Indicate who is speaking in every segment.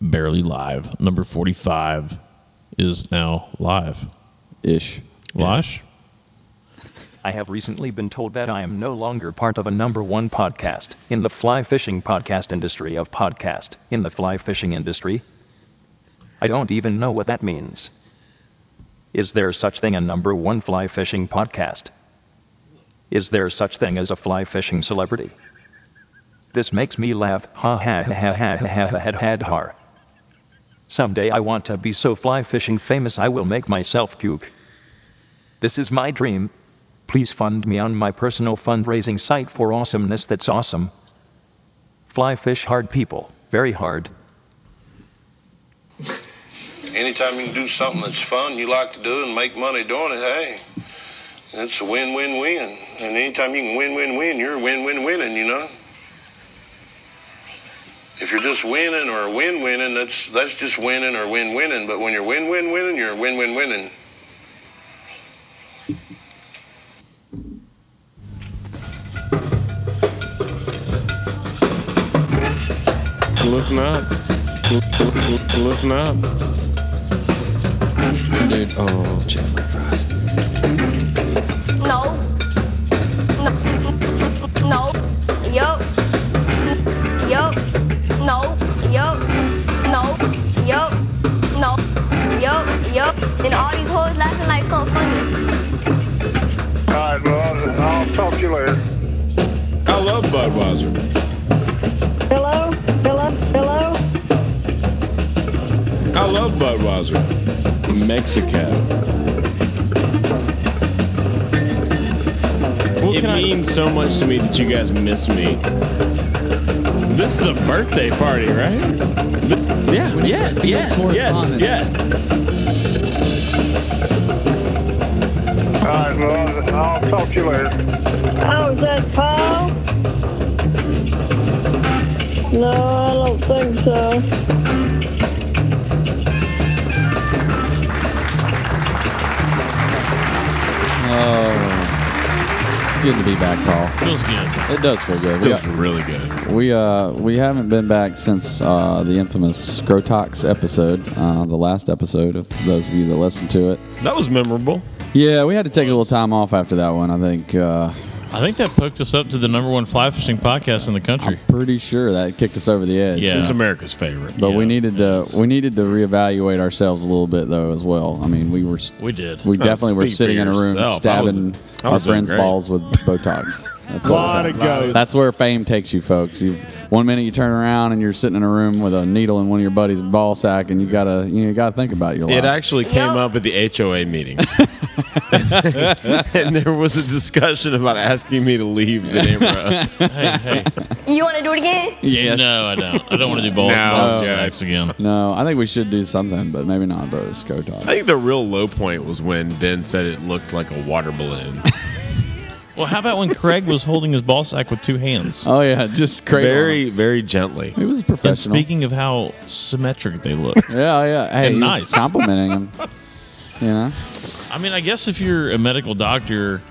Speaker 1: barely live. Number 45 is now live.
Speaker 2: Ish.
Speaker 1: Lash?
Speaker 3: I have recently been told that I am no longer part of a number one podcast in the fly fishing podcast industry of podcast in the fly fishing industry. I don't even know what that means. Is there such thing a number one fly fishing podcast? Is there such thing as a fly fishing celebrity? This makes me laugh. Ha ha ha ha ha ha ha ha ha ha har. Someday I want to be so fly fishing famous I will make myself puke. This is my dream. Please fund me on my personal fundraising site for awesomeness that's awesome. Fly fish hard people, very hard.
Speaker 4: Anytime you can do something that's fun, you like to do and make money doing it, hey, it's a win-win-win. And anytime you can win-win-win, you're win-win-winning, you know. If you're just winning or win-winning, that's that's just winning or win-winning. But when you're win-win-winning, you're win-win-winning.
Speaker 5: Listen up. L- l- l- Listen up.
Speaker 2: Dude, oh, Chick fil A fries.
Speaker 6: No. No. No. Yup. Yup. No. Yup. No. Yup. No. Yup. Yup. And all these hoes laughing like so funny.
Speaker 7: All right, well, I'll talk to you later.
Speaker 5: I love Budweiser.
Speaker 8: Hello? Hello? Hello?
Speaker 5: I love Budweiser. Mexico. it means so much to me that you guys miss me. This is a birthday party, right? Th- yeah, yeah, yes, yes,
Speaker 2: correspondence.
Speaker 5: yes.
Speaker 7: All right, well, I'll talk to you later.
Speaker 8: Oh, is that Paul? No, I don't think so.
Speaker 2: Oh. It's good to be back, Paul.
Speaker 1: Feels good.
Speaker 2: It does feel good. We,
Speaker 9: Feels really good.
Speaker 2: we, uh, we haven't been back since uh, the infamous Scrotox episode, uh, the last episode, of those of you that listened to it.
Speaker 5: That was memorable.
Speaker 2: Yeah, we had to take a little time off after that one, I think. Uh,
Speaker 1: I think that poked us up to the number one fly fishing podcast in the country.
Speaker 2: pretty sure that kicked us over the edge.
Speaker 1: Yeah.
Speaker 9: It's America's favorite.
Speaker 2: But we
Speaker 1: Yeah,
Speaker 2: needed to we needed to reevaluate ourselves a little bit though as well. I mean, we were s-
Speaker 1: We did.
Speaker 2: we definitely were
Speaker 9: Uh, speak for
Speaker 2: sitting in a room
Speaker 9: yourself. I was-
Speaker 2: stabbing
Speaker 9: I
Speaker 2: our
Speaker 9: was doing
Speaker 2: friends'
Speaker 9: great.
Speaker 2: balls with Botox. That's,
Speaker 5: Lot
Speaker 2: what
Speaker 5: of goats.
Speaker 2: That's where fame takes you, folks. You one minute you turn around and you're sitting in a room with a needle in one of your buddies' ball sack, and you gotta you, know, you gotta think about your life.
Speaker 9: It actually came
Speaker 6: Yep.
Speaker 9: up at the HOA meeting. and there was a discussion about asking me to leave the neighborhood.
Speaker 1: hey, hey.
Speaker 6: You want to do it again?
Speaker 2: Yes.
Speaker 1: No, I don't. I don't want to do balls.
Speaker 9: No.
Speaker 1: balls
Speaker 9: Yeah.
Speaker 1: sacks again.
Speaker 2: Oh. No, I think we should do something, but maybe not, bro. It's go
Speaker 9: I
Speaker 2: talk.
Speaker 9: think the real low point was when Ben said it looked like a water balloon.
Speaker 1: Well, how about when Craig was holding his ball sack with two hands?
Speaker 2: Oh yeah, just crazy.
Speaker 9: very, very gently.
Speaker 2: He was
Speaker 1: and
Speaker 2: professional.
Speaker 1: speaking of how symmetric they look,
Speaker 2: yeah, yeah. Hey,
Speaker 1: And
Speaker 2: he was
Speaker 1: nice.
Speaker 2: complimenting him. You know.
Speaker 1: I mean, I guess if you're a medical doctor,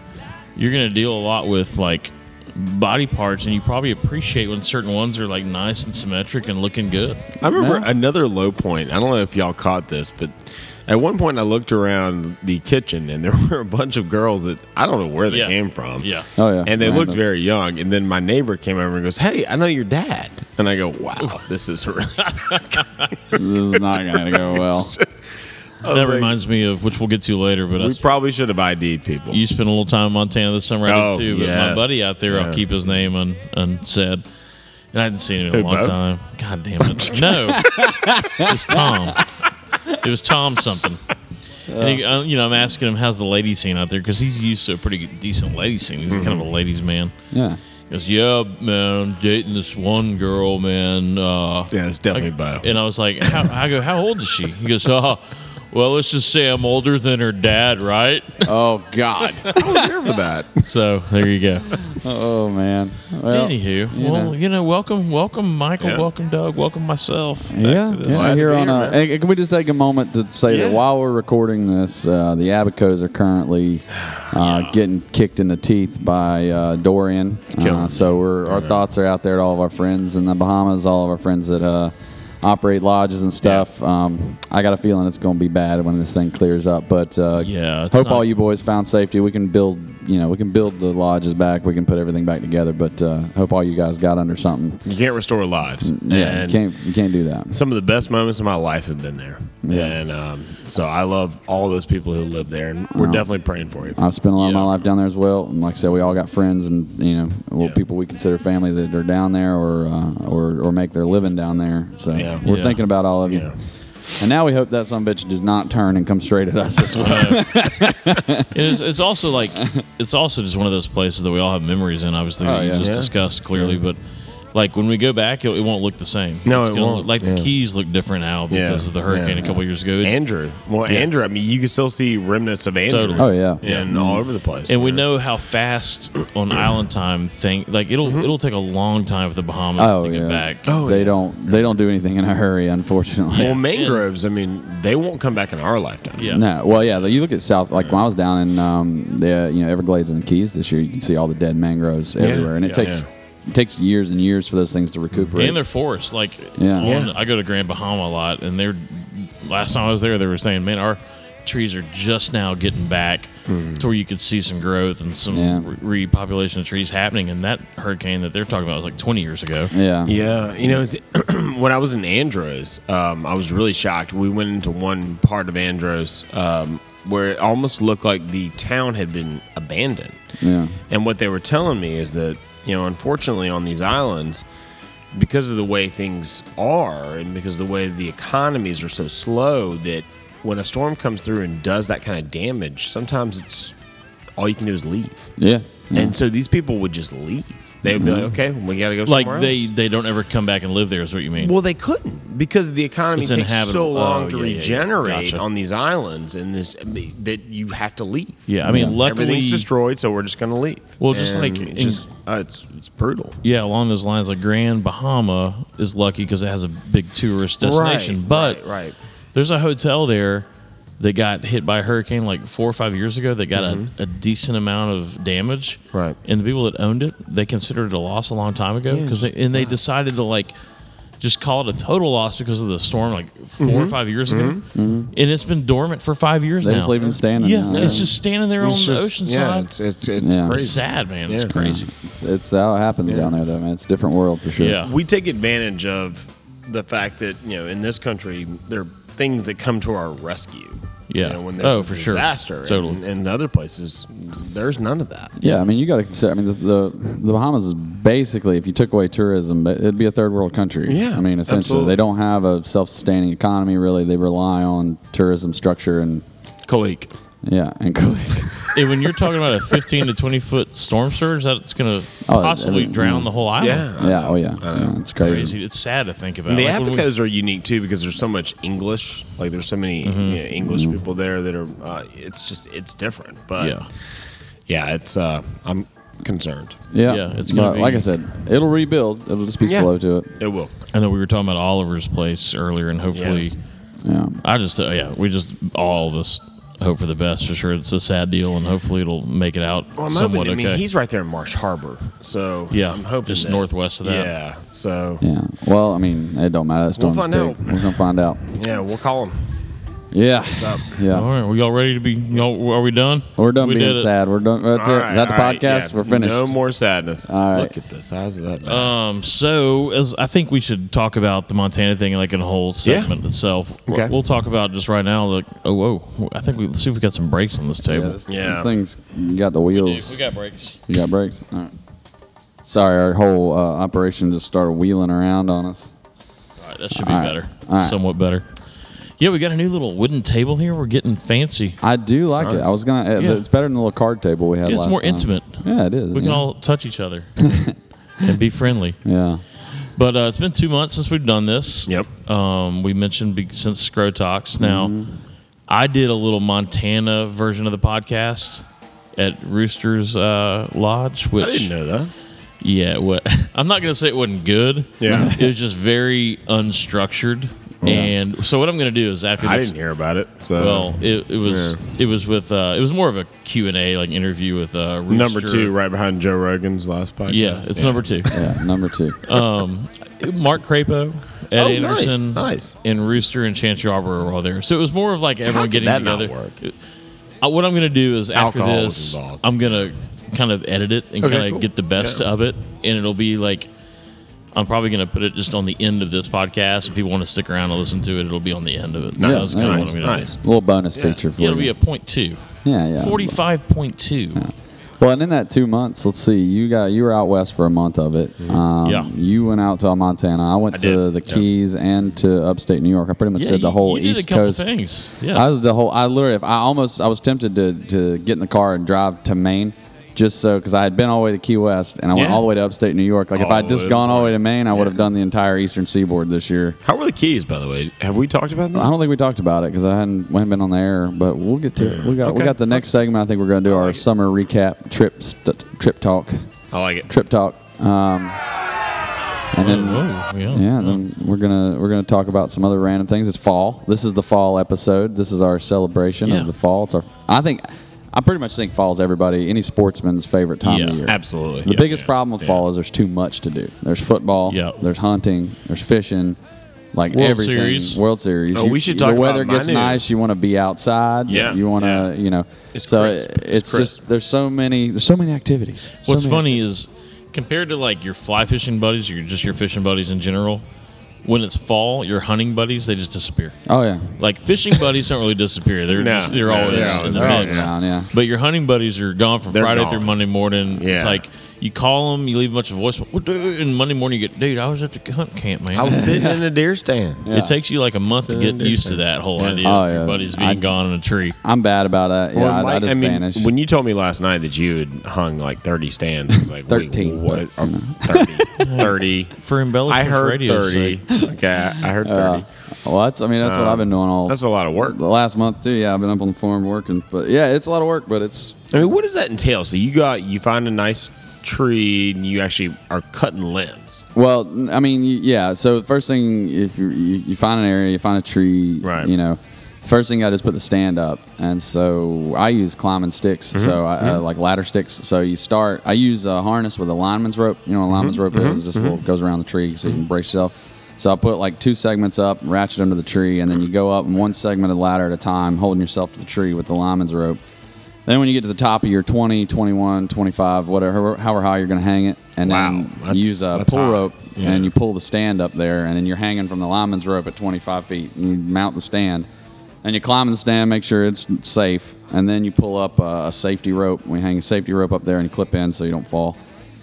Speaker 1: you're going to deal a lot with like body parts, and you probably appreciate when certain ones are like nice and symmetric and looking good.
Speaker 9: I remember
Speaker 2: No?
Speaker 9: another low point. I don't know if y'all caught this, but at one point I looked around the kitchen and there were a bunch of girls that I don't know where they
Speaker 1: Yeah.
Speaker 9: came from.
Speaker 1: Yeah.
Speaker 2: Oh yeah.
Speaker 9: And they
Speaker 2: Random.
Speaker 9: looked very young. And then my neighbor came over and goes, Hey, I know your dad. And I go, Wow, this is really.
Speaker 2: This is not gonna go well.
Speaker 1: that reminds me of which we'll get to later, but I
Speaker 9: Oh, we
Speaker 1: sp-
Speaker 9: probably should have ID'd people.
Speaker 1: you spent a little time in Montana this summer, I
Speaker 9: Oh,
Speaker 1: did too. But my
Speaker 9: yes.
Speaker 1: buddy out there, I'll
Speaker 9: Yeah.
Speaker 1: keep his name un- unsaid. And I hadn't seen him in a
Speaker 9: Who,
Speaker 1: long
Speaker 9: Bo?
Speaker 1: time. God damn it. No. it was Tom. It was Tom something. And he, uh, you know, I'm asking him, how's the lady scene out there? Because he's used to a pretty decent lady scene. He's kind
Speaker 9: Mm-hmm.
Speaker 1: of a ladies' man.
Speaker 2: Yeah.
Speaker 1: He goes, yeah, man, I'm dating this one girl, man. Uh,
Speaker 9: yeah, it's definitely Bo.
Speaker 1: and I was like, how, I go, how old is she? He goes, oh, well, let's just say I'm older than her dad, right?
Speaker 2: Oh God.
Speaker 9: Remember that.
Speaker 1: So there you go.
Speaker 2: oh man. Well,
Speaker 1: Anywho,
Speaker 2: you
Speaker 1: well,
Speaker 2: know.
Speaker 1: you know, welcome, welcome, Michael,
Speaker 9: Yeah.
Speaker 1: welcome, Doug, welcome myself. back
Speaker 2: yeah.
Speaker 1: to this.
Speaker 2: yeah here
Speaker 9: be
Speaker 2: on.
Speaker 9: here,
Speaker 2: Uh,
Speaker 9: man.
Speaker 2: hey, can we just take a moment to say that
Speaker 9: Yeah.
Speaker 2: while we're recording this, uh, the Abacos are currently uh, getting kicked in the teeth by uh, Dorian.
Speaker 9: killing
Speaker 2: Uh, so we're, our thoughts are out there to all of our friends in the Bahamas, all of our friends that uh, operate lodges and stuff. Um, I got a feeling it's going to be bad when this thing clears up. But uh,
Speaker 1: Yeah, it's
Speaker 2: hope
Speaker 1: not-
Speaker 2: all you boys found safety. We can build, you know, we can build the lodges back. We can put everything back together. But uh, hope all you guys got under something.
Speaker 9: You can't restore lives.
Speaker 2: Mm, Yeah, you
Speaker 9: And
Speaker 2: can't you can't do that.
Speaker 9: some of the best moments of my life have been there.
Speaker 2: Yeah.
Speaker 9: And um, so I love all those people who live there, and we're definitely praying for you.
Speaker 2: I've spent a lot of my
Speaker 9: Yeah.
Speaker 2: life down there as well, and like I said, we all got friends and you know well,
Speaker 9: Yeah.
Speaker 2: people we consider family that are down there or uh, or or make their living down there. So
Speaker 9: Yeah.
Speaker 2: we're
Speaker 1: Yeah.
Speaker 2: thinking about all of you.
Speaker 9: Yeah.
Speaker 2: And now we hope that some bitch does not turn and come straight at us this way.
Speaker 1: it's, it's also like it's also just one of those places that we all have memories in. Obviously,
Speaker 2: Oh,
Speaker 1: that you
Speaker 2: yeah.
Speaker 1: just
Speaker 2: Yeah.
Speaker 1: discussed clearly, but like when we go back, it, it won't look the same.
Speaker 9: No,
Speaker 1: It's
Speaker 9: it
Speaker 1: gonna
Speaker 9: won't.
Speaker 1: Look, like
Speaker 9: Yeah.
Speaker 1: the keys look different now
Speaker 9: Yeah.
Speaker 1: because of the hurricane
Speaker 9: Yeah.
Speaker 1: a couple years ago. It-
Speaker 9: Andrew. Well, Andrew, I mean, you can still see remnants of Andrew.
Speaker 1: Totally. Mm-hmm.
Speaker 2: Oh, yeah.
Speaker 9: And all over the place.
Speaker 1: and we
Speaker 9: Yeah.
Speaker 1: know how fast on island time thing like it'll
Speaker 9: Mm-hmm.
Speaker 1: it'll take a long time for the Bahamas
Speaker 2: oh
Speaker 1: to get
Speaker 2: yeah,
Speaker 1: back.
Speaker 9: Oh,
Speaker 2: they
Speaker 9: yeah.
Speaker 2: don't they don't do anything in a hurry, unfortunately.
Speaker 9: Well, mangroves, I mean, they won't come back in our lifetime.
Speaker 1: Yeah.
Speaker 2: No, well, yeah. You look at South, like when I was down in um, the uh, you know Everglades and the Keys this year, you can see all the dead mangroves everywhere, and it
Speaker 9: Yeah.
Speaker 2: takes it takes years and years for those things to recuperate.
Speaker 1: And they're forests. Like,
Speaker 2: Yeah.
Speaker 1: on-
Speaker 9: Yeah.
Speaker 1: I go to Grand Bahama a lot, and they're last time I was there, they were saying, "Man, our trees are just now getting back to where you could see some growth and some
Speaker 2: Hmm. Yeah.
Speaker 1: re- repopulation of trees happening." And that hurricane that they're talking about was like 20 years ago.
Speaker 2: yeah,
Speaker 9: Yeah, you know, it's, when I was in Andros, um, I was really shocked. We went into one part of Andros um, where it almost looked like the town had been abandoned.
Speaker 2: yeah.
Speaker 9: And what they were telling me is that, you know, unfortunately on these islands, because of the way things are and because of the way the economies are so slow, that when a storm comes through and does that kind of damage, sometimes it's all you can do is leave.
Speaker 2: Yeah. yeah.
Speaker 9: And so these people would just leave. They would be like, okay, we got to go
Speaker 1: Mm-hmm. Like
Speaker 9: somewhere
Speaker 1: they
Speaker 9: else.
Speaker 1: they don't ever come back and live there. Is what you mean?
Speaker 9: Well, they couldn't because the economy
Speaker 1: It's
Speaker 9: takes so
Speaker 1: inhabitable.
Speaker 9: long
Speaker 1: Oh,
Speaker 9: to
Speaker 1: yeah, yeah, yeah.
Speaker 9: regenerate
Speaker 1: Gotcha.
Speaker 9: on these islands, and this I mean, that you have to leave.
Speaker 1: yeah, I mean,
Speaker 2: Yeah.
Speaker 1: luckily,
Speaker 9: Everything's destroyed, so we're just going to leave.
Speaker 1: Well, just
Speaker 9: And
Speaker 1: like
Speaker 9: it's
Speaker 1: in-
Speaker 9: just uh, it's it's brutal.
Speaker 1: yeah, along those lines, like Grand Bahama is lucky because it has a big tourist destination,
Speaker 9: Right,
Speaker 1: but
Speaker 9: right, right.
Speaker 1: There's a hotel there that got hit by a hurricane like four or five years ago that got a, a decent amount of damage.
Speaker 9: Mm-hmm. Right.
Speaker 1: And the people that owned it, they considered it a loss a long time ago because they and they decided to like just call it a total loss because of the storm like 4
Speaker 9: Mm-hmm.
Speaker 1: or five years ago. And it's been dormant for five years
Speaker 2: They
Speaker 1: now.
Speaker 2: just leave them standing.
Speaker 1: yeah,
Speaker 2: now.
Speaker 1: it's just standing there
Speaker 9: It's
Speaker 1: on
Speaker 9: just-
Speaker 1: the ocean
Speaker 9: yeah,
Speaker 1: side.
Speaker 9: it's it's, it's
Speaker 2: Yeah.
Speaker 9: crazy.
Speaker 1: It's sad, man.
Speaker 9: Yeah.
Speaker 1: It's crazy.
Speaker 2: It's, it's how it happens down there, though, man. It's a different world for sure.
Speaker 1: Yeah.
Speaker 9: We take advantage of the fact that you know in this country there are things that come to our rescue.
Speaker 1: Yeah.
Speaker 9: you know, when there's
Speaker 1: Oh,
Speaker 9: a
Speaker 1: for sure.
Speaker 9: disaster,
Speaker 1: Totally.
Speaker 9: and, and other places there's none of that.
Speaker 2: Yeah, I mean, you got to consider. I mean, the, the the Bahamas is basically, if you took away tourism, but it'd be a third world country.
Speaker 9: Yeah,
Speaker 2: I mean, essentially,
Speaker 9: absolutely.
Speaker 2: they don't have a self sustaining economy. Really, they rely on tourism structure and
Speaker 9: Kalik.
Speaker 2: yeah, and
Speaker 1: And when you're talking about a 15 to 20 foot storm surge, that's going to
Speaker 2: Oh,
Speaker 1: possibly
Speaker 2: I mean,
Speaker 1: drown the whole island.
Speaker 2: yeah, oh yeah, Yeah, it's crazy.
Speaker 1: Crazy. It's sad to think about.
Speaker 9: And the
Speaker 1: Like, when we-
Speaker 9: Apicos are unique too because there's so much English. Like there's so many
Speaker 1: Mm-hmm.
Speaker 9: you know,
Speaker 2: Mm-hmm.
Speaker 9: English people there that are. Uh, it's just it's different. But
Speaker 1: Yeah.
Speaker 9: yeah, it's. Uh, I'm concerned.
Speaker 2: Yeah,
Speaker 1: Yeah, it's gonna
Speaker 2: but like
Speaker 1: be-
Speaker 2: I said, it'll rebuild. It'll just be
Speaker 9: Yeah.
Speaker 2: slow to it.
Speaker 9: It will.
Speaker 1: I know we were talking about Oliver's place earlier, and hopefully,
Speaker 2: Yeah,
Speaker 1: I just uh, yeah, we just all of us hope for the best for sure. It's a sad deal, and hopefully, it'll make it out
Speaker 9: Well, I'm hoping.
Speaker 1: somewhat
Speaker 9: I mean,
Speaker 1: okay.
Speaker 9: he's right there in Marsh Harbor, so
Speaker 1: Yeah,
Speaker 9: I'm hoping
Speaker 1: just
Speaker 9: that-
Speaker 1: northwest of that.
Speaker 9: Yeah, so yeah,
Speaker 2: yeah. Well, I mean, it don't matter. It's
Speaker 9: We'll
Speaker 2: storm's
Speaker 9: find
Speaker 2: big.
Speaker 9: out.
Speaker 2: We're gonna find out.
Speaker 9: we'll call him.
Speaker 2: Yeah,
Speaker 9: up?
Speaker 2: yeah.
Speaker 1: all right, we all ready to be? Y'all, are we done?
Speaker 2: We're done
Speaker 1: We
Speaker 2: being
Speaker 1: did it.
Speaker 2: sad. We're done. That's
Speaker 9: All
Speaker 2: it.
Speaker 9: right,
Speaker 2: Is that the
Speaker 9: all right,
Speaker 2: podcast?
Speaker 9: yeah,
Speaker 2: We're finished.
Speaker 9: No more sadness.
Speaker 2: All right.
Speaker 9: Look at the size of that. Mess.
Speaker 1: Um, so as I think we should talk about the Montana thing, like in a whole
Speaker 9: Yeah.
Speaker 1: segment itself.
Speaker 9: Okay.
Speaker 1: We'll talk about just right now. Like, oh whoa, I think we let's see if we got some breaks on this
Speaker 2: Yeah,
Speaker 1: table.
Speaker 2: this
Speaker 9: Yeah.
Speaker 2: thing's got the wheels.
Speaker 1: got breaks.
Speaker 2: you got brakes. All right. Sorry, our whole uh, operation just started wheeling around on us.
Speaker 1: All right, that should be
Speaker 2: All right.
Speaker 1: better,
Speaker 2: All right.
Speaker 1: somewhat better. Yeah, we got a new little wooden table here. We're getting fancy.
Speaker 2: I do like it.
Speaker 9: nice.
Speaker 2: I was gonna. Uh,
Speaker 1: Yeah.
Speaker 2: It's better than the little card table we had
Speaker 1: Yeah, it's
Speaker 2: last.
Speaker 1: more
Speaker 2: time.
Speaker 1: intimate.
Speaker 2: Yeah, it is.
Speaker 1: We can
Speaker 2: yeah.
Speaker 1: all touch each other and be friendly.
Speaker 2: Yeah.
Speaker 1: But uh, it's been two months since we've done this.
Speaker 9: Yep.
Speaker 1: Um, we mentioned be- since Scrotox. Now,
Speaker 2: Mm-hmm.
Speaker 1: I did a little Montana version of the podcast at Rooster's uh, Lodge, which
Speaker 9: I didn't know that.
Speaker 1: yeah, what I'm not gonna say it wasn't good.
Speaker 9: Yeah.
Speaker 1: it was just very unstructured. And so what I'm gonna do is after
Speaker 9: I
Speaker 1: this,
Speaker 9: didn't hear about it. So
Speaker 1: well, it, it was it was with uh, it was more of a Q and A like interview with uh, Rooster.
Speaker 9: number two, right behind Joe Rogan's last podcast.
Speaker 1: Yeah, it's number two.
Speaker 2: Yeah. Number two.
Speaker 1: Mark Crapo Um, Ed
Speaker 9: Oh, nice,
Speaker 1: Anderson,
Speaker 9: nice.
Speaker 1: and Rooster and Chance Yarborough were all there. So it was more of like everyone
Speaker 9: could
Speaker 1: getting
Speaker 9: that not
Speaker 1: together.
Speaker 9: work?
Speaker 1: Uh, what I'm going to do is after
Speaker 9: Alcohol was
Speaker 1: this,
Speaker 9: involved.
Speaker 1: I'm going to kind of edit it and
Speaker 9: Okay,
Speaker 1: kind of
Speaker 9: cool.
Speaker 1: get the best
Speaker 9: Yeah.
Speaker 1: of it, and it'll be like. I'm probably going to put it just on the end of this podcast. If people want to stick around and listen to it, it'll be on the end of it. So
Speaker 2: Nice,
Speaker 1: that's kinda what
Speaker 9: nice,
Speaker 1: I'm gonna do.
Speaker 9: nice.
Speaker 2: A little bonus
Speaker 9: Yeah.
Speaker 2: picture for
Speaker 1: Yeah, it'll be
Speaker 2: you.
Speaker 1: a point two.
Speaker 2: yeah, yeah.
Speaker 1: Forty-five point two.
Speaker 2: Well, and in that two months, let's see. You got you were out west for a month of it. Um,
Speaker 1: Mm-hmm. Yeah.
Speaker 2: You went out to Montana. I went
Speaker 9: I
Speaker 2: to
Speaker 9: did,
Speaker 2: the
Speaker 9: yeah.
Speaker 2: Keys and to upstate New York. I pretty much
Speaker 1: Yeah,
Speaker 2: did the
Speaker 1: you-
Speaker 2: whole
Speaker 1: you did a
Speaker 2: East
Speaker 1: couple
Speaker 2: Coast.
Speaker 1: things. Yeah.
Speaker 2: I was the whole. I literally. I almost. I was tempted to to get in the car and drive to Maine. Just so, because I had been all the way to Key West and I went
Speaker 9: Yeah.
Speaker 2: all the way to upstate New York. Like, if
Speaker 9: All
Speaker 2: I had
Speaker 9: the
Speaker 1: Oh,
Speaker 2: just
Speaker 9: way to
Speaker 2: gone all the way
Speaker 9: Maine.
Speaker 2: to Maine, I would have done the entire Eastern Seaboard this year.
Speaker 9: How were the keys, by the way? Have we talked about that?
Speaker 2: I don't think we talked about it because I hadn't, we hadn't been on the air, but we'll get to it. We got we
Speaker 9: Okay.
Speaker 2: got the next segment. I think we're going to do our summer recap trip st- trip talk
Speaker 9: I like it.
Speaker 2: trip talk, um, and then
Speaker 1: Whoa, yeah.
Speaker 2: yeah, and then we're gonna we're gonna talk about some other random things. It's fall. This is the fall episode. This is our celebration
Speaker 1: Yeah.
Speaker 2: of the fall. It's our I think I pretty much think fall's everybody any sportsman's favorite time
Speaker 1: Yeah,
Speaker 2: of year.
Speaker 9: Absolutely.
Speaker 2: The
Speaker 9: Yeah.
Speaker 2: biggest
Speaker 1: yeah,
Speaker 2: problem with
Speaker 1: yeah.
Speaker 2: fall is there's too much to do. There's football.
Speaker 1: Yeah.
Speaker 2: There's hunting. There's fishing. Like
Speaker 1: World
Speaker 2: everything.
Speaker 1: Series.
Speaker 2: World Series.
Speaker 9: Oh, we should talk
Speaker 2: The
Speaker 9: about
Speaker 2: weather gets
Speaker 9: my new-
Speaker 2: nice. You want to be outside.
Speaker 9: Yeah,
Speaker 2: You want to.
Speaker 9: yeah.
Speaker 2: You know.
Speaker 9: It's
Speaker 2: so
Speaker 9: crisp,
Speaker 2: it-
Speaker 9: it's
Speaker 2: it's just
Speaker 9: crisp.
Speaker 2: there's so many there's so many activities. So
Speaker 1: What's
Speaker 2: many
Speaker 1: funny is compared to like your fly fishing buddies or your- just your fishing buddies in general, when it's fall, your hunting buddies they just disappear.
Speaker 2: Oh yeah.
Speaker 1: Like fishing buddies don't really disappear; they're
Speaker 9: No,
Speaker 1: they're
Speaker 9: no,
Speaker 1: always
Speaker 9: they're
Speaker 1: in the
Speaker 2: They're all
Speaker 1: mix.
Speaker 2: around. Yeah.
Speaker 1: But your hunting buddies are gone from
Speaker 9: They're
Speaker 1: Friday
Speaker 9: gone.
Speaker 1: through Monday morning. It's
Speaker 9: Yeah.
Speaker 1: like you call them, you leave a bunch of voicemail, "Well, dude," and Monday morning you get, dude, I was at the hunt camp, man.
Speaker 9: I was sitting in a deer stand.
Speaker 1: It takes you like a month to get
Speaker 9: Sitting there
Speaker 1: used to
Speaker 9: saying-
Speaker 1: that whole
Speaker 9: Yeah.
Speaker 1: idea.
Speaker 2: Oh,
Speaker 1: of
Speaker 2: yeah.
Speaker 1: Your buddies being
Speaker 2: I-
Speaker 1: gone in a tree.
Speaker 2: I'm bad about that.
Speaker 9: Or
Speaker 2: Yeah. I, I
Speaker 9: like-
Speaker 2: just
Speaker 9: mean,
Speaker 2: vanish.
Speaker 9: when you told me last night that you had hung like 30 stands, I was like,
Speaker 2: 13,
Speaker 9: Wait, what?
Speaker 2: but,
Speaker 9: Or 30. 30.
Speaker 1: For embellishment,
Speaker 9: I heard
Speaker 1: radio's
Speaker 9: 30.
Speaker 1: sake.
Speaker 9: Okay, I heard 30.
Speaker 2: Uh, well, that's I mean that's what I've been doing all
Speaker 9: That's a lot of work.
Speaker 2: the last month too. Yeah. I've been up on the farm working, but yeah, it's a lot of work. But it's
Speaker 9: I mean, what does that entail? So you got you find a nice tree and you actually are cutting limbs.
Speaker 2: Well, n- I mean, y- yeah. So the first thing, if you, you, you find an area, you find a tree,
Speaker 9: Right.
Speaker 2: you know, first thing I do is put the stand up, and so I use climbing sticks, so I, uh, like ladder sticks. So you start. I use a harness with a lineman's rope. You know, a lineman's rope is just a little goes around the tree, so you can brace yourself. So I put like two segments up, ratchet them to the tree, and then you go up one segment of the ladder at a time, holding yourself to the tree with the lineman's rope. Then when you get to the top of your 20, 21, 25, whatever, however high you're going to hang it, and
Speaker 9: Wow,
Speaker 2: then
Speaker 9: that's-
Speaker 2: you use a
Speaker 9: that's
Speaker 2: pull
Speaker 9: high.
Speaker 2: rope
Speaker 9: Yeah.
Speaker 2: and you pull the stand up there, and then you're hanging from the lineman's rope at 25 feet, and you mount the stand, and you climb the stand, make sure it's safe, and then you pull up a, a safety rope. We hang a safety rope up there, and you clip in so you don't fall.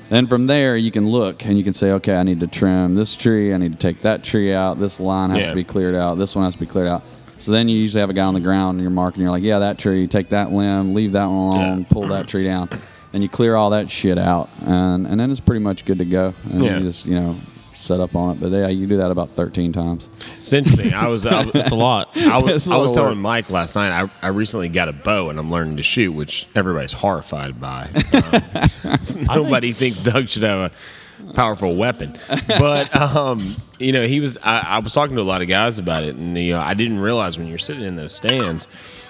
Speaker 2: Then from there, you can look and you can say, okay, I need to trim this tree, I need to take that tree out, this line has
Speaker 9: Yeah.
Speaker 2: to be cleared out, this one has to be cleared out. So then you usually have a guy on the ground and you're marking, you're like, yeah, that tree, take that limb, leave that one alone,
Speaker 9: Yeah.
Speaker 2: pull that tree down. And you clear all that shit out, and, and then it's pretty much good to go. And
Speaker 9: Yeah.
Speaker 2: you just you know set up on it. But yeah, you do that about thirteen times.
Speaker 9: It's interesting. I was I,
Speaker 1: It's
Speaker 9: was-
Speaker 1: a lot.
Speaker 9: I was,
Speaker 2: It's a
Speaker 9: I
Speaker 2: lot
Speaker 9: was
Speaker 2: of
Speaker 9: telling
Speaker 2: work.
Speaker 9: Mike last night. I, I recently got a bow and I'm learning to shoot, which everybody's horrified by. Um, nobody thinks Doug should have a powerful weapon, but um, you know he was. I, I was talking to a lot of guys about it, and you know I didn't realize when you're sitting in those stands,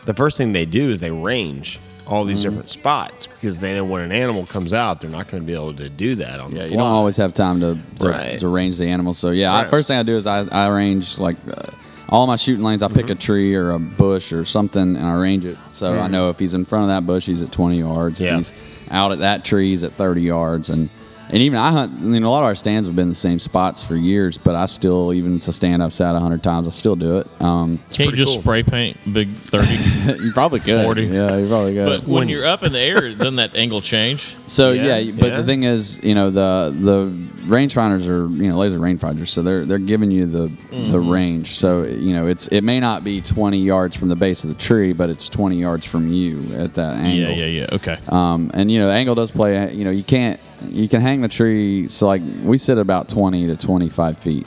Speaker 9: the first thing they do is they range all these
Speaker 2: Mm-hmm.
Speaker 9: different spots because they know when an animal comes out, they're not going to be able to do that on
Speaker 2: Yeah,
Speaker 9: the
Speaker 2: you
Speaker 9: fly.
Speaker 2: don't always have time to to,
Speaker 9: Right.
Speaker 2: to range the animal. So yeah, I,
Speaker 9: Right.
Speaker 2: first thing I do is I, I arrange like uh, all my shooting lanes. I pick a tree or a bush or something, and I range it so I know if he's in front of that bush, he's at twenty yards.
Speaker 9: Yeah.
Speaker 2: If he's out at that tree, he's at thirty yards, and. And even I hunt, I mean, a lot of our stands have been the same spots for years, but I still, even it's a stand I've sat 100 times, I still do it. Um,
Speaker 1: Can't you just spray paint big thirty.
Speaker 2: you probably could.
Speaker 1: 40.
Speaker 2: Yeah, you probably could.
Speaker 1: But when you're up in the air, doesn't that angle change?
Speaker 2: So
Speaker 9: Yeah,
Speaker 2: yeah, but
Speaker 9: yeah.
Speaker 2: the thing is, you know, the the rangefinders are you know laser rangefinders, so they're they're giving you the
Speaker 1: Mm-hmm.
Speaker 2: the range. So you know, it's it may not be twenty yards from the base of the tree, but it's twenty yards from you at that angle.
Speaker 1: Yeah, yeah, yeah. Okay.
Speaker 2: Um, and you know, angle does play. You know, you can't you can hang the tree. So like we sit about twenty to twenty five feet.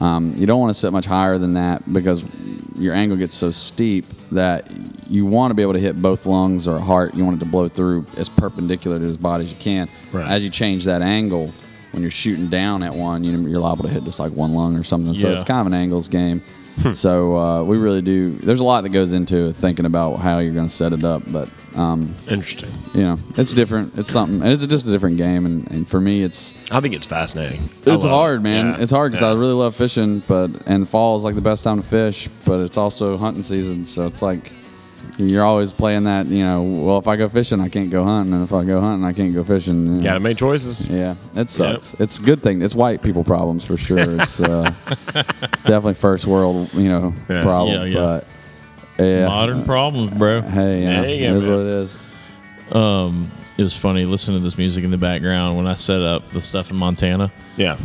Speaker 2: Um, you don't want to sit much higher than that because your angle gets so steep that you want to be able to hit both lungs or heart. You want it to blow through as perpendicular to his body as you can.
Speaker 9: Right.
Speaker 2: As you change that angle, when you're shooting down at one, you know, you're liable to hit just like one lung or something. So
Speaker 1: Yeah.
Speaker 2: it's kind of an angles game.
Speaker 9: Hmm.
Speaker 2: So uh, we really do. There's a lot that goes into thinking about how you're going to set it up, but um,
Speaker 9: Interesting.
Speaker 2: you know, it's different. It's something, and it's just a different game. And, and for me, it's
Speaker 9: I think it's fascinating. I
Speaker 2: it's
Speaker 9: love
Speaker 2: hard,
Speaker 9: it.
Speaker 2: man.
Speaker 9: Yeah.
Speaker 2: It's hard because
Speaker 9: Yeah.
Speaker 2: I really love fishing, but and fall is like the best time to fish, but it's also hunting season, so it's like you're always playing that. You know, well, if I go fishing, I can't go hunting, and if I go hunting, I can't go fishing. you know.
Speaker 9: gotta make choices.
Speaker 2: Yeah, it sucks. It's a good thing. It's white people problems for sure. It's uh, definitely first world, you know,
Speaker 9: Yeah.
Speaker 2: problem.
Speaker 1: Yeah, yeah.
Speaker 2: But yeah,
Speaker 1: Modern problems, bro.
Speaker 2: Hey, you know,
Speaker 9: There you go,
Speaker 2: it is
Speaker 9: man.
Speaker 2: what it is.
Speaker 1: Um, It was funny listening to this music in the background when I set up the stuff in Montana.
Speaker 9: Yeah.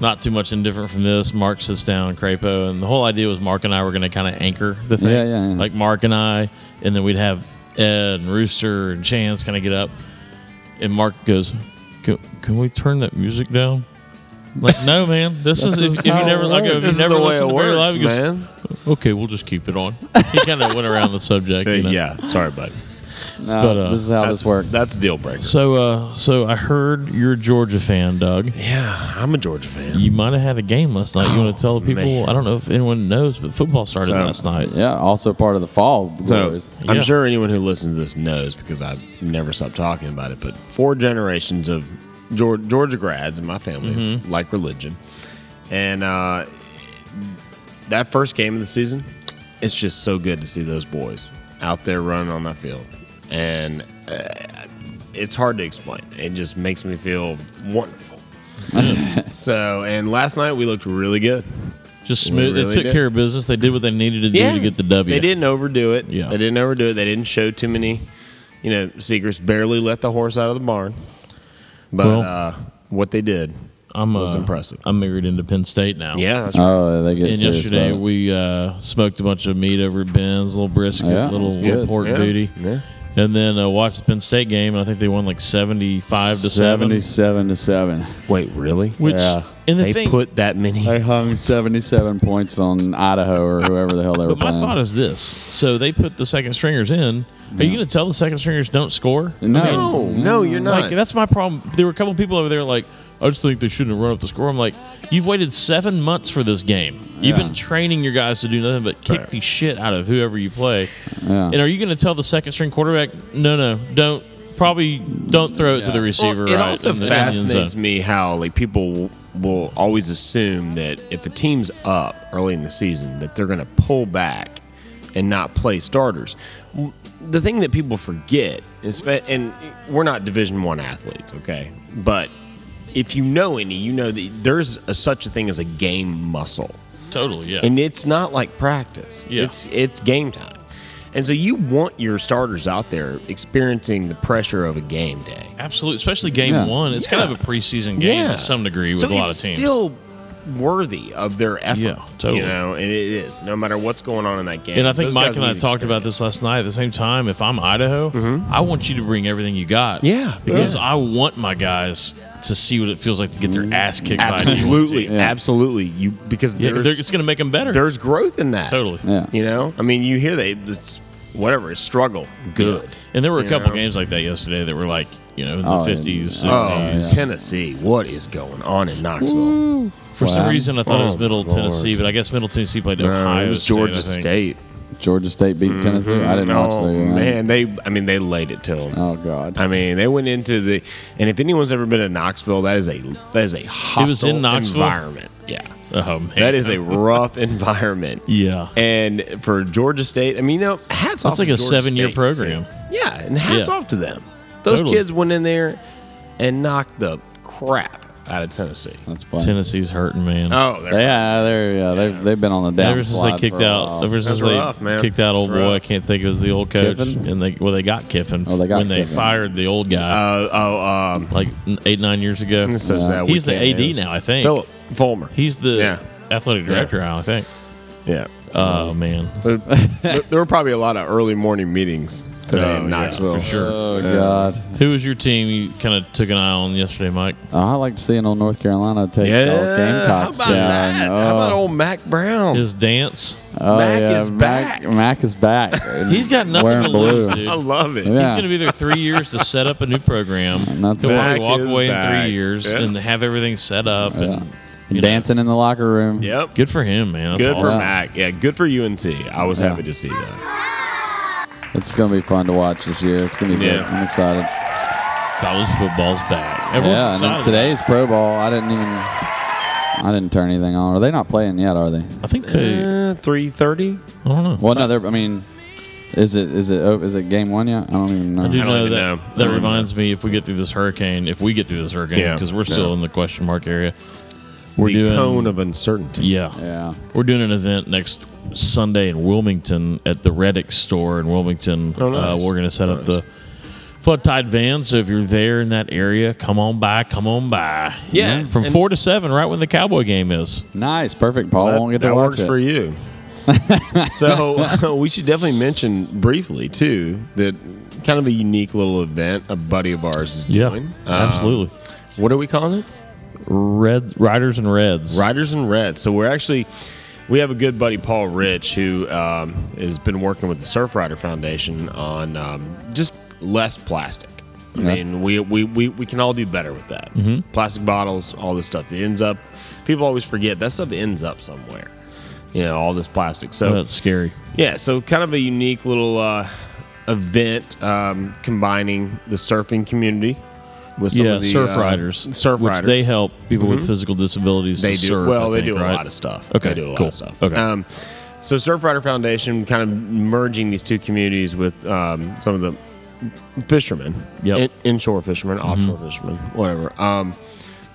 Speaker 1: Not too much indifferent from this. Mark sits down, Crapo, and the whole idea was Mark and I were going to kind of anchor the thing.
Speaker 2: Yeah, yeah, yeah.
Speaker 1: Like Mark and I, and then we'd have Ed and Rooster and Chance kind of get up, and Mark goes, "Can, can we turn that music down?" I'm Like, no, man. This is if, if you
Speaker 2: how it
Speaker 1: never like
Speaker 9: This
Speaker 1: if you
Speaker 9: is the
Speaker 1: never
Speaker 9: way it
Speaker 1: listen to
Speaker 9: works,
Speaker 1: Barry Live, he goes,
Speaker 9: man.
Speaker 1: okay, we'll just keep it on. He kind of went around the subject. you know?
Speaker 9: Yeah. Sorry, bud.
Speaker 2: No,
Speaker 1: But, uh,
Speaker 2: this is how this works.
Speaker 9: That's a deal breaker.
Speaker 1: So, uh, so I heard you're a Georgia fan, Doug.
Speaker 9: Yeah, I'm a Georgia fan. Oh,
Speaker 1: You might have had a game last night. You want to tell the people?
Speaker 9: man.
Speaker 1: I don't know if anyone knows, but football started
Speaker 9: So-
Speaker 1: last night.
Speaker 2: yeah, also part of the fall
Speaker 9: So
Speaker 2: glories.
Speaker 1: Yeah.
Speaker 9: I'm sure anyone who listens to this knows because I never stopped talking about it. But four generations of Geor- Georgia grads in my family it's
Speaker 1: Mm-hmm.
Speaker 9: like religion, and uh, that first game of the season, it's just so good to see those boys out there running on that field, and uh, it's hard to explain. It just makes me feel wonderful. so, and last night we looked really good.
Speaker 1: Just smooth.
Speaker 9: really
Speaker 1: they took
Speaker 9: did.
Speaker 1: care of business. They did what they needed to do to get the W.
Speaker 9: They didn't overdo it.
Speaker 1: Yeah.
Speaker 9: They didn't overdo it. They didn't show too many, you know, secrets. Barely let the horse out of the barn. But
Speaker 1: Well-
Speaker 9: uh, what they did.
Speaker 1: I'm
Speaker 9: was
Speaker 1: uh,
Speaker 9: impressive.
Speaker 1: I'm married into Penn State now.
Speaker 9: Yeah. That's
Speaker 2: Oh, they get
Speaker 1: And
Speaker 2: serious
Speaker 1: yesterday
Speaker 2: about it.
Speaker 1: we uh, smoked a bunch of meat over at Ben's, a little brisket,
Speaker 2: Yeah,
Speaker 1: little,
Speaker 2: that's
Speaker 1: little
Speaker 2: good.
Speaker 1: pork
Speaker 9: yeah.
Speaker 1: booty,
Speaker 9: Yeah.
Speaker 1: and then uh, watched the Penn State game. And I think they won like seventy five to seven.
Speaker 2: seventy-seven to seven.
Speaker 9: Wait, really?
Speaker 1: Which
Speaker 2: Yeah.
Speaker 1: and the
Speaker 9: they
Speaker 1: thing,
Speaker 9: put that many.
Speaker 2: They hung seventy-seven points on Idaho or whoever the hell they were
Speaker 1: But my
Speaker 2: playing.
Speaker 1: thought is this: so they put the second stringers in. Are you going to tell the second stringers don't score?
Speaker 2: no,
Speaker 9: no, no, you're not.
Speaker 1: Like that's my problem. There were a couple people over there like, I just think they shouldn't have run up the score. I'm like, you've waited seven months for this game. You've
Speaker 2: Yeah.
Speaker 1: been training your guys to do nothing but kick the shit out of whoever you play.
Speaker 2: Yeah.
Speaker 1: And are you going to tell the second string quarterback, no, no, don't, probably don't throw it to the
Speaker 9: Well,
Speaker 1: receiver?
Speaker 9: it
Speaker 1: right
Speaker 9: also
Speaker 1: in the- uh, in the end zone.
Speaker 9: fascinates me how like people will, will always assume that if a team's up early in the season that they're going to pull back and not play starters. W- The thing that people forget is fa- and we're not division 1 athletes, okay? But if you know any, you know that there's a, such a thing as a game muscle.
Speaker 1: Totally, yeah.
Speaker 9: And it's not like practice.
Speaker 1: Yeah.
Speaker 9: It's it's game time. And so you want your starters out there experiencing the pressure of a game day.
Speaker 1: Absolutely, especially game
Speaker 2: Yeah.
Speaker 1: one. It's kind
Speaker 9: Yeah.
Speaker 1: of a preseason game to some degree with
Speaker 9: So
Speaker 1: a lot of
Speaker 9: it's
Speaker 1: teams.
Speaker 9: Still worthy of their effort.
Speaker 1: Yeah, totally.
Speaker 9: You know, and it is no matter what's going on in that game.
Speaker 1: And I think
Speaker 9: Those
Speaker 1: Mike
Speaker 9: guys
Speaker 1: and I
Speaker 9: need
Speaker 1: talked
Speaker 9: experience.
Speaker 1: about
Speaker 9: Mm-hmm.
Speaker 1: this last night. At the same time, if I'm Idaho, I want you to bring everything you got.
Speaker 9: Yeah,
Speaker 1: Because
Speaker 9: yeah.
Speaker 1: I want my guys to see what it feels like to get their ass kicked by a D1
Speaker 9: Absolutely,
Speaker 1: team.
Speaker 2: Yeah.
Speaker 9: absolutely. You because
Speaker 1: Yeah, they're-
Speaker 9: there's
Speaker 1: it's going to make them better.
Speaker 9: there's growth in that.
Speaker 1: totally.
Speaker 2: yeah,
Speaker 9: You know, I mean, you hear they this whatever it's struggle good.
Speaker 1: And there were a couple
Speaker 9: know.
Speaker 1: games like that yesterday that were like, you know, in
Speaker 2: Oh,
Speaker 1: the 50s, 60s.
Speaker 9: Oh,
Speaker 2: yeah.
Speaker 9: Tennessee, what is going on in Knoxville?
Speaker 1: For some
Speaker 2: Wow.
Speaker 1: reason, I thought it was
Speaker 9: Oh,
Speaker 1: Middle
Speaker 9: Lord.
Speaker 1: Tennessee, but I guess Middle Tennessee played
Speaker 9: No,
Speaker 1: Ohio
Speaker 9: it was
Speaker 1: State, I
Speaker 9: Georgia
Speaker 1: think.
Speaker 9: State. Mm-hmm.
Speaker 2: Georgia State beat Tennessee. I didn't watch
Speaker 9: Oh
Speaker 2: the uh, game.
Speaker 9: man, they I mean they laid it to them.
Speaker 2: Oh god.
Speaker 9: I mean, they went into the, and if anyone's ever been to Knoxville, that is a that is a hostile
Speaker 1: in Knoxville?
Speaker 9: environment. Yeah,
Speaker 1: Oh, man.
Speaker 9: that is a rough environment.
Speaker 1: Yeah.
Speaker 9: And for Georgia State, I mean, you know, hats off.
Speaker 1: That's like
Speaker 9: to
Speaker 1: a
Speaker 9: Georgia
Speaker 1: seven-year
Speaker 9: State,
Speaker 1: program.
Speaker 9: too. Yeah, and hats
Speaker 1: Yeah.
Speaker 9: off to them. Those
Speaker 1: Totally.
Speaker 9: kids went in there and knocked the crap out of Tennessee.
Speaker 2: That's funny.
Speaker 1: Tennessee's hurting, man.
Speaker 9: Oh, they're
Speaker 2: Yeah, they're yeah, they've they've been on the down.
Speaker 1: Ever since they kicked out, ever since
Speaker 9: That's
Speaker 1: they
Speaker 9: rough, man.
Speaker 1: kicked out old
Speaker 9: That's
Speaker 1: boy, I
Speaker 9: rough.
Speaker 1: can't think it was the old coach,
Speaker 2: Kiffin?
Speaker 1: and they well they got Kiffin
Speaker 2: Oh, they got
Speaker 1: when they
Speaker 2: Kiffin.
Speaker 1: fired the old guy
Speaker 9: Uh, oh, um,
Speaker 1: like n- eight nine years ago.
Speaker 9: it's so sad. we
Speaker 1: He's the
Speaker 9: can't
Speaker 1: AD
Speaker 9: have-
Speaker 1: now, I think.
Speaker 9: uh, Philip Fulmer.
Speaker 1: He's the
Speaker 9: Yeah.
Speaker 1: athletic director now, I think.
Speaker 9: yeah.
Speaker 1: Oh man,
Speaker 9: There, there- there were probably a lot of early morning meetings today
Speaker 1: Oh, yeah,
Speaker 9: in Knoxville.
Speaker 1: for sure.
Speaker 2: Oh god.
Speaker 1: Who was your team you kind of took an eye on yesterday, Mike?
Speaker 2: Oh, I like seeing old North Carolina take
Speaker 9: Yeah,
Speaker 2: the old Gamecocks
Speaker 9: how about
Speaker 2: down.
Speaker 9: that?
Speaker 2: Oh,
Speaker 9: How about old Mac Brown?
Speaker 1: His dance.
Speaker 2: oh,
Speaker 9: Mac
Speaker 2: yeah,
Speaker 9: is
Speaker 2: Mac,
Speaker 9: back.
Speaker 2: Mac is back.
Speaker 1: He's got nothing
Speaker 2: Wearing
Speaker 1: to
Speaker 2: blue.
Speaker 1: lose, dude.
Speaker 9: I love it.
Speaker 2: Yeah.
Speaker 1: He's going to be there three years to set up a new program.
Speaker 2: that's
Speaker 1: He'll
Speaker 2: it.
Speaker 1: probably
Speaker 9: Back
Speaker 1: walk
Speaker 9: is
Speaker 1: away in
Speaker 9: back.
Speaker 1: three years
Speaker 9: Yeah.
Speaker 1: and have everything set up. And you know.
Speaker 2: dancing in the locker room.
Speaker 9: Yep.
Speaker 1: Good for him, man. That's
Speaker 9: Good for
Speaker 1: awesome.
Speaker 9: Mac. Yeah, good for UNC. I was
Speaker 2: Yeah.
Speaker 9: happy to see that.
Speaker 2: It's gonna be fun to watch this year. It's gonna be good.
Speaker 9: Yeah.
Speaker 2: I'm excited.
Speaker 1: College football's back. Everyone's
Speaker 2: yeah, and
Speaker 1: excited.
Speaker 2: then today's Pro Bowl. I didn't even. I didn't turn anything on. Are they not playing yet? Are they?
Speaker 1: I think they.
Speaker 9: Uh, Three thirty.
Speaker 1: I don't know.
Speaker 2: Well, no. They're. I mean, is it is it oh, is it game one yet? I don't even know.
Speaker 1: I do
Speaker 9: I don't
Speaker 1: know
Speaker 9: even
Speaker 1: that.
Speaker 9: know. I
Speaker 1: That
Speaker 9: don't
Speaker 1: reminds me, if we get through this hurricane, if we get through this hurricane,
Speaker 9: Yeah.
Speaker 1: because we're still in the question mark area.
Speaker 9: We're the
Speaker 1: doing-
Speaker 9: cone of uncertainty.
Speaker 1: Yeah.
Speaker 2: Yeah.
Speaker 1: We're doing an event next Sunday in Wilmington at the Reddick store in Wilmington.
Speaker 9: Oh, nice.
Speaker 1: uh, we're going to set up the flood tide van. So if you're there in that area, come on by. Come on by.
Speaker 9: Yeah,
Speaker 1: You know, From
Speaker 9: and-
Speaker 1: four to seven, right when the Cowboy game is.
Speaker 2: Nice. Perfect. Paul
Speaker 9: That,
Speaker 2: won't get
Speaker 9: that
Speaker 2: to watch
Speaker 9: works
Speaker 2: it.
Speaker 9: for you. so we should definitely mention briefly too that kind of a unique little event a buddy of ours is
Speaker 1: Yeah.
Speaker 9: doing. Um,
Speaker 1: absolutely.
Speaker 9: What are we calling it?
Speaker 1: Red Riders and Reds.
Speaker 9: Riders in Red. So we're actually we have a good buddy Paul Rich who um, has been working with the Surf Rider Foundation on um, just less plastic. I
Speaker 2: Yeah.
Speaker 9: mean, we, we, we, we can all do better with that.
Speaker 1: Mm-hmm.
Speaker 9: Plastic bottles, all this stuff that ends up. People always forget that stuff ends up somewhere. You know, all this plastic. So
Speaker 1: That's scary.
Speaker 9: yeah, so kind of a unique little uh, event um, combining the surfing community with some
Speaker 1: yeah,
Speaker 9: of the
Speaker 1: surf
Speaker 9: uh,
Speaker 1: riders.
Speaker 9: surf
Speaker 1: which
Speaker 9: riders. Mm-hmm.
Speaker 1: They help people with physical disabilities.
Speaker 9: They
Speaker 1: to
Speaker 9: do
Speaker 1: surf,
Speaker 9: well.
Speaker 1: I
Speaker 9: they
Speaker 1: think,
Speaker 9: do a
Speaker 1: right?
Speaker 9: lot of stuff.
Speaker 1: Okay,
Speaker 9: they do a lot
Speaker 1: cool.
Speaker 9: of stuff.
Speaker 1: Okay.
Speaker 9: Um, so Surfrider Foundation kind of merging these two communities with um, some of the fishermen,
Speaker 1: Yep. Mm-hmm.
Speaker 9: in- inshore fishermen, offshore fishermen, whatever. Um,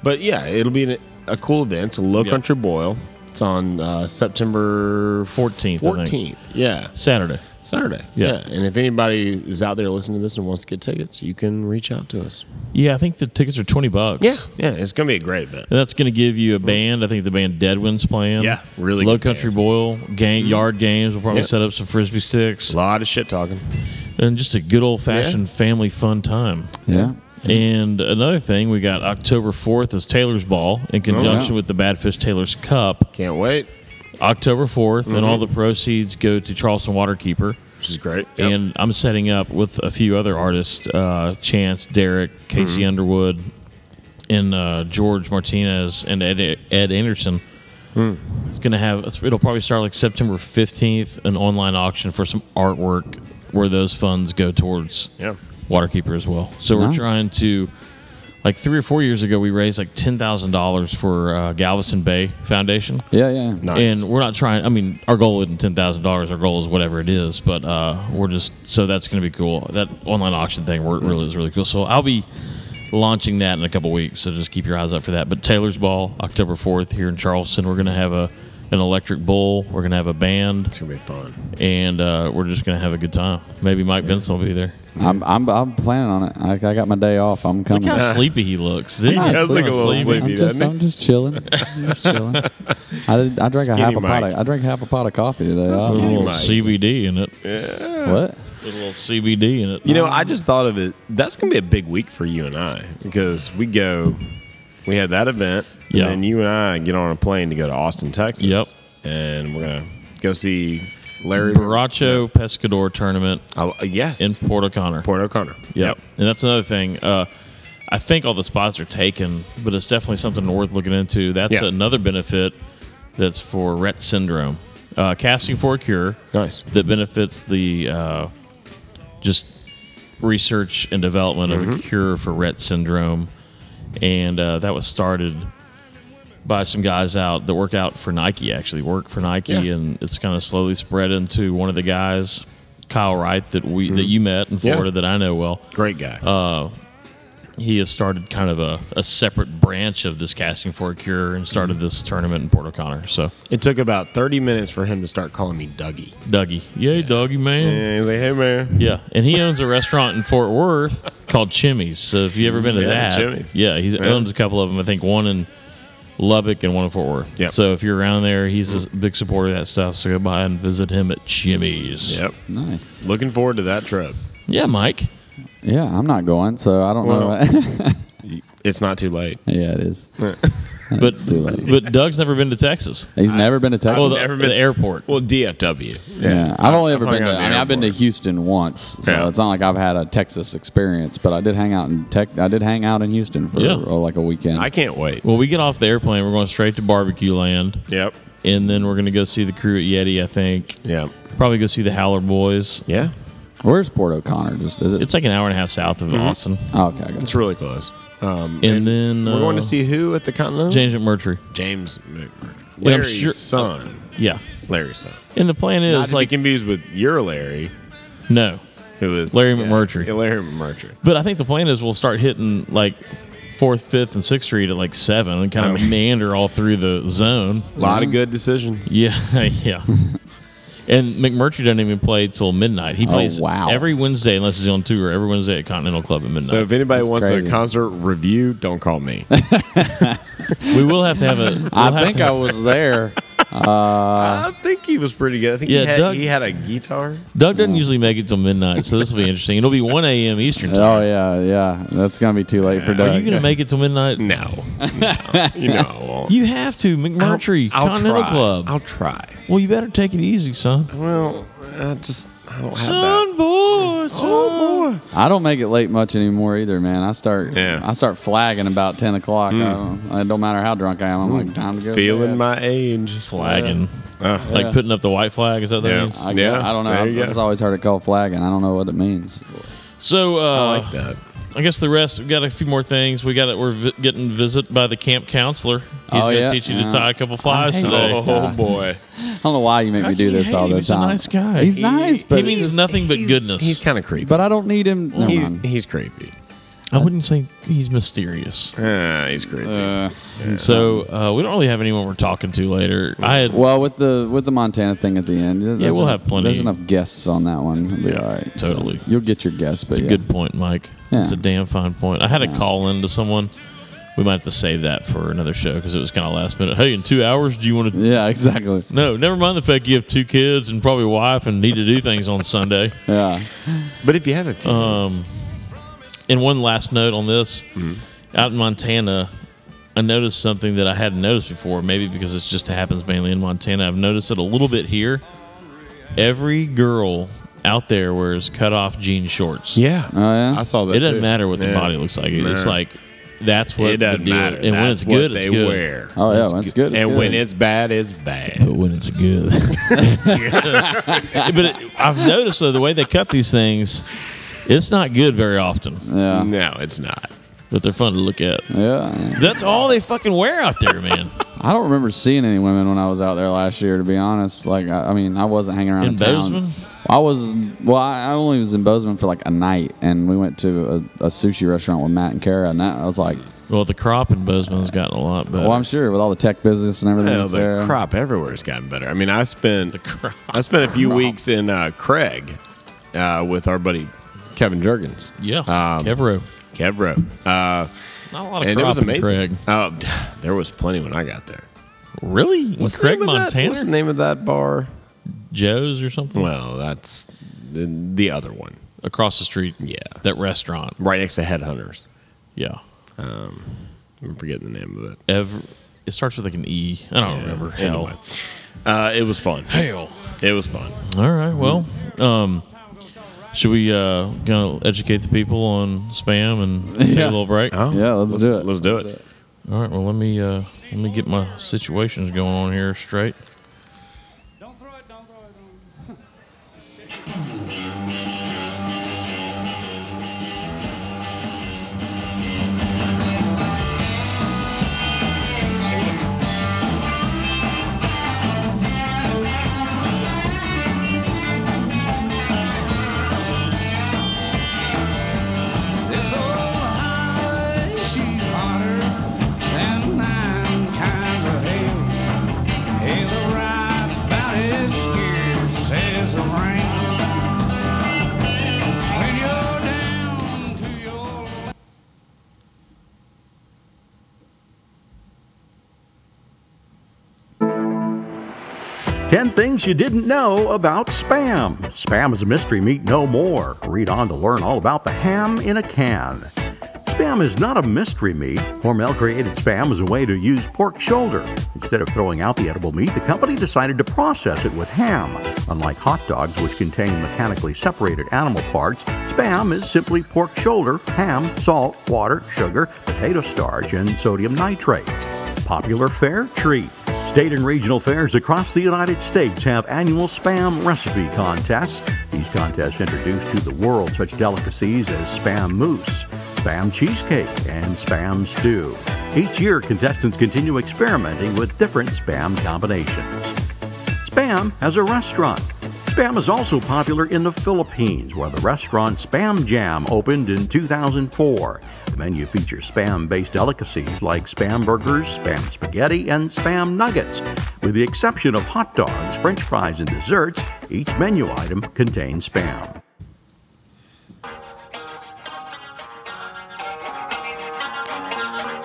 Speaker 9: but yeah, it'll be an, a cool event. It's a low
Speaker 1: Yep.
Speaker 9: country boil. It's on uh, September
Speaker 1: 14th, I think.
Speaker 9: Fourteenth, yeah,
Speaker 1: Saturday.
Speaker 9: Saturday.
Speaker 1: Yeah.
Speaker 9: and if anybody is out there listening to this and wants to get tickets, you can reach out to us.
Speaker 1: Yeah, I think the tickets are twenty bucks.
Speaker 9: yeah, it's gonna be a great event. Mm-hmm.
Speaker 1: And that's going to give you a band. I think the band Deadwind's playing.
Speaker 9: Yeah, really
Speaker 1: Low
Speaker 9: good
Speaker 1: Country
Speaker 9: band.
Speaker 1: Boil game, yard games. We'll probably
Speaker 9: Yep.
Speaker 1: set up some frisbee sticks
Speaker 9: A lot of shit talking.
Speaker 1: and just a good old fashioned family fun time.
Speaker 2: Yeah.
Speaker 1: And another thing, we got October fourth is Taylor's Ball in conjunction with the Badfish Taylor's Cup.
Speaker 9: Oh, Can't wait. Mm-hmm.
Speaker 1: October 4th and all the proceeds go to Charleston Waterkeeper.
Speaker 9: Which is great.
Speaker 1: And I'm setting up with a few other artists uh, Chance, Derek, Casey Underwood, and uh, George Martinez and Ed, Ed Anderson. It's going to have, it's- it'll probably start like September 15th, an online auction for some artwork where those funds go towards
Speaker 9: Yeah.
Speaker 1: Waterkeeper as well. So we're
Speaker 2: Nice.
Speaker 1: trying to, like three or four years ago, we raised like $10,000 for uh, Galveston Bay Foundation.
Speaker 2: Yeah. Yeah.
Speaker 9: Nice.
Speaker 1: And we're not trying. I mean, our goal isn't ten thousand dollars. Our goal is whatever it is. But uh, we're just so that's going to be cool. That online auction thing we're, really is really cool. So I'll be launching that in a couple weeks. So just keep your eyes out for that. But Taylor's Ball, October fourth here in Charleston. We're going to have a an electric bull. We're going to have a band,
Speaker 9: it's gonna be fun.
Speaker 1: and uh, we're just going to have a good time. Maybe Mike Benson will be there.
Speaker 2: I'm, I'm I'm planning on it. I, I got my day off. I'm coming.
Speaker 1: Look how sleepy he looks. He
Speaker 9: does look a little sleepy.
Speaker 2: I'm just,
Speaker 9: doesn't he?
Speaker 2: I'm just chilling. I'm just chilling. I, did, I drank a
Speaker 9: Skinny
Speaker 2: half a pot.
Speaker 9: Mike.
Speaker 2: Of, I drank half a pot of coffee today. I
Speaker 1: A
Speaker 2: don't know
Speaker 1: little
Speaker 9: Mike.
Speaker 1: CBD in it.
Speaker 2: What?
Speaker 1: A little CBD in it.
Speaker 9: You know, I just thought of it. That's gonna be a big week for you and I because we go, we had that event, and
Speaker 1: Yeah.
Speaker 9: then you and I get on a plane to go to Austin, Texas.
Speaker 1: Yep.
Speaker 9: And we're gonna go see Larry.
Speaker 1: Baracho Pescador tournament
Speaker 9: I, uh, yes.
Speaker 1: in Port O'Connor.
Speaker 9: Port O'Connor.
Speaker 1: Yep. And that's another thing. Uh, I think all the spots are taken, but it's definitely something worth looking into. That's
Speaker 9: Yeah.
Speaker 1: another benefit that's for Rett syndrome. Uh, casting for a cure
Speaker 9: Nice.
Speaker 1: that benefits the uh, just research and development
Speaker 9: Mm-hmm.
Speaker 1: of a cure for Rett syndrome. And uh, that was started by some guys out that work out for Nike, actually, work for Nike.
Speaker 9: Yeah.
Speaker 1: And it's kind of slowly spread into one of the guys, Kyle Wright, that, we, that you met in
Speaker 9: Mm-hmm. Yeah.
Speaker 1: Florida that I know well Uh,
Speaker 9: Great guy.
Speaker 1: he has started kind of a, a separate branch of this casting for a cure and
Speaker 9: Mm-hmm.
Speaker 1: started this tournament in Port O'Connor. So
Speaker 9: it took about thirty minutes for him to start calling me Dougie.
Speaker 1: Dougie, yay Dougie man,
Speaker 9: And he's like, "Hey man,
Speaker 1: yeah. And he owns a restaurant in Fort Worth called Chimmy's. So if you ever been to
Speaker 9: Yeah,
Speaker 1: that,
Speaker 9: Chimmy's.
Speaker 1: yeah, he owns a couple of them. I think one in Lubbock and one in Fort Worth.
Speaker 9: Yep.
Speaker 1: So if you're around there, he's a big supporter of that stuff. So go by and visit him at Chimmy's.
Speaker 9: yep."
Speaker 2: Nice.
Speaker 9: Looking forward to that trip.
Speaker 1: Yeah, Mike.
Speaker 2: Yeah, I'm not going, so I don't
Speaker 9: Well-
Speaker 2: know.
Speaker 9: It's not too late.
Speaker 2: yeah, it is.
Speaker 1: But
Speaker 2: too late.
Speaker 1: but Doug's never been to Texas.
Speaker 2: He's never been to Texas.
Speaker 1: Oh, the, the airport.
Speaker 9: Well, DFW.
Speaker 2: yeah. I've only ever
Speaker 9: hung
Speaker 2: been to.
Speaker 9: out
Speaker 2: I
Speaker 9: in
Speaker 2: mean,
Speaker 9: the
Speaker 2: I've been to
Speaker 9: airport.
Speaker 2: Houston once, so
Speaker 9: Yeah.
Speaker 2: it's not like I've had a Texas experience. But I did hang out in Tech. I did hang out in Houston for
Speaker 1: Yeah.
Speaker 2: uh, like a weekend.
Speaker 9: I can't wait.
Speaker 1: Well, we get off the airplane. We're going straight to Barbecue Land,
Speaker 9: Yep.
Speaker 1: and then we're going to go see the crew at Yeti. I think
Speaker 9: Yep.
Speaker 1: probably go see the Howler Boys.
Speaker 9: Yeah.
Speaker 2: Where's Port O'Connor? Just is it?
Speaker 1: It's like an hour and a half south of Austin,
Speaker 2: oh, okay, I got it.
Speaker 9: It's really close. Mm-hmm. Um,
Speaker 1: and then
Speaker 9: we're going
Speaker 1: uh,
Speaker 9: to see who at the Continental?
Speaker 1: James McMurtry.
Speaker 9: James McMurtry.
Speaker 1: Yeah, I'm
Speaker 9: Larry's
Speaker 1: sure-
Speaker 9: son.
Speaker 1: Yeah,
Speaker 9: Larry's son.
Speaker 1: and the plan
Speaker 9: Not
Speaker 1: is
Speaker 9: to
Speaker 1: like
Speaker 9: be confused with your Larry,
Speaker 1: no,
Speaker 9: who is
Speaker 1: Larry McMurtry.
Speaker 9: Yeah, Larry McMurtry.
Speaker 1: but I think the plan is we'll start hitting like Fourth, Fifth, and Sixth Street at like seven, and kind of meander all through the zone.
Speaker 9: A lot
Speaker 2: Mm-hmm.
Speaker 9: of good decisions.
Speaker 1: Yeah, yeah. and McMurtry doesn't even play till midnight. He plays
Speaker 2: Oh, wow.
Speaker 1: every Wednesday unless he's on tour. Every Wednesday at Continental Club at midnight.
Speaker 9: So if anybody
Speaker 2: That's
Speaker 9: wants
Speaker 2: crazy.
Speaker 9: a concert review, don't call me.
Speaker 1: we will have to have a. we'll have
Speaker 2: I think
Speaker 1: to
Speaker 2: I
Speaker 1: have-
Speaker 2: was there. Uh,
Speaker 9: I think he was pretty good. I think
Speaker 1: Yeah,
Speaker 9: he, had,
Speaker 1: Doug-
Speaker 9: he had a guitar.
Speaker 1: Doug doesn't usually make it till midnight, so this will be interesting. It'll be one a.m. Eastern time.
Speaker 2: Oh yeah, yeah. That's gonna be too late for Doug.
Speaker 1: Are you going to make it till midnight?
Speaker 9: No, No. you know, I won't.
Speaker 1: You have to McMurtry
Speaker 9: I'll
Speaker 1: Continental
Speaker 9: try.
Speaker 1: Club.
Speaker 9: I'll try.
Speaker 1: well, you better take it easy, son.
Speaker 9: Well, I just I don't have that. Oh,
Speaker 1: Son, boy, son.
Speaker 2: I don't make it late much anymore either, man. I start
Speaker 9: Yeah. Hmm.
Speaker 2: I start flagging about ten o'clock. I don't- it don't matter how drunk I am. I'm like time to go. to
Speaker 9: Feeling
Speaker 2: bed.
Speaker 9: my age.
Speaker 1: Hmm. Flagging,
Speaker 9: Uh,
Speaker 1: like putting up the white flag. Is that what
Speaker 9: Yeah.
Speaker 1: that means?
Speaker 2: I,
Speaker 9: Yeah,
Speaker 2: I don't know.
Speaker 9: there
Speaker 2: I've
Speaker 9: you go.
Speaker 2: just always heard it called flagging. I don't know what it means.
Speaker 1: So uh,
Speaker 9: I like that.
Speaker 1: I guess the rest. We've got a few more things. We got it. We're vi- getting visit by the camp counselor. He's
Speaker 2: Oh,
Speaker 1: going to
Speaker 2: yeah.
Speaker 1: teach you
Speaker 2: Yeah.
Speaker 1: to tie a couple flies
Speaker 2: hate
Speaker 1: today.
Speaker 2: that.
Speaker 9: Oh boy,
Speaker 2: I don't know why you make me do
Speaker 1: can you
Speaker 2: this
Speaker 1: hate
Speaker 2: all
Speaker 1: him?
Speaker 2: the
Speaker 1: He's a
Speaker 2: time.
Speaker 1: nice guy.
Speaker 2: He's
Speaker 1: He-
Speaker 2: nice,
Speaker 1: he
Speaker 2: but
Speaker 1: means nothing but
Speaker 9: he's-
Speaker 1: goodness.
Speaker 9: He's kind of creepy.
Speaker 2: but I don't need him. Never
Speaker 9: he's
Speaker 2: mind.
Speaker 9: he's creepy.
Speaker 1: I wouldn't say he's mysterious.
Speaker 9: Uh, he's creepy.
Speaker 2: Uh,
Speaker 1: So uh, we don't really have anyone we're talking to later. I had
Speaker 2: well, with the with the Montana thing at the end, yeah,
Speaker 1: we'll have plenty.
Speaker 2: There's enough guests on that one. It'll be
Speaker 1: Yeah,
Speaker 2: all right.
Speaker 1: totally.
Speaker 2: you'll get your guests, but
Speaker 1: It's a
Speaker 2: yeah.
Speaker 1: good point, Mike.
Speaker 2: Yeah.
Speaker 1: It's a damn fine point. I had a call in to someone. We might have to save that for another show because it was kind of last minute. Hey, in two hours, do you want to?
Speaker 2: Yeah, exactly.
Speaker 1: No, never mind the fact you have two kids and probably a wife and need to do things on Sunday.
Speaker 2: Yeah.
Speaker 9: But if you have a few, minutes- Mm-hmm.
Speaker 1: Um, and one last note on this: out in Montana, I noticed something that I hadn't noticed before. Maybe because it just happens mainly in Montana. I've noticed it a little bit here. Every girl out there wears cut off jean shorts.
Speaker 9: yeah,
Speaker 2: Oh yeah.
Speaker 9: I saw that.
Speaker 1: it doesn't
Speaker 9: too.
Speaker 1: matter what the
Speaker 9: Yeah.
Speaker 1: body looks like. It's
Speaker 9: Nah.
Speaker 1: like that's what
Speaker 9: It doesn't
Speaker 1: the deal.
Speaker 9: matter.
Speaker 1: And when
Speaker 9: That's
Speaker 1: it's good,
Speaker 9: what
Speaker 1: it's
Speaker 9: they
Speaker 1: good.
Speaker 9: wear.
Speaker 2: Oh yeah, that's good. It's
Speaker 9: and
Speaker 2: good.
Speaker 9: when it's bad, it's bad.
Speaker 1: But when it's good, but it, I've noticed though the way they cut these things, it's not good very often.
Speaker 2: yeah.
Speaker 9: No, it's not.
Speaker 1: But they're fun to look at.
Speaker 2: Yeah.
Speaker 1: That's all they fucking wear out there, man.
Speaker 2: I don't remember seeing any women when I was out there last year. To be honest, like I, I mean, I wasn't hanging around
Speaker 1: In
Speaker 2: town.
Speaker 1: Bozeman?
Speaker 2: I was well. I, I only was in Bozeman for like a night, and we went to a, a sushi restaurant with Matt and Kara, and that, I was like,
Speaker 1: Well, the crop in Bozeman's gotten a lot better.
Speaker 2: well, I'm sure with all the tech business and everything
Speaker 9: Well,
Speaker 2: that's
Speaker 9: the
Speaker 2: there.
Speaker 9: crop everywhere's gotten better. I mean, I spent
Speaker 1: the crop.
Speaker 9: I spent a few weeks in uh, Craig uh, with our buddy Kevin Jurgens,
Speaker 1: Yeah,
Speaker 9: Um,
Speaker 1: Kevro.
Speaker 9: Kevro, uh,
Speaker 1: Not a lot of
Speaker 9: and it
Speaker 1: crop
Speaker 9: was
Speaker 1: in
Speaker 9: amazing.
Speaker 1: Craig.
Speaker 9: Oh, d- there was plenty when I got there.
Speaker 1: Really? What's
Speaker 9: the
Speaker 1: Craig
Speaker 9: name of that-
Speaker 1: Montana?
Speaker 9: What's the name of that bar?
Speaker 1: Joe's or something?
Speaker 9: Well, that's the, the other one,
Speaker 1: Across the street.
Speaker 9: Yeah.
Speaker 1: That restaurant.
Speaker 9: right next to Headhunters. Um,
Speaker 1: Yeah.
Speaker 9: I'm forgetting the name of it.
Speaker 1: Ever. It starts with like an E. I don't remember. Hell.
Speaker 9: Anyway, uh, it was fun.
Speaker 1: Hell.
Speaker 9: It was fun.
Speaker 1: All right. Well, um, should we uh, gonna educate the people on spam and take a little break?
Speaker 9: Oh,
Speaker 2: Yeah, let's do it.
Speaker 9: Let's do it.
Speaker 1: All right. Well, let me uh, let me get my situations going on here straight.
Speaker 7: Don't throw it, don't throw it. This old highway, she's hotter than nine kinds of hell. Hey, the ride's about as scarce as the rain. When you're down to your
Speaker 10: Spam is not a mystery meat. Hormel created Spam as a way to use pork shoulder. Instead of throwing out the edible meat, the company decided to process it with ham. Unlike hot dogs, which contain mechanically separated animal parts, Spam is simply pork shoulder, ham, salt, water, sugar, potato starch, and sodium nitrate. Popular fair treat. State and regional fairs across the United States have annual spam recipe contests. These contests introduce to the world such delicacies as spam mousse, spam cheesecake, and spam stew. Each year, contestants continue experimenting with different spam combinations. Spam has a restaurant. Spam is also popular in the Philippines, where the restaurant Spam Jam opened in 2004. The menu features spam based delicacies like spam burgers, spam spaghetti, and spam nuggets. With the exception of hot dogs, french fries, and desserts, each menu item contains spam.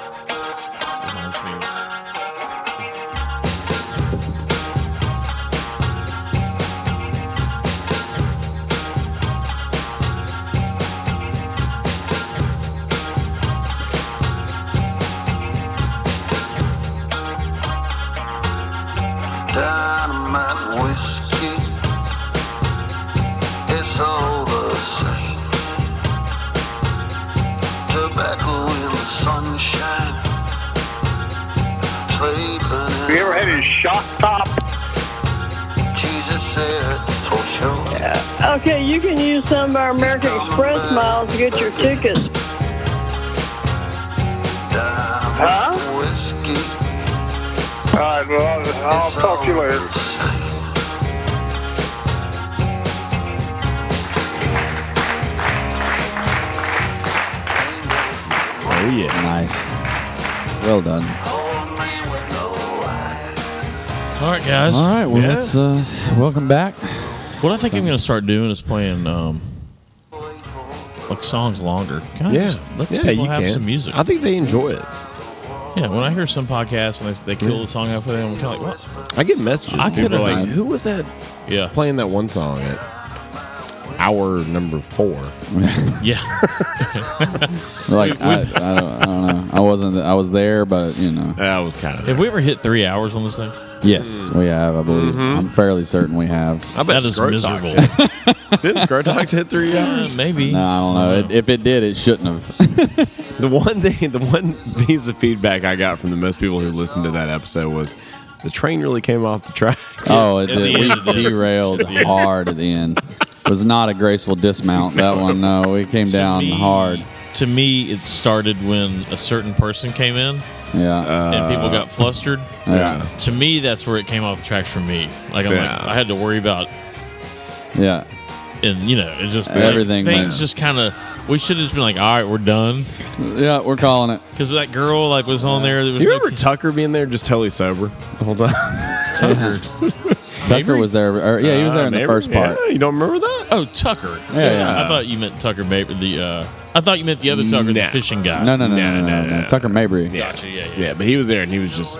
Speaker 1: Reminds me of-
Speaker 4: Dynamite whiskey. It's all the same. Tobacco in the sunshine. Sleeping in. You ever had his shock top? Jesus said, for sure.
Speaker 8: Okay, you can use some of our American Express miles to get your tickets.
Speaker 4: Huh? Whiskey. All right, well, I'll, I'll talk to you later.
Speaker 5: Oh yeah.
Speaker 2: Nice. Well done.
Speaker 1: All right, guys.
Speaker 2: All right. Well, let's uh, welcome back.
Speaker 1: What I think I'm going to start doing is playing um, like songs longer. Can I
Speaker 9: Yeah,
Speaker 1: just let
Speaker 9: yeah,
Speaker 1: people
Speaker 9: you
Speaker 1: have
Speaker 9: can.
Speaker 1: some music?
Speaker 9: I think they enjoy it.
Speaker 1: yeah, when I hear some podcasts and they, they kill the song halfway, I'm kind of like, what?
Speaker 9: I get messages.
Speaker 1: I
Speaker 9: People are
Speaker 1: could've
Speaker 9: like,
Speaker 1: done-
Speaker 9: who was that
Speaker 1: Yeah,
Speaker 9: playing that one song at hour number four?
Speaker 1: yeah.
Speaker 2: Like I, I, don't, I don't know. I wasn't. I was there, but you know.
Speaker 9: That was kind of.
Speaker 1: have we ever hit three hours on this thing?
Speaker 2: Yes, we have. I believe. I'm fairly certain we have.
Speaker 9: Mm-hmm. I bet
Speaker 1: that is
Speaker 9: Scrotox
Speaker 1: miserable.
Speaker 9: hit- Didn't Scrotox hit three
Speaker 1: Uh,
Speaker 9: hours?
Speaker 1: maybe.
Speaker 2: No, I don't know. It, if it did, it shouldn't have.
Speaker 9: The one thing, the one piece of feedback I got from the most people who listened to that episode was the train really came off the tracks.
Speaker 2: oh, it
Speaker 1: At the
Speaker 2: did.
Speaker 1: end it
Speaker 2: We
Speaker 1: did.
Speaker 2: derailed hard at the end. Was not a graceful dismount. That one, no. We came
Speaker 1: To
Speaker 2: down
Speaker 1: me-
Speaker 2: hard.
Speaker 1: To me, it started when a certain person came in
Speaker 2: Yeah.
Speaker 9: Uh,
Speaker 1: and people got flustered.
Speaker 2: yeah.
Speaker 1: To me, that's where it came off the tracks for me. Like, I'm
Speaker 9: Yeah.
Speaker 1: like, I had to worry about
Speaker 2: Yeah.
Speaker 1: and you know, it's just like,
Speaker 2: Everything
Speaker 1: things
Speaker 2: went-
Speaker 1: just kind of. We should have just been like, all right, we're done,
Speaker 2: Yeah. We're calling it.
Speaker 1: because that girl like was on there. There was
Speaker 9: You
Speaker 1: no
Speaker 9: remember Tucker being there just totally sober the whole time?
Speaker 1: Tucker.
Speaker 2: Tucker was there. Or, yeah, he was there in the
Speaker 9: Mabry?
Speaker 2: first part.
Speaker 9: Yeah, you don't remember that?
Speaker 1: Oh, Tucker.
Speaker 2: Yeah, yeah.
Speaker 1: I thought you meant Tucker Mabry. The uh, I thought you meant the other Tucker,
Speaker 9: Nah.
Speaker 1: the fishing guy.
Speaker 2: No, no, no, no,
Speaker 9: No,
Speaker 2: no,
Speaker 9: no,
Speaker 2: no,
Speaker 9: no,
Speaker 2: no.
Speaker 9: no.
Speaker 2: Tucker Mabry. Yeah,
Speaker 1: Gotcha, yeah, yeah.
Speaker 9: Yeah, but he was there and he was just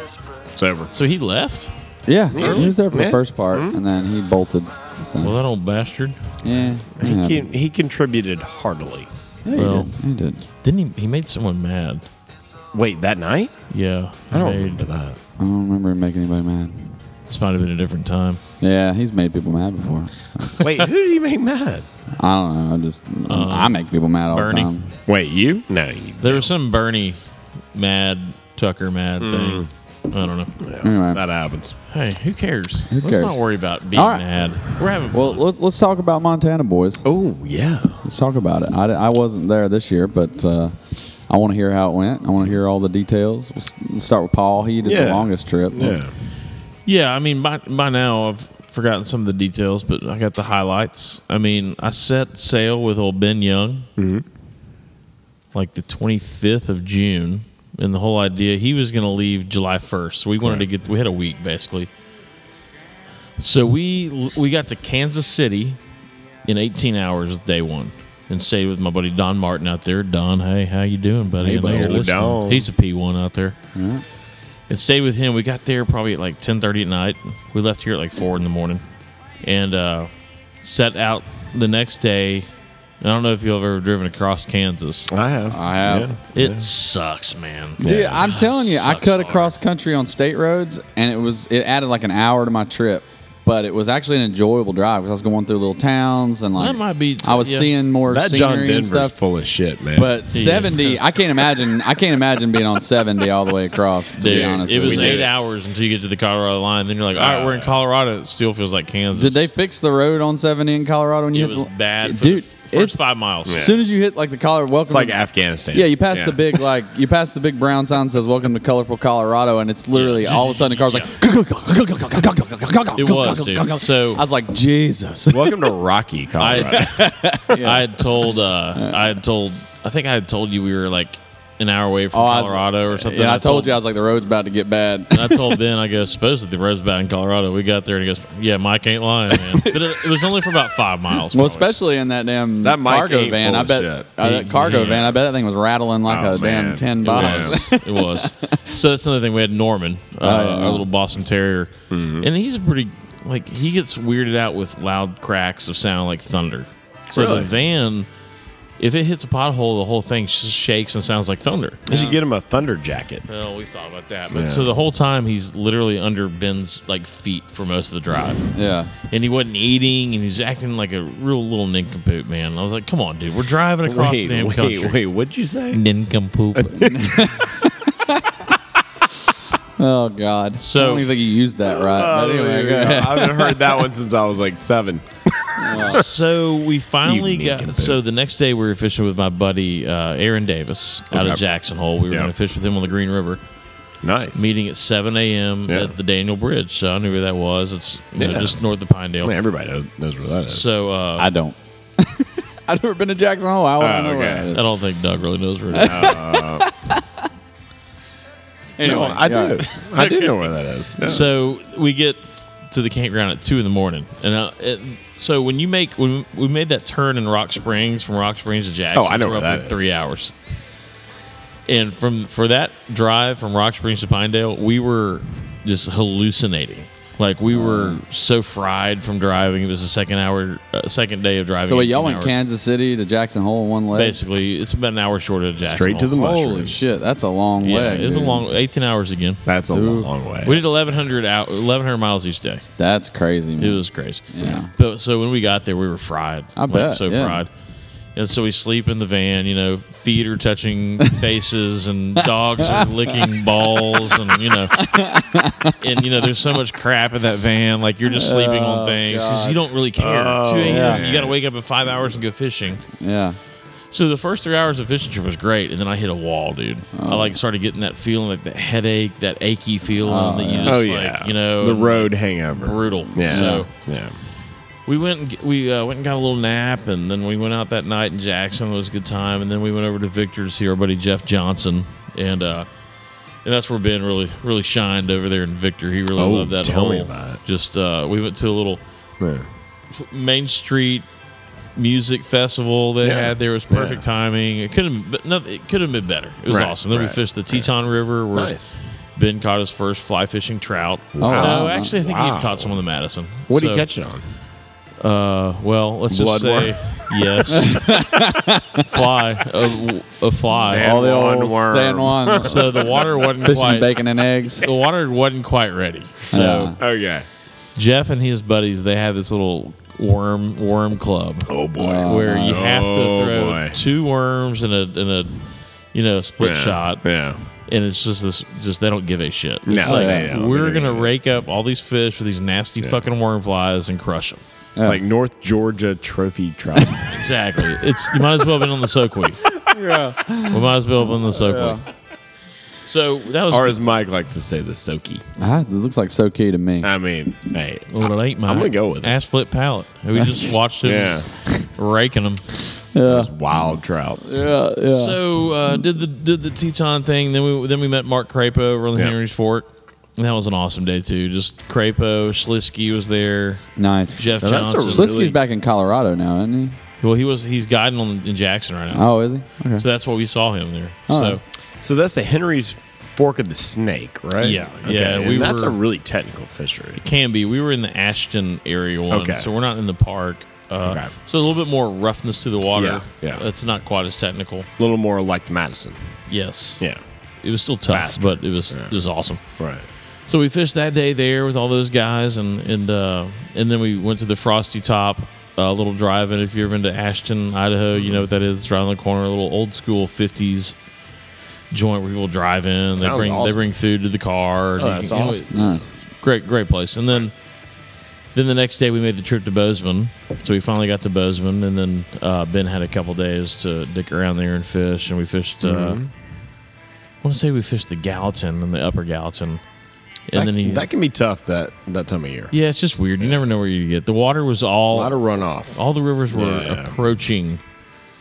Speaker 9: sober.
Speaker 1: So he left. Mm-hmm.
Speaker 2: he was there for
Speaker 9: Yeah. Mm-hmm.
Speaker 2: the first part, and then he bolted. So,
Speaker 1: Well, that old bastard.
Speaker 2: yeah,
Speaker 9: He,
Speaker 2: yeah,
Speaker 9: con- he contributed heartily.
Speaker 2: yeah, he
Speaker 1: well-
Speaker 2: did. He did.
Speaker 1: Didn't he? He made someone mad.
Speaker 9: Wait, that night?
Speaker 1: Yeah,
Speaker 9: I don't
Speaker 1: made-
Speaker 9: remember that.
Speaker 2: I don't remember him making anybody mad.
Speaker 1: This might have been a different time.
Speaker 2: Yeah, he's made people mad before.
Speaker 9: Wait, who did he make mad?
Speaker 2: I don't know. I just I make people mad all
Speaker 1: Uh, Bernie?
Speaker 2: the time.
Speaker 9: Wait, you? No, you
Speaker 1: There was some Bernie mad Tucker mad thing. I don't know.
Speaker 2: Anyway.
Speaker 9: Hmm. that happens.
Speaker 1: Hey, who cares? Let's
Speaker 2: cares?
Speaker 1: not worry about being
Speaker 2: All right.
Speaker 1: mad. We're having
Speaker 2: Well,
Speaker 1: fun.
Speaker 2: let, let's talk about Montana boys.
Speaker 9: Oh yeah,
Speaker 2: Let's talk about it. I, I wasn't there this year, but uh, I want to hear how it went. I want to hear all the details. We'll s- We'll start with Paul. He did
Speaker 9: Yeah.
Speaker 2: the longest trip.
Speaker 9: yeah.
Speaker 1: Yeah, I mean, by, by now I've forgotten some of the details, but I got the highlights. I mean, I set sail with old Ben Young like the 25th of June. And the whole idea, he was going to leave July 1st. So we wanted to get, we had a week basically. So we we got to Kansas City in 18 hours day one and stayed with my buddy Don Martin out there. Don, hey, how you doing, buddy?
Speaker 9: Hey,
Speaker 1: I know you're
Speaker 9: buddy,
Speaker 1: listening.
Speaker 9: Don.
Speaker 1: He's a P1 out there and stayed with him. We got there probably at like ten thirty at night. We left here at like four in the morning, and uh, set out the next day I don't know if you've ever driven across Kansas.
Speaker 9: I have.
Speaker 2: I have.
Speaker 1: It sucks, man.
Speaker 2: Dude, I'm telling you, I
Speaker 1: Sucks
Speaker 2: cut
Speaker 1: hard.
Speaker 2: across country on state roads, and it was it added like an hour to my trip, but it was actually an enjoyable drive because I was going through little towns and like
Speaker 1: That might be-
Speaker 2: I was
Speaker 1: yeah.
Speaker 2: seeing more
Speaker 9: That
Speaker 2: scenery
Speaker 9: John
Speaker 2: and
Speaker 9: Denver's
Speaker 2: stuff.
Speaker 9: full of shit, man.
Speaker 2: but 70, I can't imagine. I can't imagine being on 70 all the way across. To be
Speaker 1: Dude,
Speaker 2: honest,
Speaker 1: it
Speaker 2: with
Speaker 1: was
Speaker 2: you. Uh.
Speaker 1: eight hours until you get to the Colorado line. Then you're like, all right, we're in Colorado. It still feels like Kansas.
Speaker 2: Did they fix the road on 70 in Colorado? When you
Speaker 1: It
Speaker 2: hit
Speaker 1: was
Speaker 2: the-
Speaker 1: bad. For
Speaker 2: dude.
Speaker 1: the f- first
Speaker 2: it's-
Speaker 1: five miles.
Speaker 2: As soon as you hit like the Colorado, welcome.
Speaker 9: it's like
Speaker 2: to-
Speaker 9: Afghanistan.
Speaker 2: Yeah, you pass the big like you pass the big brown sign that says "Welcome to Colorful Colorado," and it's literally all of a sudden the car's like.
Speaker 1: It was, dude. So
Speaker 2: I was like, Jesus.
Speaker 9: Welcome to Rocky, Colorado.
Speaker 1: I, I had told, uh, I had told, I think I had told you we were like an hour away from
Speaker 2: Oh, I was-
Speaker 1: Colorado or something.
Speaker 2: Yeah, I told you I was like, the road's about to get bad.
Speaker 1: I told Ben, I go, supposedly the road's bad in Colorado. We got there and he goes, yeah, Mike ain't lying, man. But it, it was only for about five miles.
Speaker 2: Well,
Speaker 1: probably.
Speaker 2: especially in that damn
Speaker 9: That mic
Speaker 2: cargo
Speaker 9: ain't
Speaker 2: van.
Speaker 9: full
Speaker 2: I
Speaker 9: of
Speaker 2: bet
Speaker 9: shit.
Speaker 2: uh, that cargo
Speaker 1: Yeah.
Speaker 2: van. I bet that thing was rattling like
Speaker 9: Oh,
Speaker 2: a
Speaker 9: man.
Speaker 2: damn ten
Speaker 1: It
Speaker 2: box.
Speaker 1: was. It was. So that's another thing. We had Norman, uh,
Speaker 2: Oh, yeah. Mm-hmm.
Speaker 1: our little Boston Terrier, and he's a pretty like he gets weirded out with loud cracks of sound like thunder. So
Speaker 9: Really?
Speaker 1: the van, if it hits a pothole, the whole thing just shakes and sounds like thunder.
Speaker 9: I should get him a thunder jacket.
Speaker 1: Well, we thought about that, but so the whole time he's literally under Ben's like feet for most of the drive,
Speaker 2: yeah.
Speaker 1: and he wasn't eating, and he's acting like a real little nincompoop, man. I was like, "Come on, dude, we're driving across the damn
Speaker 9: wait,
Speaker 1: country."
Speaker 9: wait, what'd you say?
Speaker 1: Nincompoop.
Speaker 2: Oh God.
Speaker 1: So-
Speaker 2: I don't even think you used that right. But anyway, go ahead.
Speaker 9: Uh, I haven't heard that one since I was like seven.
Speaker 1: so we finally
Speaker 9: You
Speaker 1: got.
Speaker 9: nincompoop.
Speaker 1: So the next day we were fishing with my buddy uh, Aaron Davis out
Speaker 9: Okay.
Speaker 1: of Jackson Hole. We were
Speaker 9: Yeah.
Speaker 1: going to fish with him on the Green River.
Speaker 9: Nice.
Speaker 1: Meeting at 7 a.m.
Speaker 9: Yeah.
Speaker 1: at the Daniel Bridge. So I knew where that was. It's you know,
Speaker 9: Yeah.
Speaker 1: just north of Pinedale.
Speaker 9: I mean, everybody knows- knows where that is.
Speaker 1: so uh,
Speaker 2: I don't. I've never been to Jackson Hole. I don't know where
Speaker 9: Oh, okay.
Speaker 2: that
Speaker 1: I
Speaker 2: is.
Speaker 1: don't think Doug really knows where it is.
Speaker 2: Uh, Anyway,
Speaker 9: I
Speaker 2: yeah.
Speaker 9: do. I do know where that is. Yeah.
Speaker 1: So we get to the campground at two in the morning, and uh, it, so when you make when we made that turn in Rock Springs from Rock Springs to Jackson,
Speaker 9: Oh, I know
Speaker 1: it's
Speaker 9: where that
Speaker 1: roughly
Speaker 9: is.
Speaker 1: three hours. And from for that drive from Rock Springs to Pinedale, we were just hallucinating. Like
Speaker 9: Oh.
Speaker 1: we were so fried from driving. It was the second hour, uh, second day of driving.
Speaker 2: So wait,
Speaker 1: 18
Speaker 2: y'all went
Speaker 1: hours.
Speaker 2: Kansas City to Jackson Hole in one leg.
Speaker 1: Basically, it's about an hour short of Jackson.
Speaker 9: Straight to the
Speaker 1: Hole.
Speaker 9: mushrooms.
Speaker 2: Holy shit, that's a long
Speaker 1: Yeah,
Speaker 2: leg.
Speaker 1: it was a
Speaker 2: dude.
Speaker 1: long eighteen hours again.
Speaker 9: That's a long way.
Speaker 1: We did eleven hundred out, eleven hundred miles each day.
Speaker 2: That's crazy. Man.
Speaker 1: It was crazy.
Speaker 2: Yeah.
Speaker 1: But so when we got there, we were fried.
Speaker 2: I bet,
Speaker 1: So
Speaker 2: yeah.
Speaker 1: fried. And so we sleep in the van. You know, feet are touching faces, and dogs are licking balls, and you know, and you know, there's so much crap in that van. Like you're just sleeping
Speaker 2: Oh,
Speaker 1: on things because you don't really care. Two a.m.
Speaker 9: Oh,
Speaker 1: You got to wake up at five hours and go fishing.
Speaker 2: yeah.
Speaker 1: So the first three hours of fishing trip was great, and then I hit a wall, dude.
Speaker 9: Oh.
Speaker 1: I like started getting that feeling, like that headache, that achy feeling that you just
Speaker 9: oh
Speaker 1: like,
Speaker 9: yeah.
Speaker 1: you know,
Speaker 9: the road hangover.
Speaker 1: brutal.
Speaker 9: Yeah.
Speaker 1: So
Speaker 9: yeah.
Speaker 1: we went and, g- we uh, went and got a little nap, and then we went out that night in Jackson. It was a good time, and then we went over to Victor to see our buddy Jeff Johnson, and uh, and that's where Ben really really shined over there in Victor. He really
Speaker 9: Oh,
Speaker 1: loved that
Speaker 9: tell
Speaker 1: whole.
Speaker 9: me about it.
Speaker 1: Just uh, we went to a little
Speaker 9: Yeah.
Speaker 1: Main Street music festival they
Speaker 9: Yeah.
Speaker 1: had there It was perfect
Speaker 9: Yeah.
Speaker 1: timing. It couldn't but nothing, it could have been better. It was
Speaker 9: Right,
Speaker 1: awesome. Then we
Speaker 9: right,
Speaker 1: fished the Teton River where
Speaker 9: Nice. Oh,
Speaker 1: Ben caught his first fly fishing trout.
Speaker 2: wow.
Speaker 1: No, actually I think
Speaker 9: Wow.
Speaker 1: he caught some on the Madison.
Speaker 9: What did
Speaker 1: So-
Speaker 9: he catch it on?
Speaker 1: uh, well, let's just say
Speaker 9: Bloodworm.
Speaker 1: yes. fly, a, a fly.
Speaker 9: Sand-
Speaker 2: All the
Speaker 9: Juan
Speaker 2: old
Speaker 9: worm.
Speaker 2: San Juan
Speaker 1: So the water wasn't
Speaker 2: fishing
Speaker 1: quite.
Speaker 2: bacon and eggs.
Speaker 1: The water wasn't quite ready. So
Speaker 9: Okay.
Speaker 1: Jeff and his buddies, they have this little worm worm club
Speaker 9: Oh boy.
Speaker 1: where you have to
Speaker 9: Oh,
Speaker 1: throw
Speaker 9: boy.
Speaker 1: two worms and a and a you know split
Speaker 9: yeah.
Speaker 1: shot,
Speaker 9: Yeah.
Speaker 1: and it's just this just they don't give a shit.
Speaker 9: No,
Speaker 1: It's like,
Speaker 9: they don't.
Speaker 1: we're
Speaker 9: They
Speaker 1: gonna
Speaker 9: don't.
Speaker 1: rake up all these fish with these nasty fucking worm flies and crush them.
Speaker 9: It's like North Georgia Trophy Trout.
Speaker 1: Exactly. It's you might as well have been on the Soakweed. Yeah. We might as well have been on the Soakweed. So that was
Speaker 9: or as Mike likes to say, the Soaky.
Speaker 2: Ah, it looks like so key to me.
Speaker 9: I mean, hey.
Speaker 1: well, it ain't mine.
Speaker 9: I'm gonna go with it.
Speaker 1: Ash Flip Pallet. We just watched him
Speaker 9: Yeah.
Speaker 1: raking them.
Speaker 9: It's wild trout.
Speaker 2: yeah, yeah.
Speaker 1: So uh, did the did the Teton thing. Then we then we met Mark Crapo over on the
Speaker 9: Yeah.
Speaker 1: Henry's Fork. And that was an awesome day too. Just Crapo, Schlisky was there.
Speaker 2: nice.
Speaker 1: Jeff
Speaker 9: Now, that's a
Speaker 1: Johnson.
Speaker 9: really-
Speaker 2: Slisky's back in Colorado now, isn't he?
Speaker 1: well, he was he's guiding on in Jackson right now.
Speaker 2: Oh, is he? Okay.
Speaker 1: So that's why we saw him there.
Speaker 2: Oh.
Speaker 1: So
Speaker 9: So that's the Henry's Fork of the Snake, right?
Speaker 1: Yeah,
Speaker 9: Okay.
Speaker 1: yeah,
Speaker 9: and
Speaker 1: we
Speaker 9: that's
Speaker 1: were-
Speaker 9: a really technical fishery.
Speaker 1: can be. We were in the Ashton area one,
Speaker 9: Okay.
Speaker 1: so we're not in the park. Uh,
Speaker 9: Okay.
Speaker 1: So a little bit more roughness to the water.
Speaker 9: Yeah, yeah.
Speaker 1: It's not quite as technical.
Speaker 9: A little more like the Madison.
Speaker 1: Yes.
Speaker 9: Yeah.
Speaker 1: It was still tough,
Speaker 9: Faster.
Speaker 1: but it was
Speaker 9: Yeah.
Speaker 1: it was awesome.
Speaker 9: Right.
Speaker 1: So we fished that day there with all those guys, and and uh, and then we went to the Frosty Top, a little drive in. If you've ever been to Ashton, Idaho, you
Speaker 9: Mm-hmm.
Speaker 1: know what that is. It's right on the corner, a little old school '50s joint where people drive in. They
Speaker 9: Sounds
Speaker 1: bring they
Speaker 9: awesome.
Speaker 1: bring food to the car. and
Speaker 9: Oh,
Speaker 1: you
Speaker 9: that's
Speaker 1: can- you know,
Speaker 9: awesome.
Speaker 2: Nice.
Speaker 1: great great place and then then the next day we made the trip to bozeman so we finally got to bozeman and then uh, ben had a couple days to dick around there and fish and we fished uh,
Speaker 9: Mm-hmm.
Speaker 1: i want to say we fished the gallatin and the upper gallatin and
Speaker 9: that,
Speaker 1: then he
Speaker 9: that can be tough that, that time of year.
Speaker 1: yeah it's just weird you never know where you get the water was all
Speaker 9: A lot of runoff.
Speaker 1: all the rivers were
Speaker 9: Yeah.
Speaker 1: approaching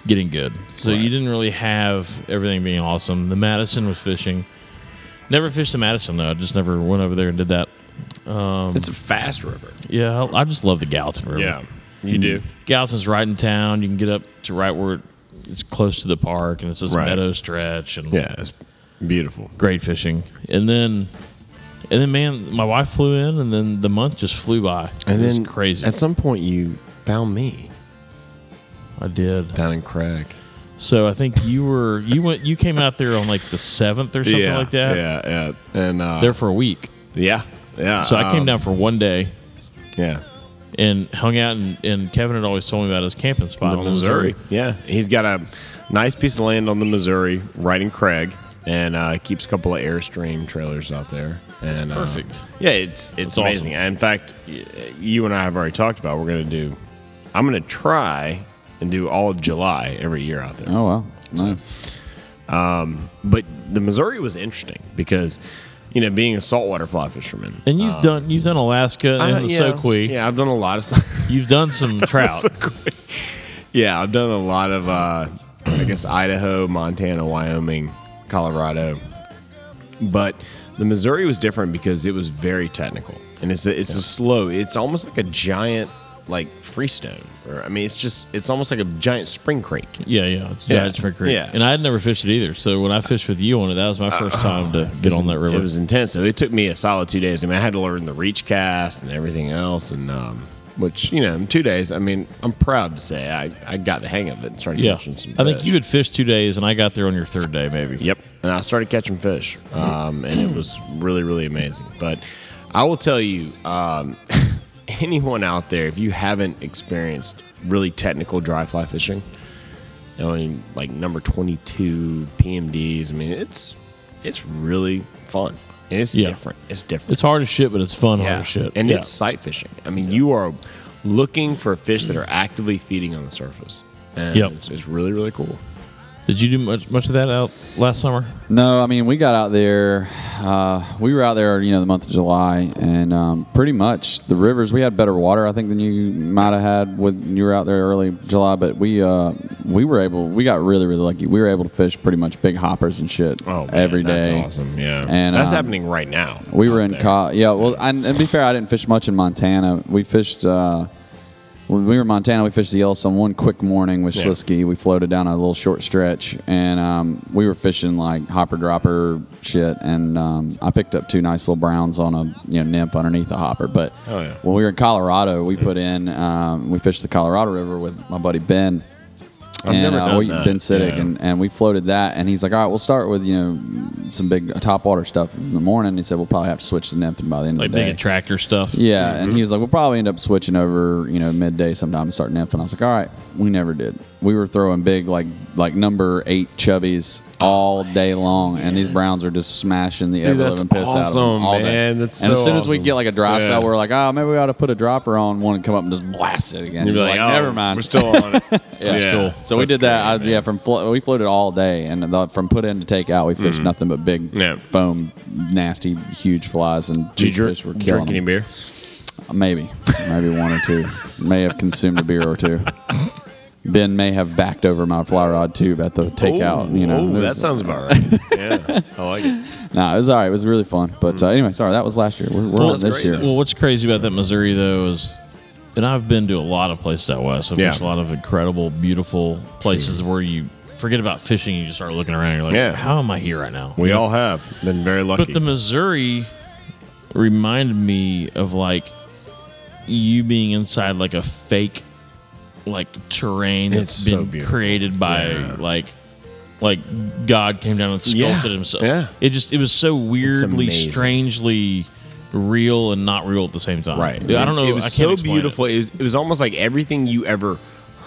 Speaker 1: getting good. So
Speaker 9: Right.
Speaker 1: you didn't really have everything being awesome. The Madison was fishing. Never fished the Madison though. I just never went over there and did that. Um,
Speaker 9: it's a fast river.
Speaker 1: yeah, I, I just love the Gallatin River.
Speaker 9: You do.
Speaker 1: Gallatin's right in town. You can get up to right where it- it's close to the park, and it's this
Speaker 9: Right.
Speaker 1: meadow stretch. And
Speaker 9: Yeah. It's beautiful.
Speaker 1: great fishing. And then, and then, man, my wife flew in, and then the month just flew by.
Speaker 9: And
Speaker 1: it
Speaker 9: then
Speaker 1: was crazy.
Speaker 9: At some point, you found me
Speaker 1: I did.
Speaker 9: down in Craig.
Speaker 1: So I think you were you went you came out there on like the seventh or something like that.
Speaker 9: Yeah. Yeah. And uh,
Speaker 1: There for a week.
Speaker 9: yeah. Yeah.
Speaker 1: So I came
Speaker 9: um,
Speaker 1: down for one day
Speaker 9: Yeah.
Speaker 1: and hung out and, and Kevin had always told me about his camping spot
Speaker 9: The
Speaker 1: on
Speaker 9: Missouri. Yeah. He's got a nice piece of land on the Missouri, right in Craig, and uh, keeps a couple of Airstream trailers out there. And uh,
Speaker 1: perfect.
Speaker 9: yeah, it's it's
Speaker 1: That's awesome.
Speaker 9: amazing. In fact, y- you and I have already talked about we're going to do. I'm going to try and do all of July every year out there. um,
Speaker 2: Oh wow, nice.
Speaker 9: But the Missouri was interesting because, you know, being a saltwater fly fisherman. uh,
Speaker 1: And you've done you've done Alaska
Speaker 9: I-
Speaker 1: and the
Speaker 9: Um, uh, yeah,
Speaker 1: Soquel.
Speaker 9: Yeah, I've done a lot of stuff.
Speaker 1: You've done some trout.
Speaker 9: yeah, I've done a lot of, uh, I guess, Idaho, Montana, Wyoming, Colorado. But the Missouri was different because it was very technical. And it's a, it's a slow, it's almost like a giant, like, freestone. Or, I mean, it's just, it's almost like a giant spring creek.
Speaker 1: yeah, yeah. It's
Speaker 9: Yeah.
Speaker 1: Giant Spring Creek.
Speaker 9: Yeah.
Speaker 1: And I had never fished it either. So when I fished with you on it, that was my first time to get on that river.
Speaker 9: Uh, It was intensive. It took me a solid two days. I mean, I had to learn the reach cast and everything else, and um, which you know, in two days. I mean, I'm proud to say I, I got the hang of it and started
Speaker 1: yeah.
Speaker 9: catching some.
Speaker 1: I think
Speaker 9: fish.
Speaker 1: you had fished two days and I got there on your third day maybe.
Speaker 9: Yep, and I started catching fish, um, and it was really really amazing. But I will tell you, um, anyone out there, if you haven't experienced really technical dry fly fishing, you know, in, like number 22 PMDs, I mean, it's it's really fun. And It's
Speaker 1: Yeah.
Speaker 9: different. It's different.
Speaker 1: It's hard as shit, but it's fun hard
Speaker 9: Yeah.
Speaker 1: as shit.
Speaker 9: And
Speaker 1: Yeah.
Speaker 9: it's sight fishing. I mean, you are looking for fish that are actively feeding on the surface. And
Speaker 1: Yep.
Speaker 9: it's, it's really, really cool.
Speaker 1: Did you do much much of that out last summer?
Speaker 2: No, I mean we got out there. Uh, we were out there, you know, the month of July, and um, pretty much the rivers. We had better water, I think, than you might have had when you were out there early July. But we uh, we were able. We got really really lucky. We were able to fish pretty much big hoppers and shit every day.
Speaker 9: Oh, That's awesome. Yeah.
Speaker 2: And,
Speaker 9: that's
Speaker 2: um,
Speaker 9: happening right now.
Speaker 2: We
Speaker 9: out
Speaker 2: were in
Speaker 9: there.
Speaker 2: Col- yeah. Well, and, and to be fair, I didn't fish much in Montana. We fished uh, when we were in Montana. We fished the Yellowstone one quick morning with
Speaker 9: Yeah.
Speaker 2: Schlisky. We floated down a little short stretch, and um, we were fishing like hopper dropper shit. And um, I picked up two nice little browns on a you know nymph underneath the hopper. But
Speaker 9: Oh, yeah.
Speaker 2: when we were in Colorado, we put in um, we fished the Colorado River with my buddy Ben
Speaker 9: I've
Speaker 2: and
Speaker 9: never
Speaker 2: uh,
Speaker 9: done
Speaker 2: we-
Speaker 9: that.
Speaker 2: Ben Siddick,
Speaker 9: Yeah.
Speaker 2: and, and we floated that, and he's like, all right, we'll start with you know some big topwater stuff in the morning. He said we'll probably have to switch to nymphing by the end
Speaker 1: Like
Speaker 2: of the day.
Speaker 1: big attractor stuff.
Speaker 2: Yeah, and he was like, "We'll probably end up switching over, you know, midday sometime and start nymphing." I was like, "All right." We never did. We were throwing big, like like number eight chubbies all day long, and these browns are just smashing the ever living
Speaker 9: that's
Speaker 2: piss out of them
Speaker 9: awesome,
Speaker 2: all day.
Speaker 9: man. That's
Speaker 2: and as
Speaker 9: so
Speaker 2: soon as we
Speaker 9: awesome.
Speaker 2: get like a dry
Speaker 9: Yeah.
Speaker 2: spell, we're like, "Oh, maybe we ought to put a dropper on one and come up and just blast it again."
Speaker 9: You'd be
Speaker 2: We're
Speaker 9: like, oh,
Speaker 2: "Never mind,
Speaker 9: We're still on it. yeah.
Speaker 2: That's cool. So we
Speaker 9: That's
Speaker 2: did that.
Speaker 9: great,
Speaker 2: I,
Speaker 9: man.
Speaker 2: yeah, from flo- we floated all day, and the, from put in to take out, we fished nothing but big
Speaker 9: Mm. Yeah.
Speaker 2: foam, nasty, huge flies, and
Speaker 9: Did you
Speaker 2: these
Speaker 9: drink,
Speaker 2: fish were
Speaker 9: drink
Speaker 2: killing
Speaker 9: any
Speaker 2: them.
Speaker 9: beer?
Speaker 2: Maybe, maybe one or two. May have consumed a beer or two. Ben may have backed over my fly rod tube at the takeout.
Speaker 9: Oh,
Speaker 2: you know,
Speaker 9: oh,
Speaker 2: It
Speaker 9: that
Speaker 2: was-
Speaker 9: sounds about right. yeah. I like it. Mm.
Speaker 2: Nah, it was all right. It was really fun. But uh, anyway, sorry, that was last year. We're, we're on
Speaker 1: that's
Speaker 2: this
Speaker 9: great,
Speaker 2: year.
Speaker 9: though.
Speaker 1: Well, what's crazy about that Missouri though is, and I've been to a lot of places out west. I've
Speaker 9: Yeah.
Speaker 1: fished a lot of incredible, beautiful places where you forget about fishing. You just start looking around. You're like,
Speaker 9: Yeah.
Speaker 1: how am I here right now?
Speaker 9: We all have been very lucky.
Speaker 1: But the Missouri reminded me of like you being inside like a fake like terrain
Speaker 9: It's
Speaker 1: that's
Speaker 9: so
Speaker 1: been
Speaker 9: beautiful.
Speaker 1: created by
Speaker 9: Yeah.
Speaker 1: like like God came down and sculpted
Speaker 9: Yeah.
Speaker 1: himself.
Speaker 9: Yeah.
Speaker 1: It just it was so weirdly,
Speaker 9: amazing.
Speaker 1: strangely real and not real at the same time.
Speaker 9: Right.
Speaker 1: I don't know.
Speaker 9: It was
Speaker 1: I can't
Speaker 9: so
Speaker 1: explain it.
Speaker 9: beautiful. It. was, it was almost like everything you ever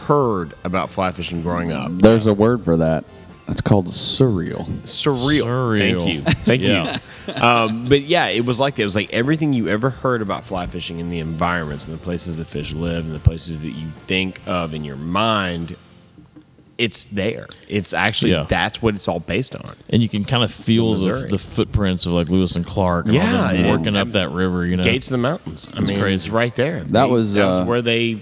Speaker 9: heard about fly fishing growing up.
Speaker 2: There's a word for that. It's called surreal.
Speaker 9: Surreal.
Speaker 1: Surreal.
Speaker 9: Thank you. Thank
Speaker 1: Yeah.
Speaker 9: you. Um, but yeah, it was like that. It was like everything you ever heard about fly fishing and the environments and the places the fish live and the places that you think of in your mind. It's there. It's actually
Speaker 1: Yeah.
Speaker 9: that's what it's all based on.
Speaker 1: And you can kind of feel the,
Speaker 9: Missouri.
Speaker 1: the footprints of like Lewis and Clark. And all
Speaker 9: Yeah,
Speaker 1: them
Speaker 9: and-
Speaker 1: working up that river. You know,
Speaker 9: Gates of the mountains. I
Speaker 1: It's
Speaker 9: mean,
Speaker 1: crazy.
Speaker 9: it's right there.
Speaker 2: That was,
Speaker 9: that was
Speaker 2: uh,
Speaker 9: where they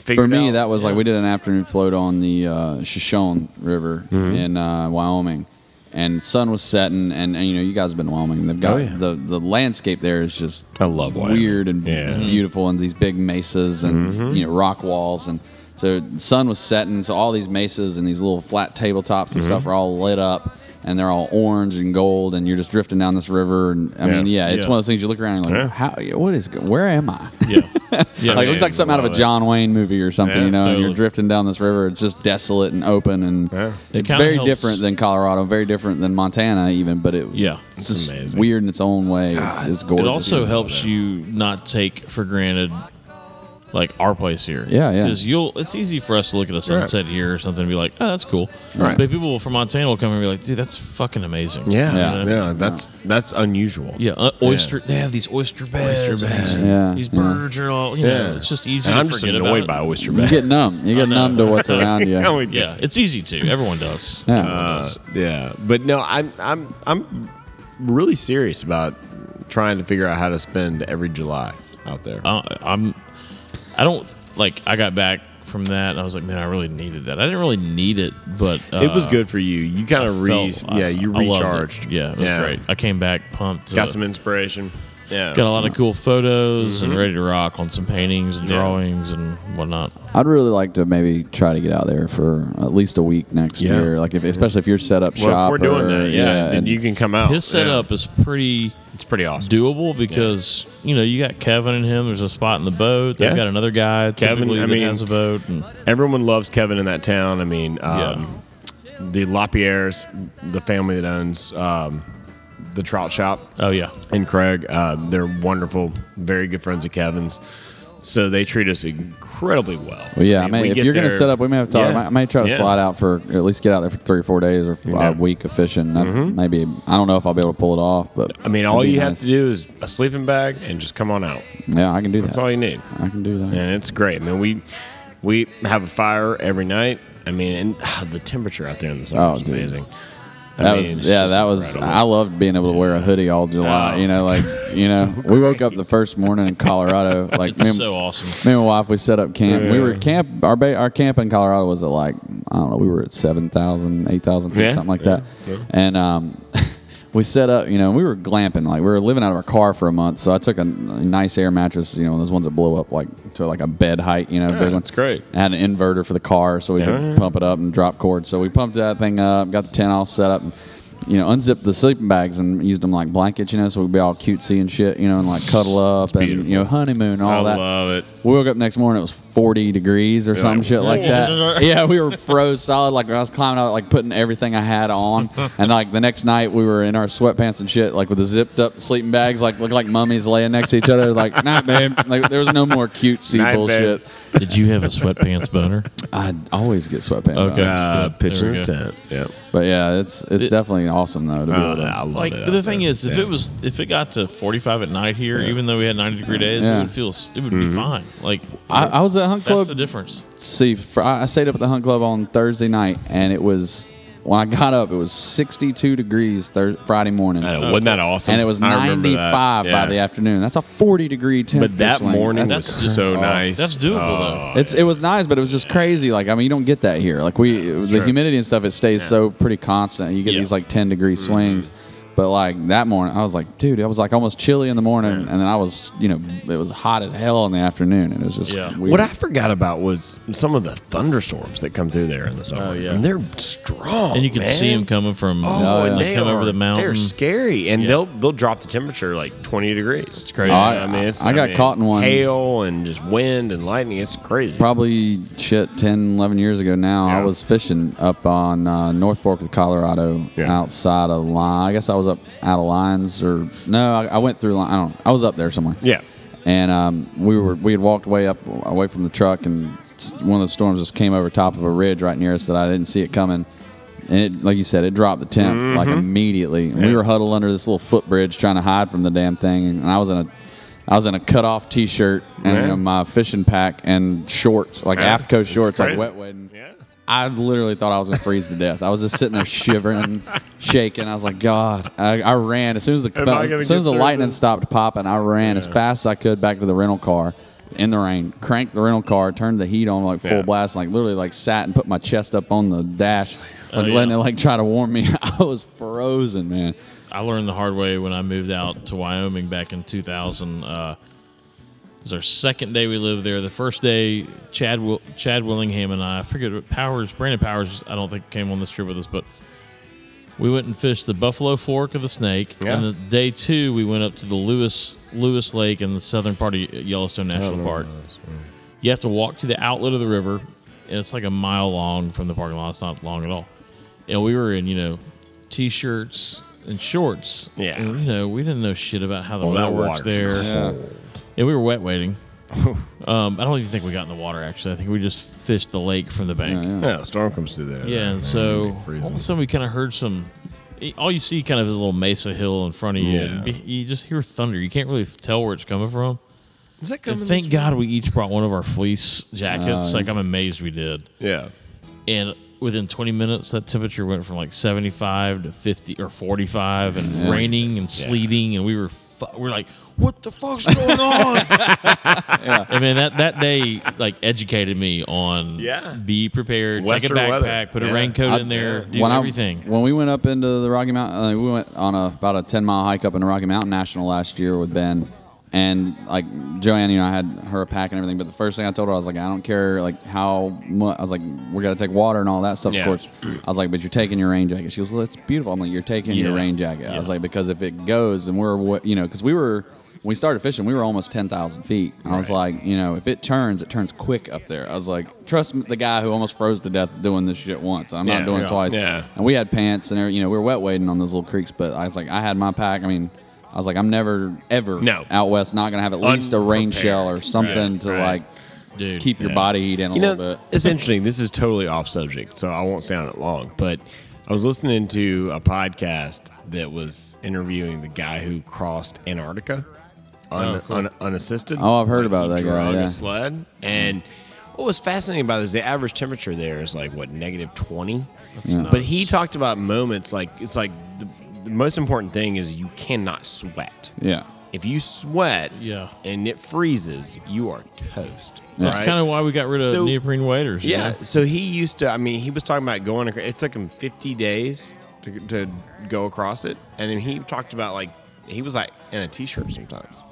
Speaker 9: figured
Speaker 2: For me,
Speaker 9: out-
Speaker 2: that was
Speaker 9: yeah.
Speaker 2: like we did an afternoon float on the uh, Shoshone River
Speaker 9: Mm-hmm.
Speaker 2: in uh, Wyoming, and sun was setting, and, and you know you guys have been to Wyoming. They've got
Speaker 9: Oh, yeah.
Speaker 2: the the landscape there is just
Speaker 9: I love Wyoming.
Speaker 2: weird and
Speaker 9: Yeah. Mm-hmm.
Speaker 2: beautiful, and these big mesas and you know rock walls, and so the sun was setting, so all these mesas and these little flat tabletops and
Speaker 9: Mm-hmm.
Speaker 2: stuff are all lit up. And they're all orange and gold, and you're just drifting down this river. And I mean,
Speaker 1: Yeah.
Speaker 2: yeah, it's
Speaker 1: Yeah.
Speaker 2: one of those things you look around and you're like, how? What is? go- Where am I?
Speaker 1: yeah, yeah.
Speaker 2: like it looks like something out of a
Speaker 9: love it.
Speaker 2: John Wayne movie or something,
Speaker 1: Yeah,
Speaker 2: you know. and
Speaker 1: totally.
Speaker 2: You're drifting down this river; it's just desolate and open, and
Speaker 1: It
Speaker 2: it's
Speaker 1: kinda
Speaker 2: very
Speaker 1: helps.
Speaker 2: different than Colorado, very different than Montana, even. But it,
Speaker 1: Yeah.
Speaker 2: it's,
Speaker 9: It's
Speaker 2: just
Speaker 9: amazing.
Speaker 2: weird in its own way. it's gorgeous.
Speaker 1: It also helps you not take for granted like our place here.
Speaker 2: Yeah, yeah.
Speaker 1: Because you'll it's easy for us to look at a sunset here or something and be like, oh, that's cool.
Speaker 2: Right.
Speaker 1: But people from Montana will come and be like, dude, that's fucking amazing.
Speaker 9: Yeah,
Speaker 2: Yeah.
Speaker 9: yeah, that's that's unusual.
Speaker 1: Yeah, uh, oyster. They have these oyster beds.
Speaker 9: Oyster
Speaker 1: and these-
Speaker 9: beds.
Speaker 2: Yeah,
Speaker 1: These
Speaker 2: yeah.
Speaker 1: birds are all. You know, it's just easy.
Speaker 9: And
Speaker 1: to
Speaker 9: I'm just
Speaker 1: forget about
Speaker 9: annoyed
Speaker 1: it.
Speaker 9: by oyster
Speaker 2: You
Speaker 9: beds.
Speaker 2: get numb. You get numb to what's around you.
Speaker 9: Oh, yeah.
Speaker 1: Yeah, it's easy to. Everyone does.
Speaker 2: Yeah.
Speaker 1: Everyone
Speaker 9: Uh,
Speaker 1: does.
Speaker 9: yeah, but no, I'm I'm I'm really serious about trying to figure out how to spend every July out there.
Speaker 1: I don't- Uh, I'm. I don't like. I got back from that and I was like, man, I really needed that. I didn't really need it, but uh,
Speaker 9: it was good for you. You kind of re
Speaker 1: felt- I-
Speaker 9: yeah, you
Speaker 1: I loved it.
Speaker 9: recharged.
Speaker 1: Yeah, it was great. I came back pumped.
Speaker 9: Got
Speaker 1: Uh,
Speaker 9: some inspiration. Yeah, Mm-hmm.
Speaker 1: got a lot of cool photos and ready to rock on some paintings and
Speaker 9: Yeah.
Speaker 1: drawings and whatnot.
Speaker 2: I'd really like to maybe try to get out there for at least a week next
Speaker 9: Yeah.
Speaker 2: year. Like if, especially if you're set up shop.
Speaker 9: well, if we're doing
Speaker 2: or-
Speaker 9: that, yeah, then
Speaker 2: and-
Speaker 9: you can come out.
Speaker 1: His setup
Speaker 9: yeah.
Speaker 1: is pretty
Speaker 9: it's pretty awesome.
Speaker 1: doable because you know you got Kevin and him. There's a spot in the boat. They've
Speaker 9: Yeah.
Speaker 1: got another guy.
Speaker 9: Kevin,
Speaker 1: typically,
Speaker 9: I
Speaker 1: that
Speaker 9: mean-
Speaker 1: has a boat. And,
Speaker 9: Everyone loves Kevin in that town. I mean, um, the Lapierres, the family that owns um, the Trout Shop.
Speaker 1: oh yeah,
Speaker 9: and Craig. Uh, they're wonderful, very good friends of Kevin's. So they treat us incredibly well.
Speaker 2: Well, yeah, I
Speaker 9: mean,
Speaker 2: mean,
Speaker 9: we
Speaker 2: if
Speaker 9: get
Speaker 2: you're going to
Speaker 9: there-
Speaker 2: set up, we may have to talk.
Speaker 9: Yeah.
Speaker 2: I, might, I might try to
Speaker 9: Yeah.
Speaker 2: slide out for at least get out there for three or four days or
Speaker 9: Yeah. Mm-hmm.
Speaker 2: a week of fishing. I- Maybe I don't know if I'll be able to pull it off, but
Speaker 9: I mean, all you have to do is a sleeping bag and just come on out.
Speaker 2: do. Yeah, I can do
Speaker 9: That's
Speaker 2: that.
Speaker 9: all you need,
Speaker 2: I can do that.
Speaker 9: and it's great. I mean, we we have a fire every night. I mean, and ah, the temperature out there in the summer
Speaker 2: Oh,
Speaker 9: is
Speaker 2: dude.
Speaker 9: amazing. I
Speaker 2: That
Speaker 9: mean,
Speaker 2: was
Speaker 9: it's
Speaker 2: yeah.
Speaker 9: just
Speaker 2: That was
Speaker 9: incredible.
Speaker 2: I loved being able to wear a hoodie all July.
Speaker 9: Oh.
Speaker 2: You know, like you know, we woke up the first morning in Colorado. Like me and,
Speaker 1: so awesome.
Speaker 2: me and my wife, we set up camp. We were camp. Our ba- our camp in Colorado was at like I don't know. We were at 7,000, 8,000 feet,
Speaker 9: Yeah.
Speaker 2: something like that. And um, we set up. You know, we were glamping. Like we were living out of our car for a month. So I took a, n- nice air mattress. You know, those ones that blow up like to like a bed height. You know, big one.
Speaker 9: that's great.
Speaker 2: I had an inverter for the car, so we could pump it up and drop cords. So we pumped that thing up, got the tent all set up, and, you know, unzipped the sleeping bags and used them like blankets, you know, so we'd be all cutesy and shit, you know, and like cuddle up and
Speaker 9: beautiful.
Speaker 2: you know honeymoon, all
Speaker 9: I
Speaker 2: that.
Speaker 9: love it.
Speaker 2: We woke up next morning, it was 40 degrees or some
Speaker 9: like,
Speaker 2: shit like that. yeah, we were froze solid. Like I was climbing out, like putting everything I had on, and like the next night we were in our sweatpants and shit, like with the zipped up sleeping bags, like looking like mummies laying next to each other. Like night, babe. Like there was no more cutesy
Speaker 9: Night, babe.
Speaker 2: bullshit.
Speaker 1: Did you have a sweatpants boner?
Speaker 2: I always get sweatpants.
Speaker 1: Okay.
Speaker 2: on.
Speaker 9: Uh,
Speaker 1: There
Speaker 9: pitching
Speaker 1: we
Speaker 9: a
Speaker 1: go.
Speaker 9: tent. Yeah,
Speaker 2: But yeah, it's it's definitely awesome though to be able
Speaker 9: Oh,
Speaker 2: to.
Speaker 9: I love
Speaker 1: Like
Speaker 9: it.
Speaker 1: but
Speaker 9: out
Speaker 1: the thing
Speaker 9: there.
Speaker 1: is, if
Speaker 9: Yeah.
Speaker 1: it was if it got to 45 at night here, even though we had 90 degree days,
Speaker 2: Yeah.
Speaker 1: it would feel s- it would
Speaker 9: Mm-hmm.
Speaker 1: be fine. Like
Speaker 2: I, I was at Hunt
Speaker 1: that's
Speaker 2: Club.
Speaker 1: the difference.
Speaker 2: See, fr- I I stayed up at the Hunt Club on Thursday night, and it was when I got up, it was 62 degrees thir- Friday morning,
Speaker 9: I know, wasn't that awesome?
Speaker 2: and it was
Speaker 9: I remember
Speaker 2: 95
Speaker 9: that.
Speaker 2: by
Speaker 9: Yeah.
Speaker 2: the afternoon. That's a 40 degree temperature.
Speaker 9: But that
Speaker 2: swing.
Speaker 9: morning
Speaker 2: That's-
Speaker 1: That's
Speaker 9: was so
Speaker 1: doable.
Speaker 9: nice.
Speaker 1: That's doable,
Speaker 9: Oh,
Speaker 1: though.
Speaker 2: It's it was nice, but it was just crazy. Like I mean, you don't get that here. Like we, the
Speaker 9: true.
Speaker 2: humidity and stuff, it stays so pretty constant. You get
Speaker 1: Yeah.
Speaker 9: Mm-hmm.
Speaker 2: these like ten degree swings, But like that morning, I was like, dude, it was like almost chilly in the morning, and then I was, you know, it was hot as hell in the afternoon, and it was just
Speaker 1: Yeah.
Speaker 2: weird.
Speaker 9: What I forgot about was some of the thunderstorms that come through there in the summer.
Speaker 1: Oh, yeah.
Speaker 9: and they're strong.
Speaker 1: and you can
Speaker 9: Oh, man.
Speaker 1: see them coming from
Speaker 9: Oh,
Speaker 1: like,
Speaker 9: and they
Speaker 1: come
Speaker 9: are,
Speaker 1: over the mountain.
Speaker 9: They're scary, and
Speaker 1: Yeah.
Speaker 9: they'll they'll drop the temperature like twenty degrees. It's
Speaker 1: crazy.
Speaker 2: Oh, I- I got caught in one.
Speaker 9: hail and just wind and lightning. It's crazy.
Speaker 2: probably shit 10 11 years ago now i
Speaker 9: Yeah.
Speaker 2: was fishing up on uh, north fork of colorado
Speaker 9: Yeah.
Speaker 2: outside of line i guess i was up out of lines or no i, I went through line i don't i was up there somewhere
Speaker 9: Yeah,
Speaker 2: and um, we were we had walked way up away from the truck and s- one of the storms just came over top of a ridge right near us that i didn't see it coming and it, like you said, it dropped the temp like
Speaker 9: Mm-hmm.
Speaker 2: immediately. And We were huddled under this little footbridge trying to hide from the damn thing, and I was in a, I was in a cut off t shirt and um,
Speaker 9: Yeah.
Speaker 2: my fishing pack and shorts, like
Speaker 9: Yeah.
Speaker 2: AFCO
Speaker 9: It's
Speaker 2: shorts, like
Speaker 9: crazy.
Speaker 2: wet wedding.
Speaker 9: yeah.
Speaker 2: I literally thought I was gonna freeze to death. I was just sitting there shivering, shaking. I was like, God, I, I ran as soon as the
Speaker 9: Am I gonna
Speaker 2: as soon as the
Speaker 9: get through
Speaker 2: lightning
Speaker 9: this?
Speaker 2: stopped popping. I ran as fast as I could back to the rental car in the rain. Cranked the rental car, turned the heat on like full
Speaker 9: Yeah.
Speaker 2: blast, and, like literally like sat and put my chest up on the dash,
Speaker 9: Oh,
Speaker 2: like,
Speaker 1: yeah.
Speaker 2: letting it like try to warm me. I was frozen, man.
Speaker 1: I learned the hard way when I moved out to Wyoming back in 2000. Uh, it was our second day we lived there. The first day, Chad Wil- Chad Willingham and I, I forget what Powers, Brandon Powers, I don't think came on this trip with us, but we went and fished the Buffalo Fork of the Snake.
Speaker 9: Yeah.
Speaker 1: And the day two, we went up to the Lewis Lewis Lake in the southern part of Yellowstone National Park. You have to walk to the outlet of the river, and it's like a mile long from the parking lot. It's not long at all. And we were in, you know, t-shirts and shorts.
Speaker 9: Yeah.
Speaker 1: And, you know, we didn't know shit about how the
Speaker 9: Oh,
Speaker 1: weather
Speaker 9: that
Speaker 1: works
Speaker 9: water's
Speaker 1: there.
Speaker 9: cold.
Speaker 1: And we were wet waiting. um, I don't even think we got in the water, actually. I think we just fished the lake from the bank.
Speaker 9: Yeah. a storm comes through there.
Speaker 1: Yeah,
Speaker 9: man,
Speaker 1: and
Speaker 9: it'd
Speaker 1: so
Speaker 9: be freezing.
Speaker 1: all of a sudden we kind of heard some. All you see kind of is a little mesa hill in front of you.
Speaker 9: Yeah.
Speaker 1: Be- You just hear thunder. You can't really tell where it's coming from.
Speaker 9: is that
Speaker 1: And
Speaker 9: coming?
Speaker 1: thank
Speaker 9: this
Speaker 1: God we each brought one of our fleece jackets. like I'm amazed we did.
Speaker 9: way? Uh, Yeah.
Speaker 1: And within 20 minutes, that temperature went from like 75 to 50 or 45, and raining and sleeting, and we were fu- we we're like, what the fuck's going on? I mean that that day like educated me on
Speaker 9: Yeah.
Speaker 1: be prepared,
Speaker 9: Western
Speaker 1: take a backpack,
Speaker 9: weather.
Speaker 1: put a
Speaker 9: Yeah.
Speaker 1: raincoat
Speaker 2: I-
Speaker 1: in there, do
Speaker 2: when I-
Speaker 1: everything.
Speaker 2: when we went up into the Rocky Mountain, uh, we went on a, about a ten mile hike up in the Rocky Mountain National last year with Ben, and like Joanne, you know, I had her a pack and everything. But the first thing I told her, I was like, I don't care like how much. I was like, we got to take water and all that stuff.
Speaker 9: Yeah.
Speaker 2: Of course, I was like, but you're taking your rain jacket. She goes, well, it's beautiful. I'm like, you're taking your
Speaker 1: Yeah.
Speaker 2: rain jacket. I was
Speaker 1: Yeah.
Speaker 2: like, because if it goes and we're wa- you know, because we were. when We started fishing. We were almost ten thousand feet. I was like, you know, if it turns, it turns quick up there. I was like, trust the guy who almost froze to death doing this shit once. I'm
Speaker 9: Yeah,
Speaker 2: not doing
Speaker 9: yeah.
Speaker 2: it twice.
Speaker 9: Yeah.
Speaker 2: And we had pants and every- you know we were wet wading on those little creeks, but I was like, I had my pack. I mean, I was like, I'm never ever
Speaker 9: No.
Speaker 2: out west not gonna have at least a rain
Speaker 9: Unprepared.
Speaker 2: shell or something
Speaker 9: Right,
Speaker 2: to
Speaker 9: right.
Speaker 2: like
Speaker 1: Dude,
Speaker 2: keep your
Speaker 1: yeah.
Speaker 2: body heat in a
Speaker 9: You
Speaker 2: little
Speaker 9: know,
Speaker 2: bit.
Speaker 9: it's interesting. This is totally off subject, so I won't stay on it long. But I was listening to a podcast that was interviewing the guy who crossed Antarctica
Speaker 1: Oh,
Speaker 9: un, un, unassisted.
Speaker 2: Oh, I've heard about
Speaker 9: he
Speaker 2: that guy,
Speaker 9: drug
Speaker 2: yeah.
Speaker 9: a sled, and what was fascinating about this, the average temperature there is like what negative twenty. But he talked about moments like it's like the, the most important thing is you cannot sweat.
Speaker 2: Yeah.
Speaker 9: If you sweat,
Speaker 1: Yeah.
Speaker 9: and it freezes, you are toast.
Speaker 1: That's
Speaker 9: right?
Speaker 1: kind of why we got rid of
Speaker 9: So-
Speaker 1: neoprene waders. you
Speaker 9: Yeah.
Speaker 1: know?
Speaker 9: So he used to. I mean, he was talking about going. acro- It took him 50 days to, to go across it, and then he talked about like he was like in a t-shirt sometimes.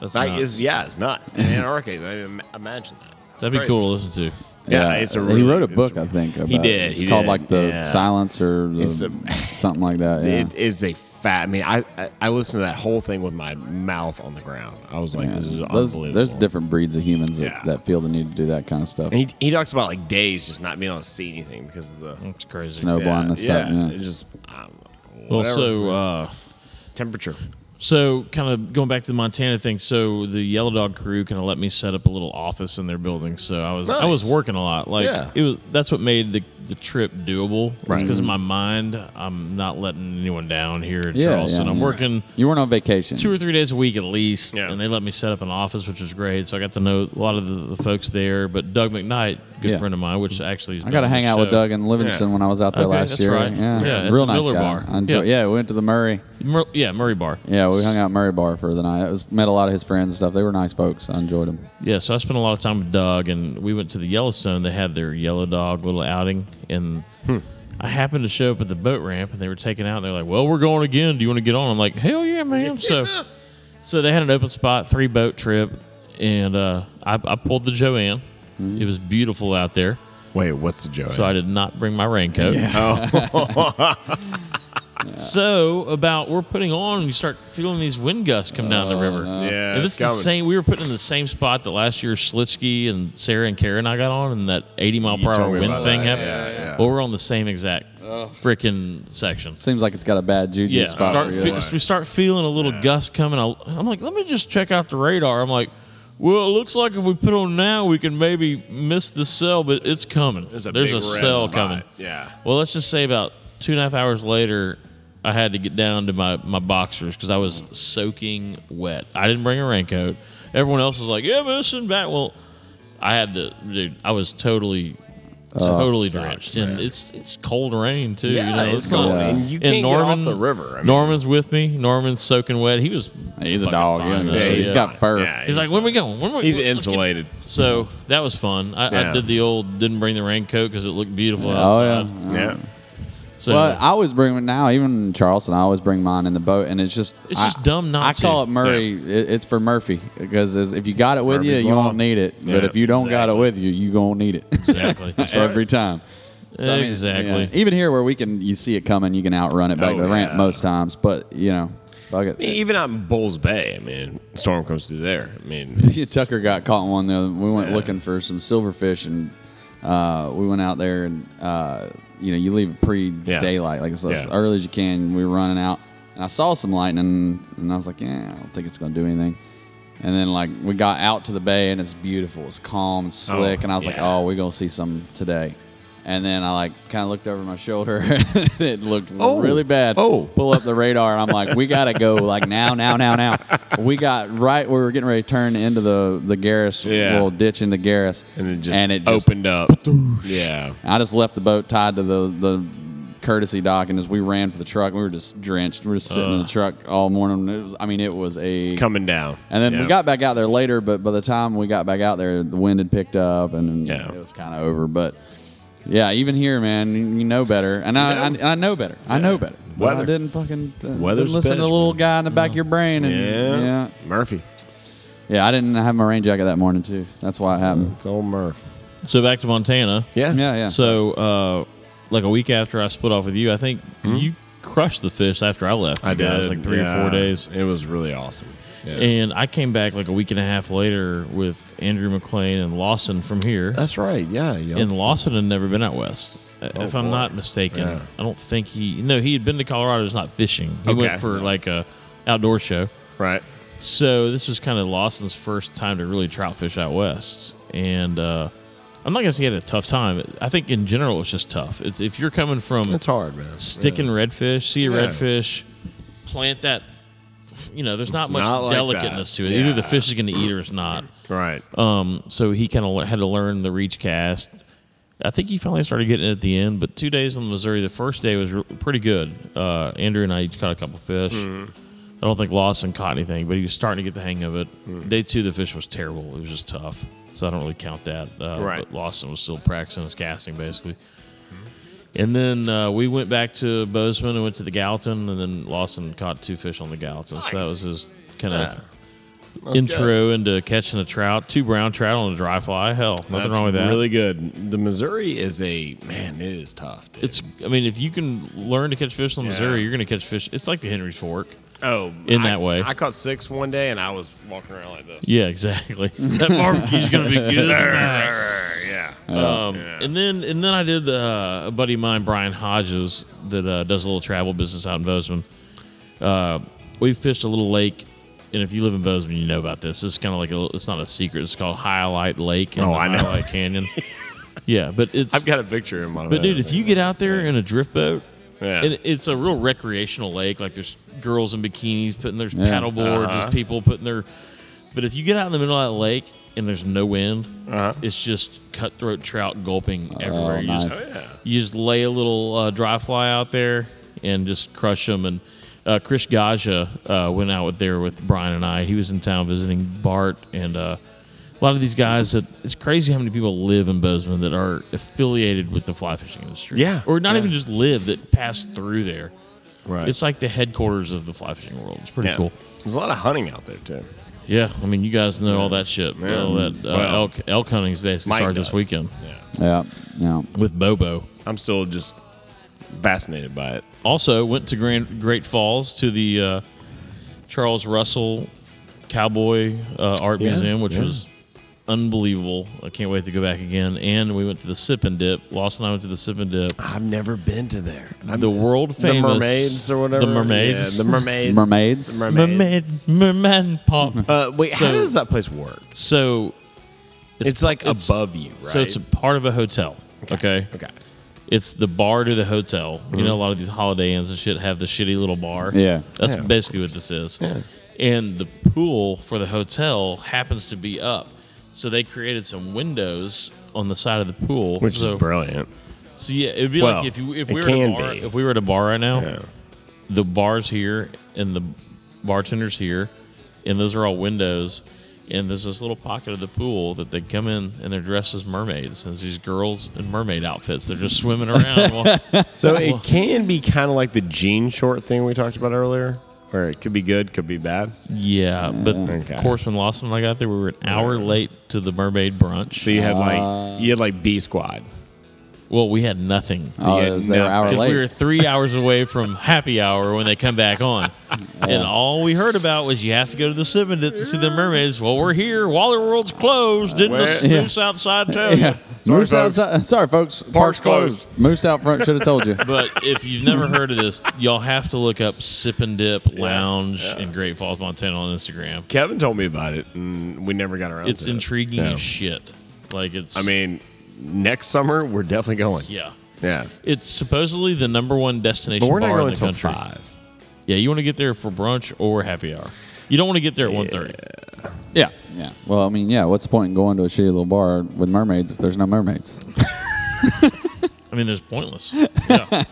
Speaker 1: That's
Speaker 9: like,
Speaker 1: nuts.
Speaker 9: it's, yeah, it's nuts. In Antarctica, I mean, imagine that. It's
Speaker 1: That'd be
Speaker 9: crazy.
Speaker 1: cool to listen to.
Speaker 9: Yeah, it's a.
Speaker 2: he
Speaker 9: really-
Speaker 2: wrote a
Speaker 9: it's
Speaker 2: book, I think. About
Speaker 9: he
Speaker 2: it.
Speaker 9: did.
Speaker 2: It's
Speaker 9: he
Speaker 2: called
Speaker 9: did,
Speaker 2: like the
Speaker 9: yeah.
Speaker 2: silence or the,
Speaker 9: It's a-
Speaker 2: something like that. Yeah.
Speaker 9: It is a fat. I mean, I, I I listened to that whole thing with my mouth on the ground. I was like,
Speaker 2: Yeah.
Speaker 9: this is
Speaker 2: Those-
Speaker 9: unbelievable.
Speaker 2: there's different breeds of humans that,
Speaker 9: Yeah.
Speaker 2: that feel the need to do that kind of stuff.
Speaker 9: And he, he talks about like days just not being able to see anything because of the
Speaker 1: It's crazy.
Speaker 2: Snow
Speaker 9: yeah,
Speaker 2: blindness
Speaker 9: yeah,
Speaker 2: stuff.
Speaker 9: It
Speaker 2: Yeah.
Speaker 9: just I don't know,
Speaker 1: well,
Speaker 9: whatever.
Speaker 1: so uh,
Speaker 9: temperature.
Speaker 1: So, kind of going back to the Montana thing. So, the Yellow Dog crew kind of let me set up a little office in their building. So, I was I
Speaker 9: Nice.
Speaker 1: was working a lot. Like
Speaker 9: Yeah.
Speaker 1: it was that's what made the, the trip doable.
Speaker 9: Right.
Speaker 2: Mm-hmm.
Speaker 1: Because in my mind, I'm not letting anyone down here in
Speaker 2: Yeah,
Speaker 1: Charleston.
Speaker 2: yeah,
Speaker 1: I'm
Speaker 2: yeah.
Speaker 1: working
Speaker 2: You weren't on vacation.
Speaker 1: two or three days a week at least,
Speaker 9: Yeah.
Speaker 1: and they let me set up an office, which was great. So, I got to know a lot of the, the folks there. But Doug McKnight, good
Speaker 2: Yeah.
Speaker 1: friend of mine, which actually is
Speaker 2: I got to
Speaker 1: on the
Speaker 2: hang out with
Speaker 1: show.
Speaker 2: Doug in Livingston when I was out there
Speaker 1: Okay,
Speaker 2: last
Speaker 1: that's
Speaker 2: year.
Speaker 1: right.
Speaker 2: Yeah,
Speaker 1: Yeah, at
Speaker 2: real
Speaker 1: the
Speaker 2: nice
Speaker 1: Miller
Speaker 2: guy.
Speaker 1: Bar.
Speaker 2: I enjoy-
Speaker 1: Yeah.
Speaker 2: yeah, we went to the Murray.
Speaker 1: Mur- yeah, Murray Bar.
Speaker 2: Yeah, we hung out at Murray Bar for the night. It was met a lot of his friends and stuff. They were nice folks. I enjoyed them.
Speaker 1: Yeah, so I spent a lot of time with Doug, and we went to the Yellowstone. They had their Yellow Dog little outing, and I happened to show up at the boat ramp and they were taken out. And they're like, "Well, we're going again. Do you want to get on?" I'm like, "Hell yeah, man!" So, so they had an open spot, three boat trip, and uh, I, I pulled the Joanne. It was beautiful out there,
Speaker 9: Wait, what's the joke?
Speaker 1: so I did not bring my raincoat. So about we're putting on, and you start feeling these wind gusts come down the river.
Speaker 9: Yeah, it's
Speaker 1: And this is the
Speaker 9: coming.
Speaker 1: same. We were putting in the same spot that last year Slitsky and Sarah and Karen and I got on, and that 80 mile
Speaker 9: You
Speaker 1: per hour
Speaker 9: told me
Speaker 1: wind
Speaker 9: about
Speaker 1: thing
Speaker 9: that.
Speaker 1: happened.
Speaker 9: Yeah, yeah.
Speaker 1: Well, we're on the same exact freaking section.
Speaker 2: Seems like it's got a bad juju
Speaker 1: Yeah,
Speaker 2: spot.
Speaker 1: start
Speaker 2: for
Speaker 1: fe-
Speaker 2: you.
Speaker 1: we start feeling a little gust coming. I, I'm like, let me just check out the radar. I'm like, well, it looks like if we put on now, we can maybe miss the cell, but it's coming.
Speaker 9: There's a
Speaker 1: There's
Speaker 9: big
Speaker 1: a
Speaker 9: red
Speaker 1: cell
Speaker 9: spot.
Speaker 1: coming.
Speaker 9: Yeah.
Speaker 1: Well, let's just say about two and a half hours later, I had to get down to my, my boxers because I was
Speaker 9: Mm.
Speaker 1: soaking wet. I didn't bring a raincoat. Everyone else was like, yeah, missing back. Well, I had to, dude, I was totally. totally
Speaker 9: Sucks,
Speaker 1: drenched,
Speaker 9: man.
Speaker 1: and it's it's cold rain too.
Speaker 9: Yeah,
Speaker 1: you know,
Speaker 9: it's
Speaker 1: not-
Speaker 9: cold, and you can't get off the river. I mean-
Speaker 1: Norman's with me. Norman's soaking wet. He was.
Speaker 2: He's a
Speaker 1: fucking
Speaker 2: dog.
Speaker 1: fine,
Speaker 2: Yeah,
Speaker 1: though.
Speaker 9: Yeah,
Speaker 2: he's
Speaker 9: yeah.
Speaker 2: got fur.
Speaker 9: Yeah.
Speaker 1: He's like, when we going? When we,
Speaker 9: He's
Speaker 1: let's get-"
Speaker 9: insulated.
Speaker 1: So that was fun. I,
Speaker 9: Yeah.
Speaker 1: I did the old didn't bring the raincoat because it looked beautiful
Speaker 2: Oh
Speaker 1: outside.
Speaker 2: yeah.
Speaker 9: Yeah.
Speaker 1: So
Speaker 2: Well, I always bring mine now. Even in Charleston, I always bring mine in the boat, and it's just
Speaker 1: It's
Speaker 2: I-
Speaker 1: just dumb not
Speaker 2: I call
Speaker 1: to.
Speaker 2: it Murray. It, it's for Murphy because it's- if you got it with
Speaker 9: Murphy's
Speaker 2: you, you
Speaker 9: Law.
Speaker 2: won't need it. But
Speaker 9: Yeah,
Speaker 2: if you don't got it
Speaker 1: exactly.
Speaker 2: with you, you gonna need it
Speaker 1: exactly.
Speaker 2: every time. So, I mean,
Speaker 1: exactly.
Speaker 2: yeah. Even here, where we can, you see it coming, you can outrun it back
Speaker 9: Oh,
Speaker 2: to the ramp
Speaker 9: yeah.
Speaker 2: most times. But you know, fuck
Speaker 9: I mean,
Speaker 2: it.
Speaker 9: even out in Bulls Bay, I mean, storm comes through there. I mean, it's-
Speaker 2: Tucker got caught in one. The other- we went
Speaker 9: Yeah.
Speaker 2: looking for some silverfish, and uh, we went out there, and uh, you know, you leave pre daylight, like so as
Speaker 9: Yeah.
Speaker 2: early as you can. We were running out, and I saw some lightning, and I was like, yeah, I don't think it's gonna do anything. And then like we got out to the bay, and it's beautiful, it's calm,
Speaker 9: Oh,
Speaker 2: it's slick, and I was like,
Speaker 9: yeah.
Speaker 2: oh, we're gonna see some today. And then I like kind of looked over my shoulder, and it looked
Speaker 9: Oh.
Speaker 2: really bad.
Speaker 9: Oh.
Speaker 2: pull up the radar, and I'm like, we gotta go like now, now, now, now. We got right. We were getting ready to turn into the the Garris
Speaker 9: Yeah.
Speaker 2: little ditch into Garris,
Speaker 9: and it just opened up. Yeah.
Speaker 2: I just left the boat tied to the the courtesy dock, and as we ran for the truck, we were just drenched. We were just sitting in the truck all morning. It was, I mean, it was a
Speaker 9: Coming down.
Speaker 2: and then
Speaker 9: Yeah.
Speaker 2: we got back out there later, but by the time we got back out there, the wind had picked up and, and
Speaker 9: Yeah.
Speaker 2: it was kind of over. But yeah, even here, man, you you know better, and I, I, and I know better. I know better. But I
Speaker 9: Weather.
Speaker 2: didn't fucking uh,
Speaker 9: Weather's
Speaker 2: didn't listen to
Speaker 9: best,
Speaker 2: the little
Speaker 9: man.
Speaker 2: guy in the back of your brain. And,
Speaker 9: Yeah.
Speaker 2: yeah,
Speaker 9: Murphy.
Speaker 2: yeah. I didn't have my rain jacket that morning too. That's why it happened.
Speaker 9: It's old Murph.
Speaker 1: so back to Montana.
Speaker 9: Yeah.
Speaker 2: Yeah, yeah.
Speaker 1: So uh, like a week after I split off with you, I think you crushed the fish after I left.
Speaker 9: Hmm? I
Speaker 1: you
Speaker 9: did.
Speaker 1: guys, like three or
Speaker 9: Yeah.
Speaker 1: four days.
Speaker 9: It was really awesome. Yeah.
Speaker 1: And I came back like a week and a half later with Andrew McLean and Lawson from here.
Speaker 9: That's right. Yeah. yeah. Oh,
Speaker 1: And Lawson had never been out west, uh, if I'm
Speaker 9: boy.
Speaker 1: not mistaken.
Speaker 9: Yeah.
Speaker 1: I don't think he. No, he had been to Colorado, just not fishing. He
Speaker 9: Okay.
Speaker 1: went for like a outdoor show.
Speaker 9: right.
Speaker 1: So this was kind of Lawson's first time to really trout fish out west, and uh, I'm not gonna say he had a tough time. I think in general it's just tough. It's if you're coming from
Speaker 9: It's hard, man.
Speaker 1: sticking redfish, see a
Speaker 9: Yeah.
Speaker 1: redfish, plant that. You know, there's not much
Speaker 9: not like
Speaker 1: delicateness
Speaker 9: that.
Speaker 1: to it. Either the
Speaker 9: Yeah.
Speaker 1: fish is gonna eat or it's not.
Speaker 9: Right.
Speaker 1: Um, so he kind of had to learn the reach cast. I think he finally started getting it at the end, but two days in Missouri, the first day was re- pretty good. Uh, Andrew and I each caught a couple fish.
Speaker 9: Mm-hmm.
Speaker 1: I don't think Lawson caught anything, but he was starting to get the hang of it.
Speaker 9: Mm-hmm.
Speaker 1: Day two, the fish was terrible. It was just tough. So I don't really count that. Uh,
Speaker 9: Right.
Speaker 1: But Lawson was still practicing his casting, basically. And then uh, we went back to Bozeman and went to the Gallatin, and then Lawson caught two fish on the Gallatin. So that was his kind of intro into catching a trout, two brown trout on a dry fly. Hell, nothing
Speaker 9: That's
Speaker 1: wrong with that.
Speaker 9: Really good. The Missouri is a man. It is tough. Dude.
Speaker 1: it's. I mean, if you can learn to catch fish on the
Speaker 9: Yeah.
Speaker 1: Missouri, you're going to catch fish. It's like the Henry's Fork.
Speaker 9: oh
Speaker 1: in
Speaker 9: I-
Speaker 1: that way.
Speaker 9: I caught six one day, and I was walking around like this.
Speaker 1: Yeah, exactly. that barbecue's going to be good. tonight.
Speaker 9: Yeah.
Speaker 1: Um, And then and then I did uh, a buddy of mine, Brian Hodges, that uh, does a little travel business out in Bozeman. Uh, we fished a little lake, and if you live in Bozeman, you know about this. It's kind of like a, little- it's not a secret. It's called Highlight Lake and
Speaker 9: Oh,
Speaker 1: the
Speaker 9: I know.
Speaker 1: Highlight Canyon. yeah, but it's
Speaker 9: I've got a picture in my.
Speaker 1: But dude, if you get out there in a drift boat,
Speaker 9: Yeah.
Speaker 1: and it's a real recreational lake. Like there's girls in bikinis putting their
Speaker 2: Yeah.
Speaker 1: paddle boards,
Speaker 9: Uh-huh.
Speaker 1: there's people putting their. But if you get out in the middle of that lake and there's no wind,
Speaker 9: Uh-huh.
Speaker 1: it's just cutthroat trout gulping everywhere. You,
Speaker 2: Oh, nice.
Speaker 9: Oh,
Speaker 1: just, you just lay a little uh, dry fly out there and just crush them. And uh, Chris Gaja uh, went out with there with Brian and I. He was in town visiting Bart and. Uh, a lot of these guys that it's crazy how many people live in Bozeman that are affiliated with the fly fishing industry.
Speaker 9: Yeah.
Speaker 1: Or not
Speaker 9: Yeah.
Speaker 1: even just live that pass through there.
Speaker 9: Right.
Speaker 1: It's like the headquarters of the fly fishing world. It's pretty
Speaker 9: Yeah.
Speaker 1: cool.
Speaker 9: There's a lot of hunting out there too.
Speaker 1: Yeah, I mean, you guys know all that shit.
Speaker 9: Yeah.
Speaker 1: All that uh,
Speaker 9: Well,
Speaker 1: elk elk hunting's basically
Speaker 9: Mike
Speaker 1: started
Speaker 9: does.
Speaker 1: this weekend
Speaker 9: Yeah.
Speaker 2: Yeah, yeah.
Speaker 1: with Bobo.
Speaker 9: I'm still just fascinated by it.
Speaker 1: Also went to Grand Great Falls to the uh, Charles Russell Cowboy uh, Art
Speaker 9: Yeah,
Speaker 1: Museum, which
Speaker 9: yeah.
Speaker 1: was unbelievable. I can't wait to go back again. And we went to the Sip and Dip. Lost and I went to the Sip and Dip.
Speaker 9: I've never been to there. I
Speaker 1: The
Speaker 9: miss-
Speaker 1: world famous-
Speaker 9: the mermaids or whatever.
Speaker 1: the mermaids.
Speaker 9: Yeah, the mermaids.
Speaker 2: Mermaids?
Speaker 9: The mermaids.
Speaker 1: merman pop.
Speaker 9: Uh, wait, how
Speaker 1: So-
Speaker 9: does that place work?
Speaker 1: So
Speaker 9: It's, like
Speaker 1: it's-
Speaker 9: above you, right?
Speaker 1: So it's a part of a hotel. Okay.
Speaker 9: okay. Mm-hmm.
Speaker 1: It's the bar to the hotel. You know, a lot of these Holiday Inns and shit have the shitty little bar.
Speaker 2: Yeah.
Speaker 1: That's
Speaker 9: Yeah.
Speaker 1: basically what this is. And the pool for the hotel happens to be up. So they created some windows on the side of the pool.
Speaker 9: Which
Speaker 1: so,
Speaker 9: is brilliant.
Speaker 1: So yeah, it'd be
Speaker 9: Well,
Speaker 1: like if you if
Speaker 9: it
Speaker 1: we were at a
Speaker 9: can
Speaker 1: bar,
Speaker 9: be.
Speaker 1: if we were at a bar right now,
Speaker 9: Yeah.
Speaker 1: the bar's here and the bartender's here, and those are all windows. And there's this little pocket of the pool that they come in and they're dressed as mermaids. And it's these girls in mermaid outfits. They're just swimming around. Well,
Speaker 9: So
Speaker 1: Well-
Speaker 9: it can be kind of like the jean short thing we talked about earlier, where it could be good, could be bad.
Speaker 1: yeah. But
Speaker 9: Okay.
Speaker 1: of course, when Lawson and I got there, we were an hour late to the mermaid brunch.
Speaker 9: So you had like you had like B squad.
Speaker 1: well, we had nothing.
Speaker 2: Oh,
Speaker 9: Yeah,
Speaker 2: it was, they were
Speaker 9: no,
Speaker 2: an hour
Speaker 1: Because
Speaker 2: late.
Speaker 1: we were three hours away from happy hour when they come back on. And all we heard about was you have to go to the Simmon to see the mermaids. Well, we're here. Waller World's closed. Didn't
Speaker 9: Where-
Speaker 1: the moose outside tell you?
Speaker 2: yeah.
Speaker 9: Sorry,
Speaker 2: Moose
Speaker 9: folks.
Speaker 2: outside- uh, sorry, folks. Park's,
Speaker 9: closed.
Speaker 2: Moose out front should have told you.
Speaker 1: But if you've never heard of this, y'all have to look up Sip and Dip Lounge in Great Falls, Montana on Instagram.
Speaker 9: Kevin told me about it, and we never got around.
Speaker 1: It's
Speaker 9: to it.
Speaker 1: intriguing
Speaker 9: Yeah.
Speaker 1: as shit. Like it's,
Speaker 9: I mean, next summer we're definitely going.
Speaker 1: yeah,
Speaker 9: Yeah.
Speaker 1: it's supposedly the number one destination
Speaker 9: But we're
Speaker 1: bar
Speaker 9: not
Speaker 1: in
Speaker 9: going
Speaker 1: the
Speaker 9: until
Speaker 1: country.
Speaker 9: five.
Speaker 1: Yeah, you want to get there for brunch or happy hour. You don't want to get there at one thirty.
Speaker 2: Yeah. Yeah. Well, I mean, yeah. What's the point in going to a shitty little bar with mermaids if there's no mermaids?
Speaker 1: I mean, there's pointless. Yeah.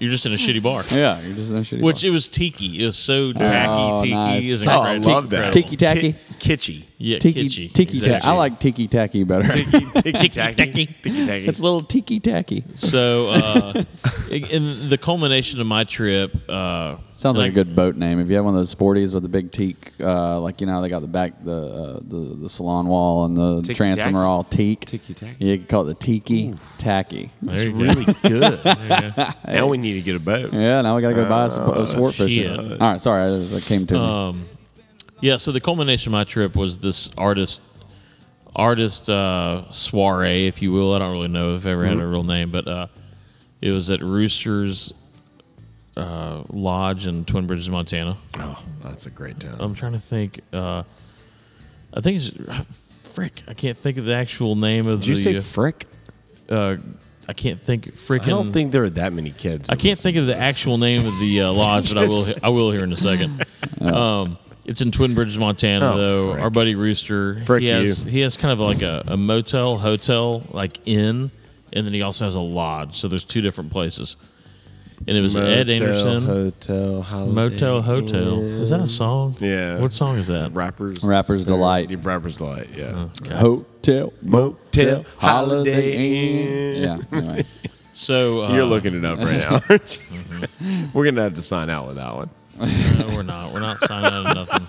Speaker 1: You're just in a shitty bar.
Speaker 2: Yeah, you're just in a shitty
Speaker 1: Which
Speaker 2: bar.
Speaker 1: it was tiki. It was so tacky.
Speaker 2: Oh,
Speaker 1: tiki
Speaker 2: nice.
Speaker 1: is
Speaker 9: Oh, I
Speaker 1: incredible.
Speaker 9: love that.
Speaker 2: Tiki tacky.
Speaker 9: Kitschy.
Speaker 1: Yeah,
Speaker 2: Tiki
Speaker 1: kitschy.
Speaker 2: tiki tacky.
Speaker 1: Exactly.
Speaker 2: I like tiki tacky better.
Speaker 9: Tiki
Speaker 1: tacky.
Speaker 9: Tiki tacky.
Speaker 2: it's a little tiki tacky.
Speaker 1: So, uh, in the culmination of my trip, uh,
Speaker 2: Sounds like
Speaker 1: Like-
Speaker 2: a good boat name. If you have one of those sporties with the big teak, uh, like you know how they got the back, the uh, the, the salon wall and the
Speaker 9: Tiki
Speaker 2: transom
Speaker 9: tacky.
Speaker 2: are all teak.
Speaker 9: Tiki tacky.
Speaker 2: Yeah, you could call it the tiki tacky.
Speaker 1: there you go.
Speaker 9: good. Now we need to get a boat. Oh,
Speaker 2: Yeah, now we gotta go buy a, sp- a sport fishing.
Speaker 1: shit.
Speaker 2: All right, sorry, I just, that came to me.
Speaker 1: Um, yeah. So the culmination of my trip was this artist, artist uh, soiree, if you will. I don't really know if it ever had a real name, but uh, it was at Roosters uh, Lodge in Twin Bridges, Montana.
Speaker 9: Oh, that's a great time.
Speaker 1: I'm trying to think. Uh, I think it's frick. I can't think of the actual name of
Speaker 9: Did you
Speaker 1: the.
Speaker 9: say frick?
Speaker 1: uh, I can't think. Freaking.
Speaker 9: I don't think there are that many kids.
Speaker 1: I can't think of the actual name of the uh, lodge, but I will. I will here in a second. Um, it's in Twin Bridges, Montana,
Speaker 9: Oh,
Speaker 1: though.
Speaker 9: frick.
Speaker 1: Our buddy Rooster,
Speaker 9: Frick
Speaker 1: he has
Speaker 9: you.
Speaker 1: he has kind of like a, a motel, hotel, like inn, and then he also has a lodge. So there's two different places. And it was Ed Anderson
Speaker 9: Hotel. Holiday
Speaker 1: Motel Hotel.
Speaker 9: Inn.
Speaker 1: Is that a song?
Speaker 9: Yeah.
Speaker 1: What song is that?
Speaker 9: Rappers.
Speaker 2: Rapper's Delight.
Speaker 9: Yeah, Rapper's delight. Yeah.
Speaker 1: Okay.
Speaker 2: Hotel,
Speaker 9: Motel,
Speaker 2: motel, holiday
Speaker 9: Holiday
Speaker 2: inn.
Speaker 9: Inn.
Speaker 2: Yeah. Anyway.
Speaker 1: So uh, Mm-hmm.
Speaker 9: You're looking it up right now. We're gonna have to sign out with that one.
Speaker 1: No, we're not. We're not signing out of nothing.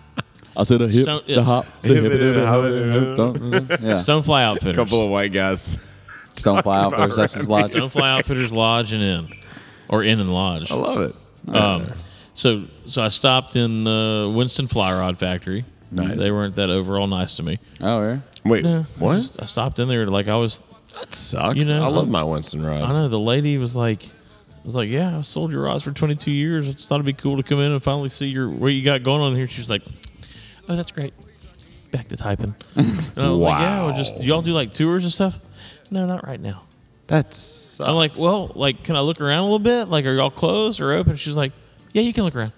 Speaker 2: I said a hip,
Speaker 1: Stone- Mm-hmm.
Speaker 2: the hop, the
Speaker 9: Hip
Speaker 2: hip, it,
Speaker 9: it in,
Speaker 2: hip,
Speaker 9: hop
Speaker 2: hop,
Speaker 9: it in.
Speaker 2: don't- yeah.
Speaker 1: Stonefly Outfitters.
Speaker 9: Couple of white guys.
Speaker 2: Stone fly out first. That's his logic.
Speaker 1: Stonefly Outfitters Lodge and Inn, or Inn and Lodge.
Speaker 9: I love it.
Speaker 1: Um, so, so I stopped in uh, Winston Fly Rod Factory.
Speaker 9: Nice.
Speaker 1: They weren't that overall nice to me.
Speaker 2: Oh, yeah.
Speaker 9: Wait,
Speaker 1: I,
Speaker 9: what?
Speaker 1: just- I stopped in there like I was.
Speaker 9: That sucks.
Speaker 1: You know,
Speaker 9: I love
Speaker 1: I'm-
Speaker 9: my Winston Rod.
Speaker 1: I know the lady was like, I was like, yeah, I sold your rods for 22 years. I just thought it'd be cool to come in and finally see your what you got going on here. She's like, oh, that's great. Back to typing. And I was like, yeah, well, just
Speaker 9: Wow.
Speaker 1: y'all do like tours and stuff. No, not right now.
Speaker 9: That's.
Speaker 1: I'm like, well, like, can I look around a little bit? Like, are y'all closed or open? She's like, yeah, you can look around.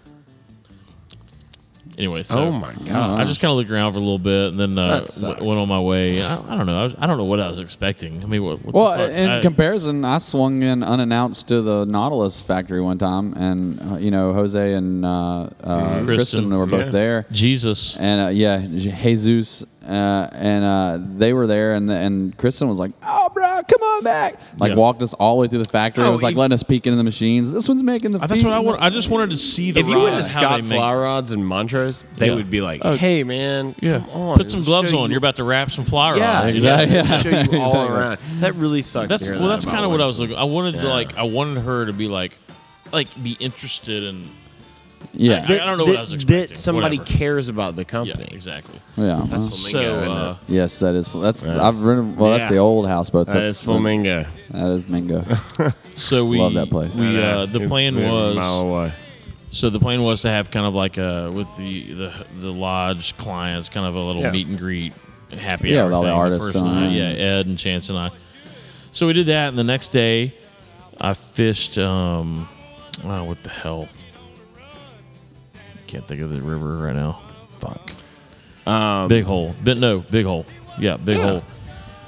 Speaker 1: Anyway, so
Speaker 9: Oh, my
Speaker 1: I just kind of looked around for a little bit and then uh,
Speaker 9: That
Speaker 1: w-
Speaker 9: sucks.
Speaker 1: went on my way. I, I don't know. I, was, I don't know what I was expecting. I mean, what? what
Speaker 2: Well,
Speaker 1: the fuck?
Speaker 2: in
Speaker 1: I-
Speaker 2: comparison, I swung in unannounced to the Nautilus factory one time, and uh, you know Jose and uh, uh, Kristen.
Speaker 1: Kristen.
Speaker 2: were both
Speaker 9: Mm-hmm. Yeah.
Speaker 2: there,
Speaker 1: Jesus.
Speaker 2: and uh, yeah, Jesus, uh, and uh, they were there, and and Kristen was like, "Oh, bro, come on back!" Like
Speaker 1: Yeah.
Speaker 2: walked us all the way through the factory.
Speaker 9: Oh,
Speaker 2: it was like
Speaker 9: he-
Speaker 2: letting us peek into the machines. This one's making the.
Speaker 1: Uh, That's
Speaker 2: feet.
Speaker 1: what I want. I just wanted to see the
Speaker 9: If you went to
Speaker 1: rods, how they
Speaker 9: Scott
Speaker 1: make-
Speaker 9: Fly Rods and Montrose, they
Speaker 1: Yeah. Oh,
Speaker 9: would be like, "Hey, man,
Speaker 1: Yeah,
Speaker 9: come on,
Speaker 1: put some gloves on. You. are about to wrap some fly rods.
Speaker 9: yeah,
Speaker 1: You know?
Speaker 9: exactly.
Speaker 2: exactly.
Speaker 9: Show you all
Speaker 2: Exactly.
Speaker 9: around. That really sucks.
Speaker 1: That's
Speaker 9: to hear
Speaker 1: well.
Speaker 9: that
Speaker 1: That's
Speaker 9: about
Speaker 1: kind of what I was
Speaker 9: Winston.
Speaker 1: looking. I wanted to
Speaker 9: Yeah.
Speaker 1: like. I wanted her to be like, like be interested in.
Speaker 2: Yeah,
Speaker 1: I- I don't know what I was expecting.
Speaker 9: That somebody
Speaker 1: Whatever.
Speaker 9: cares about the
Speaker 1: Yeah,
Speaker 9: company.
Speaker 1: exactly.
Speaker 2: yeah. well,
Speaker 1: So uh,
Speaker 2: yes, that is. That's,
Speaker 9: That's-
Speaker 2: I've written. Well, that's
Speaker 9: yeah.
Speaker 2: the old houseboats.
Speaker 9: That is flamingo.
Speaker 2: That is Mingo.
Speaker 1: so we
Speaker 2: Love that place.
Speaker 1: We uh, the
Speaker 9: It's
Speaker 1: plan
Speaker 9: a
Speaker 1: was
Speaker 9: mile away.
Speaker 1: So the plan was to have kind of like a with the the, the lodge clients, kind of a little
Speaker 9: Yeah.
Speaker 1: meet and greet, happy
Speaker 2: Yeah,
Speaker 1: hour
Speaker 2: with all the
Speaker 1: thing
Speaker 2: artists
Speaker 1: first
Speaker 2: and-
Speaker 1: night. Yeah, Ed and Chance and I. So we did that, and the next day, I fished. Um, oh, what the hell? Can't think of the river right now. Fuck.
Speaker 9: Um,
Speaker 1: Big hole. Bit no, big hole. Yeah, big
Speaker 9: Yeah.
Speaker 1: hole.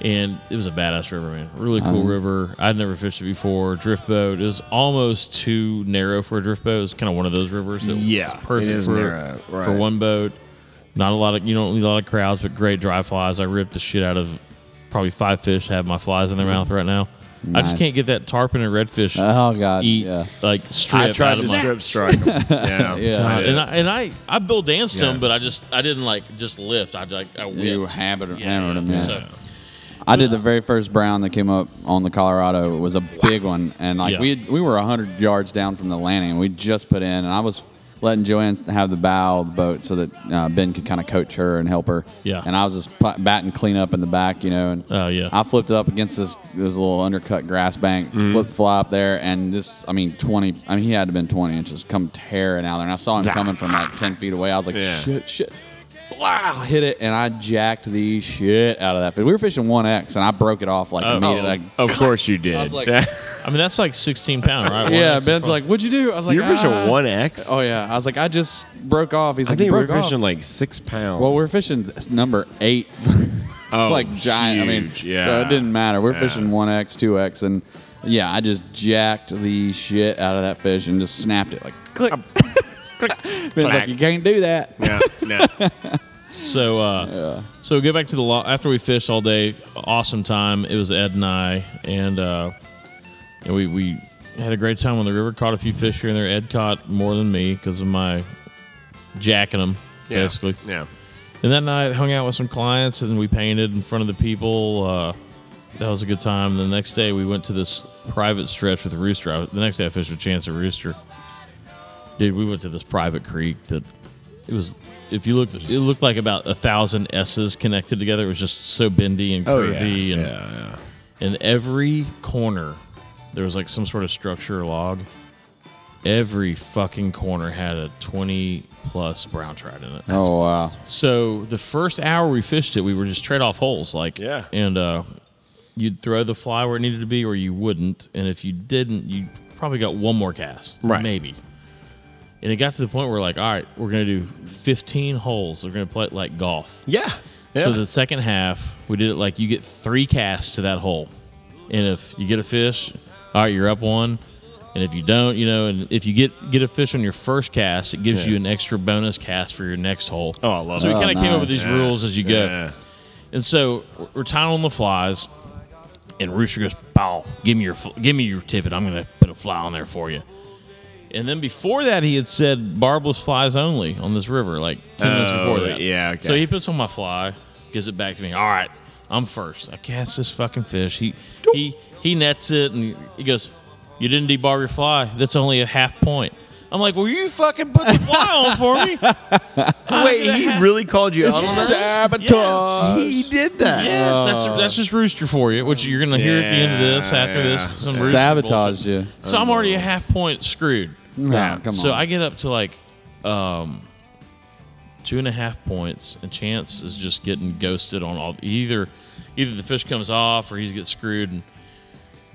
Speaker 1: And it was a badass river, man. Really cool
Speaker 2: Um,
Speaker 1: river. I'd never fished it before. Drift boat. It was almost too narrow for a drift boat. It was kind of one of those rivers that was
Speaker 9: Yeah,
Speaker 1: perfect
Speaker 9: it is
Speaker 1: for,
Speaker 9: narrow, right.
Speaker 1: for one boat. Not a lot of you don't need a lot of crowds, but great dry flies. I ripped the shit out of probably five fish. Have my flies in
Speaker 9: Mm-hmm.
Speaker 1: their mouth right now. I just
Speaker 2: Nice.
Speaker 1: can't get that tarpon and redfish
Speaker 2: oh God.
Speaker 1: eat
Speaker 2: Yeah.
Speaker 1: like strip.
Speaker 9: I tried
Speaker 1: out of
Speaker 9: to
Speaker 1: my,
Speaker 9: strip strike. 'em. Yeah,
Speaker 2: Yeah.
Speaker 9: I
Speaker 1: Uh,
Speaker 9: did.
Speaker 1: and I and I, I Bill danced
Speaker 9: Yeah.
Speaker 1: him, but I just I didn't like just lift. I like I whipped.
Speaker 2: You hammered, hammered him. Yeah.
Speaker 1: So,
Speaker 2: I did the very first brown that came up on the Colorado. It was a big one, and like
Speaker 1: Yeah.
Speaker 2: we had, we were hundred yards down from the landing, and we just put in, and I was letting Joanne have the bow of the boat so that uh, Ben could kind of coach her and help her.
Speaker 1: Yeah.
Speaker 2: and I was just pl- batting clean up in the back, you know, and
Speaker 1: Oh, yeah.
Speaker 2: I flipped it up against this this little undercut grass bank,
Speaker 1: Mm-hmm.
Speaker 2: flipped the fly up there, and this I mean twenty, I mean he had to have been twenty inches, come tearing out there, and I saw him coming from like ten feet away. I was like,
Speaker 9: Yeah.
Speaker 2: shit, shit. Wow, hit it, and I jacked the shit out of that fish. We were fishing one X, and I broke it off like
Speaker 1: Oh.
Speaker 2: immediately. Like,
Speaker 9: Uh, of course you did.
Speaker 2: was like-
Speaker 1: I mean that's like sixteen pound, right? One
Speaker 2: yeah,
Speaker 1: extra
Speaker 2: Ben's
Speaker 1: front.
Speaker 2: like, "What'd you do?" I was like,
Speaker 9: You're fishing
Speaker 2: "Ah."
Speaker 9: one X.
Speaker 2: Oh yeah, I was like, "I just broke off." He's
Speaker 9: I
Speaker 2: like,
Speaker 9: think
Speaker 2: "You
Speaker 9: we're
Speaker 2: broke off."
Speaker 9: fishing like six pounds.
Speaker 2: Well, we're fishing number eight,
Speaker 9: Oh,
Speaker 2: like giant.
Speaker 9: huge,
Speaker 2: I mean, so
Speaker 9: yeah.
Speaker 2: it didn't matter. We're
Speaker 9: Yeah.
Speaker 2: fishing one X, two X, and yeah, I just jacked the shit out of that fish and just snapped it like click. Ben's
Speaker 9: Clack.
Speaker 2: like, "You can't do that."
Speaker 9: yeah, no.
Speaker 1: So, uh, so we go back to the lo- after we fished all day. Awesome time. It was Ed and I, and uh, and we we had a great time on the river. Caught a few fish here and there. Ed caught more than me because of my jacking them,
Speaker 9: Yeah,
Speaker 1: basically.
Speaker 9: Yeah.
Speaker 1: And that night, hung out with some clients, and we painted in front of the people. Uh, that was a good time. The next day, we went to this private stretch with Rooster. I, the next day, I fished with Chance of Rooster. Dude, we went to this private creek that it was. If you looked, it looked like about a thousand S's connected together. It was just so bendy and
Speaker 9: Oh
Speaker 1: curvy,
Speaker 9: yeah.
Speaker 1: and
Speaker 9: yeah,
Speaker 1: in every corner, there was like some sort of structure or log. Every fucking corner had a twenty plus brown trout in it.
Speaker 2: Oh wow!
Speaker 1: So the first hour we fished it, we were just trade off holes, like
Speaker 9: Yeah.
Speaker 1: and uh, you'd throw the fly where it needed to be, or you wouldn't, and if you didn't, you probably got one more cast,
Speaker 9: Right.
Speaker 1: Maybe. And it got to the point where like, all right, we're gonna do 15 holes. We're gonna play it like golf.
Speaker 9: yeah. Yeah.
Speaker 1: So the second half, we did it like you get three casts to that hole, and if you get a fish, all right, you're up one. And if you don't, you know, and if you get get a fish on your first cast, it gives you an extra bonus cast for your next hole.
Speaker 9: Oh, I love
Speaker 1: So we
Speaker 9: it.
Speaker 1: kind of came
Speaker 2: nice.
Speaker 1: up with these
Speaker 9: Yeah.
Speaker 1: rules as you go.
Speaker 9: Yeah.
Speaker 1: And so we're- we're tying on the flies, and Rooster goes, "Bow, give me your fl- give me your tippet. I'm gonna put a fly on there for you." And then before that, he had said barbless flies only on this river, like ten minutes
Speaker 9: Oh,
Speaker 1: before that.
Speaker 9: yeah, okay.
Speaker 1: So he puts on my fly, gives it back to me. All right, I'm first. I cast this fucking fish. He he he nets it, and he goes, "You didn't debarb your fly. That's only a half point." I'm like, "Well, you fucking put the fly on for me."
Speaker 9: Wait, he really called you out on that?
Speaker 2: Sabotage.
Speaker 9: He did that.
Speaker 1: Yes,
Speaker 9: Oh.
Speaker 1: that's, that's just rooster for you, which you're going to hear at the end of this. After
Speaker 9: Yeah.
Speaker 1: this, some rooster
Speaker 2: Sabotage you.
Speaker 1: bullshit. So I'm already a half point screwed.
Speaker 2: Nah, come on.
Speaker 1: So I get up to like um, two and a half points, and Chance is just getting ghosted on all either either the fish comes off or he gets screwed. And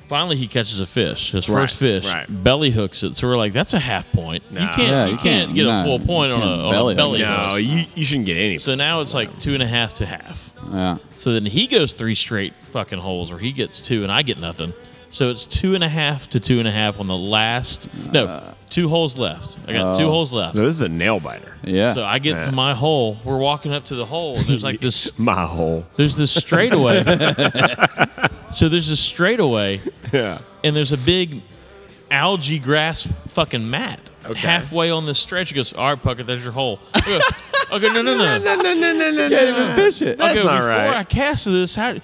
Speaker 1: Finally, he catches a fish, his
Speaker 9: Right,
Speaker 1: first fish,
Speaker 9: right.
Speaker 1: belly hooks it. So we're like, that's a half point. You
Speaker 9: Nah.
Speaker 1: can't,
Speaker 2: Yeah,
Speaker 1: you,
Speaker 2: you
Speaker 1: can't,
Speaker 2: can't-
Speaker 1: get
Speaker 2: no,
Speaker 1: a full point
Speaker 2: you
Speaker 1: on a,
Speaker 2: can't
Speaker 1: on
Speaker 2: belly hook
Speaker 1: a belly
Speaker 2: it.
Speaker 1: hook.
Speaker 9: No, you, you shouldn't get any.
Speaker 1: So now it's like two and a half to half.
Speaker 2: Yeah.
Speaker 1: So then he goes three straight fucking holes where he gets two and I get nothing. So it's two and a half to two and a half on the last.
Speaker 2: Uh,
Speaker 1: No, two holes left. I got two holes left.
Speaker 9: So this is a nail biter.
Speaker 2: oh. Yeah.
Speaker 1: So I get
Speaker 9: Yeah.
Speaker 1: to my hole. We're walking up to the hole. And there's like this.
Speaker 9: My hole.
Speaker 1: There's this straightaway. so there's this straightaway,
Speaker 9: Yeah.
Speaker 1: and there's a big algae grass fucking mat halfway on this stretch. He goes, "All right, Puckett, there's your hole." I go, okay, no, no, no, no.
Speaker 9: No, no, no, no, no.
Speaker 2: can't even fish it.
Speaker 1: I go,
Speaker 9: That's not
Speaker 1: before
Speaker 9: right.
Speaker 1: I casted this, how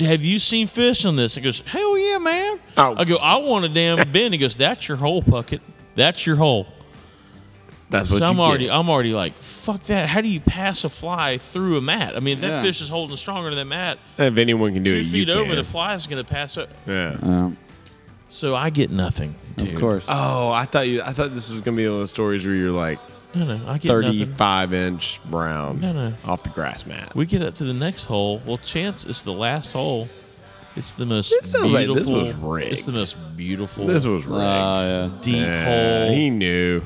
Speaker 1: have you seen fish on this? He goes, hell yeah, man.
Speaker 9: Oh.
Speaker 1: I go, I want a damn bin. He goes, that's your hole, Puckett. That's your hole.
Speaker 9: That's
Speaker 1: So
Speaker 9: what
Speaker 1: I'm
Speaker 9: you
Speaker 1: already,
Speaker 9: get.
Speaker 1: I'm already like, fuck that. How do you pass a fly through a mat? I mean, that
Speaker 2: Yeah.
Speaker 1: fish is holding stronger than that mat.
Speaker 9: If anyone can do it,
Speaker 1: Two feet
Speaker 9: you
Speaker 1: over,
Speaker 9: can.
Speaker 1: the fly is going to pass up.
Speaker 9: yeah.
Speaker 2: Yeah,
Speaker 1: So I get nothing. Dude.
Speaker 2: of course.
Speaker 9: Oh, I thought you. I thought this was gonna be one of the stories where you're like
Speaker 1: No, no, I get nothing.
Speaker 9: 35 inch brown
Speaker 1: No, no.
Speaker 9: off the grass mat.
Speaker 1: We get up to the next hole. Well, chance it's the last hole. It's the most.
Speaker 9: It sounds like
Speaker 1: beautiful,
Speaker 9: this was
Speaker 1: It's
Speaker 9: rigged.
Speaker 1: the most beautiful. uh,
Speaker 9: This was rigged.
Speaker 2: Oh,
Speaker 1: deep
Speaker 9: Yeah,
Speaker 1: hole.
Speaker 9: he knew.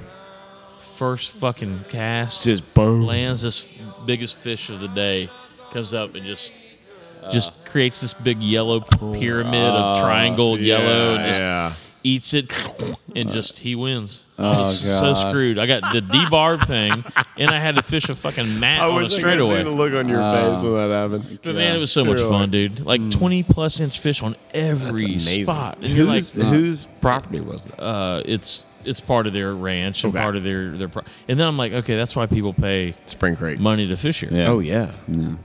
Speaker 1: first fucking cast
Speaker 9: Just boom.
Speaker 1: lands this biggest fish of the day, comes up and just
Speaker 9: Uh,
Speaker 1: just creates this big yellow pyramid of triangle yellow and just
Speaker 9: Yeah.
Speaker 1: eats it and just he wins. I
Speaker 2: Oh,
Speaker 1: was so
Speaker 2: God.
Speaker 1: screwed. I got the debarb thing and I had to fish a fucking mat
Speaker 9: I
Speaker 1: on
Speaker 9: wish
Speaker 1: a
Speaker 9: I could see the
Speaker 1: straightaway. Uh,
Speaker 9: look on your face when that happened. Mm.
Speaker 1: But man, it was so much
Speaker 9: You're
Speaker 1: fun,
Speaker 9: like,
Speaker 1: dude. Like twenty plus inch fish on every spot. And you're like
Speaker 9: Whose whose property was that?
Speaker 1: uh, it's it's part of their ranch and
Speaker 9: Okay.
Speaker 1: part of their their pro- and then I'm like, okay, that's why people pay
Speaker 9: Spring Creek.
Speaker 1: money to fish here.
Speaker 2: Yeah.
Speaker 9: Oh yeah.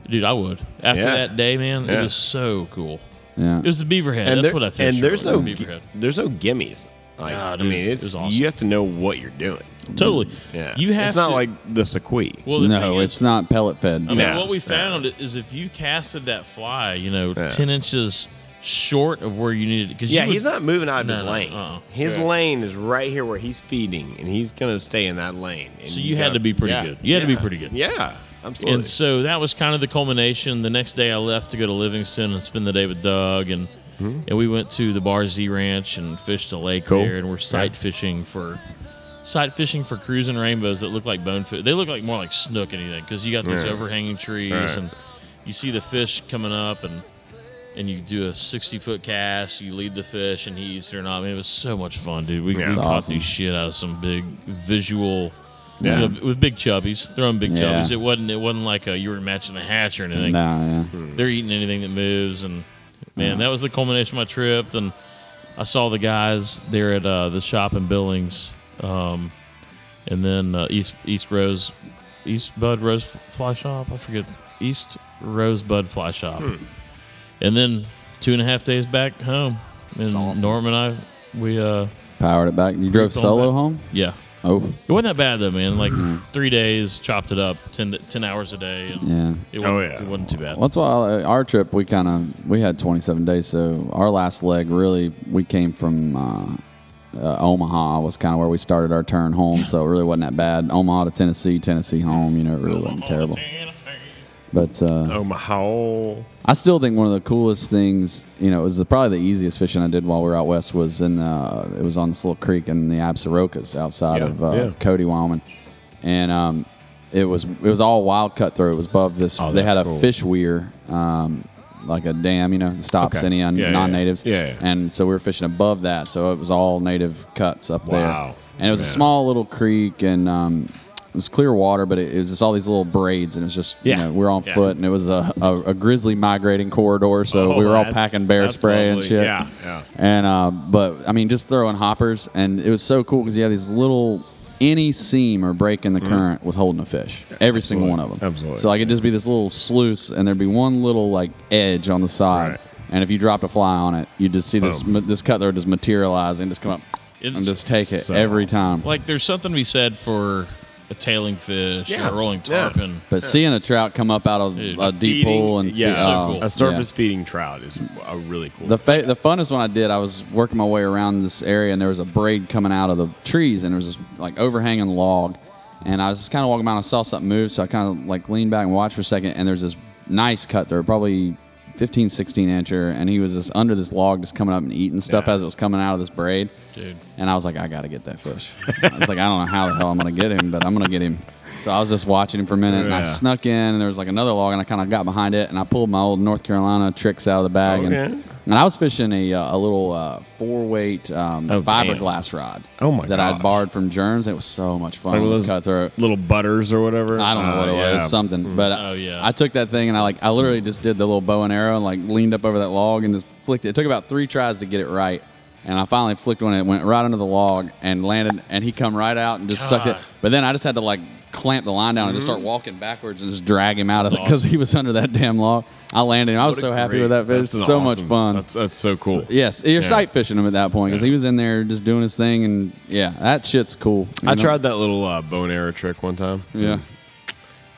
Speaker 1: Dude, I would. After
Speaker 9: Yeah.
Speaker 1: that day, man,
Speaker 9: Yeah.
Speaker 1: it was so cool.
Speaker 2: yeah.
Speaker 1: It was the Beaverhead. That's
Speaker 9: there-
Speaker 1: what I fished.
Speaker 9: And
Speaker 1: for,
Speaker 9: there's
Speaker 1: was
Speaker 9: no
Speaker 1: the
Speaker 9: gi-
Speaker 1: Beaverhead.
Speaker 9: there's no gimmies. Like
Speaker 1: Nah,
Speaker 9: I
Speaker 1: dude,
Speaker 9: mean,
Speaker 1: it
Speaker 9: it's
Speaker 1: was awesome.
Speaker 9: you have to know what you're doing.
Speaker 1: Totally.
Speaker 9: Yeah.
Speaker 1: You have
Speaker 9: It's not
Speaker 1: to-
Speaker 9: like the sequoit.
Speaker 1: Well, the
Speaker 2: No,
Speaker 1: thing
Speaker 2: it's
Speaker 1: is,
Speaker 2: not pellet fed.
Speaker 1: I mean,
Speaker 9: Yeah.
Speaker 1: what we found is if you casted that fly, you know,
Speaker 9: Yeah.
Speaker 1: ten inches short of where you needed it, because
Speaker 9: Yeah, he's not moving out of
Speaker 1: No,
Speaker 9: his
Speaker 1: no,
Speaker 9: lane.
Speaker 1: uh-uh.
Speaker 9: His lane is right here where he's feeding, and he's gonna stay in that lane. And
Speaker 1: So you had to be pretty good. You had to be pretty good.
Speaker 9: Yeah, absolutely.
Speaker 1: And so that was kind of the culmination. The next day, I left to go to Livingston and spend the day with Doug, and and we went to the Bar Z Ranch and fished a lake
Speaker 9: Mm-hmm. Cool.
Speaker 1: there, and we're sight fishing for sight fishing for cruising rainbows that look like bonefish. They look like more like snook anything because you got these
Speaker 9: Yeah.
Speaker 1: overhanging trees,
Speaker 9: Right.
Speaker 1: and you see the fish coming up, and and you do a sixty foot cast. You lead the fish, and he eats it or not. I mean, it was so much fun, dude. We,
Speaker 9: Yeah.
Speaker 1: we
Speaker 9: That's
Speaker 1: caught
Speaker 2: awesome.
Speaker 1: these shit out of some big visual.
Speaker 9: Yeah.
Speaker 1: You know, with big chubbies, throwing big
Speaker 2: Yeah.
Speaker 1: chubbies. It wasn't. It wasn't like uh you were matching the hatch or anything.
Speaker 2: Nah, yeah.
Speaker 1: They're eating anything that moves, and man, that was the culmination of my trip. Then I saw the guys there at uh, the shop in Billings, um, and then uh, East East Rose, East Bud Rose Fly Shop. I forget East Rosebud Fly Shop, and then two and a half days back home, and Norm and I, we uh,
Speaker 2: Powered it back. You drove
Speaker 1: Going
Speaker 2: solo
Speaker 1: back.
Speaker 2: home?
Speaker 1: yeah.
Speaker 2: Oh, Mm-hmm.
Speaker 1: It wasn't that bad though, man. Like three days, chopped it up, 10, 10 hours a day. And
Speaker 2: yeah.
Speaker 1: It
Speaker 9: Oh,
Speaker 1: wasn't-
Speaker 9: yeah.
Speaker 1: it wasn't too bad.
Speaker 2: Well, that's why uh, our trip we kind of we had 27 days. So our last leg really we came from uh, uh, Omaha was kind of where we started our turn home. So it really wasn't that bad. Omaha to Tennessee, Tennessee home. You know, it really wasn't terrible. But uh,
Speaker 11: Oh,
Speaker 9: Omaha.
Speaker 2: I still think one of the coolest things, you know, it was the, probably the easiest fishing I did while we were out west was in uh, it was on this little creek in the Absarokas outside
Speaker 9: Yeah,
Speaker 2: of uh,
Speaker 9: yeah.
Speaker 2: Cody, Wyoming, and um, it was it was all wild cutthroat. It was above this.
Speaker 9: Oh,
Speaker 2: they had a
Speaker 9: that's cool.
Speaker 2: fish weir, um, like a dam, you know, that stops
Speaker 9: Okay.
Speaker 2: any un-
Speaker 9: Yeah, yeah, yeah.
Speaker 2: non-natives.
Speaker 9: Yeah, yeah.
Speaker 2: and so we were fishing above that, so it was all native cuts up there.
Speaker 9: Wow.
Speaker 2: And it was a
Speaker 9: Yeah.
Speaker 2: small little creek, and um, it was clear water, but it, it was just all these little braids, and it was just
Speaker 9: Yeah.
Speaker 2: you know, we were on
Speaker 9: Yeah.
Speaker 2: foot, and it was a, a, a grizzly migrating corridor, so
Speaker 9: Oh,
Speaker 2: we were all
Speaker 9: that's-
Speaker 2: packing bear
Speaker 9: that's
Speaker 2: spray and
Speaker 9: lovely.
Speaker 2: shit.
Speaker 9: Yeah, yeah.
Speaker 2: And uh, but I mean, just throwing hoppers, and it was so cool because you had these little any seam or break in the current was holding a fish, every single one of them.
Speaker 9: Mm. absolutely.
Speaker 2: So like it'd just be this little sluice, and there'd be one little like edge on the side,
Speaker 9: Right.
Speaker 2: and if you dropped a fly on it, you'd just see this
Speaker 9: Boom.
Speaker 2: ma- this cutthroat just materialize and just come up
Speaker 1: It's
Speaker 2: and just take it
Speaker 9: so
Speaker 2: every
Speaker 9: awesome.
Speaker 2: time.
Speaker 1: Like there's something to be said for a tailing fish
Speaker 9: Yeah.
Speaker 1: or a rolling
Speaker 9: Yeah.
Speaker 1: tarpon.
Speaker 2: But seeing a trout come up out of
Speaker 1: Dude,
Speaker 2: a deep
Speaker 9: Feeding-
Speaker 2: hole and
Speaker 9: yeah,
Speaker 1: so cool.
Speaker 2: oh,
Speaker 9: a surface feeding trout is a really cool.
Speaker 2: The fa- the funnest one I did, I was working my way around this area, and there was a braid coming out of the trees, and there was this like overhanging log, and I was just kind of walking around. I saw something move, so I kind of like leaned back and watched for a second, and there's this nice cutthroat, probably 15, 16 incher, and he was just under this log, just coming up and eating stuff
Speaker 9: Yeah.
Speaker 2: as it was coming out of this braid.
Speaker 1: Dude.
Speaker 2: And I was like, I got to get that fish. I was like, I don't know how the hell I'm going to get him, but I'm going to get him. So I was just watching him for a minute, and I
Speaker 9: Yeah.
Speaker 2: snuck in, and there was like another log, and I kind of got behind it, and I pulled my old North Carolina tricks out of the bag,
Speaker 9: Okay.
Speaker 2: and, and I was fishing a, uh, a little uh, four weight um,
Speaker 1: Oh, damn.
Speaker 2: fiberglass rod.
Speaker 9: Oh, my
Speaker 2: That
Speaker 9: gosh.
Speaker 2: I'd borrowed from Germs. It was so much fun.
Speaker 9: Like
Speaker 2: it was
Speaker 9: those-
Speaker 2: cutthroat.
Speaker 9: Little butters or whatever.
Speaker 2: I don't know what it
Speaker 9: Uh, yeah.
Speaker 2: was, something. But I-
Speaker 1: Oh, yeah.
Speaker 2: I took that thing and I like I literally just did the little bow and arrow and like leaned up over that log and just flicked it. It took about three tries to get it right, and I finally flicked one. And it went right under the log and landed, and he come right out and just sucked it.
Speaker 1: God.
Speaker 2: But then I just had to like clamp the line down and just
Speaker 9: Mm-hmm.
Speaker 2: start walking backwards and just drag him out of it
Speaker 1: That's
Speaker 2: because he was under that damn log. I landed him. I was so happy with that fish.
Speaker 9: That's an
Speaker 2: So much
Speaker 9: awesome-
Speaker 2: fun.
Speaker 9: That's, that's so cool.
Speaker 2: Yes, you're
Speaker 9: Yeah.
Speaker 2: sight fishing him at that point because
Speaker 9: Yeah.
Speaker 2: he was in there just doing his thing, and yeah, that shit's cool. you
Speaker 9: I
Speaker 2: know?
Speaker 9: tried that little uh, bow and arrow trick one time. Mm.
Speaker 2: Yeah.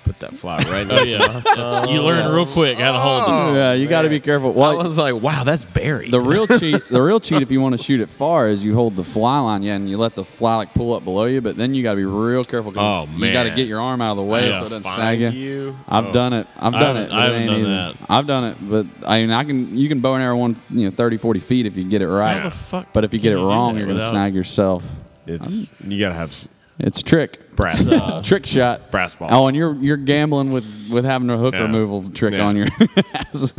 Speaker 9: Put that fly right
Speaker 1: Oh
Speaker 9: now.
Speaker 1: yeah, That's- you learn real quick how to hold it.
Speaker 2: yeah, you got to be careful.
Speaker 9: Oh, I
Speaker 2: Well,
Speaker 9: was like, wow, that's buried.
Speaker 2: The real cheat, the real cheat, if you want to shoot it far, is you hold the fly line, yeah, and you let the fly like pull up below you. But then you got to be real careful. 'cause
Speaker 9: Oh,
Speaker 2: you got to
Speaker 9: man.
Speaker 2: get your arm out of the way
Speaker 1: Yeah,
Speaker 2: so it doesn't
Speaker 9: find
Speaker 2: snag you.
Speaker 9: you.
Speaker 2: I've
Speaker 9: Oh.
Speaker 2: done it. I've
Speaker 1: I
Speaker 2: done
Speaker 1: haven't-
Speaker 2: it.
Speaker 1: I
Speaker 2: It
Speaker 1: haven't
Speaker 2: ain't
Speaker 1: done
Speaker 2: easy.
Speaker 1: that.
Speaker 2: I've done it, but I mean, I can. You can bow and arrow one, you know, 30, 40 feet if you get it right.
Speaker 1: the fuck
Speaker 2: but if you
Speaker 1: can
Speaker 2: get it
Speaker 1: you do
Speaker 2: wrong,
Speaker 1: that
Speaker 2: you're gonna
Speaker 1: without-
Speaker 2: snag yourself.
Speaker 9: it's you gotta have s-
Speaker 2: It's a trick.
Speaker 9: brass. balls.
Speaker 2: Trick shot.
Speaker 9: Brass balls.
Speaker 2: Oh, and you're you're gambling with with having a hook
Speaker 9: Yeah.
Speaker 2: removal trick
Speaker 9: Yeah.
Speaker 2: on your ass.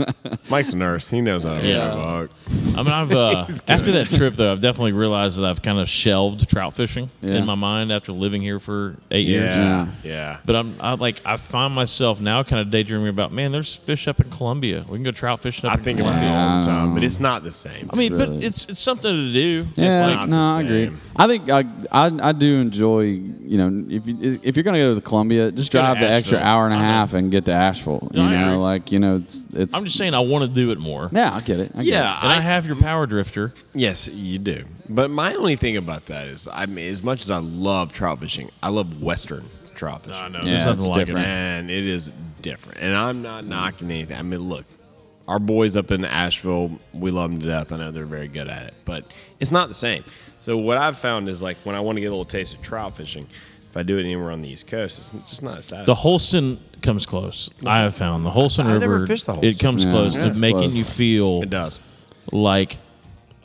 Speaker 9: Mike's a nurse. He knows how to
Speaker 1: Yeah.
Speaker 9: yeah.
Speaker 1: I mean, I've uh, after that trip though, I've definitely realized that I've kind of shelved trout fishing
Speaker 2: Yeah.
Speaker 1: in my mind after living here for eight years.
Speaker 9: Yeah.
Speaker 2: Yeah.
Speaker 9: Yeah.
Speaker 1: But I'm I like I find myself now kind of daydreaming about man, there's fish up in Columbia. We can go trout fishing up
Speaker 9: I
Speaker 1: in
Speaker 9: think about
Speaker 1: Columbia.
Speaker 9: it all the time,
Speaker 2: Wow.
Speaker 9: but it's not the same.
Speaker 1: I mean,
Speaker 2: really-
Speaker 1: but it's it's something to do.
Speaker 2: Yeah,
Speaker 9: It's not
Speaker 2: no,
Speaker 9: the
Speaker 2: I agree.
Speaker 9: same.
Speaker 2: I think I, I I do enjoy. You know, if you if you're gonna go to the Columbia, just
Speaker 1: go to
Speaker 2: drive the extra
Speaker 1: Asheville.
Speaker 2: hour and a
Speaker 1: I know.
Speaker 2: half and get to Asheville. You
Speaker 1: No, I agree.
Speaker 2: know, like you know, it's it's.
Speaker 1: I'm just saying I want to do it more.
Speaker 2: yeah, I get it. I get
Speaker 9: yeah,
Speaker 1: And I,
Speaker 9: I,
Speaker 1: have your power drifter.
Speaker 9: yes, you do. But my only thing about that is, I mean, as much as I love trout fishing, I love Western trout fishing.
Speaker 1: I know.
Speaker 2: Yeah,
Speaker 1: there's nothing
Speaker 2: it's
Speaker 1: like
Speaker 2: different.
Speaker 9: Man, it is different. And I'm not knocking anything. I mean, look, our boys up in Asheville, we love them to death. I know they're very good at it, but it's not the same. So what I've found is like when I want to get a little taste of trout fishing, if I do it anywhere on the East Coast, it's just not as
Speaker 1: it.
Speaker 9: satisfying.
Speaker 1: The Holston comes close. I have found the Holston
Speaker 9: I
Speaker 1: River.
Speaker 9: never fished the
Speaker 1: It
Speaker 9: Holston.
Speaker 1: comes
Speaker 2: Yeah,
Speaker 1: close
Speaker 2: it's
Speaker 1: to making
Speaker 2: close.
Speaker 1: you feel
Speaker 9: it does.
Speaker 1: like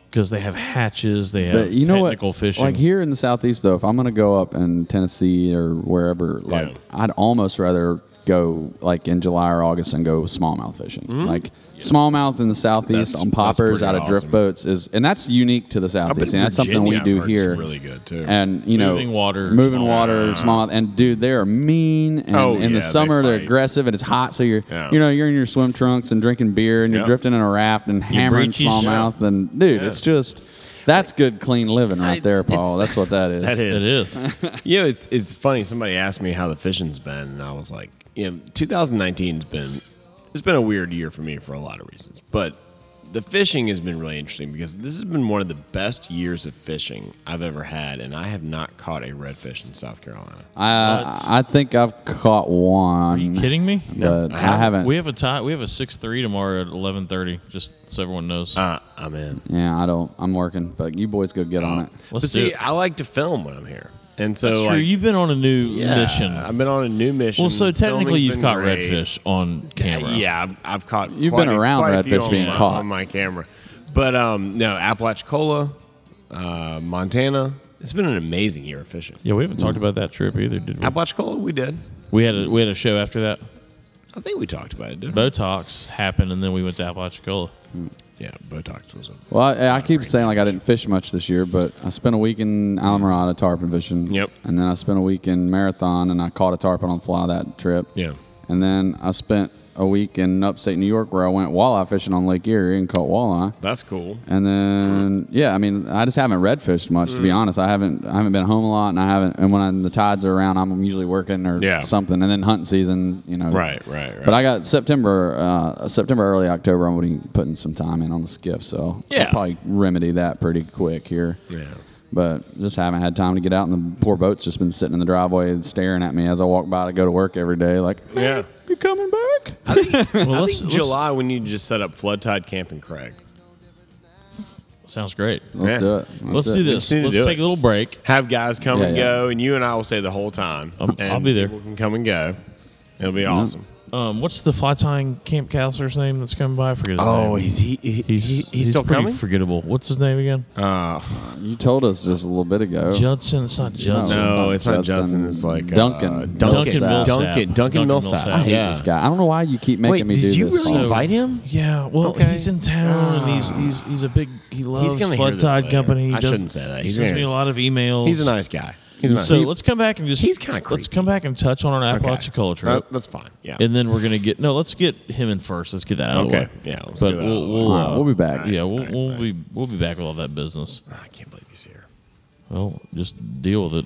Speaker 1: because they have hatches, they have
Speaker 2: But you know
Speaker 1: technical
Speaker 2: what?
Speaker 1: fishing.
Speaker 2: Like here in the southeast, though, if I'm gonna go up in Tennessee or wherever, like
Speaker 9: Yeah.
Speaker 2: I'd almost rather go like in July or August and go smallmouth fishing. Like smallmouth in the southeast
Speaker 9: Mm-hmm. That's-
Speaker 2: on
Speaker 9: that's
Speaker 2: poppers
Speaker 9: pretty
Speaker 2: out of drift
Speaker 9: awesome.
Speaker 2: boats is, and that's unique to the
Speaker 9: Up in
Speaker 2: southeast, and that's something we
Speaker 9: Virginia, I've
Speaker 2: do
Speaker 9: heard it's
Speaker 2: here.
Speaker 9: Really good too.
Speaker 2: and you know
Speaker 1: Moving water,
Speaker 2: moving
Speaker 1: smallmouth.
Speaker 2: water, smallmouth, and dude, they are mean. And
Speaker 9: Oh,
Speaker 2: in
Speaker 9: yeah,
Speaker 2: the
Speaker 9: they
Speaker 2: summer, they are
Speaker 9: fight.
Speaker 2: aggressive and it's hot, so you're
Speaker 9: Yeah.
Speaker 2: you know you're in your swim trunks and drinking beer, and you're
Speaker 9: Yeah.
Speaker 2: drifting in a raft and hammering
Speaker 1: breeches.
Speaker 2: smallmouth, and dude,
Speaker 9: Yeah.
Speaker 2: it's just that's good, clean living right
Speaker 9: It's-
Speaker 2: there,
Speaker 9: it's-
Speaker 2: Paul. That's what that is.
Speaker 9: that
Speaker 1: it
Speaker 9: is.
Speaker 1: is.
Speaker 9: You know, it's it's funny. Somebody asked me how the fishing's been, and I was like, you know, 2019's been it's been a weird year for me for a lot of reasons, but the fishing has been really interesting because this has been one of the best years of fishing I've ever had, and I have not caught a redfish in South Carolina.
Speaker 2: I I think I've caught one.
Speaker 1: Are you kidding me?
Speaker 2: But I haven't.
Speaker 1: We have a tie. We have a six three tomorrow at eleven thirty. Just so everyone knows.
Speaker 9: Uh, I'm in.
Speaker 2: yeah, I don't. I'm working, but you boys go get on it.
Speaker 1: Oh, Let's do
Speaker 9: but see,
Speaker 1: it.
Speaker 9: I like to film when I'm here, and so
Speaker 1: That's true.
Speaker 9: like,
Speaker 1: You've been on a new
Speaker 9: yeah,
Speaker 1: mission.
Speaker 9: I've been on a new mission.
Speaker 1: well, so technically
Speaker 9: Filming's
Speaker 1: you've
Speaker 9: been
Speaker 1: caught
Speaker 9: great.
Speaker 1: redfish on camera.
Speaker 9: Yeah, I've, I've caught.
Speaker 2: You've
Speaker 9: quite
Speaker 2: been
Speaker 9: a-
Speaker 2: around
Speaker 9: quite a few
Speaker 2: redfish
Speaker 9: on
Speaker 2: being
Speaker 9: my-
Speaker 2: caught.
Speaker 9: on my camera, but um, no, Apalachicola, uh, Montana. It's been an amazing year of fishing.
Speaker 1: Yeah, we haven't talked about that trip either, did we?
Speaker 9: Apalachicola, we did.
Speaker 1: We had a we had a show after that.
Speaker 9: I think we talked about it. Didn't we?
Speaker 1: Botox happened, and then we went to Apalachicola.
Speaker 9: Yeah, Botox was. A,
Speaker 2: Well, I, I keep saying like I didn't fish much this year, but I spent a week in Alamorada tarpon fishing.
Speaker 9: Yep.
Speaker 2: And then I spent a week in Marathon, and I caught a tarpon on the fly that trip.
Speaker 9: yeah,
Speaker 2: And then I spent a week in upstate New York where I went walleye fishing on Lake Erie and caught walleye.
Speaker 9: that's cool.
Speaker 2: And then yeah, I mean I just haven't redfished much
Speaker 9: Mm.
Speaker 2: to be honest. I haven't I haven't been home a lot, and I haven't. And when the tides are around, I'm usually working or
Speaker 9: Yeah.
Speaker 2: something. And then hunting season, you know.
Speaker 9: Right, right, right.
Speaker 2: But I got September, uh, September, early October. I'm going to be putting some time in on the skiff, so
Speaker 9: Yeah.
Speaker 2: I'll probably remedy that pretty quick here.
Speaker 9: yeah,
Speaker 2: But just haven't had time to get out, and the poor boat's just been sitting in the driveway and staring at me as I walk by to go to work every day. Like,
Speaker 9: yeah.
Speaker 2: you coming back?
Speaker 1: Well,
Speaker 9: I
Speaker 1: let's,
Speaker 9: think July we need to just set up flood tide camp in Craig.
Speaker 1: let's- sounds great.
Speaker 2: Let's
Speaker 9: Yeah.
Speaker 2: do it.
Speaker 1: Let's
Speaker 2: it.
Speaker 1: do this.
Speaker 9: We need to
Speaker 1: Let's
Speaker 9: do
Speaker 1: take
Speaker 9: it.
Speaker 1: a little break.
Speaker 9: Have guys come
Speaker 2: Yeah,
Speaker 9: and
Speaker 2: yeah.
Speaker 9: go, and you and I will say the whole time.
Speaker 1: Um,
Speaker 9: and
Speaker 1: I'll be there.
Speaker 9: People can come and go. It'll
Speaker 2: Mm-hmm.
Speaker 9: be awesome.
Speaker 1: Um, what's the fly tying camp counselor's name that's coming by? I forget his name.
Speaker 9: Oh, he's he, he-
Speaker 1: he's,
Speaker 9: he- he's still
Speaker 1: pretty
Speaker 9: coming.
Speaker 1: Forgettable. What's his name again?
Speaker 9: Uh,
Speaker 2: You told us just a little bit ago.
Speaker 1: Judson. It's not Judson.
Speaker 9: no, it's
Speaker 2: Judson.
Speaker 9: not Judson. It's like uh,
Speaker 2: Duncan.
Speaker 9: Duncan.
Speaker 1: Duncan Millsap.
Speaker 9: Duncan. Duncan
Speaker 1: Duncan
Speaker 9: Millsap.
Speaker 1: Millsap.
Speaker 9: Yeah.
Speaker 2: This guy. I don't know why you keep making
Speaker 9: Wait,
Speaker 2: me
Speaker 9: did
Speaker 2: do
Speaker 9: you
Speaker 2: this.
Speaker 9: really
Speaker 2: Paul.
Speaker 9: invite him?
Speaker 1: Yeah, well,
Speaker 9: Okay. Ah.
Speaker 1: he's in town and he's he's he's a big he loves
Speaker 9: gonna hear
Speaker 1: Flood
Speaker 9: this
Speaker 1: Tide
Speaker 9: later.
Speaker 1: Company. He
Speaker 9: I
Speaker 1: does-
Speaker 9: shouldn't say that. He's
Speaker 1: he
Speaker 9: gonna
Speaker 1: sends me
Speaker 9: hear
Speaker 1: a
Speaker 9: this.
Speaker 1: lot of emails.
Speaker 9: He's a nice guy. He's a nice.
Speaker 1: So
Speaker 9: guy.
Speaker 1: let's come back and just
Speaker 9: He's kinda
Speaker 1: let's
Speaker 9: creepy.
Speaker 1: come back and touch on our
Speaker 9: Okay.
Speaker 1: Appalachia culture,
Speaker 9: Uh, that's fine. Yeah.
Speaker 1: and then we're gonna get no. Let's get him in first. Let's get that out of the
Speaker 9: Okay.
Speaker 1: way.
Speaker 9: Yeah, let's
Speaker 1: but
Speaker 9: get that out
Speaker 1: we'll
Speaker 9: of the
Speaker 1: we'll,
Speaker 2: way. All right,
Speaker 1: uh,
Speaker 2: we'll be back.
Speaker 1: Yeah, we'll,
Speaker 9: right,
Speaker 1: we'll
Speaker 9: right. Ah,
Speaker 1: be we'll be back with all that business.
Speaker 9: I can't believe he's here.
Speaker 1: Well, just deal with it.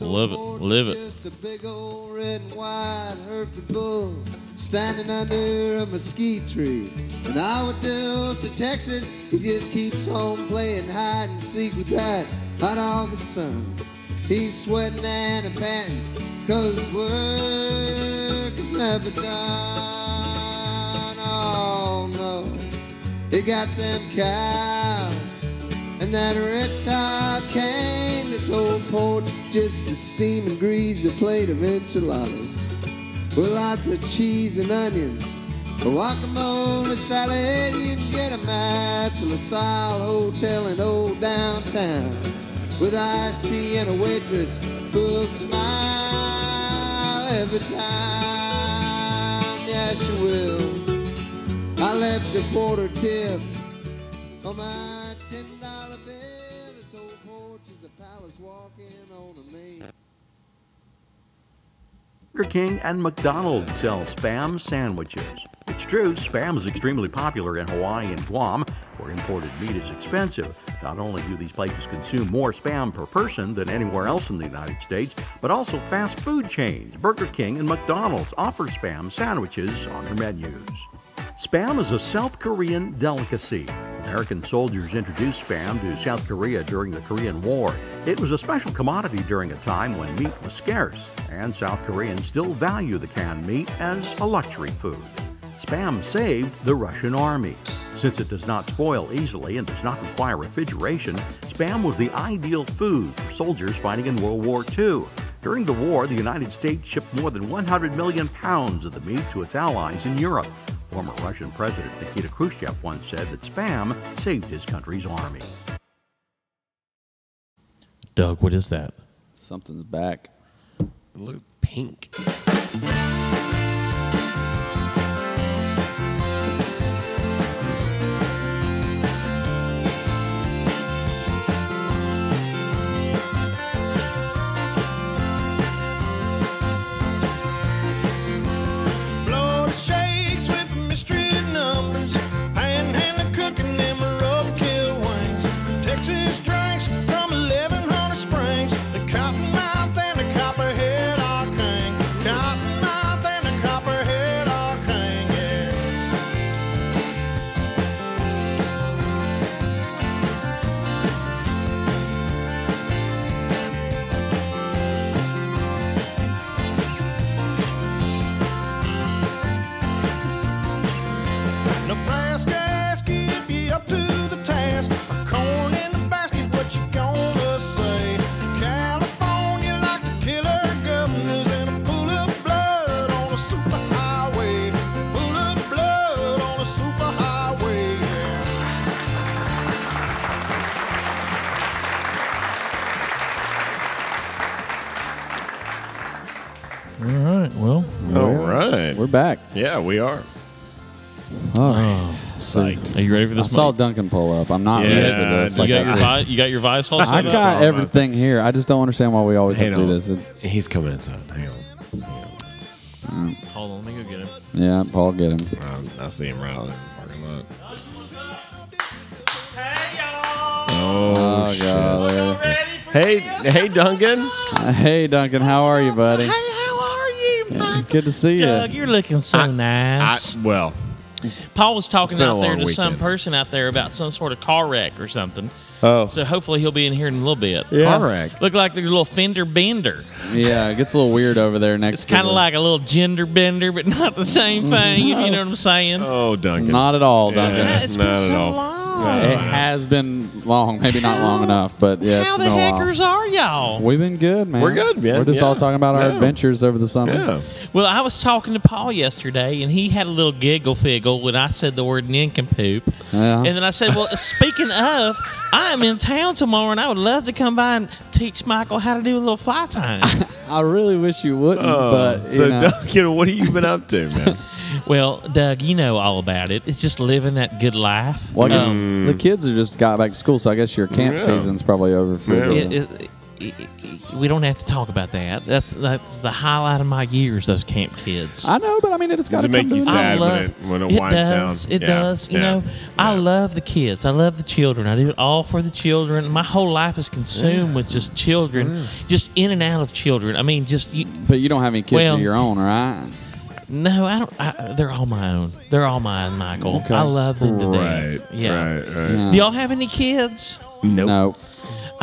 Speaker 1: Love it. Live it.
Speaker 7: Just a big old red and white herpy bull standing under a mesquite tree. And I would do to Texas, he just keeps home playing hide and seek with that hot August sun. He's sweating and a panting, cause work is never done. Oh no, he got them cows. And that red top cane, this whole porch just to steam and grease a plate of enchiladas with lots of cheese and onions. A guacamole salad, you can get 'em at the LaSalle Hotel in old downtown with iced tea and a waitress who'll smile every time. Yeah, she will. I left a quarter tip. On my ten dollar bill, this old porch is a palace walking on a main.
Speaker 10: Burger King and McDonald's sell spam sandwiches. It's true, spam is extremely popular in Hawaii and Guam, where imported meat is expensive. Not only do these places consume more spam per person than anywhere else in the United States, but also fast food chains, Burger King and McDonald's, offer spam sandwiches on their menus. Spam is a South Korean delicacy. American soldiers introduced spam to South Korea during the Korean War. It was a special commodity during a time when meat was scarce, and South Koreans still value the canned meat as a luxury food. Spam saved the Russian army. Since it does not spoil easily and does not require refrigeration, spam was the ideal food for soldiers fighting in World War II. During the war, the United States shipped more than 100 million pounds of the meat to its allies in Europe. Former Russian President Nikita Khrushchev once said that spam saved his country's army.
Speaker 1: Doug, what is that?
Speaker 2: Something's back.
Speaker 9: Look pink.
Speaker 7: Blow the shakes with mystery numbers. Panhandle cooking them roadkill wings. Texas drinks from 1100 Springs. The cottonmouth and the copperhead are king. Cottonmouth and the copperhead are king, yeah. Nebraska skip you up to the task. A corn in the basket, what you gonna say? California like the killer governors and a pool of blood on a superhighway. Pool of blood on a superhighway.
Speaker 1: All right. Well,
Speaker 9: All right.
Speaker 2: We're back.
Speaker 9: Yeah, we are.
Speaker 2: All right.
Speaker 1: Oh, are you ready for
Speaker 2: I
Speaker 1: this?
Speaker 2: saw
Speaker 1: Mike?
Speaker 2: Duncan pull up. I'm not
Speaker 9: Yeah,
Speaker 2: ready for this. Ah,
Speaker 9: I
Speaker 1: You
Speaker 2: Like,
Speaker 1: got your
Speaker 2: I,
Speaker 1: vi- you got your vice all
Speaker 2: I
Speaker 1: set up?
Speaker 2: got everything here. I just don't understand why we always have to do this. It-
Speaker 9: He's coming inside. Hang on. Hang on.
Speaker 1: Hold on, let me go get him.
Speaker 2: yeah, Paul, get him.
Speaker 9: Um, I see him right out in the parking lot. Oh,
Speaker 2: Oh,
Speaker 9: shit.
Speaker 2: God.
Speaker 9: Hey, hey, Duncan.
Speaker 2: Uh, Hey, Duncan. How are you, buddy? Good to see you.
Speaker 1: Doug, you're looking so
Speaker 9: I,
Speaker 1: nice.
Speaker 9: well,
Speaker 1: Paul was
Speaker 9: It's
Speaker 1: talking
Speaker 9: been a
Speaker 1: out there to
Speaker 9: long
Speaker 1: some
Speaker 9: weekend.
Speaker 1: person out there about some sort of car wreck or something.
Speaker 9: Oh.
Speaker 1: So hopefully he'll be in here in a little bit.
Speaker 2: Yeah.
Speaker 9: car wreck.
Speaker 1: Look like there's a little fender bender.
Speaker 2: Yeah, it gets a little weird over there next
Speaker 1: It's
Speaker 2: to
Speaker 1: kind of
Speaker 2: the-
Speaker 1: like a little gender bender, but
Speaker 2: Mm-hmm.
Speaker 1: not the same thing. If you know what I'm saying?
Speaker 9: Oh, Duncan.
Speaker 2: Not at all, Duncan.
Speaker 1: Yeah, it's
Speaker 9: not
Speaker 1: been
Speaker 9: at
Speaker 1: so
Speaker 9: all.
Speaker 1: long.
Speaker 2: It has been long, maybe not long enough, but yeah,
Speaker 1: How
Speaker 2: it's
Speaker 1: the
Speaker 9: uh,
Speaker 2: been a while.
Speaker 1: heckers are y'all?
Speaker 2: We've been good, man.
Speaker 9: We're good, man.
Speaker 2: We're just
Speaker 9: Yeah.
Speaker 2: all talking about our
Speaker 9: Yeah.
Speaker 2: adventures over the summer.
Speaker 9: Yeah.
Speaker 1: Well, I was talking to Paul yesterday, and he had a little giggle figgle when I said the word nincompoop.
Speaker 2: Yeah.
Speaker 1: And then I said, "Well, speaking of, I am in town tomorrow, and I would love to come by and teach Michael how to do a little fly time."
Speaker 2: I really wish you wouldn't, but you
Speaker 9: Oh, so,
Speaker 2: know,
Speaker 9: Doug, you know, what have you been up to, man?
Speaker 1: well, Doug, you know all about it. It's just living that good life.
Speaker 2: well, I guess
Speaker 1: Um,
Speaker 9: Mm.
Speaker 2: the kids are just got back to school, so I guess your camp
Speaker 9: Yeah.
Speaker 2: season's probably over for
Speaker 9: Yeah.
Speaker 2: the-
Speaker 1: it- it- it- it- we don't have to talk about that. That's that's the highlight of my years. Those camp kids.
Speaker 2: I know, but I mean, it's got
Speaker 9: Does
Speaker 2: to
Speaker 9: it make
Speaker 2: come to
Speaker 9: you
Speaker 2: an
Speaker 9: sad?
Speaker 2: end.
Speaker 9: when
Speaker 1: I love,
Speaker 9: it- when it winds
Speaker 1: does,
Speaker 9: down.
Speaker 1: It
Speaker 9: Yeah,
Speaker 1: does. You
Speaker 9: yeah,
Speaker 1: know, I
Speaker 9: yeah.
Speaker 1: love the kids. I love the children. I do it all for the children. My whole life is consumed with just children,
Speaker 9: Mm.
Speaker 1: just in and out of children. I mean, just you,
Speaker 2: But you don't have any kids
Speaker 1: Well-
Speaker 2: of your own, right?
Speaker 1: no. I don't. I, they're all my own. They're all mine, Michael.
Speaker 2: Okay.
Speaker 1: I love them to
Speaker 9: Right.
Speaker 1: death. Yeah.
Speaker 9: Right. Right.
Speaker 1: Do y'all have any kids?
Speaker 9: Nope.
Speaker 2: No,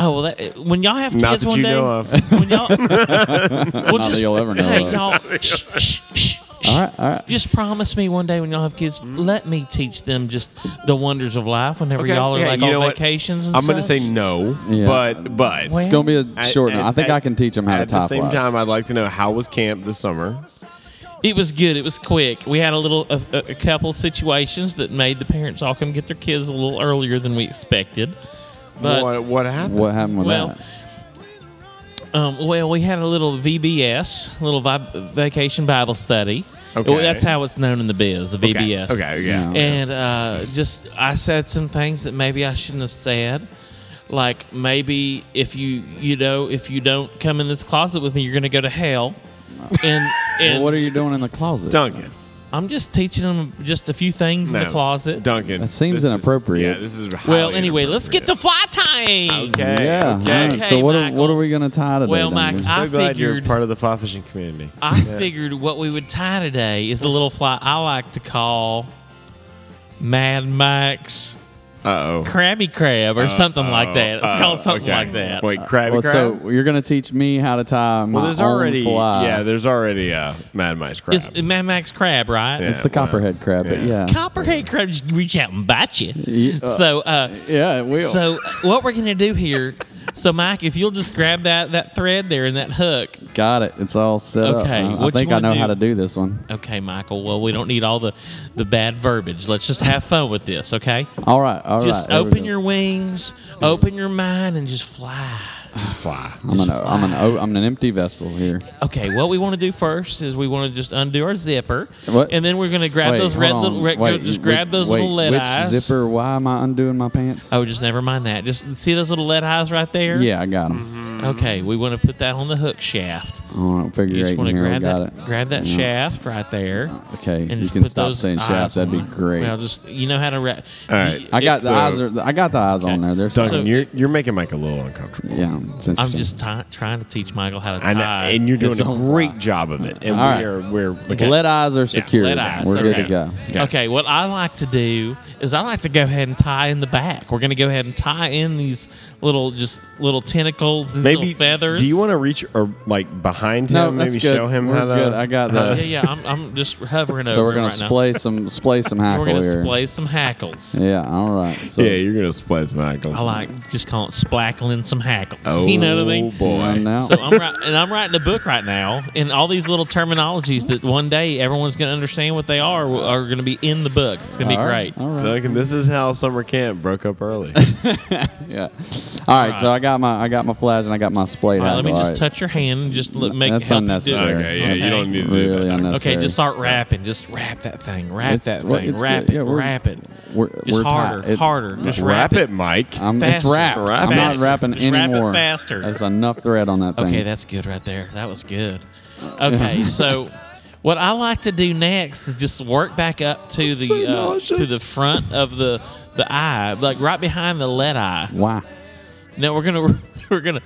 Speaker 1: Oh well, that, when y'all have kids
Speaker 9: Not that
Speaker 1: one
Speaker 9: you
Speaker 1: day,
Speaker 9: know of.
Speaker 1: when y'all, we'll
Speaker 2: that
Speaker 1: just,
Speaker 2: you'll ever know
Speaker 1: hey
Speaker 2: of.
Speaker 1: y'all, shh, shh, shh, shh.
Speaker 2: All right, all right.
Speaker 1: Just promise me one day when y'all have kids, let me teach them just the wonders of life. Whenever
Speaker 9: Mm-hmm. Okay,
Speaker 1: y'all are
Speaker 9: yeah,
Speaker 1: like
Speaker 9: you know
Speaker 1: on
Speaker 9: what?
Speaker 1: vacations, and
Speaker 9: I'm going to
Speaker 1: such.
Speaker 9: say no,
Speaker 2: Yeah.
Speaker 9: but but
Speaker 1: Well,
Speaker 2: it's gonna be a short. one. I think I can teach them how to
Speaker 9: At the
Speaker 2: top
Speaker 9: same
Speaker 2: lock.
Speaker 9: time, I'd like to know how was camp this summer.
Speaker 1: it was good. It was quick. We had a little, a, a- a couple situations that made the parents all come get their kids a little earlier than we expected. But
Speaker 9: what what happened?
Speaker 2: What happened with
Speaker 1: Well,
Speaker 2: that?
Speaker 1: Um, well, we had a little VBS, little vi- vacation Bible study.
Speaker 9: Okay.
Speaker 1: Well, that's how it's known in the biz, the
Speaker 9: Okay.
Speaker 1: VBS.
Speaker 9: Okay. Yeah.
Speaker 1: And uh, just I said some things that maybe I shouldn't have said, like maybe if you you know if you don't come in this closet with me, you're gonna go to hell. And and
Speaker 2: Well, what are you doing in the closet?
Speaker 9: Duncan.
Speaker 1: I'm just teaching them just a few things in
Speaker 9: No.
Speaker 1: the closet.
Speaker 9: Duncan.
Speaker 2: That seems
Speaker 9: this is-
Speaker 2: inappropriate.
Speaker 9: yeah. This is highly
Speaker 1: well, anyway, let's get to fly time.
Speaker 9: inappropriate. Okay.
Speaker 2: Yeah.
Speaker 9: Okay.
Speaker 2: all right.
Speaker 1: Okay,
Speaker 2: so what are,
Speaker 1: Michael.
Speaker 2: what are we gonna tie today?
Speaker 1: Well, Mike,
Speaker 2: Duncan?
Speaker 1: I-
Speaker 9: So glad you're
Speaker 1: figured-
Speaker 9: part of the fly fishing community.
Speaker 1: I figured what we would tie today is a little fly I like to call Mad Max
Speaker 9: Uh oh.
Speaker 1: Krabby Crab or something like that. It's called something like that.
Speaker 9: uh, Wait, crabby
Speaker 2: well,
Speaker 9: crab.
Speaker 2: so you're gonna teach me how to tie my
Speaker 9: well, there's
Speaker 2: own
Speaker 9: already
Speaker 2: fly.
Speaker 9: yeah. There's already uh, Mad Mice crab.
Speaker 1: It's Mad Max Crab, right?
Speaker 9: Yeah.
Speaker 2: it's the copperhead crab, but
Speaker 9: Yeah.
Speaker 2: yeah.
Speaker 1: Copperhead Crab just reach out and bite you. so, uh,
Speaker 2: yeah, it will.
Speaker 1: so what we're gonna do here? So, Mike, if you'll just grab that that thread there and that hook.
Speaker 2: Got it. It's all set up.
Speaker 1: Okay,
Speaker 2: I- I,
Speaker 1: what you
Speaker 2: think I
Speaker 1: wanna
Speaker 2: know
Speaker 1: do-
Speaker 2: how to do this one.
Speaker 1: Okay, Michael. Well, we don't need all the the bad verbiage. Let's just have fun with this. Okay.
Speaker 2: All right, all right.
Speaker 1: just
Speaker 2: there we
Speaker 1: open
Speaker 2: go.
Speaker 1: your wings, open your mind, and Oh, just fly.
Speaker 9: Just fly.
Speaker 2: I'm an I'm an o- I'm an empty vessel here.
Speaker 1: Okay, what we want to do first is we want to just undo our zipper,
Speaker 2: What?
Speaker 1: and then we're going to grab
Speaker 2: Wait,
Speaker 1: those
Speaker 2: hold
Speaker 1: red
Speaker 2: on.
Speaker 1: little, re- go-
Speaker 2: Wait,
Speaker 1: just
Speaker 2: wh-
Speaker 1: grab those
Speaker 2: wait,
Speaker 1: little lead
Speaker 2: which
Speaker 1: eyes.
Speaker 2: zipper? Why am I undoing my pants?
Speaker 1: Oh, just never mind that. Just see those little lead eyes right there.
Speaker 2: yeah, I got them.
Speaker 9: Mm-hmm.
Speaker 1: Okay, we want to put that on the hook shaft.
Speaker 2: All right, figure
Speaker 1: You just
Speaker 2: eight
Speaker 1: want to
Speaker 2: here.
Speaker 1: grab
Speaker 2: we got
Speaker 1: that,
Speaker 2: it.
Speaker 1: grab that
Speaker 2: Yeah. Uh,
Speaker 1: shaft right there.
Speaker 2: Okay,
Speaker 1: and
Speaker 2: you
Speaker 1: just
Speaker 2: can
Speaker 1: put
Speaker 2: stop
Speaker 1: those
Speaker 2: saying shafts.
Speaker 1: eyes
Speaker 2: That'd be
Speaker 1: on it.
Speaker 2: great.
Speaker 1: Well, just you know how to wrap.
Speaker 9: All right.
Speaker 2: I got
Speaker 9: It's,
Speaker 2: the
Speaker 9: uh,
Speaker 2: eyes. Are, I got the eyes on there. There's
Speaker 9: Duncan,
Speaker 1: So-
Speaker 9: you're you're making Mike a little uncomfortable.
Speaker 2: yeah. It's interesting.
Speaker 1: I'm just ty- trying to teach Michael how to tie.
Speaker 9: I know, and you're doing
Speaker 2: It's
Speaker 9: a
Speaker 2: on
Speaker 9: great
Speaker 2: fly.
Speaker 9: job of it. And
Speaker 2: All right.
Speaker 9: we're we're
Speaker 2: The Lead eyes are secure.
Speaker 1: lead eyes,
Speaker 2: We're good
Speaker 1: okay.
Speaker 2: to go.
Speaker 1: Okay. what I like to do is I like to go ahead and tie in the back. We're going to go ahead and tie in these little just little tentacles, these
Speaker 9: Maybe
Speaker 1: little feathers.
Speaker 9: Do you want to reach or like behind him?
Speaker 2: No,
Speaker 9: maybe
Speaker 2: that's good.
Speaker 9: show him
Speaker 2: We're
Speaker 9: how to.
Speaker 2: good. I got
Speaker 9: how to-
Speaker 1: Yeah,
Speaker 2: this.
Speaker 1: yeah. I'm, I'm just hovering over.
Speaker 2: So we're
Speaker 1: him
Speaker 2: gonna
Speaker 1: right now.
Speaker 2: splay some splay some
Speaker 1: We're
Speaker 2: hackle
Speaker 1: going to
Speaker 2: here.
Speaker 1: splay some hackles.
Speaker 2: Yeah. All right. So
Speaker 9: Yeah, you're gonna splice Michael.
Speaker 1: I like just call it splackling some hackles.
Speaker 9: Oh
Speaker 1: you know what I mean?
Speaker 9: boy.
Speaker 2: I'm out.
Speaker 1: So I'm right, and I'm writing a book right now, and all these little terminologies that one day everyone's going to understand what they are are going to be in the book. It's going to be
Speaker 2: All
Speaker 1: great.
Speaker 2: right, All right.
Speaker 9: Duncan, this is how summer camp broke up early.
Speaker 2: Yeah. All right. So I got my I got my flash and I got my splay
Speaker 1: All right,
Speaker 2: hackle.
Speaker 1: let me
Speaker 2: all
Speaker 1: just
Speaker 2: right.
Speaker 1: touch your hand and just l- make
Speaker 2: That's
Speaker 1: help you do it.
Speaker 2: unnecessary.
Speaker 9: Okay, yeah, you don't need to do
Speaker 2: really
Speaker 9: that.
Speaker 2: Unnecessary.
Speaker 1: Okay, just start wrapping. Just wrap that thing. Wrap
Speaker 2: It's-
Speaker 1: that
Speaker 2: well,
Speaker 1: thing.
Speaker 2: it's
Speaker 1: Wrap
Speaker 2: good.
Speaker 1: it.
Speaker 2: Yeah, we're-
Speaker 1: wrap it.
Speaker 2: We're,
Speaker 1: Just
Speaker 2: we're
Speaker 1: harder.
Speaker 2: tight. It-
Speaker 1: harder. Just wrap,
Speaker 9: Wrap it, Mike.
Speaker 2: I'm, it's
Speaker 1: Faster.
Speaker 2: wrapped.
Speaker 9: Wrap
Speaker 2: I'm
Speaker 9: it.
Speaker 2: not wrapping
Speaker 1: Just wrap it
Speaker 2: anymore.
Speaker 1: faster.
Speaker 2: That's enough thread on that thing.
Speaker 1: Okay, that's good right there. That was good. Okay, so what I like to do next is just work back up to the uh, to the front of the the eye, like right behind the lead eye.
Speaker 2: Wow.
Speaker 1: Now we're gonna we're gonna.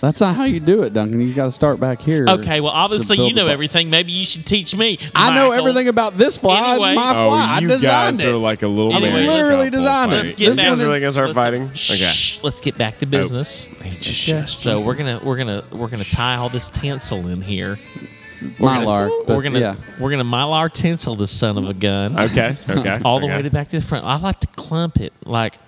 Speaker 2: That's not how you do it, Duncan. You got to start back here.
Speaker 1: Okay, well obviously
Speaker 2: build
Speaker 1: you know
Speaker 2: the-
Speaker 1: everything. Maybe you should teach me.
Speaker 2: I know
Speaker 1: Michael.
Speaker 2: everything about this fly.
Speaker 1: Anyway-
Speaker 2: it's my
Speaker 9: Oh,
Speaker 2: fly. I
Speaker 9: you
Speaker 2: designed
Speaker 9: guys
Speaker 2: it.
Speaker 9: are like a little.
Speaker 1: You
Speaker 9: married
Speaker 2: literally
Speaker 9: couple
Speaker 2: designed it.
Speaker 9: fighting.
Speaker 1: Let's get
Speaker 9: this
Speaker 1: back.
Speaker 9: guy's really gonna start
Speaker 1: let's-
Speaker 9: fighting.
Speaker 1: Shh, Let's get back to business.
Speaker 9: Okay. Oh, He just
Speaker 1: So we're gonna we're gonna we're gonna tie all this tinsel in here.
Speaker 2: Mylar. but
Speaker 1: we're gonna
Speaker 2: yeah.
Speaker 1: we're gonna mylar tinsel this son of a gun.
Speaker 9: Okay. Okay.
Speaker 1: all the
Speaker 9: okay.
Speaker 1: way to back to the front. I like to clump it. Like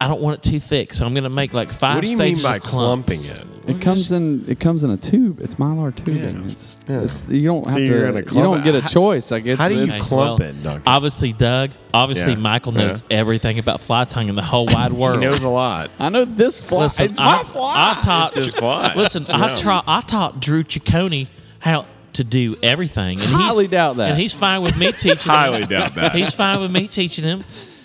Speaker 1: I don't want it too thick, so I'm gonna make like five.
Speaker 9: What do you
Speaker 1: stages
Speaker 9: mean by
Speaker 1: of clumps.
Speaker 9: clumping it?
Speaker 2: It comes in. It comes in a tube. It's mylar tubing. It's, it's you don't have
Speaker 9: you're
Speaker 2: to.
Speaker 9: gonna
Speaker 2: You
Speaker 9: clump
Speaker 2: don't
Speaker 9: it.
Speaker 2: get a
Speaker 9: How-
Speaker 2: choice. Like it's,
Speaker 9: how do you
Speaker 2: it's-
Speaker 1: Okay,
Speaker 9: clump
Speaker 1: well,
Speaker 9: it, Duncan?
Speaker 1: Obviously, Doug. Obviously,
Speaker 9: Yeah.
Speaker 1: Michael knows everything about fly tying in the whole wide
Speaker 9: He
Speaker 1: world.
Speaker 9: knows a lot.
Speaker 2: I know this fly.
Speaker 1: Listen,
Speaker 2: it's my
Speaker 1: I,
Speaker 2: fly.
Speaker 1: I taught.
Speaker 9: It's his fly.
Speaker 1: Listen, I
Speaker 9: Yeah.
Speaker 1: taught. I taught Drew Ciccone how to do everything, and
Speaker 2: Highly
Speaker 1: he's,
Speaker 2: doubt that.
Speaker 1: And he's fine with me teaching.
Speaker 9: Highly
Speaker 1: him.
Speaker 9: doubt that.
Speaker 1: He's fine with me teaching him.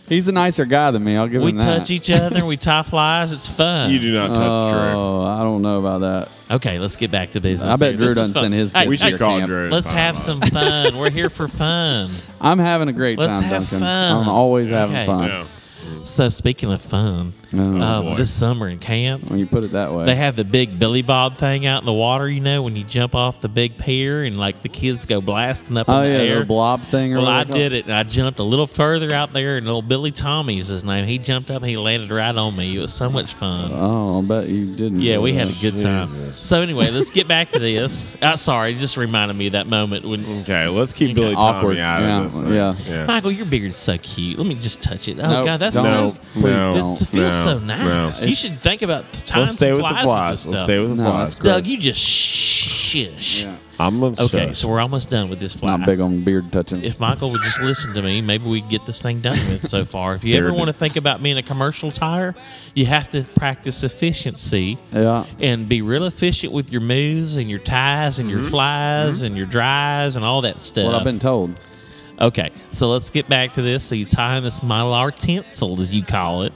Speaker 2: He's a nicer guy than me. I'll give
Speaker 1: We
Speaker 2: him that.
Speaker 1: touch each other. and We tie flies. It's fun.
Speaker 9: You do not touch Drew.
Speaker 2: Oh, I don't know about that.
Speaker 1: Okay, let's get back to business.
Speaker 2: I bet
Speaker 1: here.
Speaker 2: Drew
Speaker 1: This is
Speaker 2: doesn't
Speaker 1: fun.
Speaker 2: send his
Speaker 1: Hey,
Speaker 2: kids
Speaker 9: We
Speaker 2: to
Speaker 9: should
Speaker 2: your
Speaker 9: call
Speaker 2: camp.
Speaker 9: Drew.
Speaker 1: Let's
Speaker 9: Fine,
Speaker 1: have
Speaker 9: fine.
Speaker 1: some fun. We're here for fun.
Speaker 2: I'm having a great
Speaker 1: Let's
Speaker 2: time,
Speaker 1: have
Speaker 2: Duncan.
Speaker 1: fun.
Speaker 2: I'm always having
Speaker 1: Okay.
Speaker 2: fun.
Speaker 9: Yeah.
Speaker 1: So uh, speaking of fun, um,
Speaker 9: Oh, boy.
Speaker 1: this summer in camp,
Speaker 2: When Oh, you put it that way.
Speaker 1: they have the big Billy Bob thing out in the water. You know, when you jump off the big pier and like the kids go blasting up
Speaker 2: oh
Speaker 1: in the
Speaker 2: yeah,
Speaker 1: air.
Speaker 2: the blob thing. Or
Speaker 1: well, I
Speaker 2: whatever
Speaker 1: did it, and I jumped a little further out there, and little Billy Tommy is his name. He jumped up, and he landed right on me. It was so much fun.
Speaker 2: Oh, I bet you didn't.
Speaker 1: Yeah,
Speaker 2: do
Speaker 1: we
Speaker 2: that.
Speaker 1: had a good time. So anyway, let's get back to this. Uh, sorry, it just reminded me of that moment when
Speaker 9: Okay, let's keep Billy
Speaker 2: Awkward.
Speaker 9: Tommy out
Speaker 2: Yeah,
Speaker 9: of this. thing.
Speaker 2: yeah.
Speaker 1: Michael, your beard's so cute. Let me just touch it. Oh
Speaker 2: No,
Speaker 1: God, that's
Speaker 2: don't.
Speaker 9: No,
Speaker 1: so.
Speaker 2: Please
Speaker 9: no,
Speaker 1: This
Speaker 2: don't.
Speaker 1: feels
Speaker 9: no,
Speaker 1: so nice.
Speaker 9: no.
Speaker 1: You should think about the time
Speaker 9: Let's stay with the
Speaker 1: flies.
Speaker 9: flies. Let's stay with the
Speaker 2: No,
Speaker 9: flies.
Speaker 2: it's
Speaker 1: Doug, you just shush.
Speaker 2: Yeah.
Speaker 9: I'm gonna
Speaker 1: Okay,
Speaker 9: shush.
Speaker 1: so we're almost done with this fly.
Speaker 2: Not big on beard touching.
Speaker 1: If Michael would just listen to me, maybe we'd get this thing done with so far. If you ever
Speaker 9: Bearded.
Speaker 1: want to think about being a commercial tire, you have to practice efficiency
Speaker 2: yeah.
Speaker 1: and be real efficient with your moves and your ties and your flies and your drives and all that stuff.
Speaker 2: Mm-hmm. What I've been told.
Speaker 1: Okay, so let's get back to this. So you tie in this mylar tinsel, as you call it,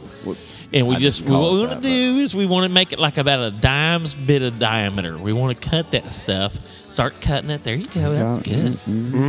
Speaker 1: and we
Speaker 2: I
Speaker 1: just
Speaker 2: didn't
Speaker 1: what
Speaker 2: call
Speaker 1: we
Speaker 2: it
Speaker 1: want to
Speaker 2: that,
Speaker 1: do is we want to make it like about a dime's bit of diameter. We want to cut that stuff. Start cutting it. There you go. That's
Speaker 2: Yeah,
Speaker 1: good.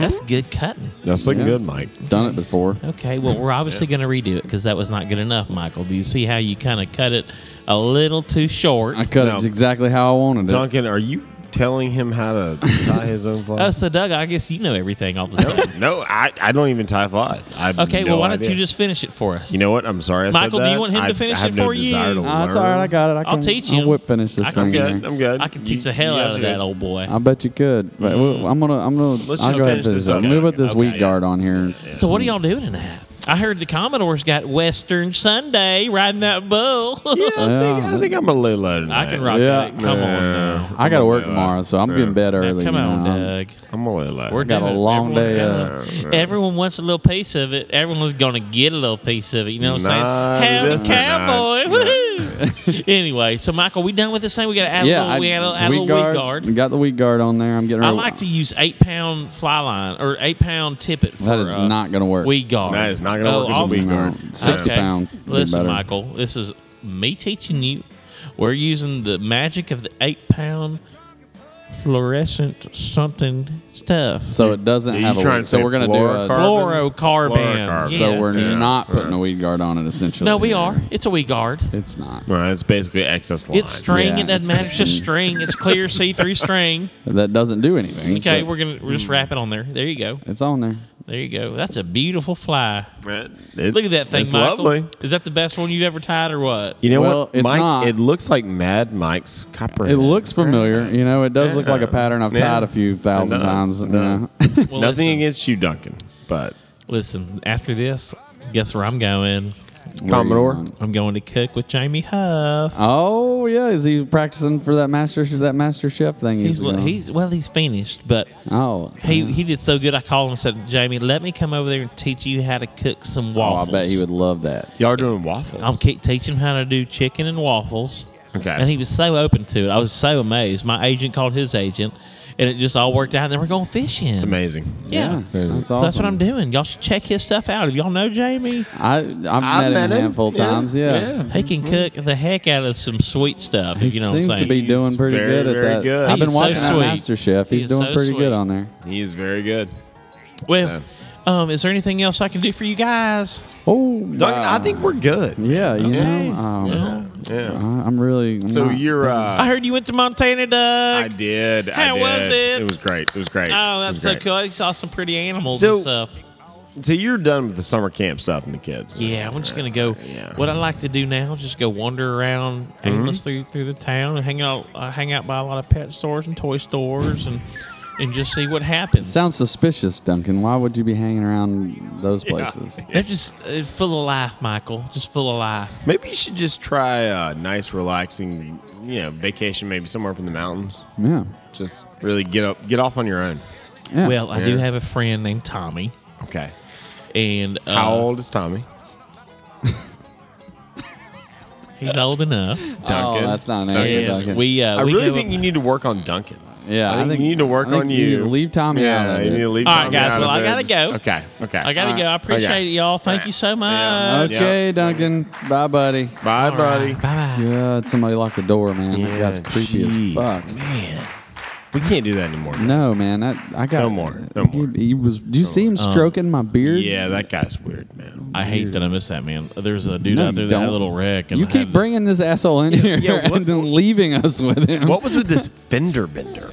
Speaker 1: That's good cutting.
Speaker 9: That's looking good, Mike.
Speaker 2: Mm-hmm. Done it before.
Speaker 1: Okay, well we're obviously going to redo it because that was not good enough, Michael. Do you see how you kind of cut it a little too short?
Speaker 2: I cut
Speaker 9: No.
Speaker 2: it exactly how I wanted it.
Speaker 9: Duncan, are you telling him how to tie his own
Speaker 1: Oh,
Speaker 9: flies?
Speaker 1: so Doug, I guess you know everything all the time.
Speaker 9: no, I, I don't even tie flies. I have
Speaker 1: Okay, well
Speaker 9: no
Speaker 1: why don't
Speaker 9: idea.
Speaker 1: you just finish it for us?
Speaker 9: You know what? I'm sorry. I
Speaker 1: Michael,
Speaker 9: said
Speaker 1: do
Speaker 9: that.
Speaker 1: you want him to
Speaker 9: I-
Speaker 1: finish
Speaker 9: I have
Speaker 1: it
Speaker 9: no
Speaker 1: for
Speaker 9: desire
Speaker 1: you?
Speaker 9: To
Speaker 2: Ah, it's all
Speaker 9: learn.
Speaker 2: right. I got it. I
Speaker 1: I'll
Speaker 2: can,
Speaker 1: teach you.
Speaker 2: I'll whip finish this
Speaker 1: I can
Speaker 2: thing.
Speaker 9: I'm
Speaker 1: teach-
Speaker 2: here.
Speaker 9: good. I'm good.
Speaker 1: I can teach the hell
Speaker 9: you
Speaker 1: out
Speaker 9: guys
Speaker 1: of
Speaker 9: are
Speaker 1: that
Speaker 9: good.
Speaker 1: old boy.
Speaker 2: I bet you could. But we- I'm gonna, I'm gonna,
Speaker 9: Let's
Speaker 2: I'll
Speaker 9: just
Speaker 2: go ahead and finish
Speaker 9: finish this
Speaker 2: this. up.
Speaker 9: up.
Speaker 2: I'm gonna put this
Speaker 1: Mm. Okay,
Speaker 2: weed
Speaker 1: yeah.
Speaker 2: guard on here.
Speaker 1: So what are y'all doing tonight? I heard the Commodore's got Western Sunday riding that bull.
Speaker 9: Yeah, I, think, I think I'm a little low tonight.
Speaker 1: I can rock
Speaker 2: Yeah.
Speaker 1: that. Come on now.
Speaker 2: I gotta work tomorrow, so I'm getting bed
Speaker 1: Now,
Speaker 2: early.
Speaker 1: come
Speaker 2: you know.
Speaker 1: on,
Speaker 2: I'm-
Speaker 1: Doug.
Speaker 9: I'm a little low.
Speaker 1: We're
Speaker 2: got a
Speaker 1: doing it.
Speaker 2: long day, uh,
Speaker 1: Everyone's gonna- Everyone wants a little piece of it. Everyone's going to get a little piece of it. You know what
Speaker 9: Not
Speaker 1: I'm saying? Hell,
Speaker 9: this
Speaker 1: the
Speaker 9: tonight.
Speaker 1: cowboy. Woohoo. anyway, so Michael, we done with this thing? We got to add
Speaker 2: Yeah, I,
Speaker 1: a little, we gotta add a
Speaker 2: weed
Speaker 1: little
Speaker 2: guard,
Speaker 1: weed guard.
Speaker 2: Got the weed guard on there. I'm getting.
Speaker 1: I
Speaker 2: real-
Speaker 1: like to use eight pound fly line or eight pound tippet for
Speaker 2: That is
Speaker 1: uh,
Speaker 2: not gonna work.
Speaker 1: weed guard. Oh,
Speaker 9: That is not gonna work as a
Speaker 1: I'll-
Speaker 9: weed
Speaker 2: No,
Speaker 9: guard.
Speaker 2: Sixty
Speaker 1: Okay.
Speaker 2: pound. would be
Speaker 1: Listen,
Speaker 2: better.
Speaker 1: Michael, this is me teaching you. We're using the magic of the eight pound fluorescent something stuff.
Speaker 2: So it doesn't
Speaker 9: Are you
Speaker 2: have a.
Speaker 9: trying
Speaker 2: weed-
Speaker 9: to
Speaker 2: so
Speaker 9: say
Speaker 2: we're gonna do a.
Speaker 9: fluorocarbon?
Speaker 1: Fluorocarbon.
Speaker 9: Fluorocarbon.
Speaker 2: So
Speaker 1: Yes.
Speaker 2: we're
Speaker 9: Yeah.
Speaker 2: not putting a weed guard on it. Essentially.
Speaker 1: No, we
Speaker 2: here.
Speaker 1: are. It's a we guard.
Speaker 2: It's not.
Speaker 9: Well, it's basically excess line.
Speaker 1: It's string.
Speaker 2: Yeah,
Speaker 1: it doesn't
Speaker 2: it's-
Speaker 1: matter. It's just string. It's clear see through string.
Speaker 2: That doesn't do anything.
Speaker 1: Okay,
Speaker 2: but Mm. hmm.
Speaker 1: we're gonna we're just wrap it on there. There you go.
Speaker 2: It's on there.
Speaker 1: There you go. That's a beautiful fly.
Speaker 9: It's-
Speaker 1: Look at that thing,
Speaker 9: It's
Speaker 1: Michael.
Speaker 9: lovely.
Speaker 1: Is that the best one you've ever tied or what?
Speaker 9: You know
Speaker 2: Well,
Speaker 9: what,
Speaker 2: it's
Speaker 9: Mike?
Speaker 2: not.
Speaker 9: It looks like Mad Mike's copper.
Speaker 2: It looks familiar. You know, it does look like a pattern I've
Speaker 9: Yeah.
Speaker 2: tied a few thousand
Speaker 9: It does.
Speaker 2: times.
Speaker 9: It
Speaker 2: you know.
Speaker 9: does.
Speaker 1: Well,
Speaker 9: Nothing
Speaker 1: listen,
Speaker 9: against you, Duncan, but
Speaker 1: Listen, after this, guess where I'm going?
Speaker 2: Where you
Speaker 9: Commodore.
Speaker 2: want.
Speaker 1: I'm going to cook with Jamie Huff.
Speaker 2: Oh yeah, is he practicing for that master that master chef thing?
Speaker 1: He's
Speaker 2: doing?
Speaker 1: he's well, he's finished, but
Speaker 2: oh
Speaker 1: he he did so good. I called him and said, Jamie, let me come over there and teach you how to cook some
Speaker 2: Oh, I
Speaker 1: waffles.
Speaker 2: bet he would love that.
Speaker 9: y'all are doing waffles.
Speaker 1: I'm keep teaching him how to do chicken and waffles.
Speaker 9: Okay.
Speaker 1: And he was so open to it. I was so amazed. My agent called his agent, and it just all worked out. And then we're going fishing.
Speaker 9: it's amazing.
Speaker 1: Yeah.
Speaker 2: That's awesome.
Speaker 1: So that's what I'm doing. Y'all should check his stuff out. If y'all know Jamie,
Speaker 2: I I've met, him a handful of times. Yeah, Mm-hmm.
Speaker 1: he can cook the heck out of some sweet stuff.
Speaker 2: he
Speaker 1: if you know
Speaker 2: seems
Speaker 1: what
Speaker 2: to
Speaker 1: I'm saying.
Speaker 2: be doing
Speaker 9: He's
Speaker 2: pretty
Speaker 9: very,
Speaker 2: good at
Speaker 9: very
Speaker 2: that.
Speaker 9: good.
Speaker 2: I've been
Speaker 1: He's so
Speaker 2: watching that
Speaker 1: sweet.
Speaker 2: master chef. He's,
Speaker 1: He's
Speaker 2: doing
Speaker 1: so
Speaker 2: pretty
Speaker 1: sweet.
Speaker 2: good on there.
Speaker 9: He is very good.
Speaker 1: well, um, is there anything else I can do for you guys?
Speaker 2: Oh,
Speaker 9: Duncan,
Speaker 2: wow.
Speaker 9: I think we're good.
Speaker 2: yeah, you
Speaker 1: Okay.
Speaker 2: know, um,
Speaker 9: Yeah.
Speaker 2: I- I'm really I'm
Speaker 9: So
Speaker 2: not-
Speaker 9: you're. Uh,
Speaker 1: I heard you went to Montana,
Speaker 9: I
Speaker 1: Doug.
Speaker 9: did. I
Speaker 1: How
Speaker 9: did.
Speaker 1: was it?
Speaker 9: It was great. It was great.
Speaker 1: Oh,
Speaker 9: It
Speaker 1: that's
Speaker 9: was
Speaker 1: so
Speaker 9: great.
Speaker 1: cool. I saw some pretty animals
Speaker 9: So-
Speaker 1: and stuff.
Speaker 9: So you're done with the summer camp stuff and the kids.
Speaker 1: Yeah, I'm just gonna go.
Speaker 9: Yeah. Mm-hmm.
Speaker 1: What I like to do now is just go wander around aimless through through the town and hang out uh, hang out by a lot of pet stores and toy stores and and just see what happens.
Speaker 2: Sounds suspicious, Duncan. Why would you be hanging around those places?
Speaker 1: They're just uh, full of life, Michael. Just full of life.
Speaker 9: Maybe you should just try a nice, relaxing, you know, vacation, maybe somewhere up in the mountains.
Speaker 2: Yeah.
Speaker 9: Just really get up, get off on your own.
Speaker 2: yeah.
Speaker 1: Well, I do
Speaker 9: Yeah.
Speaker 1: have a friend named Tommy,
Speaker 9: Okay.
Speaker 1: and uh,
Speaker 9: How old is Tommy?
Speaker 1: he's old enough.
Speaker 2: oh,
Speaker 9: Duncan.
Speaker 2: that's not an answer, Duncan.
Speaker 1: And we, uh,
Speaker 9: I
Speaker 1: we
Speaker 9: really
Speaker 1: go-
Speaker 9: think you need to work on Duncan.
Speaker 2: yeah,
Speaker 9: I think you need to work
Speaker 2: I think
Speaker 9: on
Speaker 2: you need
Speaker 9: you.
Speaker 2: to leave Tommy out
Speaker 9: Yeah,
Speaker 2: of
Speaker 9: you
Speaker 2: it.
Speaker 9: need to leave.
Speaker 1: All right,
Speaker 9: Tommy
Speaker 1: guys,
Speaker 9: out of
Speaker 1: well, I
Speaker 9: there.
Speaker 1: gotta
Speaker 9: Just-
Speaker 1: go.
Speaker 9: Okay. Okay.
Speaker 1: I gotta
Speaker 2: All
Speaker 1: go. I
Speaker 2: right.
Speaker 1: appreciate
Speaker 9: Okay.
Speaker 1: it, y'all. Thank
Speaker 9: Yeah.
Speaker 1: you so much.
Speaker 9: Yeah.
Speaker 2: Okay, Duncan. Bye, buddy.
Speaker 9: Bye, buddy.
Speaker 1: Bye bye.
Speaker 2: God, somebody locked the door, man. that guy's creepy
Speaker 9: jeez,
Speaker 2: as fuck.
Speaker 9: Man, we can't do that anymore. guys.
Speaker 2: No, man. That, I got
Speaker 9: No more. No more.
Speaker 2: He, he was. Do you see him stroking my beard?
Speaker 9: Yeah, that guy's weird, man.
Speaker 1: I hate that I missed that man. There's a dude
Speaker 2: No,
Speaker 1: out there
Speaker 2: you
Speaker 1: that had a
Speaker 2: don't.
Speaker 1: little wreck. And
Speaker 2: You
Speaker 1: I
Speaker 2: keep
Speaker 1: had-
Speaker 2: bringing this asshole in here
Speaker 9: yeah, what-
Speaker 2: and then leaving us with him.
Speaker 9: What was with this fender bender?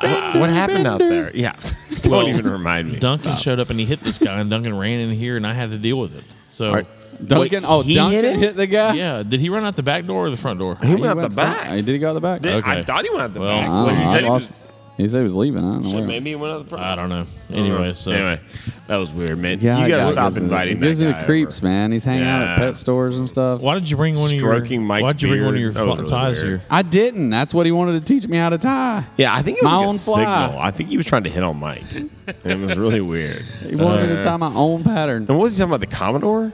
Speaker 9: what happened out there? Yeah, don't
Speaker 1: Well,
Speaker 9: even remind me.
Speaker 1: Duncan showed up and he hit this guy, and Duncan ran in here, and I had to deal with it. So,
Speaker 2: Duncan?
Speaker 9: Wait,
Speaker 2: oh,
Speaker 9: he
Speaker 2: Duncan
Speaker 9: hit him?
Speaker 2: hit, the guy.
Speaker 1: yeah, did he run out the back door or the front door?
Speaker 9: He went out the
Speaker 2: went front-
Speaker 9: back.
Speaker 2: Uh, did he go out the back?
Speaker 9: Did- I
Speaker 1: okay.
Speaker 9: thought he went out the
Speaker 1: Well,
Speaker 9: back.
Speaker 2: I don't
Speaker 9: Well, he
Speaker 2: know. I
Speaker 9: said he was.
Speaker 2: lost- he said he was leaving. I don't know.
Speaker 9: Shit,
Speaker 2: where.
Speaker 9: maybe he went out the front.
Speaker 1: I don't know. Anyway, so
Speaker 9: anyway, that was weird, man.
Speaker 2: Yeah,
Speaker 9: you
Speaker 2: I
Speaker 9: gotta
Speaker 2: got- it
Speaker 9: stop
Speaker 2: gives me-
Speaker 9: inviting
Speaker 2: It gives
Speaker 9: that
Speaker 2: me
Speaker 9: guy
Speaker 2: the creeps,
Speaker 9: over.
Speaker 2: man. He's hanging out at
Speaker 9: Yeah.
Speaker 2: pet stores and stuff.
Speaker 1: why did you bring one of your
Speaker 9: Stroking Mike's
Speaker 1: Why did you bring one of
Speaker 9: beard.
Speaker 1: your
Speaker 9: That was
Speaker 1: fu-
Speaker 9: really
Speaker 1: ties
Speaker 9: weird.
Speaker 1: here?
Speaker 2: I didn't. That's what he wanted to teach me how to tie.
Speaker 9: Yeah, I think it was
Speaker 2: My
Speaker 9: like a
Speaker 2: own fly.
Speaker 9: signal. I think he was trying to hit on Mike. and it was really weird.
Speaker 2: He wanted
Speaker 1: Uh,
Speaker 2: me to tie my own pattern.
Speaker 9: And what was he talking about? The Commodore?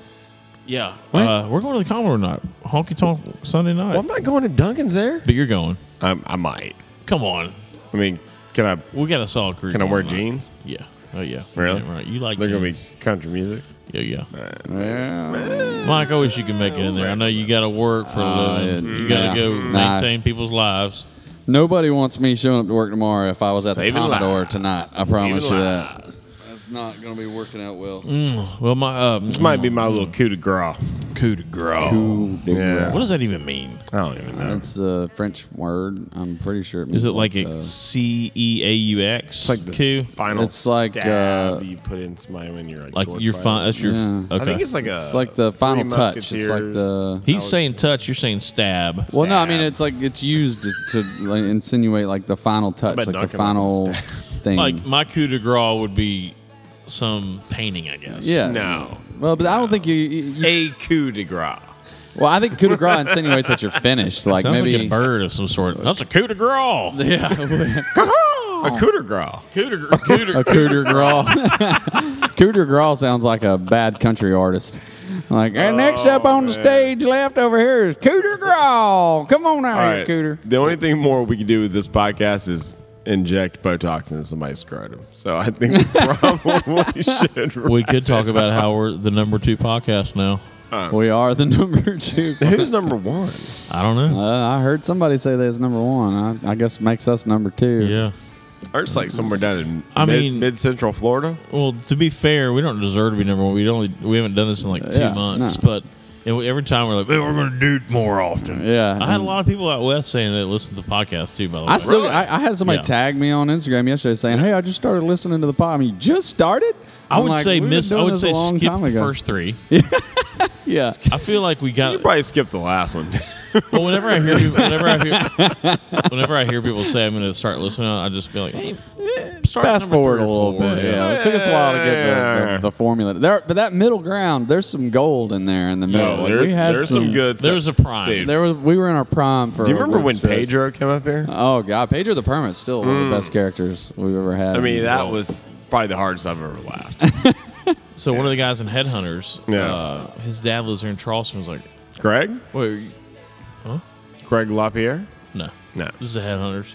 Speaker 1: Yeah, Uh, we're going to the Commodore night, honky tonk Sunday night.
Speaker 9: Well, I'm not going to Duncan's there.
Speaker 1: But you're going.
Speaker 9: I, I might.
Speaker 1: Come on,
Speaker 9: I mean, can I
Speaker 1: we got a solid crew.
Speaker 9: can I
Speaker 1: going
Speaker 9: wear
Speaker 1: on.
Speaker 9: jeans?
Speaker 1: Yeah. Oh yeah.
Speaker 9: Really?
Speaker 1: Yeah, right. You like?
Speaker 9: They're gonna be
Speaker 1: jeans.
Speaker 9: country music.
Speaker 1: Yeah, yeah.
Speaker 2: Yeah.
Speaker 1: Mike, I wish you could make it in there. I know you got to work for a
Speaker 2: Uh,
Speaker 1: living.
Speaker 2: yeah.
Speaker 1: You got to
Speaker 2: Yeah.
Speaker 1: go
Speaker 2: Nah.
Speaker 1: maintain people's lives.
Speaker 2: Nobody wants me showing up to work tomorrow if I was at the
Speaker 9: Saving
Speaker 2: Commodore
Speaker 9: lives.
Speaker 2: tonight. I
Speaker 9: Saving
Speaker 2: promise you that.
Speaker 9: lives.
Speaker 2: That's not going to be working out well.
Speaker 1: Well, my um,
Speaker 9: This might be my little coup de grace.
Speaker 1: coup de grace.
Speaker 9: Yeah.
Speaker 1: What does that even mean?
Speaker 9: I don't even know.
Speaker 2: That's a French word. I'm pretty sure. It means
Speaker 1: Is it like
Speaker 2: uh,
Speaker 1: a C E A U X?
Speaker 9: It's like the
Speaker 1: coup.
Speaker 9: final
Speaker 2: It's like,
Speaker 9: stab
Speaker 2: uh,
Speaker 9: you put in somebody when you're like,
Speaker 1: Like
Speaker 9: sword
Speaker 1: you're
Speaker 9: fighting.
Speaker 1: fine. That's your.
Speaker 2: Yeah.
Speaker 1: Okay.
Speaker 9: I think it's like a.
Speaker 2: It's like the
Speaker 9: Three
Speaker 2: final touch. It's
Speaker 9: Musketeers.
Speaker 2: like the-
Speaker 1: He's saying touch. You're saying stab.
Speaker 2: Well, no, I mean
Speaker 9: stab.
Speaker 2: it's like it's used to, to like, insinuate like the final touch,
Speaker 9: bet
Speaker 2: like the
Speaker 9: Duncan likes
Speaker 2: final
Speaker 9: to
Speaker 2: thing.
Speaker 1: Like my coup de grace would be some painting, I guess.
Speaker 2: yeah.
Speaker 9: no.
Speaker 2: Well, but I don't think you. you, you-
Speaker 9: A coup de grace.
Speaker 2: well, I think coup de grace insinuates that you're finished. Like
Speaker 1: Sounds
Speaker 2: maybe.
Speaker 1: like a bird of some sort. That's a coup de grace.
Speaker 2: yeah.
Speaker 9: A coup de grace.
Speaker 1: Coup de grace. Coup de
Speaker 2: Oh. a coup de grace. coup de grace sounds like a bad country artist. Like, and next up
Speaker 1: Oh,
Speaker 2: on the stage left over here is coup de grace. Come on out
Speaker 9: All
Speaker 2: here,
Speaker 9: right.
Speaker 2: cooter.
Speaker 9: The only thing more we could do with this podcast is inject Botox into somebody's scrotum. So I think we probably should.
Speaker 1: we could talk about how we're the number two podcast now.
Speaker 2: We are the number two.
Speaker 9: Who's number one?
Speaker 1: I don't know.
Speaker 2: Uh, I heard somebody say that's number one. I, I guess makes us number two.
Speaker 1: yeah.
Speaker 9: Art's like somewhere down in
Speaker 1: I
Speaker 9: mid,
Speaker 1: mean-
Speaker 9: central Florida.
Speaker 1: Well, to be fair, we don't deserve to be number one. We only we haven't done this in like two
Speaker 2: Yeah,
Speaker 1: months,
Speaker 2: no.
Speaker 1: but and we- every time we're like, "Hey, we're going to do it more often.
Speaker 2: Yeah,
Speaker 1: I had a
Speaker 2: and-
Speaker 1: lot of people out west saying they listen to the podcast too. By the way,
Speaker 2: I still, I, I had somebody
Speaker 1: Oh, Yeah.
Speaker 2: tag me on Instagram yesterday saying, "Hey, I just started listening to the pod." I mean, you just started?
Speaker 1: I
Speaker 2: I'm
Speaker 1: would
Speaker 2: like,
Speaker 1: say
Speaker 2: "We've been
Speaker 1: miss. I
Speaker 2: doing
Speaker 1: would
Speaker 2: this
Speaker 1: say
Speaker 2: a long
Speaker 1: skip
Speaker 2: time
Speaker 1: the
Speaker 2: ago."
Speaker 1: first three.
Speaker 2: Yeah,
Speaker 1: I feel like we
Speaker 9: You
Speaker 1: got.
Speaker 9: probably skipped the last one.
Speaker 1: Well, whenever I hear, people, whenever I hear, whenever I hear people say I'm going to start listening, I just be like, hey, start
Speaker 2: fast
Speaker 1: number
Speaker 2: forward a
Speaker 1: three or
Speaker 2: little
Speaker 1: four,
Speaker 2: bit. Yeah. it took us a while to get the, the, the formula there, but that middle ground, there's some gold in there in the middle.
Speaker 9: No,
Speaker 2: Like,
Speaker 9: there-
Speaker 2: we had
Speaker 9: there's
Speaker 2: some,
Speaker 9: some good.
Speaker 1: There was a prime.
Speaker 9: Dude,
Speaker 2: There was we were in our prime for.
Speaker 9: do you
Speaker 2: a
Speaker 9: remember
Speaker 2: good
Speaker 9: when
Speaker 2: stretch.
Speaker 9: Pedro came up here?
Speaker 2: Oh god, Pedro the Permit still one of the best characters we've ever had.
Speaker 9: Mm. I mean, that
Speaker 2: Well,
Speaker 9: was probably the hardest I've ever laughed.
Speaker 1: So one of the guys in Headhunters,
Speaker 9: Yeah.
Speaker 1: uh, his dad lives here in Charleston. Was like,
Speaker 9: Craig?
Speaker 1: wait,
Speaker 9: Craig LaPierre?
Speaker 1: no,
Speaker 9: No.
Speaker 1: this is the Headhunters.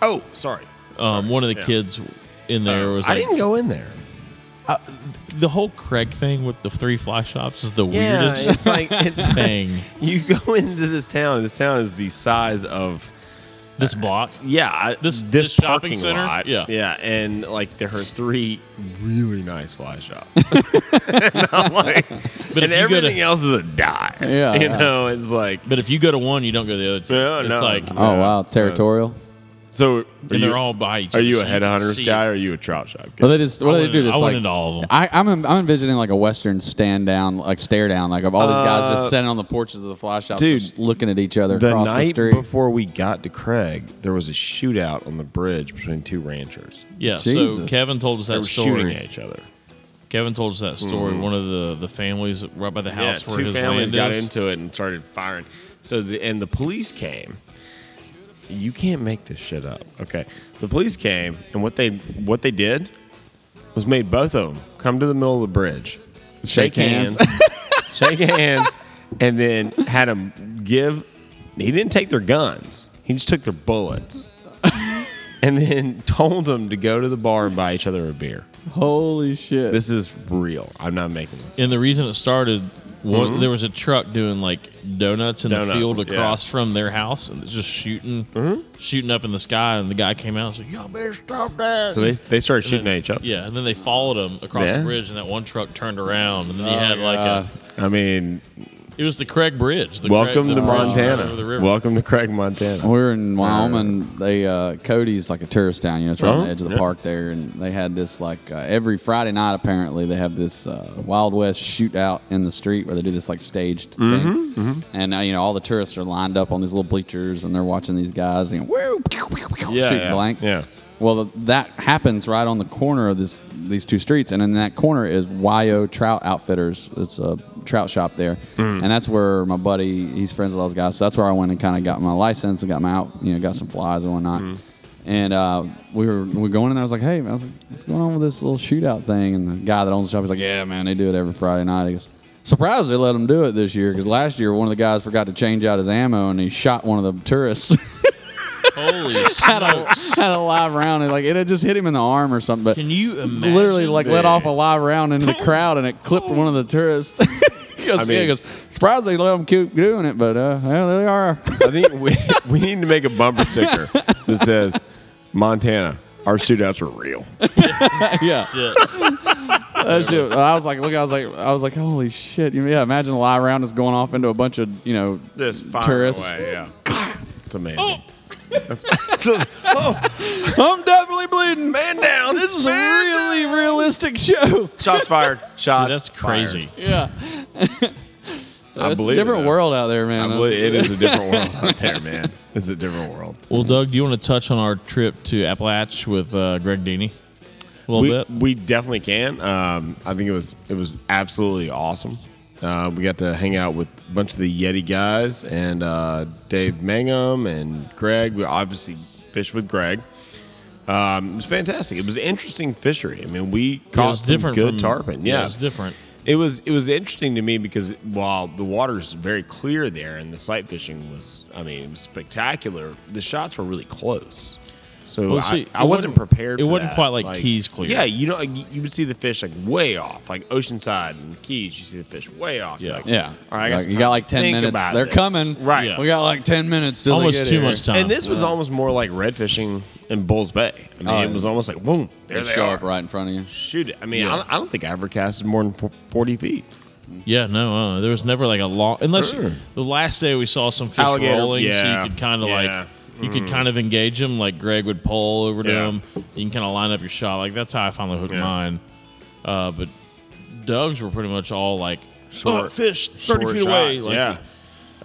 Speaker 9: Oh, sorry.
Speaker 1: Um, one of the
Speaker 9: yeah. Uh,
Speaker 1: kids in there was
Speaker 9: I
Speaker 1: like, Uh,
Speaker 9: didn't go in there.
Speaker 1: the whole Craig thing with the three fly shops is the weirdest
Speaker 9: it's like it's
Speaker 1: thing.
Speaker 9: you go into this town. and This town is the size of uh,
Speaker 1: This block.
Speaker 9: yeah. I, this
Speaker 1: This- this shopping
Speaker 9: parking
Speaker 1: center?
Speaker 9: lot.
Speaker 1: Yeah.
Speaker 9: yeah, and like there are three really nice fly shops. and I'm like,
Speaker 1: But if you go
Speaker 9: and
Speaker 1: to-
Speaker 9: everything else is a dive.
Speaker 2: Yeah.
Speaker 9: you know, it's like
Speaker 1: But if you go to one, you don't go to the other two.
Speaker 9: Yeah,
Speaker 1: it's
Speaker 9: no.
Speaker 1: like
Speaker 2: Oh wow, territorial.
Speaker 5: So are
Speaker 1: And
Speaker 5: you,
Speaker 1: they're all by each
Speaker 5: Are
Speaker 1: other,
Speaker 5: you
Speaker 1: so
Speaker 5: a
Speaker 1: you can
Speaker 5: headhunters
Speaker 1: see
Speaker 5: guy
Speaker 1: it.
Speaker 5: or are you a trout shop guy?
Speaker 2: Well, they just what do
Speaker 1: I
Speaker 2: they do
Speaker 1: wanted-
Speaker 2: just
Speaker 1: I
Speaker 2: like
Speaker 1: wanted all of 'em.
Speaker 2: I, I'm I'm envisioning like a western stand down, like stare down, like of all these guys just sitting on the porches of the fly shops,
Speaker 9: Uh, dude,
Speaker 2: just looking at each other
Speaker 9: the
Speaker 2: across the
Speaker 9: night
Speaker 2: street.
Speaker 9: before we got to Craig, there was a shootout on the bridge between two ranchers.
Speaker 1: Yeah, so
Speaker 2: Jesus.
Speaker 1: Kevin told us
Speaker 9: They
Speaker 1: that
Speaker 9: were shooting
Speaker 1: story.
Speaker 9: at each other. Mm-hmm.
Speaker 1: Kevin told us that story. One of the, the families right by the house
Speaker 9: yeah,
Speaker 1: where
Speaker 9: two
Speaker 1: his
Speaker 9: families
Speaker 1: land
Speaker 9: got
Speaker 1: is.
Speaker 9: into it and started firing. So the and the police came. You can't make this shit up. Okay, the police came and what they what they did was made both of them come to the middle of the bridge,
Speaker 2: Shake hands.
Speaker 9: shake hands, and then had them give. He didn't take their guns. He just took their bullets. And then told them to go to the bar and buy each other a beer.
Speaker 2: Holy shit!
Speaker 9: This is real. I'm not making this. up.
Speaker 1: And the reason it started, one, there was a truck doing like donuts in the
Speaker 9: Mm-hmm. Donuts,
Speaker 1: field
Speaker 9: yeah. Mm-hmm.
Speaker 1: across from their house, and it's just shooting, shooting up in the sky. And the guy came out and said, "Y'all better stop that."
Speaker 9: So they, they started shooting
Speaker 1: Uh, then-
Speaker 9: at each other.
Speaker 1: Yeah, and then they followed him across
Speaker 9: Yeah. Oh,
Speaker 1: the bridge, and that one truck turned around, and then you had like
Speaker 2: God.
Speaker 1: a.
Speaker 9: Uh, I mean,
Speaker 1: It was the Craig Bridge. The
Speaker 9: welcome
Speaker 1: Craig,
Speaker 9: to
Speaker 1: the bridge
Speaker 9: Montana.
Speaker 1: over the river.
Speaker 9: welcome to Craig, Montana.
Speaker 2: we were in Wyoming. They uh, Cody's like a tourist town, you know, it's right on
Speaker 9: Uh-huh,
Speaker 2: the edge of the
Speaker 9: yeah.
Speaker 2: park there, and they had this like uh, every Friday night. Apparently, they have this uh, Wild West shootout in the street where they do this like staged
Speaker 9: Mm-hmm,
Speaker 2: thing, and uh, you know all the tourists are lined up on these little bleachers and they're watching these guys and woo, pew, pew, pew, shooting
Speaker 9: yeah,
Speaker 2: blanks.
Speaker 9: yeah.
Speaker 2: Well, th- that happens right on the corner of this these two streets, and in that corner is Yo Trout Outfitters. It's a trout shop there,
Speaker 9: Mm.
Speaker 2: and that's where my buddy he's friends with those guys. So that's where I went and kind of got my license and got my out, you know, got some flies and whatnot.
Speaker 9: Mm.
Speaker 2: And uh, we were we were going and I was like, hey, man, I was like, what's going on with this little shootout thing? And the guy that owns the shop, he's like, yeah, man, they do it every Friday night. He goes, surprised they let him do it this year because last year one of the guys forgot to change out his ammo and he shot one of the tourists.
Speaker 1: Holy smokes!
Speaker 2: had a live round and like it had just hit him in the arm or something. But
Speaker 1: Can you imagine?
Speaker 2: literally like let
Speaker 9: that?
Speaker 2: off a live round into the crowd and it clipped one of the tourists. Because yeah,
Speaker 9: mean-
Speaker 2: 'cause surprised they let them keep doing it, but uh, well, they are.
Speaker 9: I think we, we need to make a bumper sticker that says, Montana, our shootouts are real.
Speaker 2: yeah,
Speaker 1: Yeah.
Speaker 2: that shit. I was like, look, I was like, I was like, holy shit! You- Yeah, imagine a live round is going off into a bunch of you know
Speaker 9: This fire
Speaker 2: Tourists.
Speaker 9: away, yeah. Oh. It's amazing.
Speaker 2: I'm definitely bleeding.
Speaker 9: oh. Man down. This is
Speaker 2: Man, really realistic show.
Speaker 9: Shots fired. Shots.
Speaker 1: That's crazy.
Speaker 2: Yeah,
Speaker 9: I
Speaker 2: it's
Speaker 9: believe
Speaker 2: a different
Speaker 9: it.
Speaker 2: world out there,
Speaker 9: I
Speaker 2: man.
Speaker 9: believe it is a different world out there, man. It's a different world.
Speaker 1: Well, Doug, do you want to touch on our trip to Appalach with uh, Greg Deeney a little
Speaker 9: we,
Speaker 1: bit?
Speaker 9: we definitely can. Um, I think it was it was absolutely awesome. Uh, we got to hang out with a bunch of the Yeti guys and uh, Dave Mangum and Greg. We obviously fished with Greg. Um, it was fantastic. It was an interesting fishery. I mean, we
Speaker 1: Yeah, it
Speaker 9: caught
Speaker 1: was
Speaker 9: some
Speaker 1: different
Speaker 9: good
Speaker 1: from-
Speaker 9: tarpon. Yeah,
Speaker 1: it was different.
Speaker 9: It was it was interesting to me because while the water's very clear there and the sight fishing was, I mean, it was spectacular. The shots were really close. So
Speaker 1: Well,
Speaker 9: I-
Speaker 1: see,
Speaker 9: I,
Speaker 1: it
Speaker 9: wasn't
Speaker 1: wasn't-
Speaker 9: prepared.
Speaker 1: it
Speaker 9: for
Speaker 1: wasn't
Speaker 9: that.
Speaker 1: quite like Keys clear.
Speaker 9: Yeah, you know, you you would see the fish like way off, like Oceanside and Keys. You see the fish way off. You're like,
Speaker 2: Yeah,
Speaker 9: All right, I got
Speaker 2: Like,
Speaker 9: some
Speaker 2: you
Speaker 9: time
Speaker 2: got
Speaker 9: to
Speaker 2: like ten
Speaker 9: think
Speaker 2: minutes.
Speaker 9: about
Speaker 2: They're
Speaker 9: this.
Speaker 2: coming.
Speaker 9: Right.
Speaker 1: Yeah.
Speaker 2: we got like ten minutes. till they
Speaker 1: Almost
Speaker 2: get
Speaker 1: too
Speaker 2: here.
Speaker 1: much time.
Speaker 9: And this was almost more like red fishing in Bulls Bay. I mean,
Speaker 2: Oh,
Speaker 9: it
Speaker 2: yeah.
Speaker 9: was almost like boom, there
Speaker 2: They
Speaker 9: they
Speaker 2: show
Speaker 9: are.
Speaker 2: up right in front of you.
Speaker 9: Shoot it. I mean, I, don't, I don't think I ever casted more than fo- forty feet.
Speaker 1: Yeah, no, uh, there was never like a long unless the last day we saw some fish
Speaker 9: Alligator,
Speaker 1: rolling,
Speaker 9: yeah,
Speaker 1: so you could kind of
Speaker 9: yeah, Mm-hmm.
Speaker 1: like you could kind of engage them. Like Greg would pull over to
Speaker 9: Yeah.
Speaker 1: him, you can kind of line up your shot. Like that's how I finally hooked
Speaker 9: Yeah.
Speaker 1: mine. Uh, but Doug's were pretty much all like
Speaker 9: Short-
Speaker 1: "Oh, fish thirty
Speaker 9: Short
Speaker 1: feet away.
Speaker 9: shots,
Speaker 1: Like,
Speaker 9: yeah,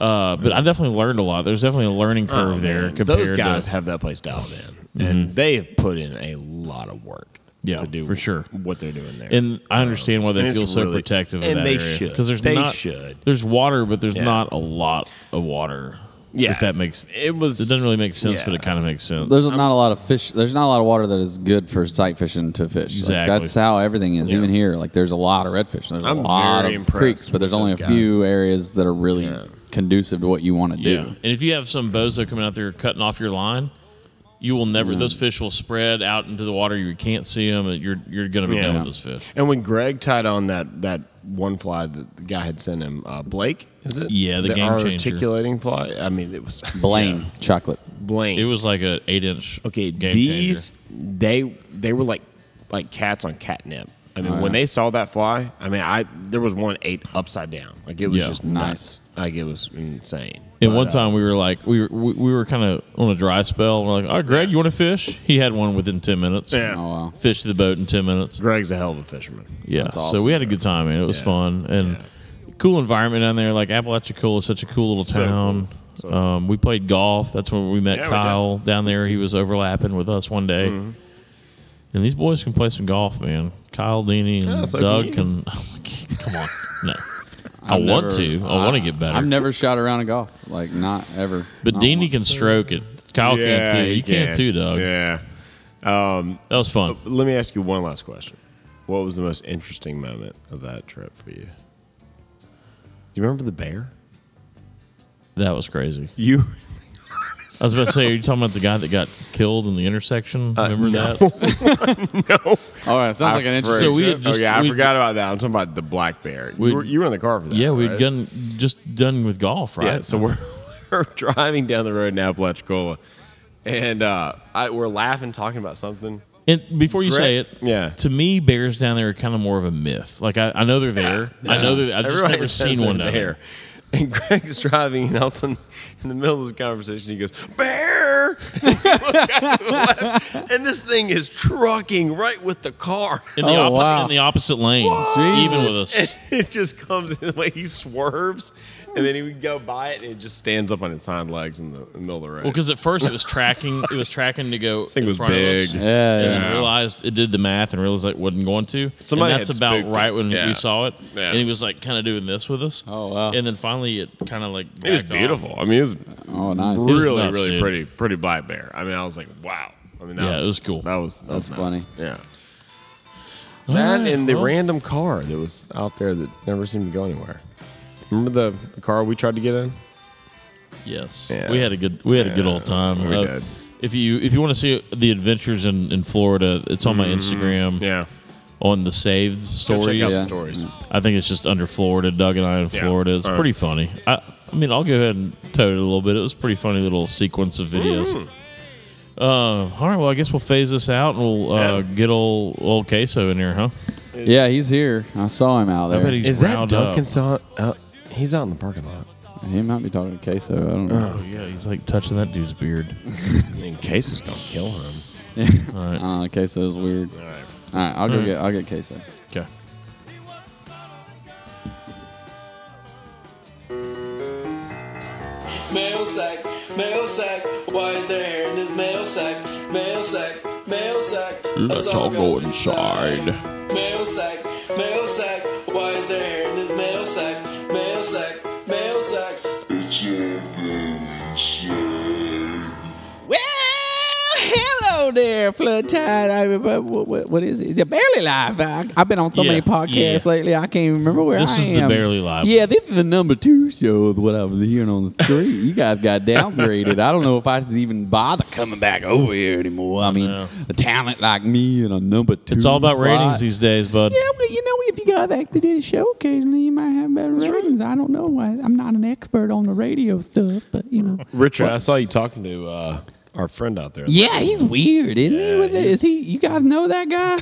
Speaker 1: uh, but I definitely learned a lot. There's definitely a learning curve
Speaker 9: Oh,
Speaker 1: there.
Speaker 9: man.
Speaker 1: Compared
Speaker 9: Those guys
Speaker 1: to, Mhm.
Speaker 9: have that place dialed in, and they have put in a lot of work.
Speaker 1: Yeah,
Speaker 9: to do
Speaker 1: for sure.
Speaker 9: what they're doing there. Um,
Speaker 1: and I understand why they
Speaker 9: And it's
Speaker 1: feel so
Speaker 9: really-
Speaker 1: protective of
Speaker 9: and
Speaker 1: that
Speaker 9: they
Speaker 1: area.
Speaker 9: should.
Speaker 1: there's
Speaker 9: They
Speaker 1: not
Speaker 9: should.
Speaker 1: there's water, but there's
Speaker 9: Yeah.
Speaker 1: not a lot of water.
Speaker 9: Yeah.
Speaker 1: if that makes
Speaker 9: It was-
Speaker 1: It doesn't really make sense,
Speaker 9: yeah.
Speaker 1: but it kind of makes sense.
Speaker 2: There's not a lot of fish. There's not a lot of water that is good for sight fishing to fish. Like,
Speaker 1: Exactly.
Speaker 2: that's how everything is. Even here, like there's a lot of redfish. There's
Speaker 9: I'm
Speaker 2: a lot
Speaker 9: very
Speaker 2: of
Speaker 9: impressed
Speaker 2: creeks, but
Speaker 9: with
Speaker 2: there's only a
Speaker 9: those
Speaker 2: few areas that are really conducive to what you want to
Speaker 1: yeah,
Speaker 2: do.
Speaker 1: and if you have some bozo coming out there cutting off your line, you will never.
Speaker 2: Mm.
Speaker 1: Those fish will spread out into the water. You can't see them, and you're you're gonna be
Speaker 9: Yeah.
Speaker 1: done with those fish.
Speaker 9: And when Greg tied on that that one fly that the guy had sent him, uh, Blake, is it?
Speaker 1: Yeah, the game
Speaker 9: our
Speaker 1: changer.
Speaker 9: articulating fly. I mean, it was
Speaker 2: Blaine chocolate.
Speaker 9: Blaine.
Speaker 1: It was like a eight inch.
Speaker 9: okay.
Speaker 1: game
Speaker 9: these they they were like like cats on catnip. I mean,
Speaker 1: Uh-huh.
Speaker 9: when they saw that fly, I mean, I there was one ate upside down. Like it was
Speaker 1: Yeah.
Speaker 9: just
Speaker 12: Nice.
Speaker 9: nuts. Like it was insane.
Speaker 1: And
Speaker 9: But,
Speaker 1: one
Speaker 9: uh,
Speaker 1: time we were like, we were, we, we were kind of on a dry spell. We're like, all right, Greg, you want to fish? He had one within 10 minutes.
Speaker 9: Yeah.
Speaker 12: Oh wow.
Speaker 1: Fished the boat in 10 minutes.
Speaker 9: Greg's a hell of a fisherman.
Speaker 1: Yeah.
Speaker 12: That's
Speaker 1: so
Speaker 12: awesome,
Speaker 1: we had a good time, man. It was
Speaker 9: Yeah.
Speaker 1: fun and cool environment down there. Like Apalachicola is such a cool little
Speaker 9: So
Speaker 1: town.
Speaker 9: cool. So-
Speaker 1: um, we played golf. That's when we met
Speaker 9: Yeah, we did. Mm-hmm.
Speaker 1: Kyle down there. He was overlapping with us one day. And these boys can play some golf, man. Kyle Dini and
Speaker 9: Yeah, so
Speaker 1: Doug
Speaker 9: can
Speaker 1: can. Oh, come on, no. i
Speaker 12: I've
Speaker 1: want
Speaker 12: never-
Speaker 1: to. I, want to get better.
Speaker 12: I've never shot around a golf. Like
Speaker 9: uh,
Speaker 12: not ever.
Speaker 1: but
Speaker 12: Not
Speaker 1: Dini
Speaker 12: once.
Speaker 1: can stroke it. Kyle can too. You can, too, Doug.
Speaker 9: Yeah. Um, uh,
Speaker 1: That was fun.
Speaker 9: Let me ask you one last question. What was the most interesting moment of that trip for you? Do you remember the bear?
Speaker 1: That was crazy.
Speaker 9: You
Speaker 1: I was about to say, are you talking about the guy that got killed in the intersection?
Speaker 9: Uh,
Speaker 1: Remember that?
Speaker 12: Oh, that sounds like an interesting.
Speaker 1: So we had just-
Speaker 9: oh yeah, I
Speaker 1: we-
Speaker 9: forgot about that. I'm talking about the black bear.
Speaker 1: We-
Speaker 9: You were, you were in the car for that.
Speaker 1: Yeah, we
Speaker 9: right?
Speaker 1: had done just done with golf, right?
Speaker 9: Yeah, so we're, we're driving down the road in Apalachicola, and uh, I, we're laughing, talking about something.
Speaker 1: and before you say it,
Speaker 9: Correct. Yeah.
Speaker 1: to me, bears down there are kind of more of a myth. Like I, I know they're there. I know that I've just
Speaker 9: Everybody
Speaker 1: never
Speaker 9: says
Speaker 1: seen
Speaker 9: they're
Speaker 1: one down there.
Speaker 9: And Greg is driving, and all of a sudden, in the middle of this conversation, he goes, Bear! And we look out to the left, and this thing is trucking right with the car.
Speaker 1: In the,
Speaker 12: Oh,
Speaker 1: opposite,
Speaker 12: wow.
Speaker 1: in the opposite lane, even with us.
Speaker 9: And it just comes in like he swerves, and then he would go by it, and it just stands up on its hind legs in the, in the middle of the road.
Speaker 1: Well, because at first it was tracking, it was tracking to go. This
Speaker 9: thing
Speaker 1: in
Speaker 9: was
Speaker 1: front
Speaker 9: big.
Speaker 1: Of
Speaker 9: Yeah,
Speaker 1: us. and then
Speaker 9: yeah.
Speaker 1: realized it did the math and realized it wasn't going to.
Speaker 9: Somebody
Speaker 1: and that's
Speaker 9: had
Speaker 1: about
Speaker 9: spooked
Speaker 1: right
Speaker 9: it.
Speaker 1: when
Speaker 9: Yeah.
Speaker 1: we saw it.
Speaker 9: Yeah.
Speaker 1: And he was like kind of doing this with us.
Speaker 12: Oh, wow.
Speaker 1: And then finally it kind of like
Speaker 9: it was
Speaker 1: backed off.
Speaker 9: beautiful. I mean, it was
Speaker 12: Oh, nice.
Speaker 1: was
Speaker 9: really,
Speaker 1: nuts,
Speaker 9: really
Speaker 1: dude.
Speaker 9: pretty, pretty black bear. I mean, I was like, wow. I mean, that
Speaker 1: Yeah, it was cool.
Speaker 9: That was that
Speaker 12: That's
Speaker 9: was nuts.
Speaker 12: funny.
Speaker 9: Yeah. That
Speaker 1: right,
Speaker 9: and the
Speaker 1: well.
Speaker 9: random car that was out there that never seemed to go anywhere. Remember the, the car we tried to get in?
Speaker 1: Yes,
Speaker 9: Yeah.
Speaker 1: we had a good we had a good old time. Uh,
Speaker 9: we did.
Speaker 1: If you if you want to see the adventures in, in Florida, it's on my Instagram
Speaker 9: Mm-hmm. Yeah.
Speaker 1: on the saved
Speaker 9: Go
Speaker 1: stories.
Speaker 9: check out
Speaker 12: Yeah.
Speaker 9: the stories.
Speaker 1: I think it's just under Florida. Doug and I in
Speaker 9: Yeah.
Speaker 1: Florida. It's
Speaker 9: All right.
Speaker 1: pretty funny. I, I mean, I'll go ahead and tote it a little bit. It was a pretty funny little sequence of videos.
Speaker 9: Mm-hmm.
Speaker 1: Uh, all right. Well, I guess we'll phase this out and we'll uh,
Speaker 9: Yeah.
Speaker 1: get old old queso in here, huh?
Speaker 12: Yeah, he's here. I saw him out
Speaker 1: I bet
Speaker 12: there.
Speaker 1: he's riled up.
Speaker 9: still out? Uh, He's out in the parking lot.
Speaker 12: He might be talking to Queso. I don't know.
Speaker 1: Oh yeah, he's like touching that dude's beard.
Speaker 9: I mean, Casey's going to kill him.
Speaker 12: I don't
Speaker 2: Uh,
Speaker 12: know. Queso's weird. All right, I'll go get I'll get Queso.
Speaker 1: Okay.
Speaker 13: Mail sack, mail sack, why is there hair in this mail sack? Mail sack, mail sack,
Speaker 9: Mm.
Speaker 13: let's all go inside. Mail sack, mail sack, why is there hair in this mail sack? Mail sack, mail sack.
Speaker 12: Well, hello there, Flood Tide. I, what, what, what is it? The Barely Live. I, I've been on so
Speaker 1: Yeah,
Speaker 12: many podcasts
Speaker 1: yeah.
Speaker 12: lately, I can't even remember where
Speaker 1: This
Speaker 12: I
Speaker 1: is
Speaker 12: am.
Speaker 1: the Barely Live
Speaker 12: Yeah, this is the number two show of what I was hearing on the street. you guys got downgraded. I don't know if I should even bother coming back over here anymore. I mean,
Speaker 1: No.
Speaker 12: a talent like me and a number two.
Speaker 1: It's all about
Speaker 12: slot.
Speaker 1: ratings these days, bud.
Speaker 12: Yeah, well, you know, if you guys actually did a show occasionally, you might have better ratings. I don't know. I, I'm not an expert on the radio stuff, but you know.
Speaker 9: Richard, I saw you talking to uh, our friend out there.
Speaker 12: Yeah, he's weird, isn't he?
Speaker 9: Yeah,
Speaker 12: With it?
Speaker 9: he's-
Speaker 12: Is he? You guys know that guy?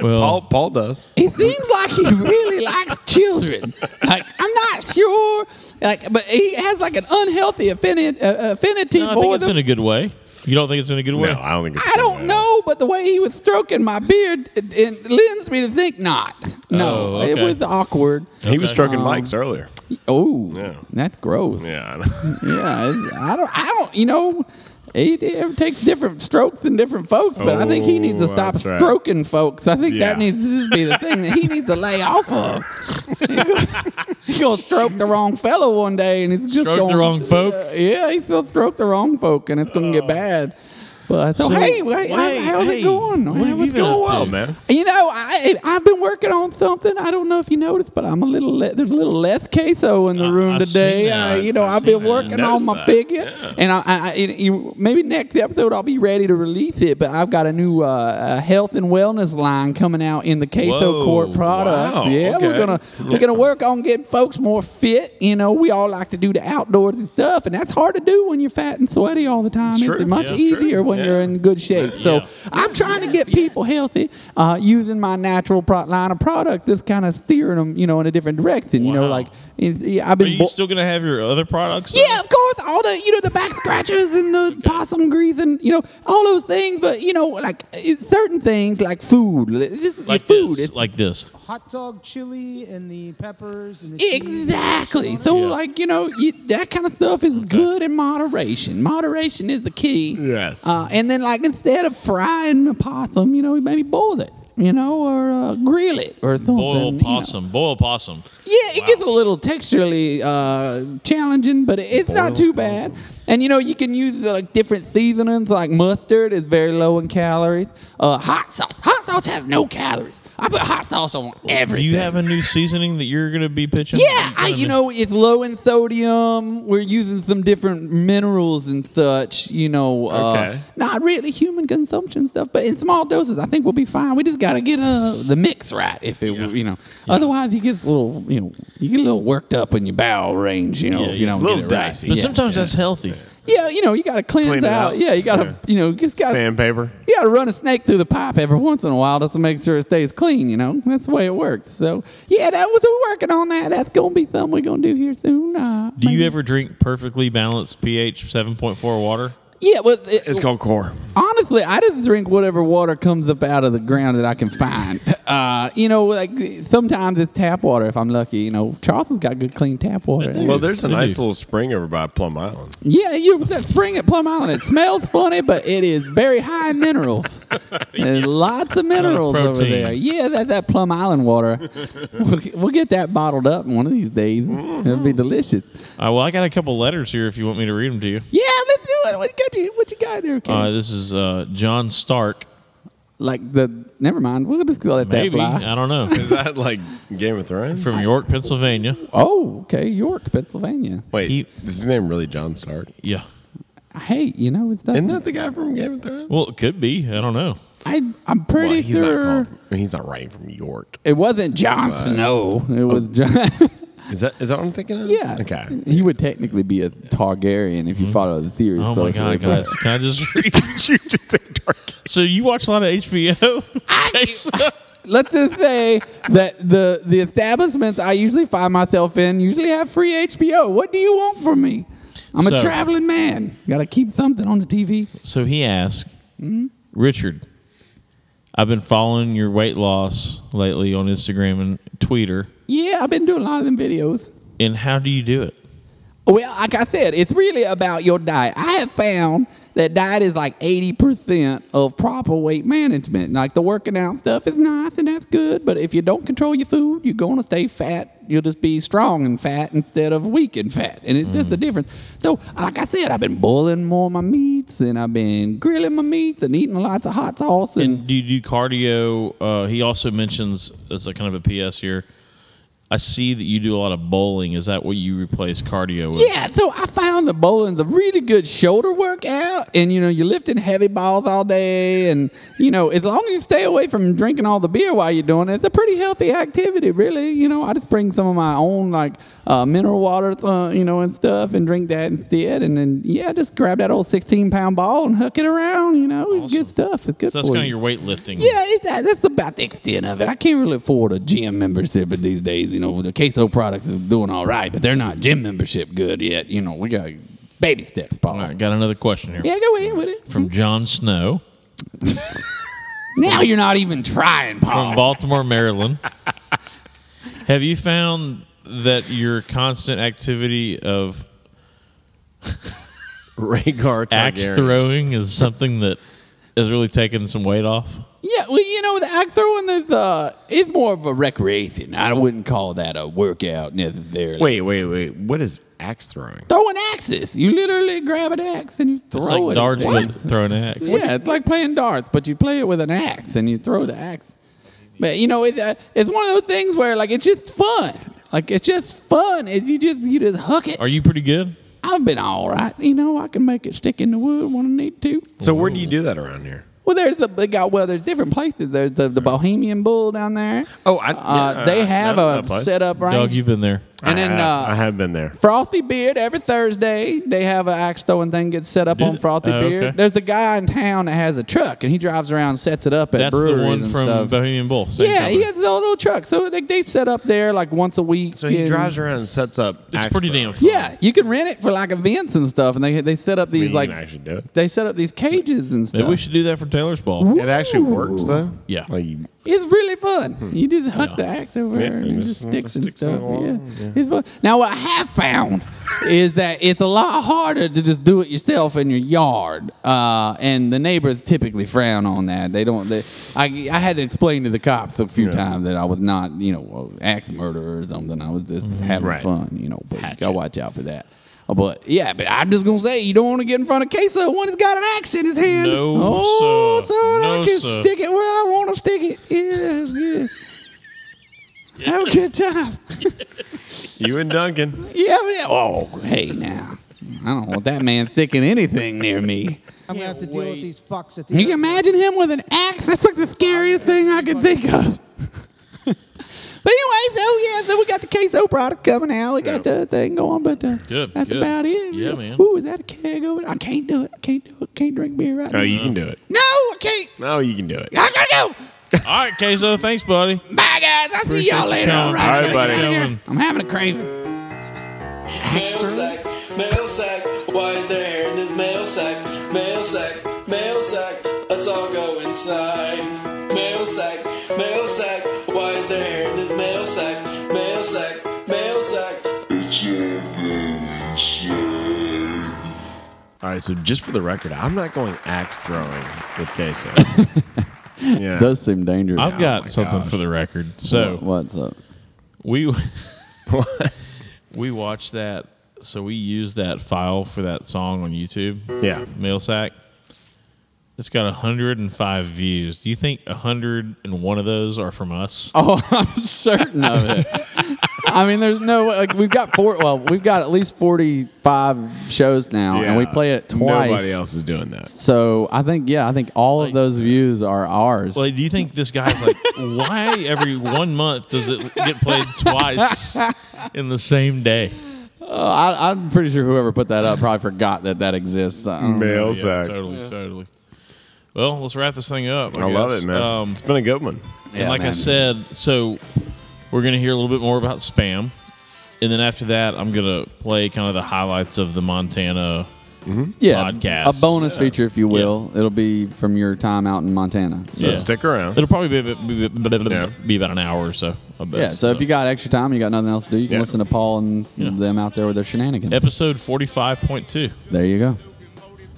Speaker 1: Well,
Speaker 9: Paul, Paul does.
Speaker 12: He seems like he really likes children. Like I'm not sure. Like, but he has like an unhealthy affini- uh, affinity
Speaker 1: no, I think
Speaker 12: for
Speaker 1: it's in
Speaker 12: them.
Speaker 1: a good way. You don't think it's in a good way?
Speaker 9: No, I don't think it's
Speaker 12: I don't know, but the way he was stroking my beard, it, it lends me to think not. No,
Speaker 1: Oh,
Speaker 12: it
Speaker 1: okay.
Speaker 12: was awkward. Um,
Speaker 9: He was
Speaker 1: Okay.
Speaker 9: stroking Mike's earlier.
Speaker 12: Oh,
Speaker 9: Yeah.
Speaker 12: that's gross.
Speaker 9: Yeah.
Speaker 12: yeah, it's- I don't, I don't, you know, it, it takes different strokes and different folks, but I think he needs to
Speaker 9: Oh,
Speaker 12: stop
Speaker 9: that's right.
Speaker 12: stroking folks. I think that
Speaker 9: Yeah.
Speaker 12: needs to just be the thing that he needs to lay off of. He's going to stroke the wrong fellow one day, and he's just
Speaker 1: Stroke the
Speaker 12: going
Speaker 1: wrong folk?
Speaker 12: yeah, he's going to stroke the wrong folk, and it's going
Speaker 9: Oh.
Speaker 12: to get bad. But so,
Speaker 1: So,
Speaker 12: hey, wait, how-
Speaker 1: wait,
Speaker 12: how's
Speaker 1: hey,
Speaker 12: it going?
Speaker 1: what have
Speaker 12: What's
Speaker 1: you been
Speaker 12: going
Speaker 1: up to?
Speaker 12: on? You know, I I've been working on something. I don't know if you noticed, but I'm a little le- there's a little less queso in the
Speaker 1: I-
Speaker 12: room
Speaker 1: I've seen
Speaker 12: today.
Speaker 1: that.
Speaker 12: I, you know,
Speaker 1: I've
Speaker 12: I've
Speaker 1: seen
Speaker 12: been
Speaker 1: that.
Speaker 12: working on
Speaker 9: Noticed
Speaker 12: my
Speaker 9: that.
Speaker 12: figure,
Speaker 9: Yeah.
Speaker 12: and I, I, I it, you, maybe next episode I'll be ready to release it. But I've got a new uh, uh, health and wellness line coming out in the queso
Speaker 1: Whoa,
Speaker 12: court product.
Speaker 9: wow,
Speaker 12: yeah, we're
Speaker 9: okay.
Speaker 12: gonna we're gonna work on getting folks more fit. You know, we all like to do the outdoors and stuff, and that's hard to do when you're fat and sweaty all the time. It's,
Speaker 9: true.
Speaker 12: much
Speaker 1: Yeah, it's true.
Speaker 12: easier when when you're in good shape. So I'm trying to get people healthy uh, using my natural pro- line of product. That's kind of steering them, you know, in a different direction. You know,
Speaker 1: Wow.
Speaker 12: like it's, yeah, I've
Speaker 1: Are
Speaker 12: been.
Speaker 1: you
Speaker 12: bo-
Speaker 1: still gonna have your other products?
Speaker 12: yeah, of course, all the you know the back scratchers and the possum grease and you know all those things. But you know, like it's certain things like food, This-
Speaker 1: Like
Speaker 12: food.
Speaker 1: this. Like this.
Speaker 14: Hot dog chili and the peppers and the cheese.
Speaker 12: Exactly. So, like, you know, you, that kind of stuff is good in moderation. Moderation is the key.
Speaker 9: Yes.
Speaker 12: Uh, and then, like, instead of frying a possum, you know, maybe boil it, you know, or uh, grill it or something.
Speaker 1: Boil
Speaker 12: you know.
Speaker 1: possum. Boil possum.
Speaker 12: Yeah, it gets a little texturally uh, challenging, but it- it's not too bad. And you know, you can use like different seasonings, like mustard is very low in calories. Uh, hot sauce, hot sauce has no calories. I put hot sauce on
Speaker 1: Do
Speaker 12: everything.
Speaker 1: you have a new seasoning that you're gonna be pitching?
Speaker 12: Yeah, I, you know, it's low in sodium. We're using some different minerals and such, you know. Uh,
Speaker 1: Okay.
Speaker 12: Not really human consumption stuff, but in small doses, I think we'll be fine. We just got to get uh, the mix right, if it, you know. Otherwise, you get a little, you know, you get a little worked up in your bowel range, you know,
Speaker 1: Yeah,
Speaker 12: if you
Speaker 1: yeah.
Speaker 12: don't
Speaker 1: Little
Speaker 12: get it right.
Speaker 1: dicey. But sometimes that's healthy.
Speaker 12: Yeah, you know, you got to cleanse
Speaker 9: Clean it
Speaker 12: out.
Speaker 9: out.
Speaker 12: Yeah, you got to,
Speaker 9: Yeah.
Speaker 12: you know, just got to
Speaker 9: Sandpaper.
Speaker 12: you got to run a snake through the pipe every once in a while just to make sure it stays clean, you know? That's the way it works. So, yeah, that was we're working on that. That's going to be something we're going to do here soon. Uh,
Speaker 1: Do you ever drink perfectly balanced pH seven point four water?
Speaker 12: yeah, well, it-
Speaker 9: called core.
Speaker 12: honestly, I just drink whatever water comes up out of the ground that I can find. Uh, you know, like sometimes it's tap water if I'm lucky. You know, Charleston's got good, clean tap water.
Speaker 9: Well, there's a
Speaker 1: They
Speaker 9: nice
Speaker 1: do.
Speaker 9: little spring over by Plum Island.
Speaker 12: Yeah, you that spring at Plum Island. It smells funny, but it is very high in minerals. There's lots of minerals over
Speaker 1: protein.
Speaker 12: there. Yeah, that, that Plum Island water. we'll, get- we'll get that bottled up one of these days. It'll
Speaker 9: Mm-hmm.
Speaker 12: be delicious.
Speaker 1: Uh, well, I got a couple letters here if you want me to read them to you.
Speaker 12: Yeah, let's do it. What you got, you, what you got there? Ken?
Speaker 1: Uh, this is uh, John Stark.
Speaker 12: like the never mind. We'll just let that
Speaker 1: Maybe
Speaker 12: fly.
Speaker 1: I don't know.
Speaker 9: Is that like Game of Thrones?
Speaker 1: From York, Pennsylvania.
Speaker 12: Oh, okay, York, Pennsylvania.
Speaker 9: Wait,
Speaker 1: He-
Speaker 9: is his name really John Stark?
Speaker 1: Yeah.
Speaker 12: Hey, you know it's
Speaker 9: Isn't
Speaker 12: not,
Speaker 9: that the guy from Game of Thrones?
Speaker 1: Well, it could be. I don't know.
Speaker 12: I I'm pretty
Speaker 9: Well, he's
Speaker 12: sure
Speaker 9: not called, he's not writing from York. Oh.
Speaker 12: it wasn't John Snow. It was John.
Speaker 9: Is that is that what I'm thinking of?
Speaker 12: Yeah.
Speaker 9: Okay.
Speaker 12: He would technically be a Targaryen if you follow the theories.
Speaker 1: Oh my
Speaker 12: closely,
Speaker 1: god, guys! Can I just read?
Speaker 9: you just say Dark.
Speaker 1: so you watch a lot of HBO? Okay, so-
Speaker 12: but Let's just say that the the establishments I usually find myself in usually have free HBO. What do you want from me? I'm a
Speaker 1: So-
Speaker 12: traveling man. Got to keep something on the TV.
Speaker 1: So he asked,
Speaker 12: Mm-hmm.
Speaker 1: Richard, I've been following your weight loss lately on Instagram and Twitter.
Speaker 12: Yeah, I've been doing a lot of them videos.
Speaker 1: And how do you do it?
Speaker 12: Well, like I said, it's really about your diet. I have found that diet is like 80% of proper weight management. Like the working out stuff is nice and that's good, but if you don't control your food, you're going to stay fat. You'll just be strong and fat instead of weak and fat. And it's just the difference. So, like I said, I've been boiling more of my meats and I've been grilling my meats and eating lots of hot sauce. And,
Speaker 1: And do you do cardio? Uh, he also mentions as a kind of a PS here. I see that you do a lot of bowling. Is that what you replace cardio with?
Speaker 12: yeah, so I found the bowling's a really good shoulder workout, and you know you're lifting heavy balls all day, and you know as long as you stay away from drinking all the beer while you're doing it, it's a pretty healthy activity, really. You know, I just bring some of my own like uh, mineral water, uh, you know, and stuff, and drink that instead, and then yeah, just grab that old 16 pound ball and hook it around. You know, it's good stuff. It's good.
Speaker 1: So that's
Speaker 12: for
Speaker 1: kind of
Speaker 12: you.
Speaker 1: your weightlifting.
Speaker 12: Yeah, it's that, that's about the extent of it. I can't really afford a gym membership in these days. You know, the queso products are doing all right, but they're not gym membership good yet. You know, we got baby steps, Paul.
Speaker 1: All right, got another question here
Speaker 12: Yeah, go ahead with it. Mm-hmm.
Speaker 1: from John Snow
Speaker 12: Now you're not even trying, Paul.
Speaker 1: from Baltimore, Maryland. Have you found that your constant activity of
Speaker 9: Rhaegar Targaryen.
Speaker 1: axe throwing is something that has really taken some weight off?
Speaker 12: Yeah, well, you know, the axe throwing is uh, it's more of a recreation. I wouldn't call that a workout necessarily.
Speaker 9: Wait, wait, wait. What is axe throwing?
Speaker 12: throwing axes. You literally grab an axe and you
Speaker 1: It's
Speaker 12: throw
Speaker 1: like
Speaker 12: it.
Speaker 1: darts
Speaker 12: What?
Speaker 1: but throwing an axe.
Speaker 12: Yeah, it's like playing darts, but you play it with an axe and you throw the axe. But you know, it, uh, it's one of those things where like it's just fun. Like it's just fun. It's you just you just hook it.
Speaker 1: Are you pretty good?
Speaker 12: I've been all right. You know, I can make it stick in the wood when I need to.
Speaker 9: So where do you do that around here?
Speaker 12: Well, there's the they got well, there's different places. There's the, the Bohemian Bull down there.
Speaker 9: Oh, I-
Speaker 12: uh,
Speaker 9: yeah,
Speaker 12: they
Speaker 9: I
Speaker 12: have
Speaker 9: know that
Speaker 12: a
Speaker 9: place.
Speaker 12: set up right.
Speaker 1: Dog, you've been there.
Speaker 12: And
Speaker 9: I,
Speaker 12: then,
Speaker 9: I-
Speaker 12: uh,
Speaker 9: I have been there.
Speaker 12: Frothy Beard every Thursday. They have an axe throwing thing gets set up
Speaker 9: Do
Speaker 12: on
Speaker 9: they?
Speaker 12: Frothy
Speaker 9: Oh,
Speaker 12: Beard.
Speaker 9: okay.
Speaker 12: There's the guy in town that has a truck and he drives around and sets it up at
Speaker 1: That's
Speaker 12: breweries
Speaker 1: the one
Speaker 12: and
Speaker 1: from
Speaker 12: stuff.
Speaker 1: Bohemian Oh, Bull. same
Speaker 12: yeah,
Speaker 1: company.
Speaker 12: he has a little truck. So they, they set up there like once a week.
Speaker 9: So he
Speaker 12: and-
Speaker 9: drives around and sets up. It's pretty damn.
Speaker 12: Yeah, you can rent it for like events and stuff, and they they set up these
Speaker 9: mean, you
Speaker 12: like
Speaker 9: can actually do it.
Speaker 12: they set up these cages and stuff.
Speaker 1: Maybe we should do that for Taylor's Ball.
Speaker 9: It actually works though.
Speaker 1: Yeah.
Speaker 9: Like you,
Speaker 12: It's really fun. You do the hot the axe over
Speaker 9: Yeah,
Speaker 12: there and
Speaker 9: you
Speaker 12: it just
Speaker 9: just-
Speaker 12: sticks
Speaker 9: it
Speaker 12: and
Speaker 9: sticks
Speaker 12: stuff.
Speaker 9: along,
Speaker 12: Yeah. It's fun. Now what I have found is that it's a lot harder to just do it yourself in your yard, uh, and the neighbors typically frown on that. They don't. They, I I had to explain to the cops a few times that I was not you know a axe murderer or something. I was just having
Speaker 2: Mm-hmm. Right.
Speaker 12: fun, you know. But you gotta watch out for that. Uh, But yeah, but I'm just gonna say you don't want to get in front of queso when he's got an axe in his hand.
Speaker 1: No,
Speaker 12: oh,
Speaker 1: sir.
Speaker 12: son,
Speaker 1: No,
Speaker 12: I can
Speaker 1: sir.
Speaker 12: stick it where I want to stick it. Yeah, that's good. Have a good time.
Speaker 9: you and Duncan.
Speaker 12: Yeah, but yeah. Oh, hey now. I don't want that man thinking anything near me.
Speaker 14: I'm gonna have to deal with these fucks at the.
Speaker 12: You can imagine him with an axe. That's like the scariest thing I could think of. but anyway, so yeah, so we got the queso product coming out. We got the thing going, but uh,
Speaker 1: Good,
Speaker 12: that's
Speaker 1: good.
Speaker 12: about it.
Speaker 1: Yeah, man.
Speaker 12: Ooh, is that a keg over there? I can't do it. I can't do it. Can't drink beer right
Speaker 9: Oh,
Speaker 12: now.
Speaker 9: you can do it.
Speaker 12: No, I can't.
Speaker 9: Oh, you can do it.
Speaker 12: I gotta go.
Speaker 1: All right, Queso. Thanks, buddy.
Speaker 12: Bye, guys. I'll see y'all later. All right, I gotta get outta here. I'm having a craving.
Speaker 15: Mail sack, mail sack. Why is there hair in this mail sack? Mail sack, mail sack. Let's all go inside. Mail sack, mail sack. Why is there hair in this mail sack? Mail sack, mail sack.
Speaker 9: All right. So just for the record, I'm not going axe throwing with queso. yeah. Oh
Speaker 2: Does seem dangerous.
Speaker 1: I've got something for the record. So
Speaker 2: what's up?
Speaker 1: We we watched that. So we used that file for that song on YouTube.
Speaker 9: Yeah.
Speaker 1: Mail sack. It's got 105 views. Do you think 101 of those are from us?
Speaker 12: Oh, I'm certain of it. I mean, there's no like we've got four. Well, we've got at least 45 shows now, and we
Speaker 9: Yeah.
Speaker 12: play it twice.
Speaker 9: Nobody else is doing that.
Speaker 12: So I think yeah, I think all of those views are ours.
Speaker 1: Like, do you think this guy's like, why every one month does it get played twice in the same day?
Speaker 12: Uh, I, I'm pretty sure whoever put that up probably forgot that that exists. I don't know.
Speaker 1: Yeah, Totally, totally. Well, let's wrap this thing up. I,
Speaker 9: I love
Speaker 1: guess.
Speaker 9: it, man.
Speaker 1: Um,
Speaker 9: it's been a good one.
Speaker 1: and like I said, so we're going to hear a little bit more about spam. And then after that, I'm going to play kind of the highlights of the Montana
Speaker 9: Mm-hmm.
Speaker 2: Yeah,
Speaker 1: podcast.
Speaker 2: a bonus
Speaker 1: Yeah.
Speaker 2: feature, if you will. It'll be from your time out in Montana.
Speaker 1: Yeah. It'll probably be, a bit- be, be- be- be about an hour or so. I bet.
Speaker 2: Yeah, so if you got extra time, you got nothing else to do, you can
Speaker 1: Yeah.
Speaker 2: listen to Paul and them out there with their shenanigans.
Speaker 1: Episode 45.2.
Speaker 2: There you go.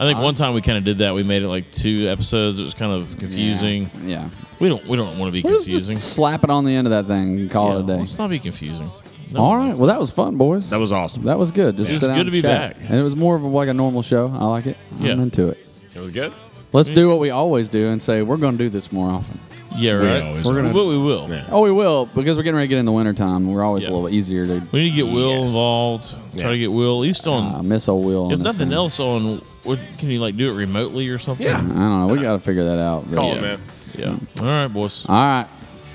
Speaker 1: I think one time we kind of did that. We made it like two episodes. It was kind of confusing.
Speaker 2: Yeah.
Speaker 1: We don't we don't want to be
Speaker 2: Let's
Speaker 1: confusing.
Speaker 2: Just slap it on the end of that thing and call it a day.
Speaker 1: Let's not be confusing. No
Speaker 2: All
Speaker 1: one
Speaker 2: right.
Speaker 1: wants
Speaker 2: Well, that was fun, boys.
Speaker 9: That was awesome.
Speaker 2: That was good. Just
Speaker 1: It was
Speaker 2: sit down
Speaker 1: good to
Speaker 2: and
Speaker 1: be
Speaker 2: chat.
Speaker 1: back.
Speaker 2: And it was more of a, like a normal show. I like it. I'm
Speaker 1: Yeah.
Speaker 2: into it.
Speaker 9: It was good.
Speaker 2: Let's do what we always do and say we're going to do this more often.
Speaker 1: Yeah,
Speaker 2: We
Speaker 1: right.
Speaker 2: always
Speaker 1: We're
Speaker 2: are.
Speaker 1: gonna, but we will.
Speaker 2: Oh, we will because we're getting ready to get in the wintertime. We're always a little bit easier to.
Speaker 1: We need to get Will involved. Try to get Will at least on.
Speaker 2: I miss old Will. on
Speaker 1: if
Speaker 2: this
Speaker 1: nothing
Speaker 2: thing.
Speaker 1: else, on what can you like do it remotely or something?
Speaker 2: I don't know. We got to figure that out.
Speaker 1: Call it,
Speaker 2: yeah.
Speaker 1: man. Yeah. All right, boys.
Speaker 2: All right.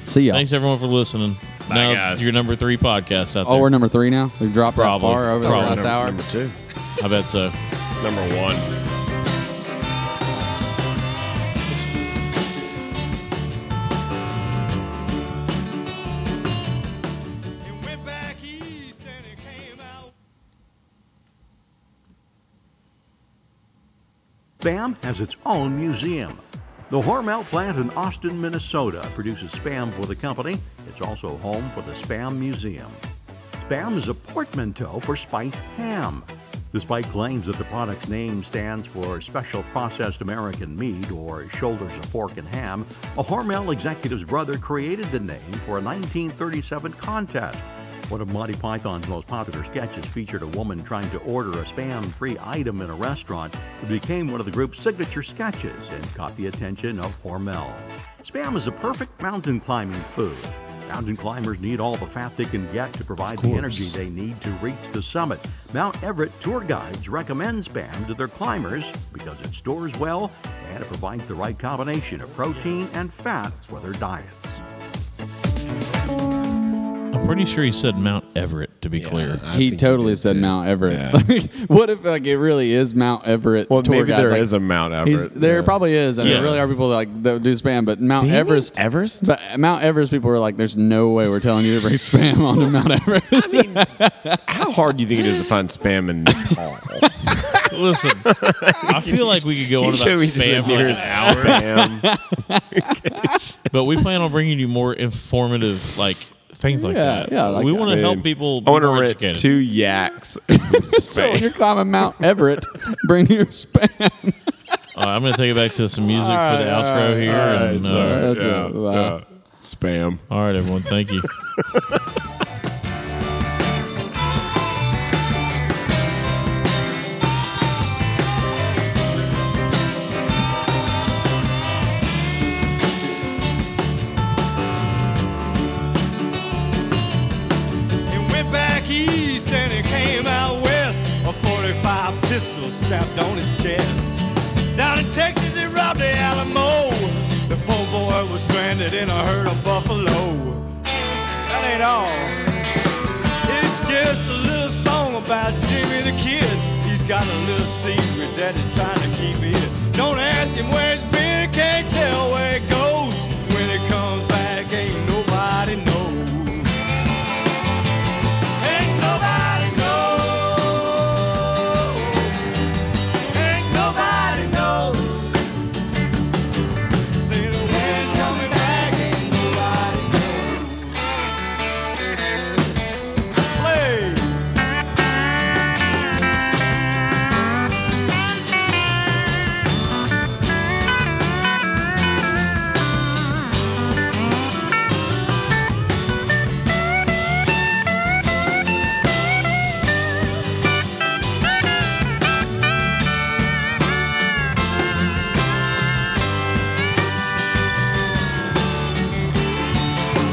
Speaker 2: See y'all.
Speaker 1: Thanks everyone for listening.
Speaker 2: Bye,
Speaker 1: now
Speaker 2: guys.
Speaker 1: your number three podcast out there.
Speaker 2: Oh, we're number three now. We've dropped that
Speaker 1: Probably.
Speaker 2: far over the
Speaker 1: Probably
Speaker 2: last
Speaker 1: number-
Speaker 2: hour.
Speaker 1: number
Speaker 9: two.
Speaker 1: I bet so.
Speaker 9: Number one.
Speaker 10: Spam has its own museum. The Hormel plant in Austin, Minnesota produces spam for the company. It's also home for the Spam Museum. Spam is a portmanteau for spiced ham. Despite claims that the product's name stands for Special Processed American Meat or Shoulders of Pork and Ham, a Hormel executive's brother created the name for a 1937 contest. One of Monty Python's most popular sketches featured a woman trying to order a spam free item in a restaurant. It became one of the group's signature sketches and caught the attention of Hormel. Spam is a perfect mountain climbing food. Mountain climbers need all the fat they can get to provide the energy they need to reach the summit. Mount Everett tour guides recommend Spam to their climbers because it stores well and it provides the right combination of protein and fat for their diets.
Speaker 1: I'm I'm pretty sure he said Mount Everett. To be clear,
Speaker 2: he totally said Mount Everett. what if like it really is Mount Everett? Well,
Speaker 9: maybe there is a Mount Everett,
Speaker 2: There probably is, and
Speaker 9: Yeah.
Speaker 2: there really are people that, like that do spam. But Mount
Speaker 9: Do you mean
Speaker 2: Everest,
Speaker 9: Everest,
Speaker 2: but Mount Everest people were like, "There's no way we're telling you to bring spam onto Mount Everest." I mean,
Speaker 9: how hard do you think it is to find spam in Nepal?
Speaker 1: Listen, I feel like we could go
Speaker 9: Can
Speaker 1: on
Speaker 9: you
Speaker 1: about
Speaker 9: show me to the
Speaker 1: spam for
Speaker 9: nearest
Speaker 1: like an hour.
Speaker 9: spam?
Speaker 1: but we plan on bringing you more informative, like things like
Speaker 2: Yeah,
Speaker 1: that.
Speaker 2: yeah, I like
Speaker 1: we
Speaker 2: that.
Speaker 1: want to
Speaker 2: Dude,
Speaker 1: help people.
Speaker 9: I want to
Speaker 1: more
Speaker 9: rent
Speaker 1: educated.
Speaker 9: two yaks. and some
Speaker 2: so when
Speaker 9: spam.
Speaker 2: you're climbing Mount Everett, bring your spam.
Speaker 1: All right, I'm going to take it back to some music
Speaker 2: All
Speaker 1: for the
Speaker 2: right,
Speaker 1: outro
Speaker 2: all right,
Speaker 1: here.
Speaker 2: all right,
Speaker 1: and, uh,
Speaker 2: sorry, that's it. Bye.
Speaker 9: Spam.
Speaker 1: All right, everyone. Thank you.
Speaker 13: went back east and he came out west. A 45 pistol strapped on his chest. Down in Texas, he robbed the Alamo. The poor boy was stranded in a herd of buffalo. That ain't all. It's just a little song about Jimmy the Kid. He's got a little secret that he's trying to keep it. Don't ask him where he's been, he can't tell where it goes. When it comes back, ain't nobody knows. Ain't nobody knows. Ain't nobody knows. Say the wind's coming back. Ain't nobody knows. Play.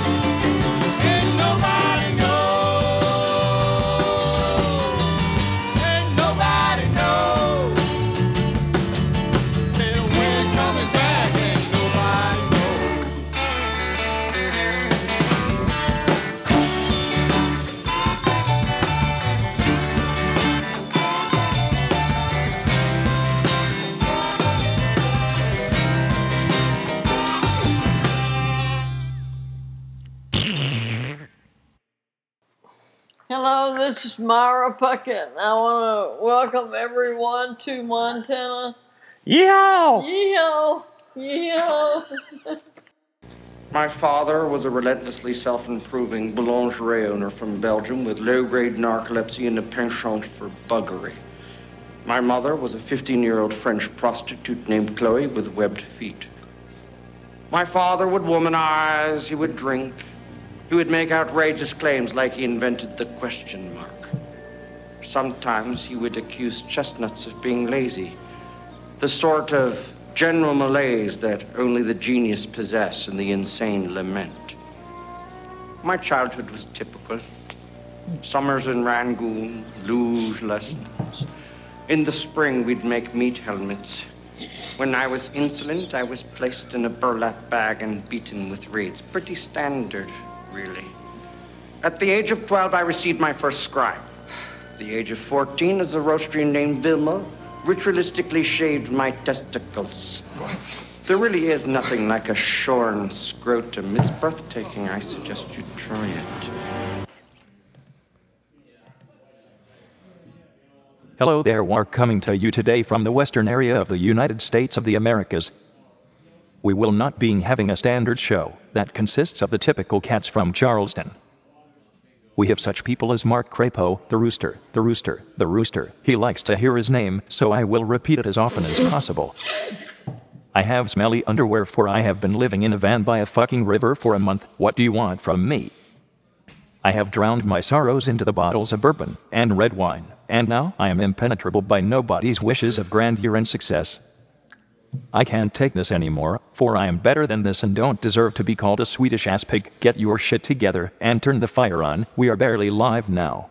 Speaker 13: Ain't nobody knows. Ain't nobody knows. Say the wind's coming back. Ain't nobody knows.
Speaker 16: Hello, this is Myra Puckett. and I want to welcome everyone to Montana.
Speaker 17: Yeehaw!
Speaker 16: Yeehaw! Yeehaw!
Speaker 17: My father was a relentlessly self improving boulangerie owner from Belgium with low grade narcolepsy and a penchant for buggery. My mother was a 15 year old French prostitute named Chloe with webbed feet. My father would womanize, he would drink, he would make outrageous claims like he invented the question mark. Sometimes he would accuse chestnuts of being lazy, the sort of general malaise that only the genius possess and the insane lament. My childhood was typical. Summers in Rangoon, luge lessons. In the spring, we'd make meat helmets. When I was insolent, I was placed in a burlap bag and beaten with reeds. Pretty standard, really. At the age of 12, I received my first scribe. At the age of 14, a Zoroastrian named Vilma ritualistically shaved my testicles. What? There really is nothing like a shorn scrotum. It's breathtaking. I suggest you try it.
Speaker 3: Hello there, we are coming to you today from the western area of the United States of the Americas. We will not be having a standard show that consists of the typical cats from Charleston. We have such people as Mark Crapo, the rooster, the rooster, the rooster. He likes to hear his name, so I will repeat it as often as possible. I have smelly underwear for I have been living in a van by a fucking river for a month. What do you want from me? I have drowned my sorrows into the bottles of bourbon and red wine, and now I am impenetrable by nobody's wishes of grandeur and success. I can't take this anymore, for I am better than this and don't deserve to be called a Swedish ass pig. Get your shit together and turn the fire on. We are barely live now.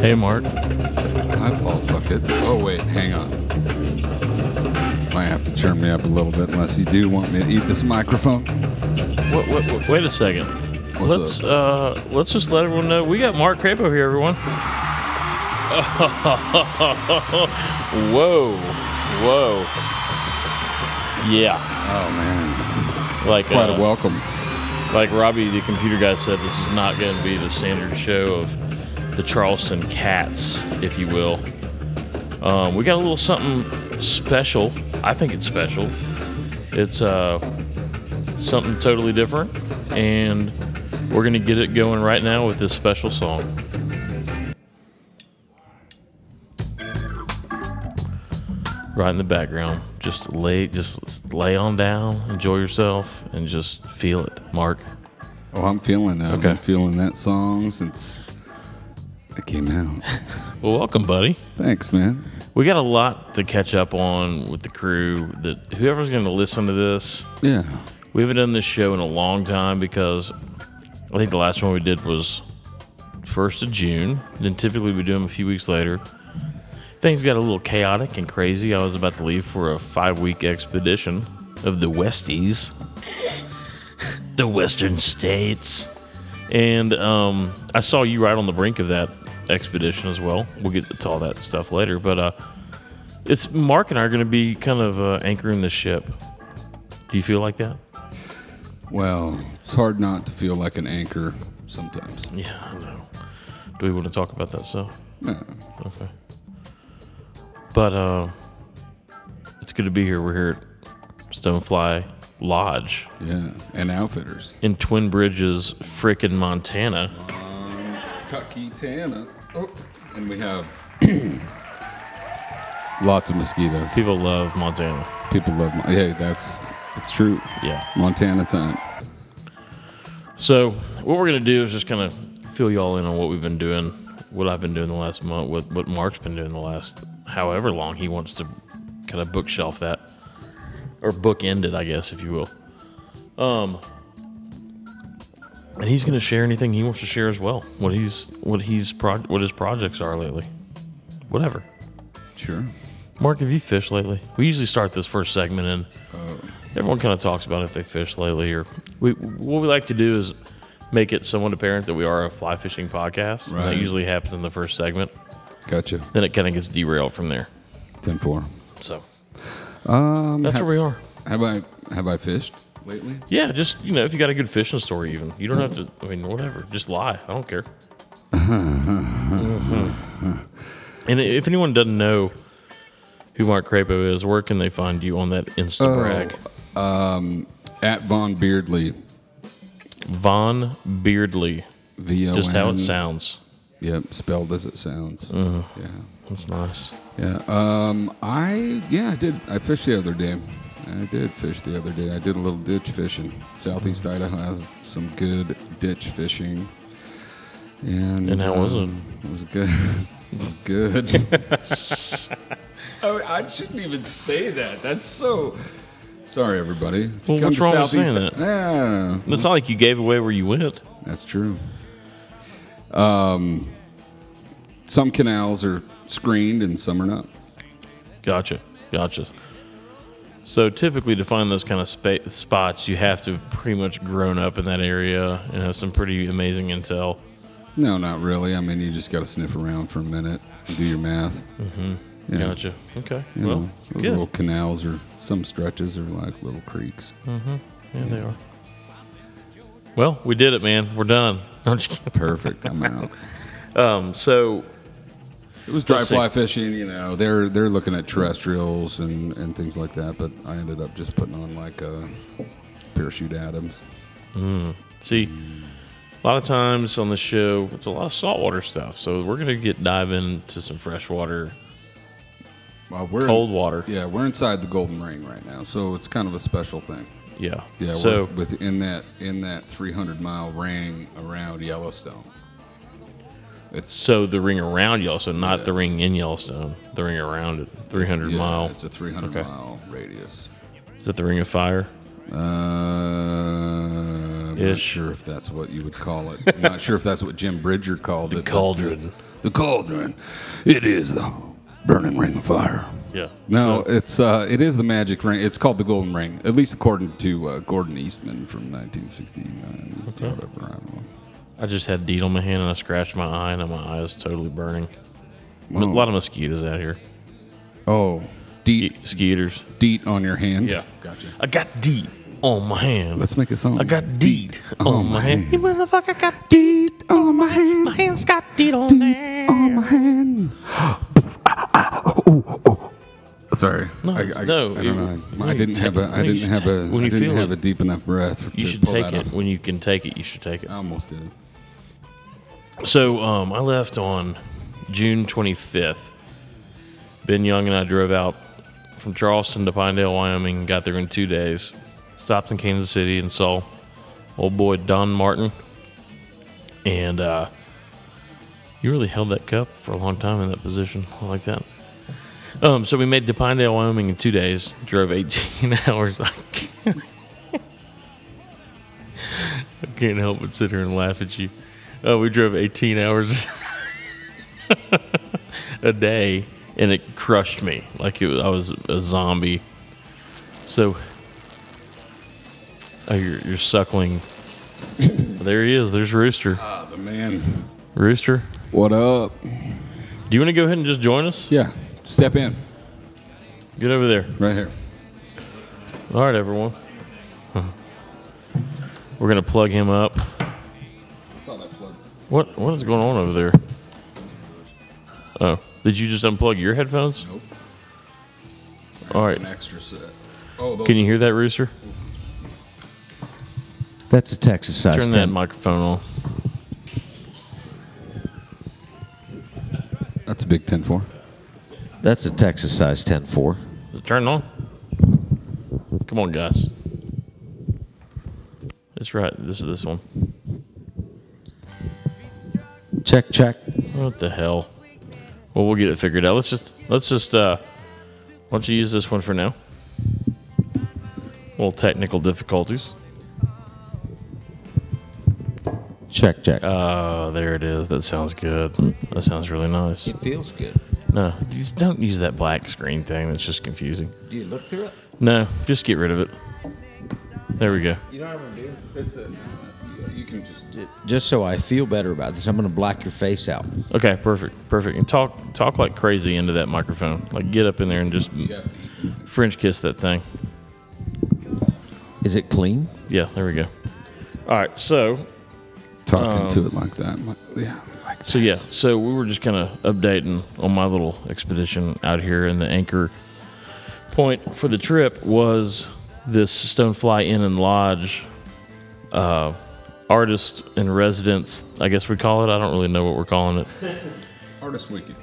Speaker 1: Hey, Mark.
Speaker 11: Hi, Paul Bucket. Oh, wait, hang on. Might have to turn me up a little bit unless you do want me to eat this microphone.
Speaker 1: Wait, wait, wait a second. let's uh, let's just let everyone know we got Mark Crapo here, everyone. whoa, whoa, yeah.
Speaker 11: Oh man,
Speaker 1: like uh,
Speaker 11: quite a welcome.
Speaker 1: Like Robbie, the computer guy said, this is not going to be the standard show of the Charleston Cats, if you will. Um, we got a little something special. I think it's special. It's uh, something totally different, and we're going to get it going right now with this special song. right in the background. Just lay, just lay on down, enjoy yourself, and just feel it, Mark.
Speaker 11: Oh, I'm feeling that.
Speaker 1: Okay.
Speaker 11: I'm feeling that song since it came out.
Speaker 1: Well, welcome, buddy.
Speaker 11: Thanks, man.
Speaker 1: We got a lot to catch up on with the crew. That whoever's going to listen to this,
Speaker 11: Yeah.
Speaker 1: we haven't done this show in a long time because I think the last one we did was first of June. Then typically we do them a few weeks later. Things got a little chaotic and crazy. I was about to leave for a five-week expedition of the Westies, the Western states, and um, I saw you right on the brink of that expedition as well. We'll get to all that stuff later, but uh, it's Mark and I are going to be kind of uh, anchoring the ship. Do you feel like that?
Speaker 11: Well, it's hard not to feel like an anchor sometimes.
Speaker 1: Yeah, I know. Do we want to talk about that stuff?
Speaker 11: No.
Speaker 1: Okay. But uh, it's good to be here. We're here at Stonefly Lodge.
Speaker 11: Yeah, and Outfitters
Speaker 1: in Twin Bridges, frickin' Montana.
Speaker 11: Um, Tucky Tana. Oh, and we have lots of mosquitoes.
Speaker 1: People love Montana.
Speaker 11: People love. Mon- hey, that's it's true.
Speaker 1: Yeah,
Speaker 11: Montana time.
Speaker 1: So what we're gonna do is just kind of fill y'all in on what we've been doing, what I've been doing the last month, what what Mark's been doing the last however long he wants to kind of bookshelf that or bookend it, I guess, if you will. Um, and he's gonna share anything he wants to share as well. What he's what he's pro- what his projects are lately, whatever.
Speaker 11: Sure.
Speaker 1: Mark, have you fished lately? We usually start this first segment, and
Speaker 11: Uh.
Speaker 1: everyone kind of talks about if they fished lately. Or we, what we like to do is make it somewhat apparent that we are a fly fishing podcast. And that
Speaker 11: Right.
Speaker 1: usually happens in the first segment.
Speaker 11: Gotcha.
Speaker 1: Then it kind of gets derailed from there.
Speaker 11: Ten four.
Speaker 1: So
Speaker 11: Um,
Speaker 1: That's
Speaker 11: have-
Speaker 1: where we are.
Speaker 11: Have I have I fished lately?
Speaker 1: yeah, just you know, if you got a good fishing story, even you don't have to. I mean, whatever, just lie. I don't care.
Speaker 11: Uh-huh.
Speaker 1: And if anyone doesn't know who Mark Crapo is, where can they find you on that Insta
Speaker 11: Oh,
Speaker 1: brag?
Speaker 11: Um, at Von Beardley.
Speaker 1: Von Beardley.
Speaker 11: V O.
Speaker 1: Just how it sounds. Uh-huh.
Speaker 11: Yep, spelled as it sounds. Yeah,
Speaker 1: that's nice.
Speaker 11: Yeah. Um, I yeah, I did. I fished the other day. I did fish the other day. I did a little ditch fishing. Southeast
Speaker 1: Mm-hmm.
Speaker 11: Idaho has some good ditch fishing. And um,
Speaker 1: And how was it?
Speaker 11: It was good. it was good. oh, I shouldn't even say that. That's so. Sorry, everybody. If you
Speaker 1: Well,
Speaker 11: come
Speaker 1: what's
Speaker 11: to
Speaker 1: wrong with
Speaker 11: Southeast-
Speaker 1: saying that?
Speaker 11: Yeah.
Speaker 1: It's not like you gave away where you went.
Speaker 11: That's true. Um, some canals are screened and some are not.
Speaker 1: Gotcha. Gotcha. So typically, to find those kind of spa- spots, you have to have pretty much grown up in that area and have some pretty amazing intel.
Speaker 11: No, not really. I mean, you just got to sniff around for a minute and do your math.
Speaker 1: Mhm. Gotcha. Okay.
Speaker 11: You
Speaker 1: Well,
Speaker 11: know, those
Speaker 1: good.
Speaker 11: little canals or some stretches are like little creeks.
Speaker 1: Mm-hmm. Yeah, they are. Well, we did it, man. We're done. I'm just kidding.
Speaker 11: Perfect. I'm out.
Speaker 1: um, so
Speaker 11: It was dry fly fishing. You know, they're they're looking at terrestrials and and things like that. But I ended up just putting on like a parachute Adams.
Speaker 1: Mm. See, a lot of times on the show, it's a lot of saltwater stuff. So we're gonna get dive into some freshwater.
Speaker 11: Well, we're
Speaker 1: Cold water.
Speaker 11: Yeah, we're inside the Golden Ring right now, so it's kind of a special thing.
Speaker 1: Yeah.
Speaker 11: Yeah.
Speaker 1: So-
Speaker 11: So within that in that 300 mile ring around Yellowstone. It's
Speaker 1: so the ring around Yellowstone, not the ring in Yellowstone. The ring around it, three hundred
Speaker 11: Yeah,
Speaker 1: mile.
Speaker 11: It's a 300
Speaker 1: Okay.
Speaker 11: mile radius.
Speaker 1: Is that the Ring of Fire?
Speaker 11: Uh, I'm not
Speaker 1: Ish.
Speaker 11: Uh, sure if that's what you would call it. I'm not sure if that's what Jim Bridger called it. but uh,
Speaker 1: cauldron.
Speaker 11: the cauldron. It is the burning ring of fire.
Speaker 1: Yeah.
Speaker 11: No, it's uh, it is the magic ring. It's called the golden ring, at least according to uh, Gordon Eastman from 1969.
Speaker 1: Okay.
Speaker 11: Whatever. I don't know.
Speaker 1: I just had deed on my hand and I scratched my eye and my eye is totally burning. A
Speaker 11: Wow.
Speaker 1: lot of mosquitoes out here.
Speaker 11: Oh, deet
Speaker 1: skeeters.
Speaker 11: Deet on your hand.
Speaker 1: Yeah, gotcha. I got deed on my hand.
Speaker 11: Let's make a song.
Speaker 1: I got deed on my hand.
Speaker 7: You motherfucker got deed on my hand. My hand's got deed on there. on my hand.
Speaker 11: Sorry.
Speaker 1: No,
Speaker 11: I,
Speaker 1: it's-
Speaker 11: I,
Speaker 1: no,
Speaker 11: I
Speaker 1: you-
Speaker 11: don't know.
Speaker 1: no,
Speaker 11: I
Speaker 1: you
Speaker 11: didn't have
Speaker 1: take-
Speaker 11: a. I
Speaker 1: no, you
Speaker 11: didn't
Speaker 1: should
Speaker 11: have a.
Speaker 1: take- when
Speaker 11: I
Speaker 1: you
Speaker 11: didn't
Speaker 1: feel
Speaker 11: have
Speaker 1: it,
Speaker 11: a deep enough breath.
Speaker 1: You
Speaker 11: to
Speaker 1: should
Speaker 11: pull
Speaker 1: take
Speaker 11: that
Speaker 1: it when you can take it. You should take it. I
Speaker 11: almost did it.
Speaker 1: So um, I left on June 25th. Ben Young and I drove out from Charleston to Pinedale, Wyoming, and got there in two days. Stopped in Kansas City and saw old boy Don Martin. And uh, you really held that cup for a long time in that position. I like that. Um, so we made to Pinedale, Wyoming in two days. Drove 18 hours. I can't, I can't help but sit here and laugh at you. Uh, we drove 18 hours a day, and it crushed me. Like it was, I was a zombie. So, oh, you're, you're suckling. there he is. There's Rooster.
Speaker 11: Ah, the man.
Speaker 1: Rooster.
Speaker 11: What up?
Speaker 1: Do you want to go ahead and just join us?
Speaker 11: Yeah. Step in.
Speaker 1: Get over there.
Speaker 11: Right here.
Speaker 1: All right, everyone. We're gonna plug him up. What what is going on over there? Oh, did you just unplug your headphones? Nope. All right.
Speaker 11: An extra set. Oh, those
Speaker 1: Can you hear that, Rooster?
Speaker 18: That's a Texas size.
Speaker 1: Turn that microphone on.
Speaker 11: That's a big 10 4.
Speaker 18: That's a Texas size 10 4.
Speaker 1: Is it turned on? Come on, guys. That's right. This is this one.
Speaker 18: Check, check.
Speaker 1: What the hell? Well, we'll get it figured out. Let's just let's just uh, why don't you use this one for now? Little technical difficulties.
Speaker 18: Check, check.
Speaker 1: Oh, there it is. That sounds good. That sounds really nice. It
Speaker 18: feels good.
Speaker 1: No, just don't use that black screen thing. That's just confusing.
Speaker 18: Do you look through it?
Speaker 1: No, just get rid of it. There we go.
Speaker 18: You know what I'm going to do?
Speaker 11: It's a. You can just.
Speaker 18: Just so I feel better about this, I'm going to black your face out.
Speaker 1: Okay, perfect, perfect. And talk talk like crazy into that microphone. Like get up in there and just French kiss that thing.
Speaker 18: Is it clean?
Speaker 1: Yeah, there we go. All right, so
Speaker 11: Talking
Speaker 1: um,
Speaker 11: to it like that. Like, yeah.
Speaker 1: so yeah, so we were just kind of updating on my little expedition out here, and the anchor point for the trip was this Stonefly Inn and Lodge uh, artist in residence. I guess we call it. I don't really know what we're calling it.
Speaker 11: Artist Weekend.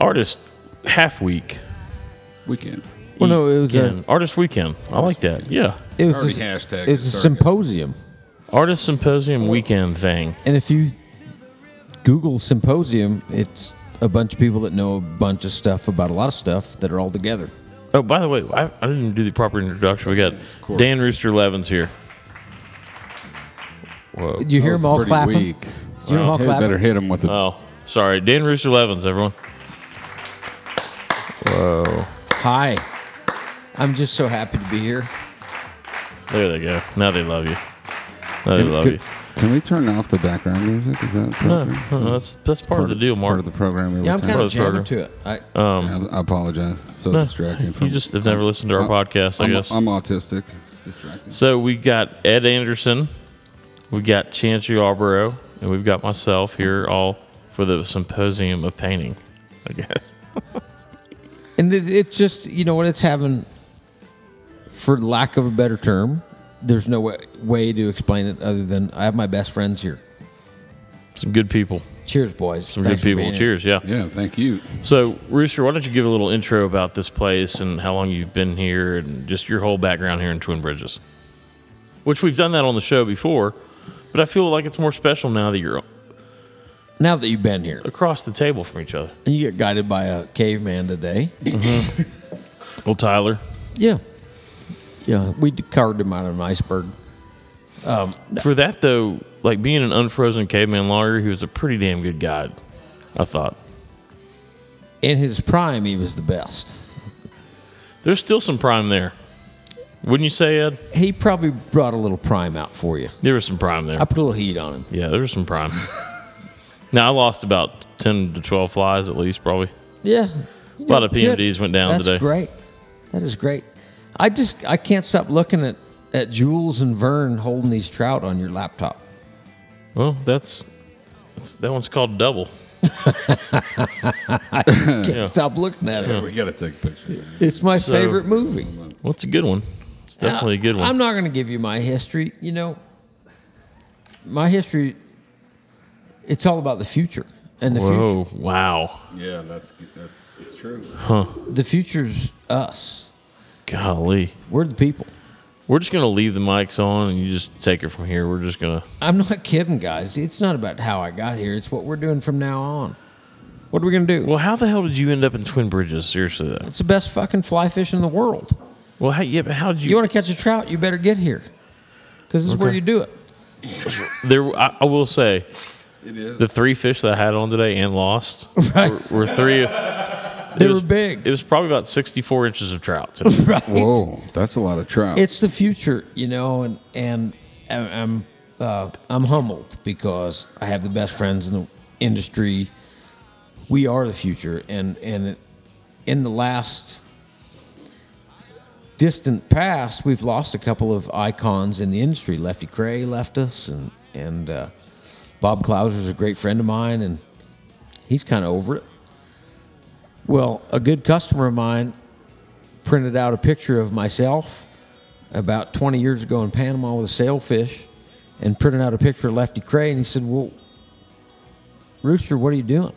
Speaker 1: Artist half week.
Speaker 11: Weekend.
Speaker 18: Well, no, it was a-
Speaker 1: Weekend. artist weekend. I like that. Yeah,
Speaker 18: It was a, It was a symposium.
Speaker 1: artist symposium weekend thing.
Speaker 18: And if you Google symposium, it's a bunch of people that know a bunch of stuff about a lot of stuff that are all together.
Speaker 1: Oh, by the way, I, I didn't do the proper introduction. We got Dan Rooster Levin's here. Whoa.
Speaker 18: You hear That was 'em all pretty clapping? weak. You hear 'em all Hit- clapping? better hit 'em with a-
Speaker 1: Oh, sorry. Dan Rooster Levin's, everyone. Whoa.
Speaker 18: Hi. I'm just so happy to be here.
Speaker 1: There they go. Now they love you. Now they
Speaker 11: Can-
Speaker 1: love
Speaker 11: can,
Speaker 1: you.
Speaker 11: Can we turn off the background music? Is that Hmm.
Speaker 1: No,
Speaker 11: appropriate?
Speaker 1: no, that's, that's part, of the deal,
Speaker 11: it's
Speaker 1: Mark.
Speaker 11: Part of the program. every
Speaker 18: Yeah, I'm
Speaker 11: time.
Speaker 18: kinda Part of the jamming program. to it.
Speaker 1: um,
Speaker 11: I, I apologize. So
Speaker 1: no,
Speaker 11: distracting.
Speaker 1: you
Speaker 11: From,
Speaker 1: just have never listened to our
Speaker 11: I'm-
Speaker 1: podcast, I
Speaker 11: I'm-
Speaker 1: guess.
Speaker 11: I'm autistic. It's distracting.
Speaker 1: So we got Ed Anderson, we got Chancey Yarborough, and we've got myself here all for the symposium of painting, I guess.
Speaker 18: And it, it's just, you know what, it's having, for lack of a better term, there's no way, way to explain it other than I have my best friends here.
Speaker 1: Some good people.
Speaker 18: Cheers, boys.
Speaker 1: Some
Speaker 18: Thanks for
Speaker 1: good people.
Speaker 18: being here.
Speaker 1: Cheers. Yeah.
Speaker 11: Yeah. Thank you.
Speaker 1: So, Rooster, why don't you give a little intro about this place and how long you've been here and just your whole background here in Twin Bridges? Which we've done that on the show before, but I feel like it's more special now that you're
Speaker 18: now that you've been here
Speaker 1: across the table from each other.
Speaker 18: And You get guided by a caveman today.
Speaker 1: Mm-hmm. Old Tyler.
Speaker 18: Yeah. Yeah. We d- carved him out of an iceberg. Um,
Speaker 1: For that though, like being an unfrozen caveman lawyer, he was a pretty damn good guide. I thought.
Speaker 18: In his prime, he was the best.
Speaker 1: There's still some prime there. Wouldn't you say, Ed?
Speaker 18: He probably brought a little prime out for you.
Speaker 1: There was some prime there.
Speaker 18: I put a little heat on him.
Speaker 1: Yeah, there was some prime. now I lost about ten to twelve flies at least, probably.
Speaker 18: Yeah.
Speaker 1: A lot of PMDs went down
Speaker 18: That's
Speaker 1: today.
Speaker 18: great. That is great. I just I can't stop looking at at Jules and Vern holding these trout on your laptop.
Speaker 1: Well, that's, that's that one's called double.
Speaker 18: I can't stop looking at it.
Speaker 1: Yeah.
Speaker 11: We got to take a picture.
Speaker 18: It's my favorite movie.
Speaker 1: What's a good one? It's definitely a good one.
Speaker 18: I'm not going to give you my history. You know, my history. It's all about the future and the
Speaker 1: Whoa,
Speaker 18: future.
Speaker 1: Wow.
Speaker 11: Yeah, that's that's true.
Speaker 1: Huh.
Speaker 18: The future's us.
Speaker 1: Golly.
Speaker 18: We're the people.
Speaker 1: We're just going to leave the mics on and you just take it from here. We're just going to.
Speaker 18: I'm not kidding, guys. It's not about how I got here. It's what we're doing from now on. What are we going to do?
Speaker 1: Well, how the hell did you end up in Twin Bridges? Seriously, though.
Speaker 18: It's the best fucking fly fish in the world.
Speaker 1: Well, how, yeah, but how did you?
Speaker 18: You want to catch a trout? You better get here, because this is where
Speaker 1: Okay.
Speaker 18: you do it.
Speaker 1: There, I, I will say,
Speaker 11: it is.
Speaker 1: the three fish that I had on today and lost were, were three.
Speaker 18: They
Speaker 1: it
Speaker 18: were
Speaker 1: was-
Speaker 18: big.
Speaker 1: It was probably about 64 inches of trout. today.
Speaker 11: Whoa, that's a lot of trout.
Speaker 18: It's the future, you know, and and I'm- I'm uh, I'm humbled because I have the best friends in the industry. We are the future, and and it, in the last distant past, we've lost a couple of icons in the industry. Lefty Cray left us, and and uh, Bob Clouser's a great friend of mine, and he's kind of over it. Well, a good customer of mine printed out a picture of myself about 20 years ago in Panama with a sailfish and printed out a picture of Lefty Cray. And he said, Well, Rooster, what are you doing?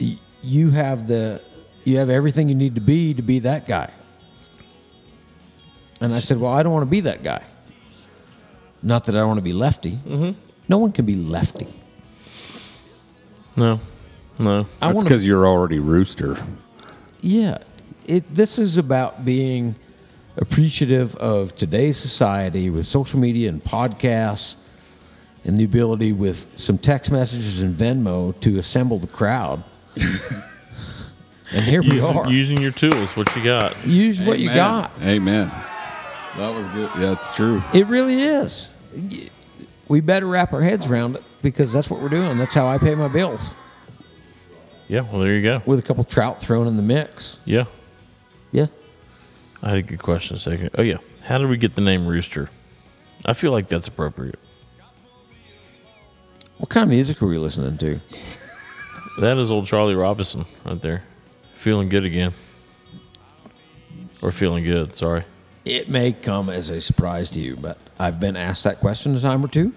Speaker 18: Y- You have the. You have everything you need to be to be that guy. And I said, Well, I don't want to be that guy. Not that I want to be lefty.
Speaker 1: Mhm.
Speaker 18: No one can be lefty.
Speaker 1: No, no.
Speaker 18: I
Speaker 11: That's
Speaker 18: wanna-
Speaker 11: because you're already rooster.
Speaker 18: Yeah, it. This is about being appreciative of today's society with social media and podcasts, and the ability with some text messages and Venmo to assemble the crowd. and here we
Speaker 1: using,
Speaker 18: are.
Speaker 1: Using your tools, what you got?
Speaker 18: Use what you got.
Speaker 11: Amen. That was good. Yeah, it's true.
Speaker 18: It really is. Y- We better wrap our heads around it because that's what we're doing. That's how I pay my bills
Speaker 1: Yeah, well, there you go.
Speaker 18: with a couple trout thrown in the mix.
Speaker 1: Yeah.
Speaker 18: Yeah.
Speaker 1: I had a good question a second. Oh, yeah. How did we get the name Rooster? I feel like that's appropriate.
Speaker 18: What kind of music are we listening to?
Speaker 1: That is old Charlie Robinson right there. Feeling good again. Or feeling good, sorry.
Speaker 18: It may come as a surprise to you, but I've been asked that question a time or two.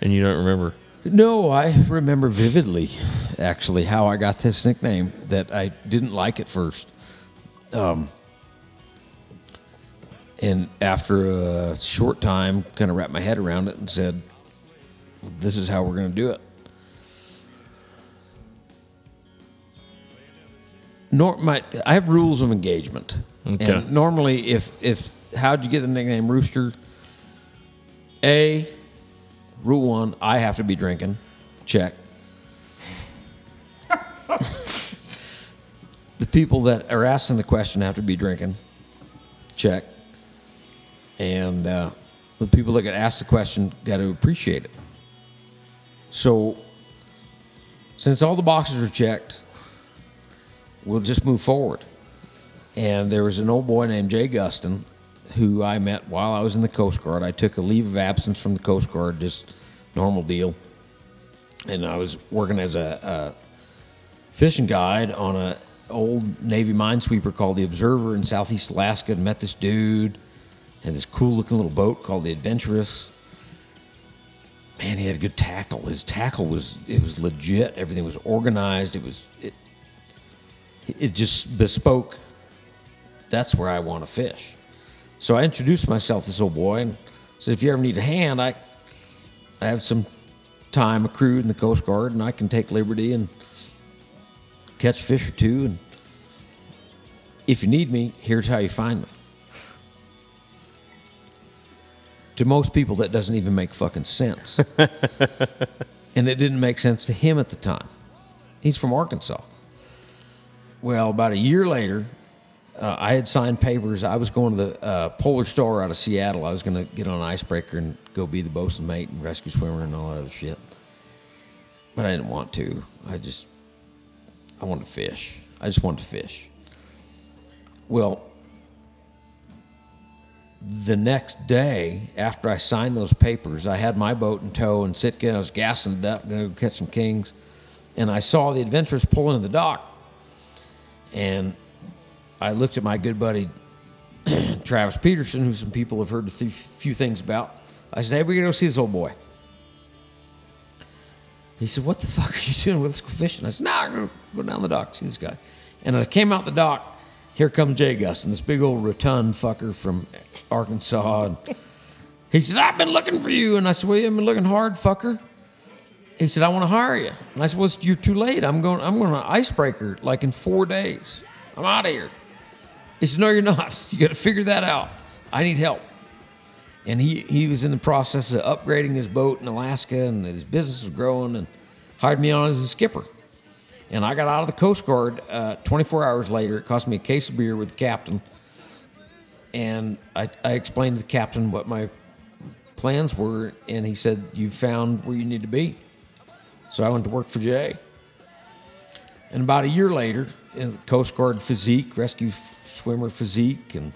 Speaker 1: And you don't remember?
Speaker 18: No, I remember vividly, actually, how I got this nickname that I didn't like at first. Um, and after a short time, kind of wrapped my head around it and said, This is how we're going to do it. Nor- my, I have rules of engagement.
Speaker 1: Okay.
Speaker 18: And normally, if, if how'd you get the nickname Rooster? A, rule one, I have to be drinking. Check. the people that are asking the question have to be drinking. Check. And uh, the people that get asked the question got to appreciate it. So, since all the boxes are checked, we'll just move forward. And there was an old boy named Jay Guston who I met while I was in the Coast Guard. I took a leave of absence from the Coast Guard, just normal deal. And I was working as a, a fishing guide on a old Navy minesweeper called the Observer in Southeast Alaska and met this dude. Had this cool looking little boat called the Adventurous. Man, he had a good tackle. His tackle was it was legit. Everything was organized. It was it it just bespoke that's where I want to fish. So I introduced myself to this old boy and said, if you ever need a hand, I, I have some time accrued in the Coast Guard and I can take liberty and catch a fish or two. And if you need me, here's how you find me. To most people, that doesn't even make fucking sense. and it didn't make sense to him at the time. He's from Arkansas. Well, about a year later, uh, I had signed papers. I was going to the uh, Polar Star out of Seattle. I was going to get on an icebreaker and go be the bosun mate and rescue swimmer and all that other shit. But I didn't want to. I just, I wanted to fish. I just wanted to fish. Well, the next day after I signed those papers, I had my boat in tow in Sitka. I was gassing it up, going to go catch some kings, and I saw the adventurers pull into the dock. And I looked at my good buddy Travis Peterson, who some people have heard a few- few things about. I said, "Hey, we're gonna go see this old boy." He said, "What the fuck are you doing? Well, let's go fishing." I said, "Nah, I'm gonna go down the dock and see this guy." And I came out the dock. Here come Jay Gus and this big old rotund fucker from Arkansas. And he said, "I've been looking for you." And I said, "Well, you've been looking hard, fucker." He said, "I want to hire you." And I said, "Well, it's- you're too late. I'm going. I'm going on an icebreaker like in four days. I'm out of here." He said, "No, you're not. You got to figure that out. I need help." and he, he was in the process of upgrading his boat in Alaska, and his business was growing, and hired me on as a skipper. And I got out of the Coast Guard uh, 24 hours later. It cost me a case of beer with the captain, and I, I explained to the captain what my plans were, and he said, "You found where you need to be." So I went to work for Jay. And about a year later, in Coast Guard physique, rescue f- swimmer physique, and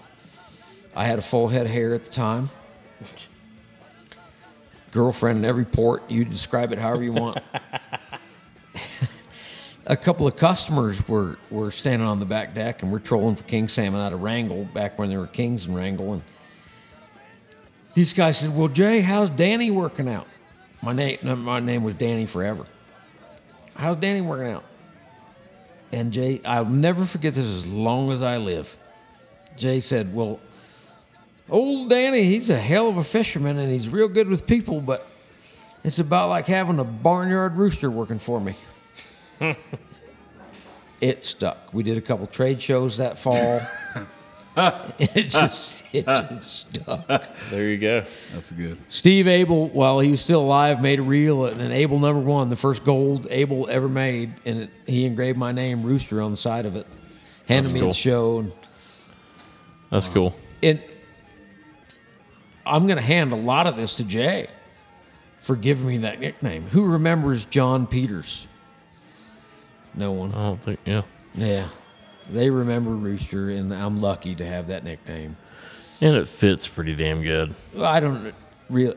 Speaker 18: I had a full head of hair at the time. Girlfriend in every port, you describe it however you want. a couple of customers were, were standing on the back deck and we're trolling for king salmon out of Wrangell back when there were kings in Wrangell. And these guys said, Well, Jay, how's Danny working out? My name, my name was Danny forever. How's Danny working out? And Jay, I'll never forget this as long as I live. Jay said, Well, old Danny, he's a hell of a fisherman and he's real good with people, but it's about like having a barnyard rooster working for me. it stuck. We did a couple trade shows that fall. it just it just stuck.
Speaker 1: There you go.
Speaker 11: That's good.
Speaker 18: Steve Abel, while he was still alive, made a reel and an Abel number one, the first gold Abel ever made, and it, he engraved my name Rooster on the side of it. Handed
Speaker 1: That's
Speaker 18: me
Speaker 1: cool.
Speaker 18: the show, and
Speaker 1: That's cool.
Speaker 18: and I'm going to hand a lot of this to Jay for giving me that nickname. Who remembers John Peters? No one.
Speaker 1: I don't think. Yeah.
Speaker 18: Yeah, they remember Rooster, and I'm lucky to have that nickname.
Speaker 1: And it fits pretty damn good.
Speaker 18: I don't really.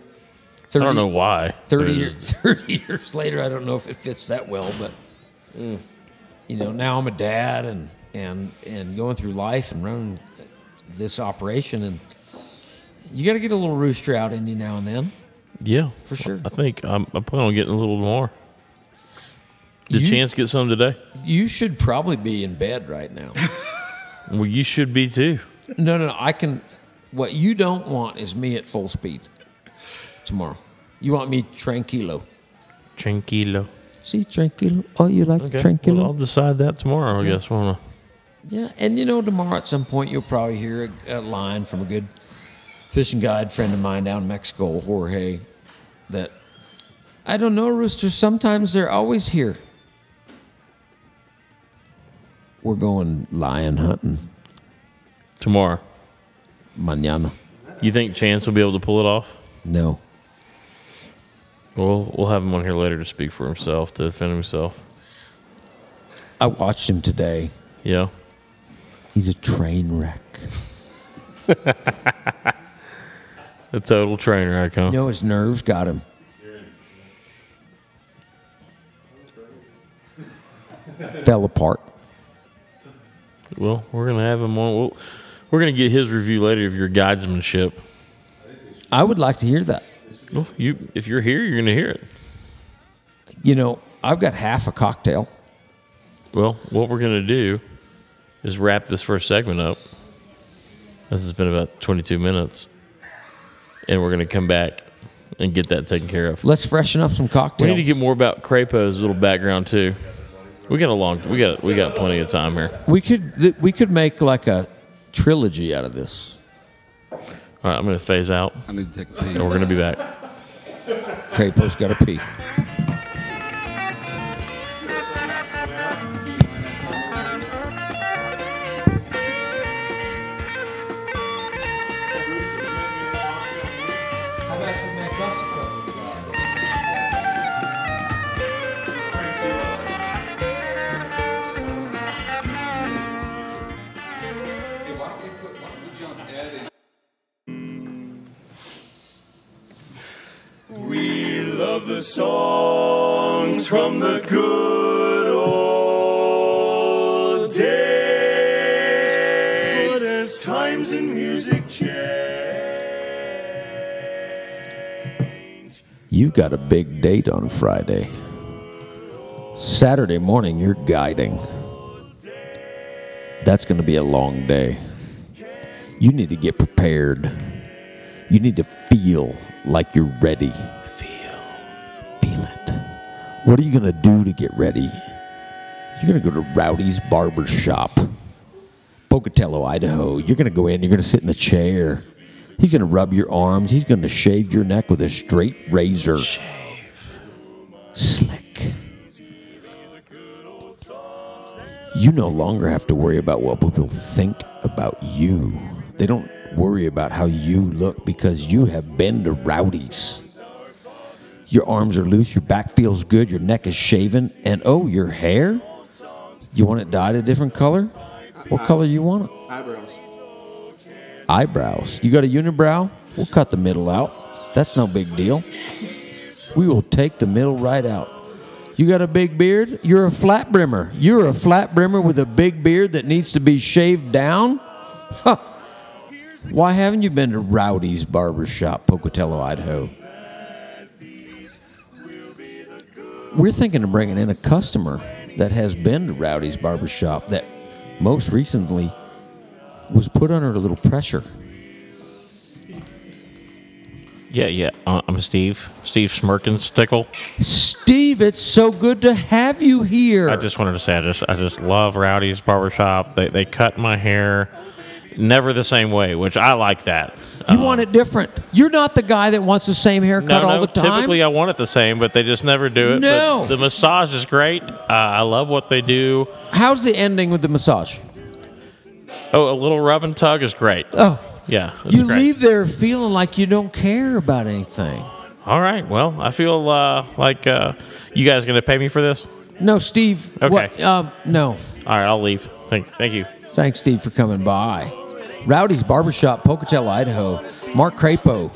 Speaker 1: I don't know why. but
Speaker 18: Thirty
Speaker 1: it
Speaker 18: years,
Speaker 1: is-
Speaker 18: thirty years later, I don't know if it fits that well, but
Speaker 1: Mm.
Speaker 18: you know, now I'm a dad and and and going through life and running this operation, and you got to get a little rooster out in you now and then.
Speaker 1: Yeah,
Speaker 18: For sure.
Speaker 1: I think I'm, I plan on getting a little more. Did
Speaker 18: You-
Speaker 1: Chance get some today?
Speaker 18: You should probably be in bed right now.
Speaker 1: well, you should be too.
Speaker 18: No, no, no. I can. What you don't want is me at full speed tomorrow. You want me tranquilo.
Speaker 1: Tranquilo.
Speaker 18: See, tranquilo. Oh, you like
Speaker 1: Okay.
Speaker 18: tranquilo?
Speaker 1: Well, I'll decide that tomorrow. I
Speaker 18: Yeah.
Speaker 1: guess. Won't
Speaker 18: Yeah, and you know, tomorrow at some point you'll probably hear a, a line from a good fishing guide friend of mine down in Mexico, Jorge, that I don't know, roosters. Sometimes they're always here. We're going lion hunting
Speaker 1: tomorrow.
Speaker 18: Mañana.
Speaker 1: You think Chance will be able to pull it off?
Speaker 18: No.
Speaker 1: Well, we'll have him on here later to speak for himself, to defend himself.
Speaker 18: I watched him today.
Speaker 1: Yeah.
Speaker 18: He's a train wreck.
Speaker 1: A total train wreck, huh?
Speaker 18: You know, his nerves got him. Fell apart.
Speaker 1: Well, we're gonna have him on. We'll, we're gonna get his review later of your guidesmanship.
Speaker 18: I would like to hear that.
Speaker 1: Well, you, if you're here, you're gonna hear it.
Speaker 18: You know, I've got half a cocktail.
Speaker 1: Well, what we're going to do is wrap this first segment up. This has been about 22 minutes. And we're going to come back and get that taken care of.
Speaker 18: Let's freshen up some
Speaker 1: We
Speaker 18: cocktails.
Speaker 1: need to get more about Crapo's little background too. We got a long we got we got plenty of time here.
Speaker 18: We could th- we could make like a trilogy out of this.
Speaker 1: All right, I'm going to phase out.
Speaker 11: I need to take a
Speaker 1: And we're going to be back.
Speaker 18: Crapo's got to pee.
Speaker 19: of the songs from the good old days. But as times in music change.
Speaker 18: You've got a big date on Friday. Saturday morning, you're guiding. That's going to be a long day. You need to get prepared. You need to feel like you're ready. Feel. Feel it. What are you going to do to get ready? You're going to go to Rowdy's Barber Shop, Pocatello, Idaho. You're going to go in, you're going to sit in the chair. He's going to rub your arms. He's going to shave your neck with a straight razor. Slick. You no longer have to worry about what people think about you. They don't worry about how you look because you have been to rowdies. Your arms are loose, your back feels good, your neck is shaven, and oh, your hair? You want it dyed a different color? What color you want it?
Speaker 13: Eyebrows.
Speaker 18: eyebrows. You got a unibrow? We'll cut the middle out. That's no big deal. We will take the middle right out. You got a big beard? You're a flat brimmer. You're a flat brimmer with a big beard that needs to be shaved down? Huh. Why haven't you been to Rowdy's Barber Shop, Pocatello, Idaho? We're thinking of bringing in a customer that has been to Rowdy's Barber Shop that most recently was put under a little pressure.
Speaker 20: Yeah, yeah. Uh, I'm Steve. Steve Smirkenstickle.
Speaker 18: Steve, it's so good to have you here.
Speaker 20: I just wanted to say I just I just love Rowdy's Barbershop. They they cut my hair never the same way, which I like that.
Speaker 18: You want it different. You're not the guy that wants the same haircut
Speaker 20: No,
Speaker 18: all
Speaker 20: no,
Speaker 18: the time.
Speaker 20: typically I want it the same, but they just never do it.
Speaker 18: No.
Speaker 20: But the massage is great. Uh, I love what they do.
Speaker 18: How's the ending with the massage?
Speaker 20: Oh, a little rub and tug is great.
Speaker 18: Oh.
Speaker 20: Yeah, it's
Speaker 18: You
Speaker 20: great.
Speaker 18: leave there feeling like you don't care about anything.
Speaker 20: All right. Well, I feel uh, like uh, you guys going to pay me for this?
Speaker 18: No, Steve.
Speaker 20: Okay.
Speaker 18: What, um, no.
Speaker 20: All right, I'll leave. Thank, thank you.
Speaker 18: Thanks, Steve, for coming by. Rowdy's Barbershop, Pocatello, Idaho. Mark Crapo.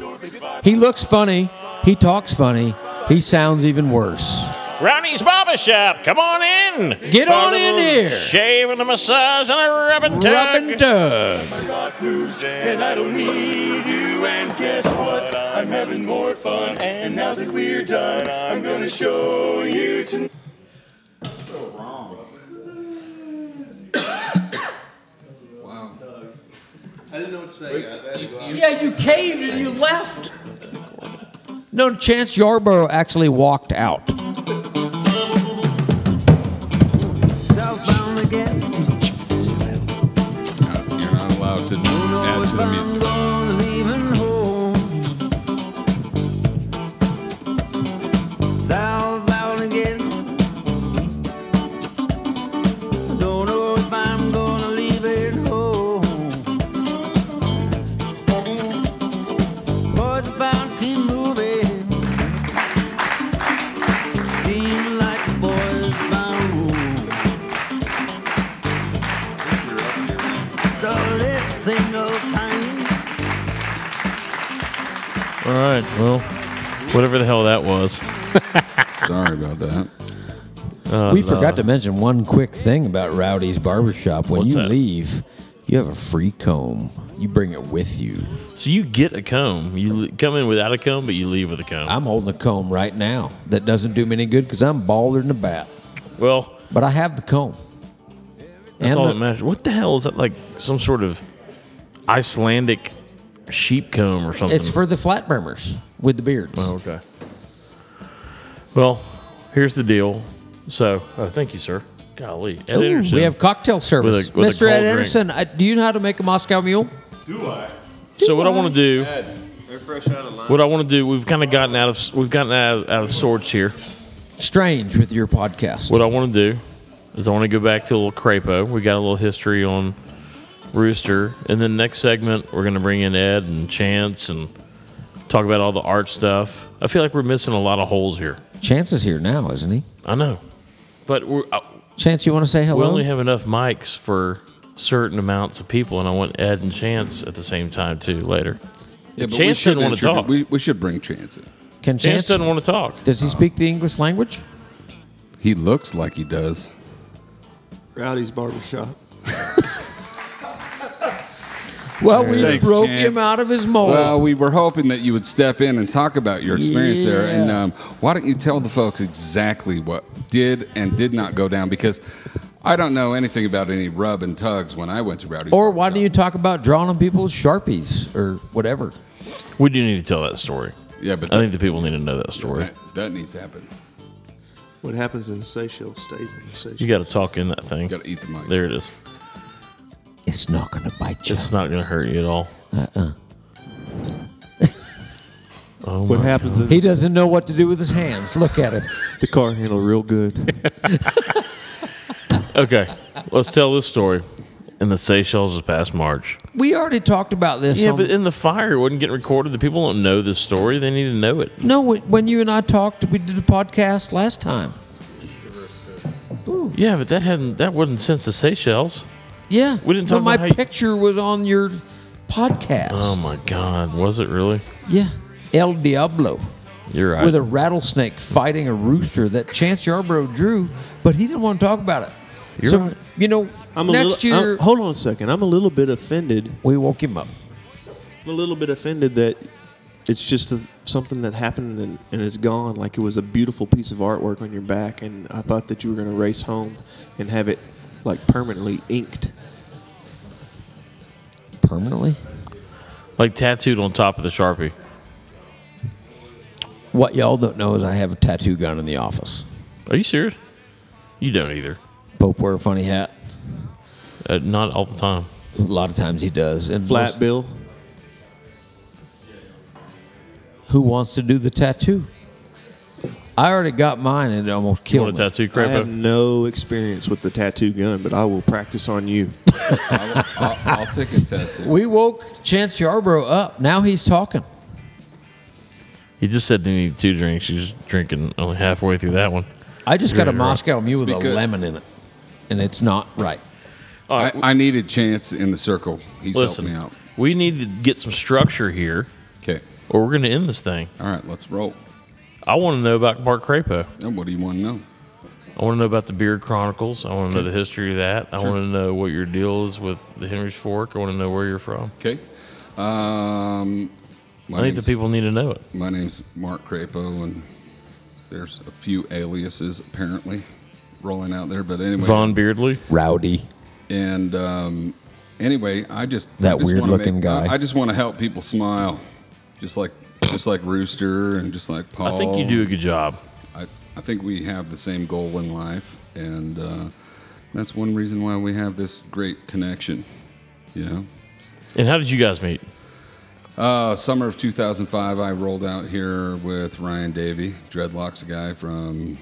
Speaker 18: He looks funny. He talks funny. He sounds even worse.
Speaker 20: Ronnie's Barber Shop, come on in.
Speaker 18: Get
Speaker 20: For
Speaker 18: on
Speaker 20: a
Speaker 18: in
Speaker 20: little
Speaker 18: here.
Speaker 20: Shave and a massage and a rub and tug.
Speaker 18: Rub and tug.
Speaker 19: And I don't need you, and guess what? I'm having more fun. And now that we're done, I'm gonna show you tonight.
Speaker 13: I didn't know what to say, guys. I had to go out.
Speaker 18: Yeah, you caved and you left. No chance Yarborough actually walked out.
Speaker 7: Southbound again.
Speaker 11: You're not allowed to add to the music.
Speaker 7: I'm leaving home. Southbound again. Don't know if I'm gonna leave it home. Boys bound to keep moving. Seem like the boys bound home. Though it's single time.
Speaker 1: All right. Well, whatever the hell that was.
Speaker 11: Sorry about that.
Speaker 20: Uh,
Speaker 18: we forgot to mention one quick thing about Rowdy's Barbershop. When
Speaker 1: What's
Speaker 18: you
Speaker 1: that?
Speaker 18: leave, you have a free comb. You bring it with you.
Speaker 1: So you get a comb. You l- come in without a comb, but you leave with a comb.
Speaker 18: I'm holding a comb right now. That doesn't do me any good because I'm balder than a bat.
Speaker 1: Well,
Speaker 18: but I have the comb.
Speaker 1: That's
Speaker 18: And
Speaker 1: all
Speaker 18: the-
Speaker 1: that matters. What the hell is that? Like some sort of Icelandic sheep comb or something?
Speaker 18: It's for the flat brimmers with the beards.
Speaker 1: Oh, okay. Well, here's the deal. So, oh, thank you, sir. Golly, Ed
Speaker 18: Ooh,
Speaker 1: Anderson.
Speaker 18: we have cocktail service.
Speaker 1: With a, with a
Speaker 18: Mr.
Speaker 1: cold
Speaker 18: Ed
Speaker 1: drink.
Speaker 18: Anderson, I, do you know how to make a Moscow Mule?
Speaker 13: Do I?
Speaker 1: So what I want to do,
Speaker 13: They're fresh out of line.
Speaker 1: what I want to do, we've kind of gotten out of we've gotten out of, out of sorts here.
Speaker 18: Strange with your podcast.
Speaker 1: What I want to do is I want to go back to a little crepo. We got a little history on Rooster, and then next segment we're going to bring in Ed and Chance and talk about all the art stuff. I feel like we're missing a lot of holes here.
Speaker 18: Chance is here now, isn't he?
Speaker 1: I know, but we're, uh,
Speaker 18: Chance, you want to say hello?
Speaker 1: we only have enough mics for certain amounts of people, and I want Ed and Chance at the same time too later.
Speaker 11: Yeah, but we
Speaker 1: Chance
Speaker 11: should
Speaker 1: didn't want to
Speaker 11: introduce-
Speaker 1: talk.
Speaker 11: We, we should bring Chance in.
Speaker 18: Can
Speaker 20: Chance
Speaker 18: Chance
Speaker 20: doesn't want to talk.
Speaker 18: Does he speak the English language?
Speaker 11: He looks like he does.
Speaker 13: Rowdy's barbershop.
Speaker 18: Well, we
Speaker 11: Thanks,
Speaker 18: broke
Speaker 11: Chance.
Speaker 18: him out of his mold.
Speaker 11: Well, we were hoping that you would step in and talk about your experience there. And
Speaker 18: Yeah.
Speaker 11: um, why don't you tell the folks exactly what did and did not go down? Because I don't know anything about any rub and tugs when I went to Rowdy.
Speaker 18: or why do you talk about drawing on people's sharpies or whatever?
Speaker 1: We do need to tell that story.
Speaker 11: Yeah, but
Speaker 1: I think the people need to know that story.
Speaker 11: That needs to happen.
Speaker 13: What happens in the Seychelles stays in the Seychelles.
Speaker 1: You got to talk in that thing. You
Speaker 11: got to eat the mic.
Speaker 1: There it is.
Speaker 18: It's not going to bite you.
Speaker 1: It's not going to hurt you at all.
Speaker 18: Uh-uh.
Speaker 1: oh
Speaker 13: What
Speaker 1: my
Speaker 13: happens
Speaker 1: God.
Speaker 13: in
Speaker 18: He doesn't know what to do with his hands. Look at him.
Speaker 13: the car handle real good.
Speaker 1: Okay, let's tell this story. In the Seychelles this past March.
Speaker 18: We already talked about this.
Speaker 1: Yeah,
Speaker 18: on-
Speaker 1: but in the fire, it wasn't getting recorded. The people don't know this story. They need to know it.
Speaker 18: no, when when you and I talked, we did a podcast last time.
Speaker 1: Yeah, but that hadn't that wasn't since the Seychelles.
Speaker 18: Yeah,
Speaker 1: We didn't
Speaker 18: But
Speaker 1: talk
Speaker 18: My
Speaker 1: about how you-
Speaker 18: picture was on your podcast.
Speaker 1: Oh my God, was it really?
Speaker 18: Yeah, El Diablo.
Speaker 1: You're right.
Speaker 18: With a rattlesnake fighting a rooster that Chance Yarbrough drew, but he didn't want to talk about it.
Speaker 13: You're
Speaker 18: so,
Speaker 13: right.
Speaker 18: You know,
Speaker 13: I'm a
Speaker 18: next
Speaker 13: little, I'm-
Speaker 18: year
Speaker 13: hold on a second. I'm a little bit offended.
Speaker 18: We woke him up.
Speaker 13: I'm a little bit offended that it's just a, something that happened and, and is gone. Like it was a beautiful piece of artwork on your back, and I thought that you were going to race home and have it like permanently inked.
Speaker 18: permanently.
Speaker 1: Like tattooed on top of the sharpie.
Speaker 18: What y'all don't know is I have a tattoo gun in the office.
Speaker 1: Are you serious? You don't either.
Speaker 18: Pope wear a funny hat.
Speaker 1: Uh, not all the time.
Speaker 18: A lot of times he does. And
Speaker 1: Flat
Speaker 13: bill.
Speaker 18: Who wants to do the tattoo? I already got mine and it almost killed me.
Speaker 13: I have no experience with the tattoo gun, but I will practice on you.
Speaker 11: I'll, I'll take a tattoo.
Speaker 18: We woke Chance Yarbrough up. Now he's talking.
Speaker 1: He just said he needed two drinks. He's drinking only halfway through that one.
Speaker 18: I just got
Speaker 1: You're
Speaker 18: a
Speaker 1: right.
Speaker 18: Moscow Mule with
Speaker 1: It's
Speaker 18: a
Speaker 1: because-
Speaker 18: lemon in it, and it's not right.
Speaker 11: I, I needed Chance in the circle. He's
Speaker 1: Listen,
Speaker 11: helped me out.
Speaker 1: we need to get some structure here.
Speaker 11: Okay.
Speaker 1: Or we're going to end this thing.
Speaker 11: All right, let's roll.
Speaker 1: I want to know about Bart Crapo.
Speaker 11: And what do you want to know?
Speaker 1: I want to know about the Beard Chronicles. I want to know
Speaker 11: Okay.
Speaker 1: the history of that. I
Speaker 11: Sure.
Speaker 1: want to know what your deal is with the Henry's Fork. I want to know where you're from.
Speaker 11: Okay.
Speaker 1: I think
Speaker 11: Um,
Speaker 1: the
Speaker 11: name's-
Speaker 1: people need to know it.
Speaker 11: My name's Mark Crapo, and there's a few aliases apparently rolling out there. But anyway,
Speaker 1: Von Beardley.
Speaker 18: Rowdy.
Speaker 11: And um, anyway, I just
Speaker 18: That
Speaker 11: I just wanna
Speaker 18: weird-looking
Speaker 11: make-
Speaker 18: guy.
Speaker 11: I, I just want to help people smile, just like just like Rooster and just like Paul.
Speaker 1: I think you do a good job.
Speaker 11: I, I think we have the same goal in life, and uh, that's one reason why we have this great connection. You know.
Speaker 1: And how did you guys meet?
Speaker 11: Uh, summer of 2005, I rolled out here with Ryan Davey, dreadlocks guy from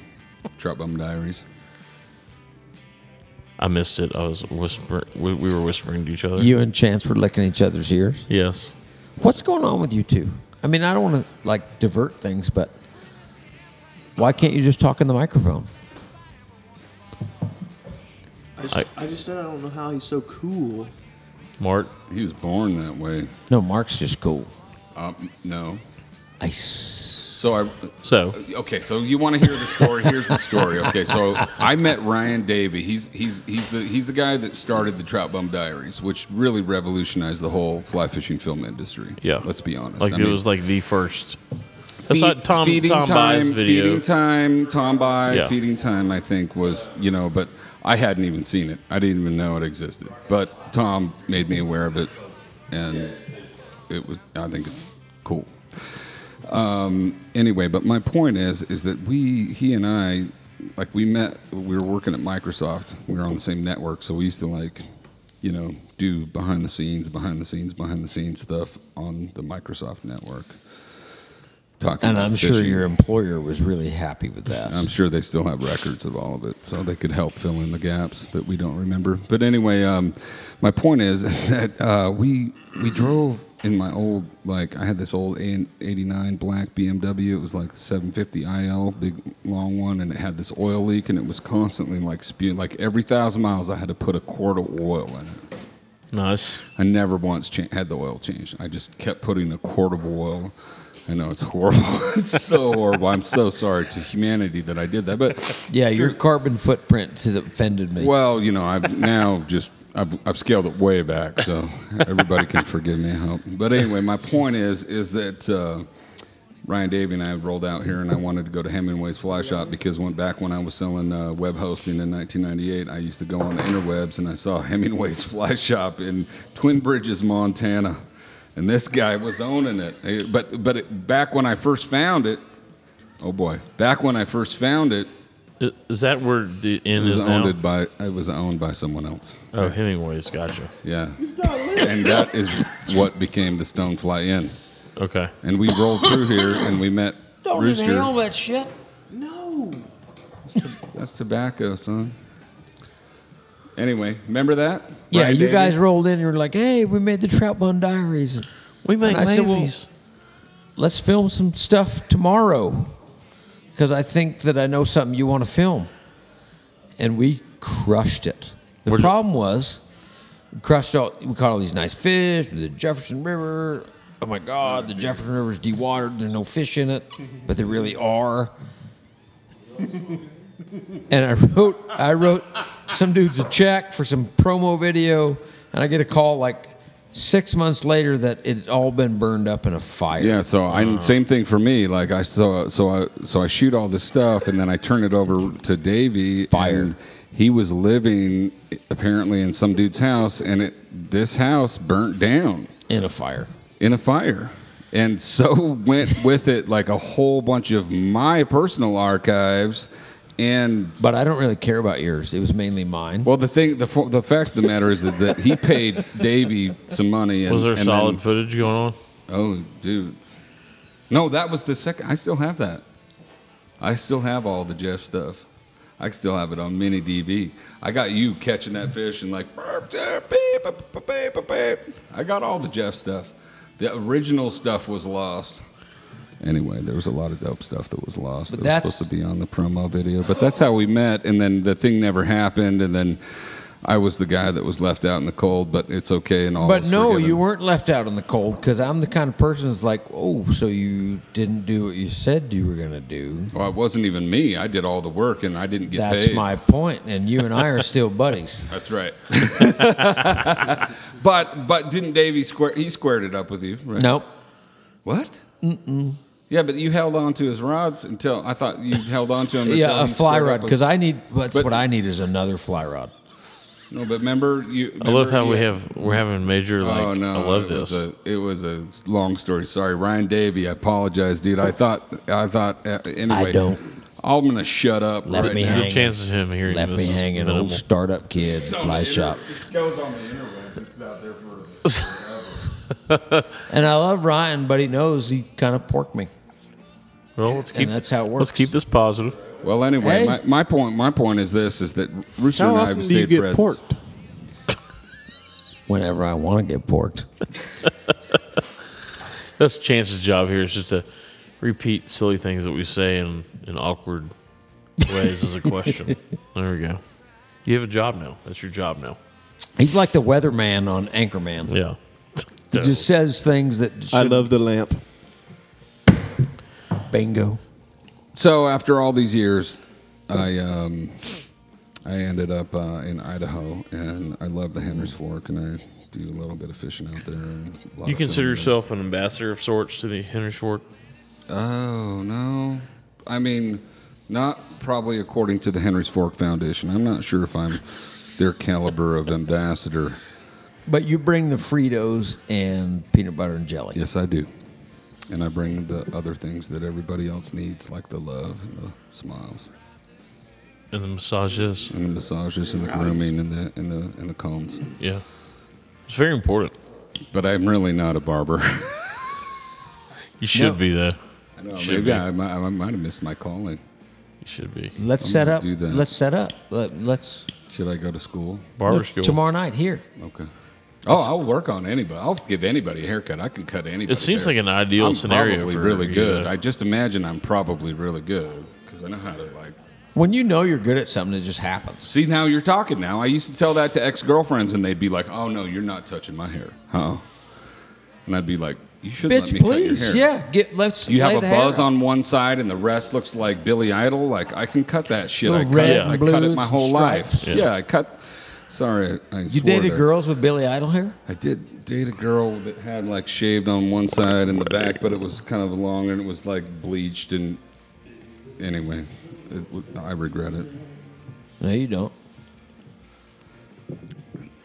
Speaker 11: Trout Bum Diaries.
Speaker 1: I missed it. I was whispering. We, we were whispering to each other.
Speaker 18: You and Chance were licking each other's ears.
Speaker 1: Yes.
Speaker 18: What's going on with you two? I mean, I don't want to like divert things, but why can't you just talk in the microphone?
Speaker 13: I just,
Speaker 18: I-
Speaker 13: I, just said I don't know how he's so cool.
Speaker 1: Mark?
Speaker 11: He was born that way.
Speaker 18: No, Mark's just cool.
Speaker 11: Um, no.
Speaker 18: Ice.
Speaker 11: So I.
Speaker 1: So.
Speaker 11: Okay, so you want to hear the story? Here's the story. Okay, so I met Ryan Davey. He's he's he's the he's the guy that started the Trout Bum Diaries, which really revolutionized the whole fly fishing film industry.
Speaker 1: Yeah.
Speaker 11: Let's be honest.
Speaker 1: Like
Speaker 11: I
Speaker 1: it
Speaker 11: mean-
Speaker 1: was like the first. That's
Speaker 11: Feed-
Speaker 1: not Tom
Speaker 11: feeding
Speaker 1: Tom
Speaker 11: time,
Speaker 1: Buy's video.
Speaker 11: Feeding time, Tom By,
Speaker 1: Yeah.
Speaker 11: feeding time. I think was you know, but I hadn't even seen it. I didn't even know it existed. But Tom made me aware of it, and it was. I think it's cool. Um, anyway, but my point is, is that we, he and I, like we met. We were working at Microsoft. We were on the same network, so we used to like, you know, do behind the scenes, behind the scenes, behind the scenes stuff on the Microsoft network. Talking
Speaker 18: And
Speaker 11: about
Speaker 18: I'm sure
Speaker 11: fishing.
Speaker 18: your employer was really happy with that.
Speaker 11: I'm sure they still have records of all of it, so they could help fill in the gaps that we don't remember. But anyway, um, my point is, is that uh, we we drove in my old like I had this old A- '89 black BMW. It was like 750 IL, big long one, and it had this oil leak, and it was constantly like spewing. Like every thousand miles, I had to put a quart of oil in it.
Speaker 1: Nice.
Speaker 11: I never once cha- had the oil changed. I just kept putting a quart of oil I know it's horrible. it's so horrible. I'm so sorry to humanity that I did that. But
Speaker 18: Yeah, your carbon footprint has offended me.
Speaker 11: Well, you know, I've now just I've, I've scaled it way back, so everybody can forgive me. I hope. But anyway, my point is is that uh, Ryan Davey and I have rolled out here, and I wanted to go to Hemingway's Fly Shop because when back when I was selling uh, web hosting in 1998, I used to go on the interwebs and I saw Hemingway's Fly Shop in Twin Bridges, Montana, and this guy was owning it. Eh, But but it, back when I first found it, oh boy, back when I first found it.
Speaker 1: Is that where the
Speaker 11: it
Speaker 1: end
Speaker 11: was
Speaker 1: is now?
Speaker 11: owned by it was owned by someone else.
Speaker 1: Oh, Hemingway's gotcha.
Speaker 11: Yeah. and that is what became the Stonefly Inn.
Speaker 1: Okay.
Speaker 11: And we rolled through here and we met
Speaker 18: Don't even
Speaker 11: Rooster.
Speaker 18: handle that shit.
Speaker 14: No.
Speaker 11: That's tobacco, son. Anyway, remember that?
Speaker 18: Yeah,
Speaker 11: Brian
Speaker 18: you
Speaker 11: Davey?
Speaker 18: guys rolled in and you were like, hey, we made the Trout Bun Diaries. And
Speaker 1: we
Speaker 11: make
Speaker 1: movies.
Speaker 18: let's film some stuff tomorrow because I think that I know something you want to film. And we crushed it. The problem was, we crushed all, we caught all these nice fish, the Jefferson River. Oh my God, the Jefferson River is dewatered. There's no fish in it, but there really are. and I wrote I wrote some dudes a check for some promo video, and I get a call like six months later that it had all been burned up in a fire.
Speaker 11: Yeah, so I
Speaker 18: Uh.
Speaker 11: same thing for me. Like I so so I so I shoot all this stuff and then I turn it over to Davey. Fire. he was living apparently in some dude's house, and it this house burnt down
Speaker 18: in a fire.
Speaker 11: In a fire. And so went with it like a whole bunch of my personal archives, and
Speaker 18: but I don't really care about yours. It was mainly mine.
Speaker 11: Well, the thing, the fo- the fact of the matter is, is that he paid Davey some money. And,
Speaker 1: Was there
Speaker 11: and
Speaker 1: solid
Speaker 11: then-
Speaker 1: footage going on?
Speaker 11: Oh, dude. No, that was the second. I still have that. I still have all the Jeff stuff. I still have it on mini DV. I got you catching that fish and like, "Burp, Jeff, beep, ba- ba- ba- ba- ba." I got all the Jeff stuff. The original stuff was lost. Anyway, there was a lot of dope stuff that was lost.
Speaker 18: But
Speaker 11: that was
Speaker 18: that's-
Speaker 11: supposed to be on the promo video. But that's how we met. And then the thing never happened. And then I was the guy that was left out in the cold, but it's okay. And all
Speaker 18: But
Speaker 11: is
Speaker 18: no,
Speaker 11: forgiven.
Speaker 18: you weren't left out in the cold because I'm the kind of person that's like, oh, so you didn't do what you said you were going to do.
Speaker 11: Well, it wasn't even me. I did all the work and I didn't get paid.
Speaker 18: That's my point, and you and I are still buddies.
Speaker 11: That's right. but but didn't Davey square? He squared it up with you, right?
Speaker 18: Nope.
Speaker 11: What?
Speaker 18: Mm-mm.
Speaker 11: Yeah, but you held on to his rods until I thought you held on to him. Until
Speaker 18: Yeah, a
Speaker 11: he
Speaker 18: fly
Speaker 11: squared up
Speaker 18: rod
Speaker 11: with-
Speaker 18: because I need. That's
Speaker 11: But-
Speaker 18: what I need is another fly rod.
Speaker 11: No, but remember you.
Speaker 1: I love
Speaker 11: remember
Speaker 1: how we
Speaker 11: you-
Speaker 1: have we're having major like
Speaker 11: oh no!
Speaker 1: I love
Speaker 11: it
Speaker 1: this.
Speaker 11: Was a, it was a long story. Sorry, Ryan Davey. I apologize, dude. I thought I thought uh, anyway.
Speaker 18: don't.
Speaker 11: I'm gonna shut up.
Speaker 18: Left
Speaker 11: right
Speaker 18: me
Speaker 11: now.
Speaker 18: hanging. Left me hanging. Old startup kid,
Speaker 11: So
Speaker 18: fly
Speaker 11: inter-
Speaker 18: shop.
Speaker 11: It goes on the interweb. It's out there for.
Speaker 18: And I love Ryan, but he knows he kind of porked me.
Speaker 1: Well, let's
Speaker 18: keep- that's how it works.
Speaker 1: Let's keep this positive.
Speaker 11: Well, anyway,
Speaker 18: Hey.
Speaker 11: my, my point my point is this: is that Rooster
Speaker 18: How
Speaker 11: and I
Speaker 18: often
Speaker 11: have
Speaker 18: do you
Speaker 11: stayed
Speaker 18: get
Speaker 11: friends.
Speaker 18: porked? Whenever I want to get porked.
Speaker 1: That's Chance's job here is just to repeat silly things that we say in, in awkward ways as a question. There we go. You have a job now. That's your job now.
Speaker 18: He's like the weatherman on Anchorman.
Speaker 1: Yeah.
Speaker 18: He just says things that.
Speaker 13: I
Speaker 18: shouldn't-
Speaker 13: love the lamp.
Speaker 18: Bingo.
Speaker 11: So after all these years, I um, I ended up uh, in Idaho, and I love the Henry's Fork, and I do a little bit of fishing out there. and a lot
Speaker 1: You
Speaker 11: of
Speaker 1: consider
Speaker 11: filming.
Speaker 1: yourself an ambassador of sorts to the Henry Ford?
Speaker 11: Oh no, I mean, not probably according to the Henry's Fork Foundation. I'm not sure if I'm their caliber of ambassador.
Speaker 18: But you bring the Fritos and peanut butter and jelly.
Speaker 11: Yes, I do. And I bring the other things that everybody else needs, like the love and the smiles.
Speaker 1: And the massages.
Speaker 11: And the massages and the grooming and the and the and the combs.
Speaker 1: Yeah. It's very important.
Speaker 11: But I'm really not a barber.
Speaker 1: You should
Speaker 11: No.
Speaker 1: be though.
Speaker 11: I
Speaker 1: You
Speaker 11: know. Maybe
Speaker 1: should be.
Speaker 11: I, might, I might have missed my
Speaker 1: You
Speaker 11: calling.
Speaker 1: should be.
Speaker 18: Let's
Speaker 11: I'm
Speaker 18: set
Speaker 11: gonna
Speaker 18: up.
Speaker 11: do that.
Speaker 18: Let's set up. Let, let's.
Speaker 11: Should I go to school?
Speaker 18: Barber No, school. tomorrow night here.
Speaker 11: Okay. Oh, I'll work on anybody. I'll give anybody a haircut. I can cut anybody.
Speaker 1: It seems
Speaker 11: there.
Speaker 1: like an ideal
Speaker 11: I'm
Speaker 1: scenario
Speaker 11: Probably
Speaker 1: for
Speaker 11: really
Speaker 1: you
Speaker 11: good.
Speaker 1: to-
Speaker 11: I just imagine I'm probably really good because I know how to like.
Speaker 18: When you know you're good at something, it just happens.
Speaker 11: See now you're talking. Now I used to tell that to ex girlfriends, and they'd be like, "Oh no, you're not touching my hair." Oh, And I'd be like, you should let
Speaker 18: Bitch,
Speaker 11: me cut your
Speaker 18: please.
Speaker 11: hair.
Speaker 18: Yeah. Get, let's
Speaker 11: You
Speaker 18: lay
Speaker 11: have a
Speaker 18: the hair
Speaker 11: buzz
Speaker 18: out.
Speaker 11: on one side, and the rest looks like Billy Idol. Like I can cut that shit. I
Speaker 18: Little
Speaker 11: cut,
Speaker 18: red
Speaker 11: it,
Speaker 18: and
Speaker 11: I cut it
Speaker 18: blues
Speaker 11: my
Speaker 18: and
Speaker 11: whole life.
Speaker 18: stripes.
Speaker 11: Yeah.
Speaker 18: Yeah.
Speaker 11: I cut. Sorry, I
Speaker 18: You dated girls with Billy Idol hair?
Speaker 11: I did date a girl that had like shaved on one side and the back, but it was kind of long and it was like bleached. And anyway, it, w- I regret it.
Speaker 18: No, you don't.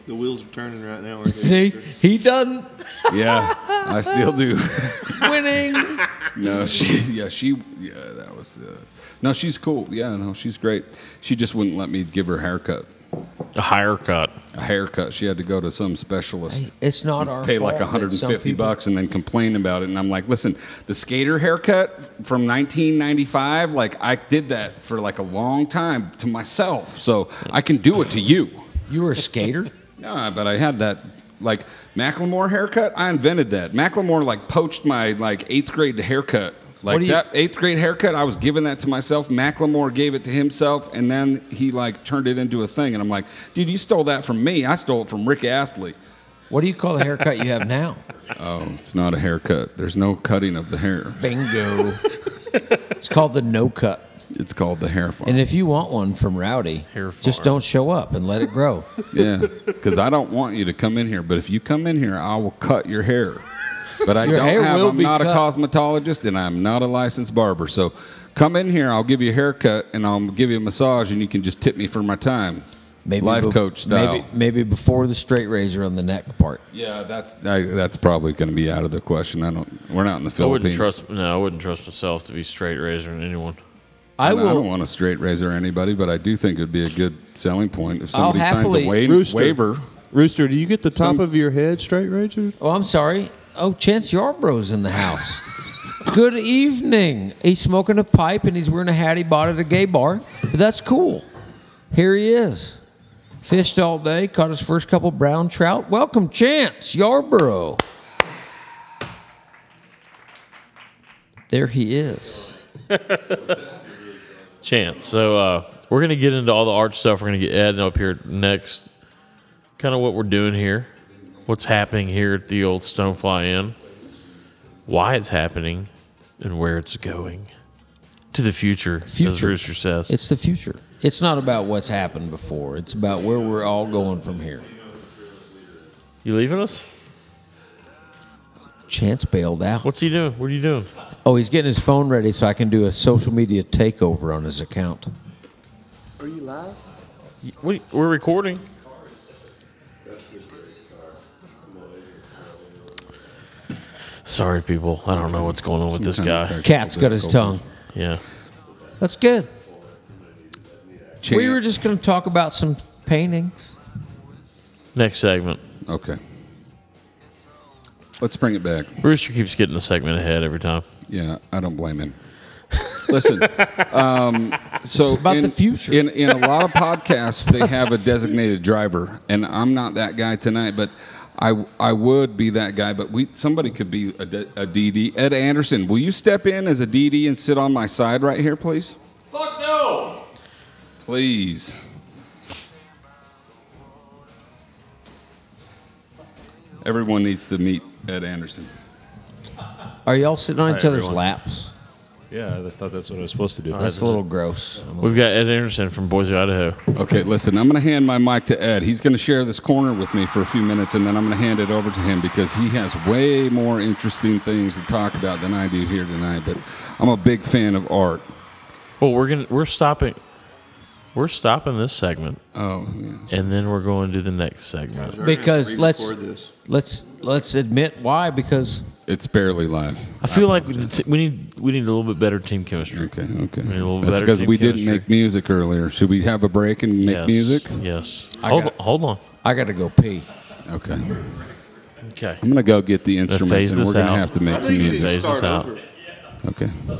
Speaker 13: The wheels are turning right now. aren't they?
Speaker 18: See, he doesn't.
Speaker 11: Yeah, I still do.
Speaker 18: Winning.
Speaker 11: No, she. Yeah, she. Yeah, that was. Uh, no, she's cool. Yeah, no, she's great. She just wouldn't let me give her a haircut.
Speaker 21: A haircut.
Speaker 11: A haircut. She had to go to some specialist.
Speaker 18: It's not our
Speaker 11: pay like
Speaker 18: fault that some
Speaker 11: 150
Speaker 18: people-
Speaker 11: bucks and then complain about it. And I'm like, listen, the skater haircut from 1995. Like I did that for like a long time to myself, so I can do it to you.
Speaker 18: You were a skater.
Speaker 11: nah, but I had that. Like Macklemore haircut, I invented that. Macklemore like poached my like eighth grade haircut.
Speaker 18: What
Speaker 11: Like
Speaker 18: do you-
Speaker 11: that eighth grade haircut, I was giving that to myself. Macklemore gave it to himself, and then he like turned it into a thing. And I'm like, dude, you stole that from me. I stole it from Rick Astley.
Speaker 18: What do you call the haircut you have now?
Speaker 11: Oh, it's not a haircut. There's no cutting of the hair.
Speaker 18: Bingo. it's called the no cut.
Speaker 11: It's called the hair farm.
Speaker 18: And if you want one from Rowdy, just don't show up and let it grow.
Speaker 11: Yeah, because I don't want you to come in here. But if you come in here, I will cut your hair. But I
Speaker 18: Your
Speaker 11: don't
Speaker 18: hair
Speaker 11: have.
Speaker 18: will
Speaker 11: I'm
Speaker 18: be
Speaker 11: not a
Speaker 18: cut.
Speaker 11: cosmetologist, and I'm not a licensed barber. So come in here. I'll give you a haircut, and I'll give you a massage, and you can just tip me for my time.
Speaker 18: Maybe
Speaker 11: life
Speaker 18: bef-
Speaker 11: coach style.
Speaker 18: Maybe, maybe before the straight razor on the neck part.
Speaker 11: Yeah, that's I, that's probably going to be out of the question. I don't. We're not in the
Speaker 1: I wouldn't
Speaker 11: Philippines.
Speaker 1: trust. No, I wouldn't trust myself to be straight razoring anyone.
Speaker 11: I, I don't want to straight razor anybody, but I do think it'd be a good selling point if
Speaker 1: I'll
Speaker 11: somebody signs a
Speaker 1: happily-
Speaker 11: wa-
Speaker 1: Rooster.
Speaker 11: waiver.
Speaker 13: Rooster, do you get the top
Speaker 11: Some-
Speaker 13: of your head straight, Rachel?
Speaker 18: Oh, I'm sorry. Oh, Chance Yarbrough's in the house. Good evening. He's smoking a pipe and he's wearing a hat he bought at a gay bar. But that's cool. Here he is. Fished all day, caught his first couple brown trout. Welcome, Chance Yarborough. There he is.
Speaker 1: Chance. So uh, we're gonna get into all the art stuff. We're gonna get Ed up here next. Kind of what we're doing here, what's happening here at the old Stonefly Inn, why it's happening, and where it's going to the future, as
Speaker 18: Future.
Speaker 1: Rooster says.
Speaker 18: It's the future. It's not about what's happened before. It's about where we're all going from here.
Speaker 1: You leaving us?
Speaker 18: Chance bailed out.
Speaker 1: What's he doing? What are you doing?
Speaker 18: Oh, he's getting his phone ready so I can do a social media takeover on his account.
Speaker 1: Are you live? We, we're recording. Sorry, people. I don't know what's going on with this
Speaker 18: Some kind of
Speaker 1: guy.
Speaker 18: technical Cat's got his difficulties. tongue.
Speaker 1: Yeah.
Speaker 18: That's good. We were
Speaker 1: Chance.
Speaker 18: just going to talk about some paintings.
Speaker 1: Next segment.
Speaker 11: Okay. Let's bring it back.
Speaker 1: Rooster keeps getting a segment ahead every time.
Speaker 11: Yeah, I don't blame him. Listen, um, so
Speaker 1: about
Speaker 11: in,
Speaker 1: the future.
Speaker 11: In, in a lot of podcasts, they have a designated driver, and I'm not that guy tonight, but I I would be that guy. But we somebody could be a, D- a DD. Ed Anderson, will you step in as a DD and sit on my side right here, please?
Speaker 22: Fuck no!
Speaker 11: Please. Everyone needs to meet Ed Anderson.
Speaker 18: Are y'all sitting on
Speaker 11: Hi,
Speaker 18: each other's
Speaker 11: everyone.
Speaker 18: laps?
Speaker 23: Yeah, I thought that's what I was supposed to do.
Speaker 18: that's a little gross.
Speaker 1: We've got Ed Anderson from Boise, Idaho.
Speaker 11: Okay, listen, I'm going to hand my mic to Ed. He's going to share this corner with me for a few minutes, and then I'm going to hand it over to him because he has way more interesting things to talk about than I do here tonight. But I'm a big fan of art.
Speaker 1: Well, we're gonna we're stopping we're stopping this segment.
Speaker 11: Oh,
Speaker 1: and then we're going to the next segment
Speaker 18: Because let's
Speaker 1: I
Speaker 18: let's let's admit why. Because
Speaker 11: It's barely live.
Speaker 1: feel like we need- we need we need a little bit better team chemistry.
Speaker 11: Okay, okay.
Speaker 1: We need a little
Speaker 11: That's
Speaker 1: better
Speaker 11: because
Speaker 1: team
Speaker 11: we
Speaker 1: chemistry.
Speaker 11: didn't make music earlier. Should we have a break and make
Speaker 1: Yes,
Speaker 11: music?
Speaker 1: Yes.
Speaker 18: I
Speaker 1: Hold,
Speaker 18: got-
Speaker 1: hold on.
Speaker 18: I got to go pee.
Speaker 11: Okay.
Speaker 1: Okay.
Speaker 11: I'm going to go get the instruments,
Speaker 1: phase
Speaker 11: and
Speaker 1: this
Speaker 11: we're going to
Speaker 1: out.
Speaker 11: have to
Speaker 1: I
Speaker 11: make some
Speaker 1: think you
Speaker 11: music.
Speaker 1: need to Phase this start out. over.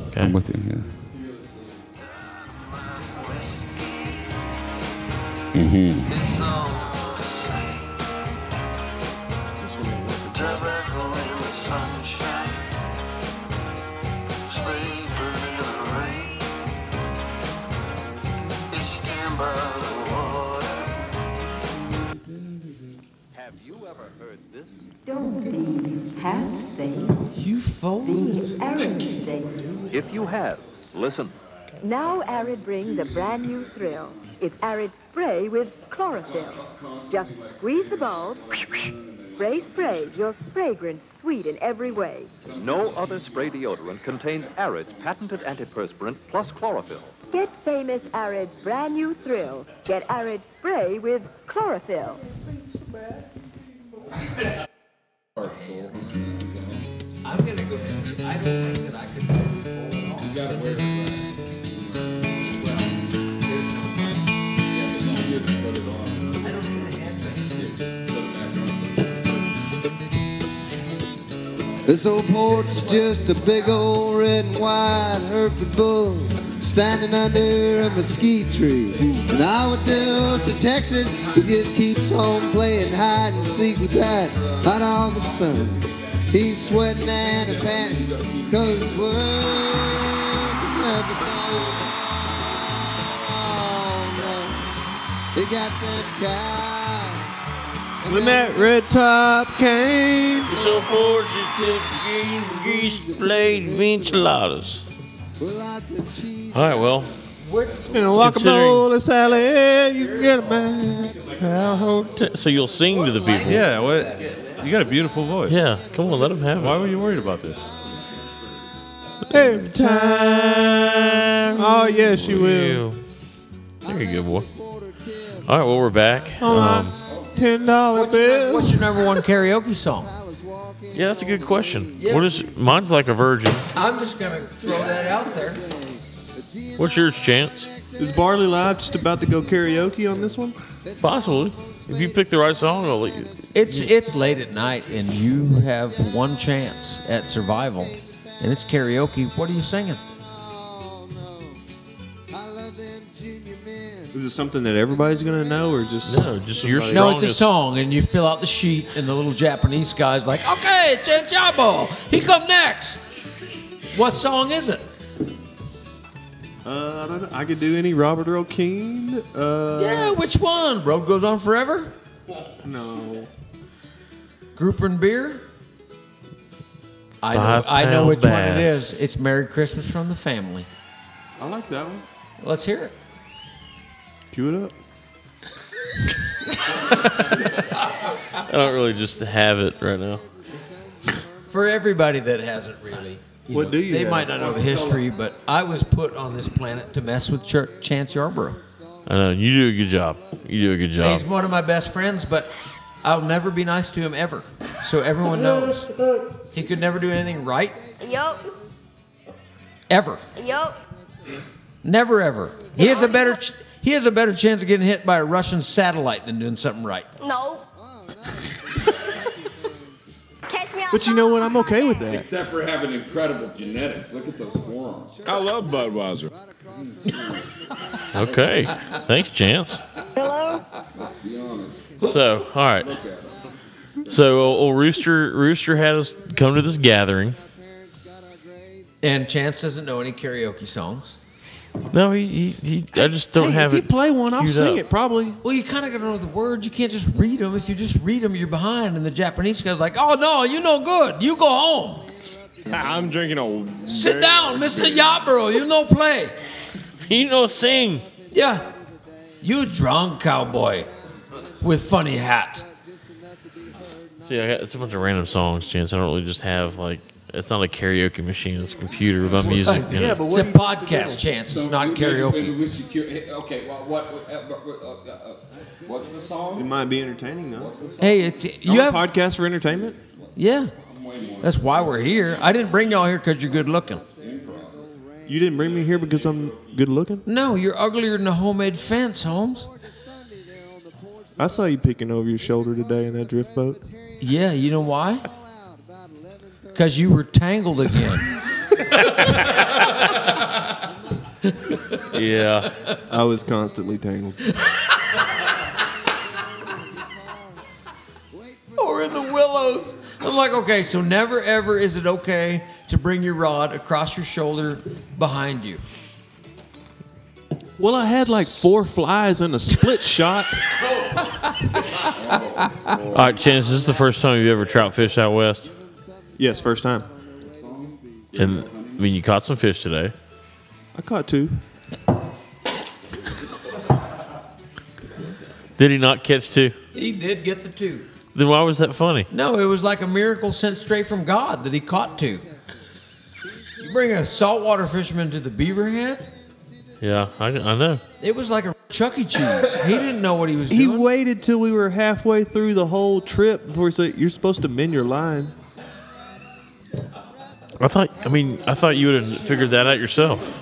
Speaker 11: Okay. I'm with you. Yeah. Mm-hmm.
Speaker 3: Have you ever heard this?
Speaker 24: Have they?
Speaker 25: You folded.
Speaker 24: Arid they?
Speaker 3: If you have, listen.
Speaker 24: Now Arid brings a brand new thrill. It's Arid spray with chlorophyll. Just squeeze the bulb. Spray sprays your fragrance sweet in every way.
Speaker 3: No other spray deodorant contains Arid's patented antiperspirant plus chlorophyll.
Speaker 24: Get famous Arid's brand new thrill. Get Arid spray with chlorophyll.
Speaker 18: I'm gonna go. I don't think that I could. You gotta wear
Speaker 7: This old porch is just a big old red and white Hereford bull standing under a mesquite tree. And I would do to Texas, he just keeps home playing hide and seek with that hot August sun. He's sweating and a panting, cause work is never done. Oh, no. They got them cows.
Speaker 13: When that red top came.
Speaker 26: So far, it's just geese played enchiladas.
Speaker 7: With lots of cheese.
Speaker 1: All right, well,
Speaker 13: In a guacamole salad, you get a man. Cow
Speaker 1: t- so you'll sing to the people.
Speaker 11: Yeah, what? You got a beautiful voice.
Speaker 1: Yeah, come on, let them have it.
Speaker 11: Why were you worried about this?
Speaker 13: Every time. Oh, yes, she will.
Speaker 1: There you go, boy. All right, well, we're back.
Speaker 13: Oh,
Speaker 1: Um,
Speaker 13: Ten dollar bill.
Speaker 18: What's your number one karaoke song?
Speaker 1: yeah, that's a good question.
Speaker 18: Yeah.
Speaker 1: What is mine's like a virgin?
Speaker 18: I'm just gonna throw that out there.
Speaker 1: What's yours, Chance?
Speaker 13: Is Barley Live just about to go karaoke on this one?
Speaker 1: Possibly. If you pick the right song, I'll let you.
Speaker 18: It's it's late at night, and you have one chance at survival, and it's karaoke. What are you singing?
Speaker 13: Is it something that everybody's gonna know, or just
Speaker 1: no? Just
Speaker 18: no, it's a song, and you fill out the sheet, and the little Japanese guy's like, "Okay, Chinchabo, he come next." What song is it?
Speaker 13: Uh, I don't know. I could do any Robert Earl Keen. Uh,
Speaker 18: yeah, which one? Road goes on forever.
Speaker 13: No.
Speaker 18: Grouper and beer. I know,
Speaker 13: Five
Speaker 18: I know
Speaker 13: pound
Speaker 18: which one it
Speaker 13: bass.
Speaker 18: is. It's "Merry Christmas from the Family."
Speaker 13: I like that one.
Speaker 18: Let's hear it.
Speaker 13: Cue it up.
Speaker 1: I don't really just have it right now.
Speaker 18: For everybody that hasn't really.
Speaker 13: What do you
Speaker 18: They
Speaker 13: have?
Speaker 18: might not know the history, but I was put on this planet to mess with Ch- Chance Yarborough.
Speaker 1: I know you do a good job. You do a good job.
Speaker 18: He's one of my best friends, but I'll never be nice to him ever. So everyone knows he could never do anything right
Speaker 6: Yup.
Speaker 18: ever,
Speaker 6: Yup.
Speaker 18: never ever. He has a better ch- he has a better chance of getting hit by a Russian satellite than doing something right.
Speaker 6: No. Catch me out.
Speaker 13: But you know what? I'm okay with that.
Speaker 11: Except for having incredible genetics. Look at those forearms. I love Budweiser.
Speaker 1: Okay. Thanks, Chance.
Speaker 27: Hello?
Speaker 1: So, all right. So, old, old Rooster Rooster had us come to this gathering.
Speaker 18: And Chance doesn't know any karaoke songs.
Speaker 1: No, he, he, he I just don't have it. queued up.
Speaker 18: probably. Well, you kind of got to know the words. You can't just read them. If you just read them, you're behind. And the Japanese guy's like, "Oh no, you no good. You go home.
Speaker 11: I'm drinking a.
Speaker 18: Sit down, Mister Yabro. You no play.
Speaker 1: You no sing.
Speaker 18: Yeah, you drunk cowboy with funny hat.
Speaker 1: See, I got it's a bunch of random songs, Chance. I don't really just have like it's not a karaoke machine. It's a computer with my music. in it.
Speaker 18: it's a podcast chance. It's not karaoke.
Speaker 11: Okay, well, what? what, uh, what, uh, uh, what's the song?
Speaker 13: It might be entertaining though.
Speaker 18: Hey, it's, you
Speaker 13: Aren't
Speaker 18: have
Speaker 13: podcasts for entertainment.
Speaker 18: yeah. That's why we're here. I didn't bring y'all here because you're good looking.
Speaker 13: You didn't bring me here because I'm good looking.
Speaker 18: No, you're uglier than a homemade fence, Holmes.
Speaker 13: I saw you peeking over your shoulder today in that drift boat.
Speaker 18: Yeah, you know why? Because you were tangled again.
Speaker 1: yeah.
Speaker 13: I was constantly tangled.
Speaker 18: or in the willows. I'm like, okay, so never ever is it okay to bring your rod across your shoulder behind you.
Speaker 13: Well, I had like four flies in a split shot.
Speaker 1: All right, Chance, this is the first time you've ever trout fished out west?
Speaker 13: Yes, first time.
Speaker 1: And I mean, you caught some fish today.
Speaker 13: I caught two.
Speaker 1: Did he not catch two?
Speaker 18: He did get the two.
Speaker 1: Then why was that funny?
Speaker 18: No, it was like a miracle sent straight from God that he caught two. You bring a saltwater fisherman to the beaver head,
Speaker 1: Yeah, I, I know.
Speaker 18: it was like a Chuck E. Cheese. He didn't know what he was
Speaker 13: He
Speaker 18: doing.
Speaker 13: waited till we were halfway through the whole trip before he said, "You're supposed to mend your line."
Speaker 1: I thought. I mean, I thought you would have figured that out yourself.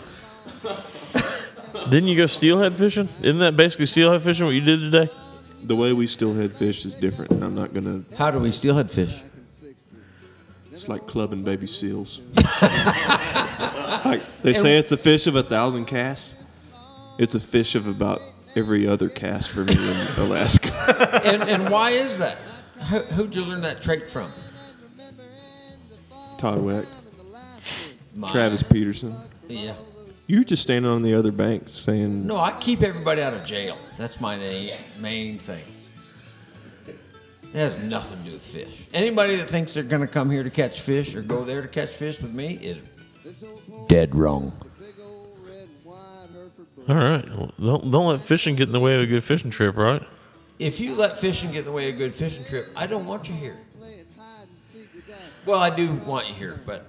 Speaker 1: Didn't you go steelhead fishing? Isn't that basically steelhead fishing? What you did today?
Speaker 13: The way we steelhead fish is different. and I'm not gonna.
Speaker 18: How do we steelhead fish?
Speaker 13: It's like clubbing baby seals. like they say, it's a fish of a thousand casts. It's a fish of about every other cast for me in Alaska.
Speaker 18: and, and why is that? Who, who'd you learn that trait from?
Speaker 13: Todd Weck,
Speaker 18: My-
Speaker 13: Travis Peterson.
Speaker 18: Yeah.
Speaker 13: You're just standing on the other bank saying,
Speaker 18: No, I keep everybody out of jail. That's my na- main thing. It has nothing to do with fish. Anybody that thinks they're going to come here to catch fish or go there to catch fish with me is Dead wrong.
Speaker 1: All right. Well, Don't don't let fishing get in the way of a good fishing trip, right?
Speaker 18: If you let fishing get in the way of a good fishing trip, I don't want you here. Well, I do want you here, but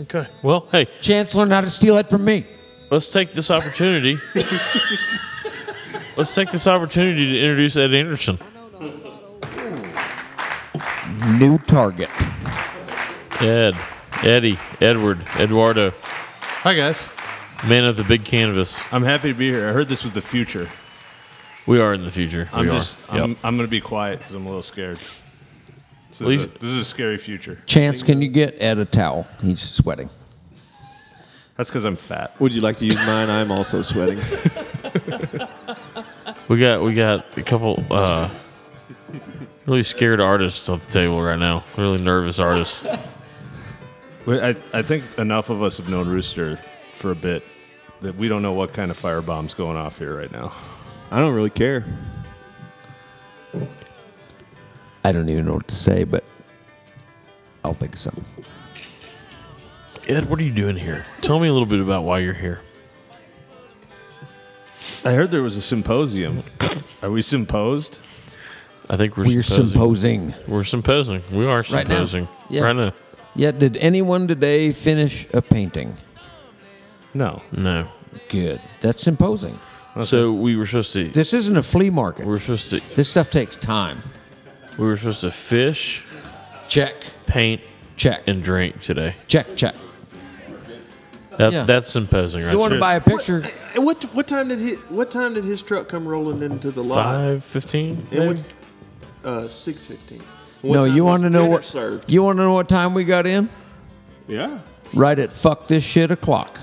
Speaker 1: Okay. Well, hey,
Speaker 18: Chance learned how to steal it from me.
Speaker 1: Let's take this opportunity. let's take this opportunity to introduce Ed Anderson.
Speaker 18: new target.
Speaker 1: Ed, Eddie, Edward, Eduardo. Hi
Speaker 2: guys.
Speaker 1: Man of the big canvas.
Speaker 2: I'm happy to be here. I heard this was the future.
Speaker 1: We are in the future.
Speaker 2: I'm
Speaker 1: we
Speaker 2: just
Speaker 1: are. Yep.
Speaker 2: I'm, I'm going to be quiet because I'm a little scared. This is,
Speaker 1: Leave-
Speaker 2: a, this is a scary future.
Speaker 18: Chance, can you get Ed a towel? He's sweating.
Speaker 2: That's because I'm fat.
Speaker 13: Would you like to use mine? I'm also sweating.
Speaker 1: We got we got a couple uh, really scared artists on the table right now. Really nervous artists.
Speaker 2: Wait, I, I think enough of us have known Rooster for a bit that we don't know what kind of firebomb's going off here right now.
Speaker 13: I don't really care.
Speaker 18: I don't even know what to say, but I'll think of something.
Speaker 1: Ed, what are you doing here? Tell me a little bit about why you're here.
Speaker 2: I heard there was a symposium. Are we symposed?
Speaker 1: I think we're
Speaker 18: We're
Speaker 1: symposing.
Speaker 18: symposing.
Speaker 1: We're symposing. We are
Speaker 18: Right now.
Speaker 1: symposing.
Speaker 18: Yeah.
Speaker 1: Right now.
Speaker 18: Yeah, did anyone today finish a painting?
Speaker 2: No.
Speaker 1: No.
Speaker 18: Good. That's symposing.
Speaker 1: So we were supposed to.
Speaker 18: This isn't a flea market.
Speaker 1: We're supposed to.
Speaker 18: This stuff takes time.
Speaker 1: We were supposed to fish,
Speaker 18: check,
Speaker 1: paint,
Speaker 18: check,
Speaker 1: and drink today.
Speaker 18: Check, check.
Speaker 1: That,
Speaker 13: Yeah.
Speaker 1: That's imposing, right? there.
Speaker 18: picture?
Speaker 13: What, what time did he, What time did his truck come rolling into the lot?
Speaker 1: Five fifteen.
Speaker 13: And what, uh, six fifteen.
Speaker 18: no, you want to know what?
Speaker 13: Served?
Speaker 18: You want to know what time we got in?
Speaker 13: Yeah.
Speaker 18: Right at fuck this shit o'clock.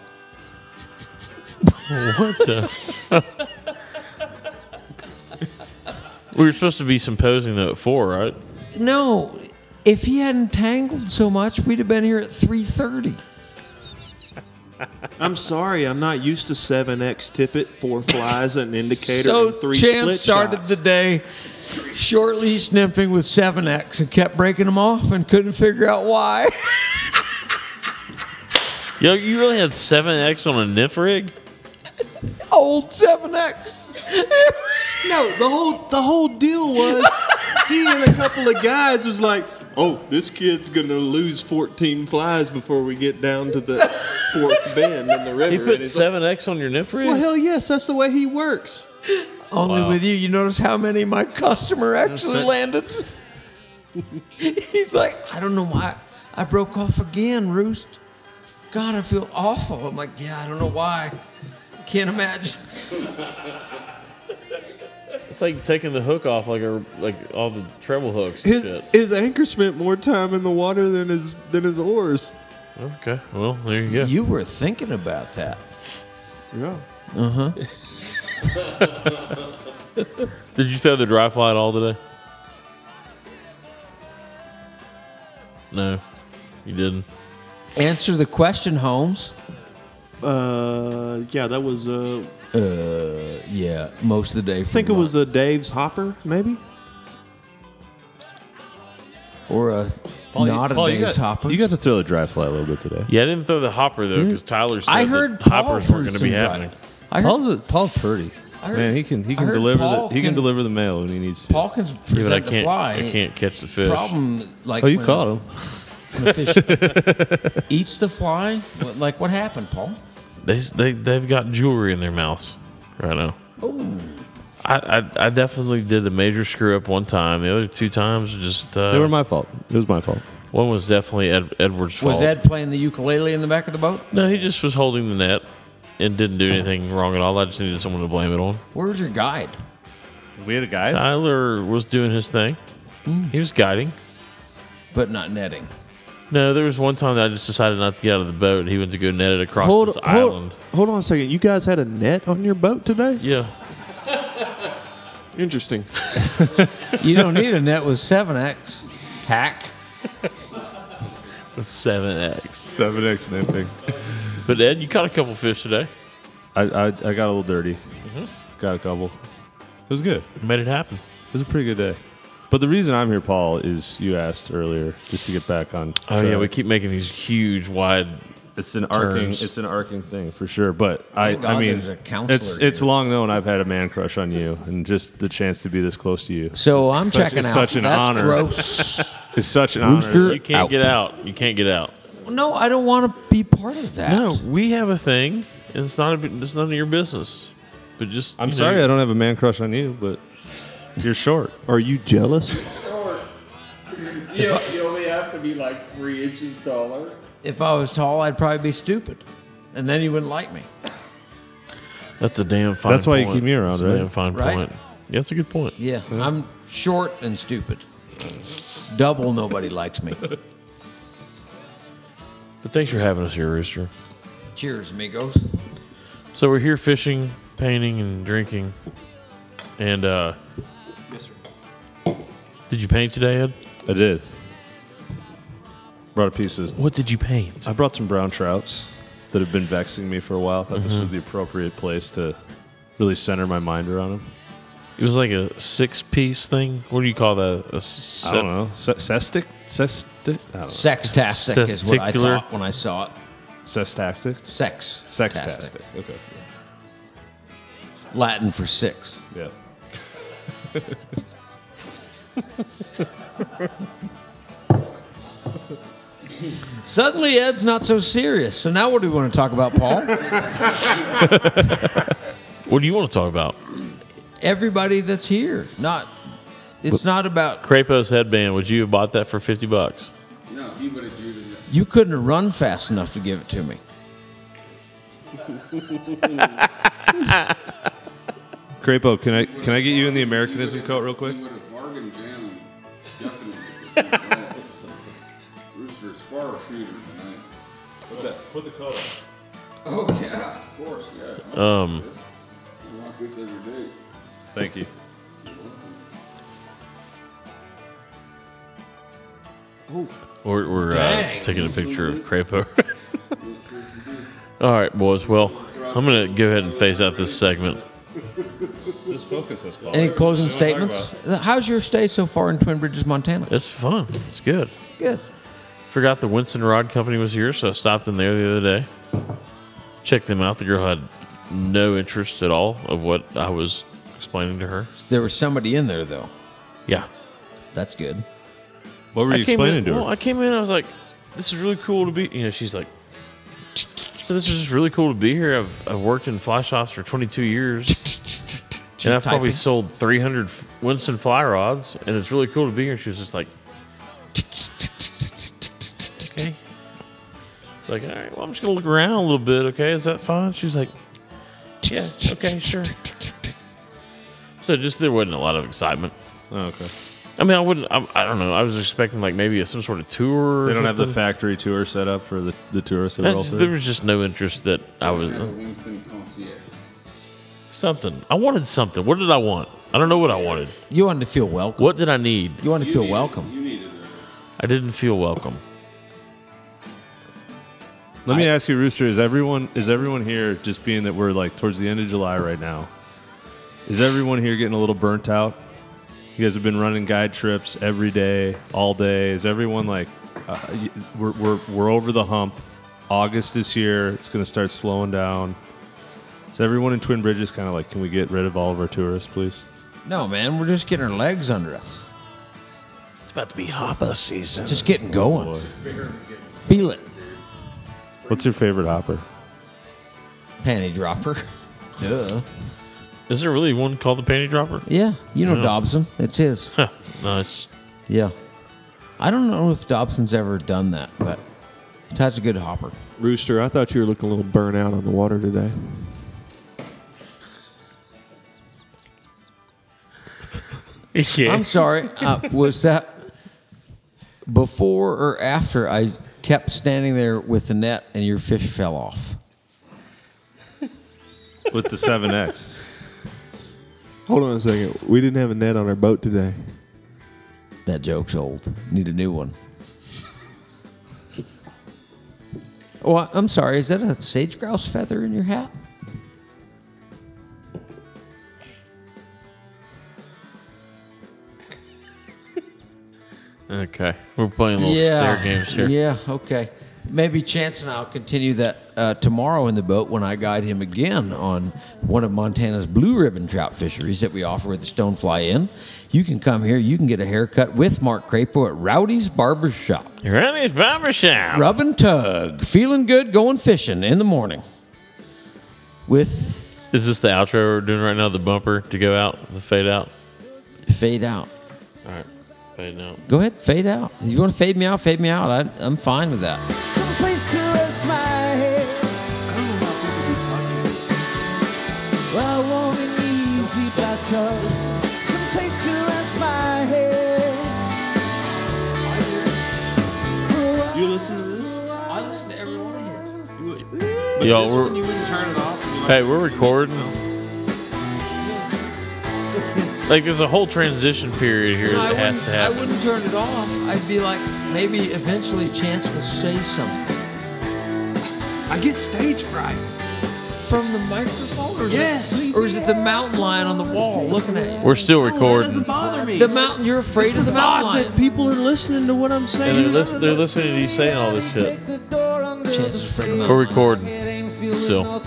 Speaker 1: what the? we were supposed to be symposing though at four, right?
Speaker 18: No, if he hadn't tangled so much, we'd have been here at three thirty.
Speaker 13: I'm sorry, I'm not used to seven X tippet, four flies, an indicator,
Speaker 18: So
Speaker 13: and three split
Speaker 18: Chance started
Speaker 13: shots.
Speaker 18: the day shortly sniffing with seven X and kept breaking them off and couldn't figure out why.
Speaker 1: Yo, you really had seven X on a Nif rig?
Speaker 18: Old seven X.
Speaker 13: no, the whole the whole deal was he and a couple of guys was like, oh, this kid's gonna lose fourteen flies before we get down to the fourth bend in the river.
Speaker 1: You
Speaker 13: And
Speaker 1: put
Speaker 13: he's
Speaker 1: seven X on your Nif
Speaker 13: Like, well,
Speaker 1: rig?
Speaker 13: hell yes, that's the way he works.
Speaker 18: Only
Speaker 1: Wow.
Speaker 18: with you, you notice how many my customer actually
Speaker 13: it.
Speaker 18: landed. He's like, I don't know why I broke off again, Roost. God, I feel awful. I'm like, yeah, I don't know why. Can't imagine.
Speaker 1: It's like taking the hook off, like a, like all the treble hooks. And
Speaker 13: His
Speaker 1: shit.
Speaker 13: his anchor spent more time in the water than his than his oars.
Speaker 1: Okay, well there you go.
Speaker 18: You were thinking about that.
Speaker 13: Yeah.
Speaker 18: Uh
Speaker 1: Uh-huh.
Speaker 18: huh.
Speaker 1: Did you throw the dry fly at all today? No, you didn't.
Speaker 18: Answer the question, Holmes.
Speaker 13: Uh, yeah, that was. Uh,
Speaker 18: Uh, yeah, most of the day.
Speaker 13: I think it was a Dave's Hopper, maybe.
Speaker 18: Or uh, a not a
Speaker 1: you
Speaker 18: Dave's
Speaker 1: got-
Speaker 18: Hopper.
Speaker 5: You got to throw the dry fly a little bit today. Hmm?
Speaker 1: Yeah, I didn't throw the hopper though because Tyler said
Speaker 18: I
Speaker 1: that
Speaker 18: heard Paul
Speaker 1: hoppers weren't
Speaker 18: threw
Speaker 1: going to be
Speaker 18: some
Speaker 1: happening.
Speaker 18: right. I heard- Paul's
Speaker 5: Paul's pretty.
Speaker 18: I heard-
Speaker 5: Man, he can he
Speaker 18: I
Speaker 5: can
Speaker 18: heard
Speaker 5: deliver
Speaker 18: Paul
Speaker 5: the he can,
Speaker 18: can-
Speaker 5: deliver the mail when he needs to.
Speaker 18: Paul can Yeah, but
Speaker 1: present I the can't- fly. I can't catch the fish.
Speaker 18: Problem like
Speaker 5: oh, you
Speaker 18: when-
Speaker 5: caught him.
Speaker 18: when a fish eats the fly. What, like what happened, Paul?
Speaker 1: They they they've got jewelry in their mouths right now.
Speaker 18: Oh.
Speaker 1: I, I, I definitely did the major screw up one time. The other two times just uh,
Speaker 5: they were my fault. It was my fault.
Speaker 1: One was definitely Ed, Edward's fault.
Speaker 18: Was Ed playing the ukulele in the back of the boat?
Speaker 1: No, he just was holding the net and didn't do anything wrong at all. I just needed someone to blame it on.
Speaker 18: Where was your guide?
Speaker 5: We had a guide.
Speaker 1: Tyler was doing his thing.
Speaker 5: Hmm.
Speaker 1: He was guiding,
Speaker 18: but not netting.
Speaker 1: No, there was one time that I just decided not to get out of the boat. He went to go net it across
Speaker 13: hold,
Speaker 1: this
Speaker 13: hold-
Speaker 1: island.
Speaker 13: hold on a second. You guys had a net on your boat today?
Speaker 1: Yeah.
Speaker 13: Interesting.
Speaker 18: You don't need a net with seven X hack.
Speaker 1: Seven X.
Speaker 5: Seven X nipping.
Speaker 1: But Ed, you caught a couple fish today.
Speaker 5: I I, I got a little dirty.
Speaker 1: Mhm.
Speaker 5: Got a couple. It was good.
Speaker 1: Made it happen.
Speaker 5: It was a pretty good day. But the reason I'm here, Paul, is you asked earlier just to get back on.
Speaker 1: Oh yeah,
Speaker 5: track.
Speaker 1: we keep making these huge wide.
Speaker 5: It's an arcing- it's an arcing thing for sure. But
Speaker 18: Oh,
Speaker 5: I,
Speaker 1: Thank God
Speaker 5: I mean,
Speaker 1: there's a counselor
Speaker 5: it's it's long known I've had a man crush on you, and just the chance to be this close to you. is
Speaker 18: So I'm
Speaker 5: such,
Speaker 18: checking
Speaker 5: is
Speaker 18: out.
Speaker 5: Such an
Speaker 18: That's
Speaker 5: honor.
Speaker 18: gross.
Speaker 5: it's such an honor.
Speaker 1: You can't get out. You can't get out.
Speaker 18: No, I don't want to be part of that.
Speaker 1: No, we have a thing, and it's not. A, it's none of your business. But just.
Speaker 5: I'm
Speaker 1: you know,
Speaker 5: sorry I don't have a man crush on you, but you're short.
Speaker 13: Are you jealous?
Speaker 9: You, you only have to be like three inches taller.
Speaker 18: If I was tall, I'd probably be stupid, and then you wouldn't like me.
Speaker 1: That's a damn fine.
Speaker 5: That's why you
Speaker 1: point.
Speaker 5: keep me around,
Speaker 1: That's
Speaker 5: right?
Speaker 1: A damn fine
Speaker 18: Right?
Speaker 1: point. Yeah, that's a good point.
Speaker 18: Yeah, I'm short and stupid. Double nobody likes me.
Speaker 1: But thanks for having us here, Rooster.
Speaker 18: Cheers, amigos.
Speaker 1: So we're here fishing, painting, and drinking. And uh
Speaker 13: Yes, sir.
Speaker 1: did you paint today, Ed?
Speaker 5: I did. Brought a piece of.
Speaker 1: What did you paint?
Speaker 5: I brought some brown trouts that have been vexing me for a while. Thought this
Speaker 1: Mhm.
Speaker 5: was the appropriate place to really center my mind around them.
Speaker 1: It was like a six-piece thing. What do you call that? A s-
Speaker 5: I don't know. Se- Sestic? Sestic? I don't know.
Speaker 18: Sextastic is what I
Speaker 1: Sesticular.
Speaker 18: thought when I saw it.
Speaker 5: Sextastic?
Speaker 18: Sex.
Speaker 5: Sextastic. Okay.
Speaker 18: Latin for six.
Speaker 5: Yeah.
Speaker 18: Suddenly, Ed's not so serious. So now, what do we want to talk about, Paul?
Speaker 1: What do you want to talk about?
Speaker 18: Everybody that's here. Not. It's not about.
Speaker 1: Crapo's headband. Would you have bought that for fifty bucks?
Speaker 11: No, he would have judged it.
Speaker 18: You couldn't have run fast enough to give it to me.
Speaker 5: Crapo, can I can I get you in the Americanism coat real quick?
Speaker 11: Bargain down, definitely. Rooster is far shooter tonight.
Speaker 5: What's that? Put the color.
Speaker 11: Oh yeah, of course, yeah.
Speaker 1: Um.
Speaker 11: I want this every day.
Speaker 5: Thank you.
Speaker 1: We're, we're uh,
Speaker 11: Dang.
Speaker 1: taking a picture of Crapo. All right, boys. Well, I'm gonna go ahead and phase out this segment.
Speaker 5: Just focus us, Paul.
Speaker 18: Any closing
Speaker 5: What do you wanna talk
Speaker 18: statements? How's your stay so far in Twin Bridges, Montana?
Speaker 1: It's fun. It's good.
Speaker 18: Good.
Speaker 1: Forgot the Winston Rod Company was here, so I stopped in there the other day. Checked them out. The girl had no interest at all of what I was explaining to her.
Speaker 18: There was somebody in there though.
Speaker 1: Yeah.
Speaker 18: That's good.
Speaker 5: What were
Speaker 1: I
Speaker 5: you
Speaker 1: came
Speaker 5: explaining
Speaker 1: in-
Speaker 5: to her?
Speaker 1: well, I came in. I was like, "This is really cool to be." You know, she's like, "So this is just really cool to be here. I've, I've worked in fly shops for 22 years, and I've
Speaker 18: Typing.
Speaker 1: probably sold 300 f- Winston fly rods, and it's really cool to be here." And she was just like, "Okay." It's like, "All right, well, I'm just gonna look around a little bit. Okay, is that fine?" She's like, "Yeah, okay, sure." So just there wasn't a lot of excitement.
Speaker 5: Oh, okay.
Speaker 1: I mean, I wouldn't. I, I don't know. I was expecting like maybe some sort of tour. or
Speaker 5: They don't have the
Speaker 1: something.
Speaker 5: factory tour set up for the, the tourists that
Speaker 1: I
Speaker 5: are all
Speaker 1: just- There was just no interest that I was uh,
Speaker 11: Have a Winston concierge.
Speaker 1: something. I wanted something. What did I want? I don't know what I wanted.
Speaker 18: You wanted to feel welcome.
Speaker 1: What did I need?
Speaker 18: You wanted to feel welcome.
Speaker 1: I didn't feel welcome.
Speaker 2: Let me ask you, Rooster, is everyone is everyone here just being that we're like towards the end of July right now? Is everyone here getting a little burnt out? You guys have been running guide trips every day, all day. Is everyone like, uh, y- we're, we're, we're over the hump? August is here. It's going to start slowing down. Is everyone in Twin Bridges kind of like, can we get rid of all of our tourists, please?
Speaker 18: No, man, we're just getting our legs under us. It's
Speaker 1: about to be hopper season.
Speaker 18: Just getting going.
Speaker 2: Oh, boy.
Speaker 18: Feel it,
Speaker 2: What's your favorite hopper?
Speaker 18: panty dropper. Duh.
Speaker 1: Is there really one called the panty dropper?
Speaker 18: Yeah, you know
Speaker 1: No.
Speaker 18: Dobson. That's his.
Speaker 1: nice.
Speaker 18: Yeah. I don't know if Dobson's ever done that, but Todd's a good hopper.
Speaker 13: Rooster, I thought you were looking a little burnt out on the water today.
Speaker 1: Yeah.
Speaker 18: I'm sorry. Uh, was that before or after I kept standing there with the net and your fish fell off?
Speaker 2: With the 7X.
Speaker 13: Hold on a second. We didn't have a net on our boat today.
Speaker 18: That joke's old. Need a new one. Oh, I- I'm sorry. Is that a sage grouse feather in your hat?
Speaker 1: Okay. We're playing little
Speaker 18: yeah.
Speaker 1: stair games here.
Speaker 18: Yeah, okay. Maybe Chance and I'll continue that uh, tomorrow in the boat when I guide him again on one of Montana's blue ribbon trout fisheries that we offer at the Stonefly Inn. You can come here. You can get a haircut with Mark Crapo at Rowdy's Barbershop.
Speaker 1: Rowdy's Barbershop.
Speaker 18: Rub and tug. Feeling good going fishing in the morning. With
Speaker 1: Is this the outro we're doing right now? The bumper to go out, the fade out.
Speaker 18: fade out.
Speaker 1: All right, fade out.
Speaker 18: Go ahead, fade out. You want to fade me out? Fade me out. I, I'm fine with that.
Speaker 7: someplace to rest my head. Well, I want an easy plateau, someplace to rest my head.
Speaker 13: You listen to this? I
Speaker 18: listen to every one of
Speaker 13: you.
Speaker 1: Yo, we're hey, we're recording. Like, there's a whole transition period here
Speaker 18: No, I
Speaker 1: that has
Speaker 18: wouldn't-
Speaker 1: to
Speaker 18: I
Speaker 1: happen.
Speaker 18: wouldn't turn it off. I'd be like, maybe eventually Chance will say something.
Speaker 13: I get stage fright.
Speaker 18: From the microphone? Or is it-
Speaker 13: Yes.
Speaker 18: or is it the mountain lion on the wall looking at you?
Speaker 1: We're still recording.
Speaker 13: bother me.
Speaker 18: The mountain, you're afraid
Speaker 13: It's
Speaker 18: of the mountain
Speaker 13: thought that people are listening to what I'm
Speaker 1: and
Speaker 13: saying.
Speaker 1: they're, listen, they're listening to you saying all this shit. We're recording. Still.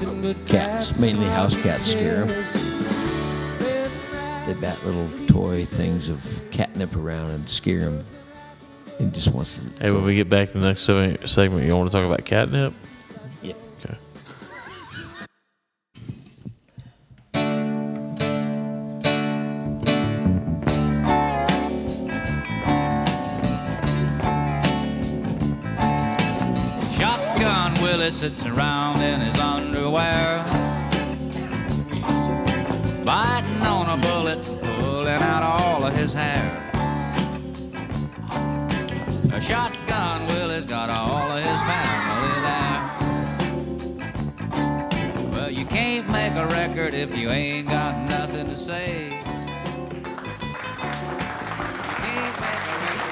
Speaker 18: Cats, mainly house cats, scare 'em. They bat little toy things of catnip around and scare him. He just wants to.
Speaker 1: Hey, when we get back to the next se- segment, you want to talk about catnip?
Speaker 18: Yeah.
Speaker 1: Okay.
Speaker 4: Shotgun Willie sits around in his underwear, biting on a bullet, pulling out all of his hair. A shotgun Willie's got all of his family there. Well, you can't make a record if you ain't got nothing to say. Can't make a record.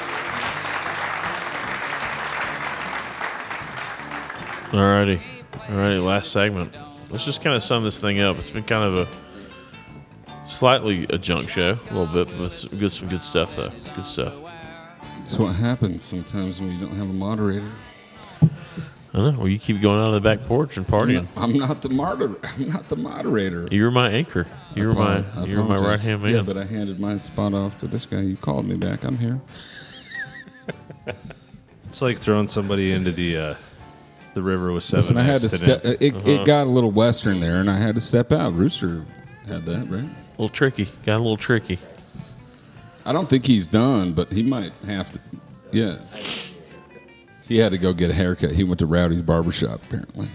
Speaker 1: Alrighty. Alrighty, last segment. Let's just kind of sum this thing up. It's been kind of a slightly a junk show, a little bit, but some good, some good stuff, though. Good stuff.
Speaker 11: That's what happens sometimes when you don't have a moderator.
Speaker 1: I know. Well, you keep going out on the back porch and partying.
Speaker 11: I'm not the martyr. I'm not the moderator.
Speaker 1: You were my anchor. You were my
Speaker 11: Apolo-
Speaker 1: you were my
Speaker 11: apologize.
Speaker 1: right hand
Speaker 11: Yeah,
Speaker 1: man.
Speaker 11: but I handed my spot off to this guy. You called me back. I'm here.
Speaker 2: It's like throwing somebody into the uh, the river with seven.
Speaker 11: Listen, I had to
Speaker 2: X
Speaker 11: step.
Speaker 2: in it.
Speaker 11: It, it,
Speaker 1: Uh-huh.
Speaker 5: Uh-huh.
Speaker 11: got a little western there, and I had to step out. Rooster had that right.
Speaker 1: a little tricky. Got a little tricky.
Speaker 11: I don't think he's done, but he might have to. Yeah, he had to go get a haircut. He went to Rowdy's barbershop apparently.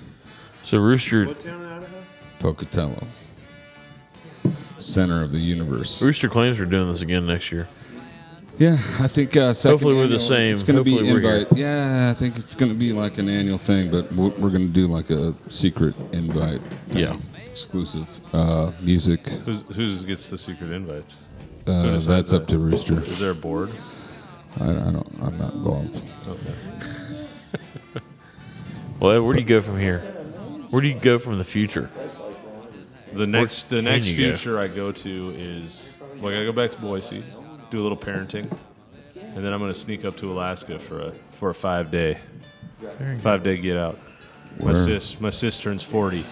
Speaker 1: So Rooster
Speaker 11: Pocatello, center of the universe.
Speaker 1: Rooster claims we're doing this again next year.
Speaker 11: Yeah, I think. Uh, second
Speaker 1: Hopefully we're the
Speaker 11: annual,
Speaker 1: same.
Speaker 11: It's going to be
Speaker 1: Hopefully we're here.
Speaker 11: invite. Yeah, I think it's going to be like an annual thing, but we're, we're going to do like a secret invite.
Speaker 1: Yeah.
Speaker 11: exclusive uh, music.
Speaker 2: Who's, who gets the secret invites?
Speaker 11: Uh,
Speaker 2: Who decides
Speaker 11: that's up to Rooster.
Speaker 2: Is there a board?
Speaker 11: I, I don't. I'm not involved.
Speaker 2: Okay.
Speaker 1: Well, where do you go from here? Where do you go from the future?
Speaker 5: The next, the
Speaker 1: can
Speaker 5: next
Speaker 1: you go?
Speaker 5: future I go to is like I go back to Boise, do a little parenting, and then I'm gonna sneak up to Alaska for a for a five day,
Speaker 11: Very good.
Speaker 5: five day get out. My
Speaker 11: Where?
Speaker 5: sis, my sis turns forty.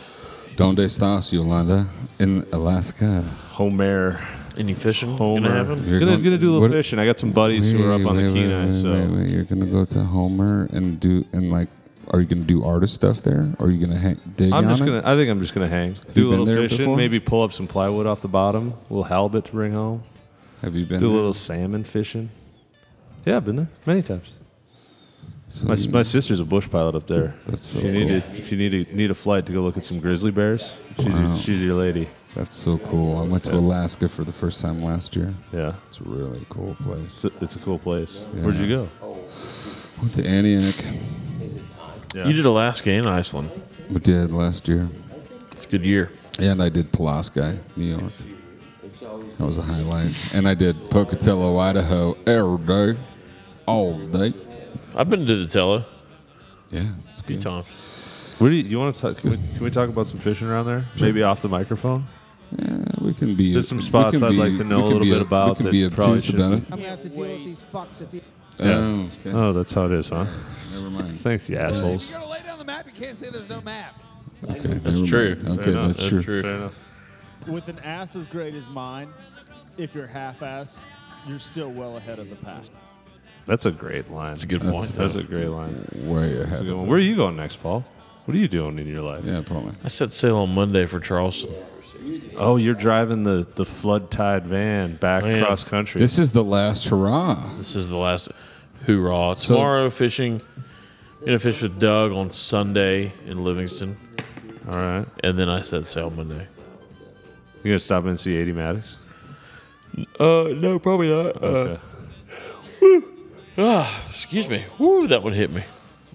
Speaker 11: Donde estás, Yolanda? In Alaska.
Speaker 5: Homer.
Speaker 1: Any fishing
Speaker 5: Homer.
Speaker 1: gonna happen?
Speaker 11: You're
Speaker 5: gonna,
Speaker 11: going-
Speaker 5: gonna do a little
Speaker 11: what-
Speaker 5: fishing. I got some buddies who are up
Speaker 11: Wait,
Speaker 5: on the
Speaker 11: wait, wait,
Speaker 5: Kenai,
Speaker 11: wait,
Speaker 5: so
Speaker 11: wait, wait. you're gonna go to Homer and do and like, are you gonna do artist stuff there? Or are you gonna hang, dig
Speaker 5: I'm
Speaker 11: on
Speaker 5: just
Speaker 11: it?
Speaker 5: gonna. I think I'm just gonna hang,
Speaker 11: you
Speaker 5: do a
Speaker 11: been
Speaker 5: little
Speaker 11: there
Speaker 5: fishing,
Speaker 11: before?
Speaker 5: maybe pull up some plywood off the bottom, a little halibut to bring home.
Speaker 11: Have you been
Speaker 5: Do a
Speaker 11: there?
Speaker 5: little salmon fishing. Yeah, I've been there many times.
Speaker 11: So
Speaker 5: my, s-
Speaker 11: you-
Speaker 5: my sister's a bush pilot up there. That's
Speaker 11: so
Speaker 5: if you need
Speaker 11: cool.
Speaker 5: a, if you need a, need a flight to go look at some grizzly bears, she's,
Speaker 11: Wow.
Speaker 5: your, she's your lady.
Speaker 11: That's so cool. I went to
Speaker 5: Yeah.
Speaker 11: Alaska for the first time last year.
Speaker 5: Yeah,
Speaker 11: it's a really cool
Speaker 5: It's
Speaker 11: place.
Speaker 5: a, it's a cool place.
Speaker 11: Yeah. Oh.
Speaker 5: Where'd you go?
Speaker 11: Went to Antioch.
Speaker 1: You did Alaska and Iceland.
Speaker 11: We did last year.
Speaker 1: It's a good year.
Speaker 11: And I did Pulaski, New York. That was a highlight. And I did Pocatello, Idaho, every day, all day.
Speaker 1: I've been to the Tello.
Speaker 11: Yeah,
Speaker 1: it's good time.
Speaker 5: Where do you, you want to talk? Can we, can we talk about some fishing around there?
Speaker 11: Sure.
Speaker 5: Maybe off the microphone.
Speaker 11: Yeah, we can be.
Speaker 5: There's some
Speaker 11: we can
Speaker 5: spots I'd
Speaker 11: be-
Speaker 5: like to know a
Speaker 11: we can
Speaker 5: little
Speaker 11: be
Speaker 5: bit
Speaker 11: ob-
Speaker 5: about
Speaker 11: We can
Speaker 5: that
Speaker 11: be
Speaker 5: probably
Speaker 11: obtuse
Speaker 5: shouldn't
Speaker 11: about it.
Speaker 18: I'm gonna have to deal with these fucks at the.
Speaker 5: Yeah.
Speaker 11: Oh, okay.
Speaker 5: oh, that's how it is, huh?
Speaker 11: Never mind.
Speaker 5: Thanks, you assholes.
Speaker 11: Okay,
Speaker 1: That's true.
Speaker 11: never mind.
Speaker 1: Fair
Speaker 11: Okay,
Speaker 1: enough.
Speaker 11: that's,
Speaker 1: That's
Speaker 11: true.
Speaker 1: true.
Speaker 5: Fair enough.
Speaker 13: With an ass as great as mine, if you're half ass, you're still well ahead of the pack.
Speaker 5: That's a great line. That's a
Speaker 1: good
Speaker 5: that's,
Speaker 1: point,
Speaker 5: That's
Speaker 1: though.
Speaker 5: a great line. That's
Speaker 11: Way
Speaker 5: a
Speaker 1: ahead
Speaker 5: good
Speaker 1: of
Speaker 5: one.
Speaker 1: it.
Speaker 5: Where are you going next, Paul? What are you doing in your life?
Speaker 11: Yeah, probably.
Speaker 1: I set sail on Monday for Charleston.
Speaker 5: Oh, you're driving the, the flood tide van back
Speaker 1: I am.
Speaker 5: cross country.
Speaker 11: This is the last hurrah.
Speaker 1: This is the last hoorah.
Speaker 11: So-
Speaker 1: Tomorrow fishing. Gonna fish with Doug on Sunday in Livingston.
Speaker 5: All right.
Speaker 1: And then I set sail Monday.
Speaker 5: You gonna stop in and see 80 Maddox?
Speaker 1: Uh, no, probably not.
Speaker 5: Okay.
Speaker 1: Ah, excuse me. Woo, that one hit me.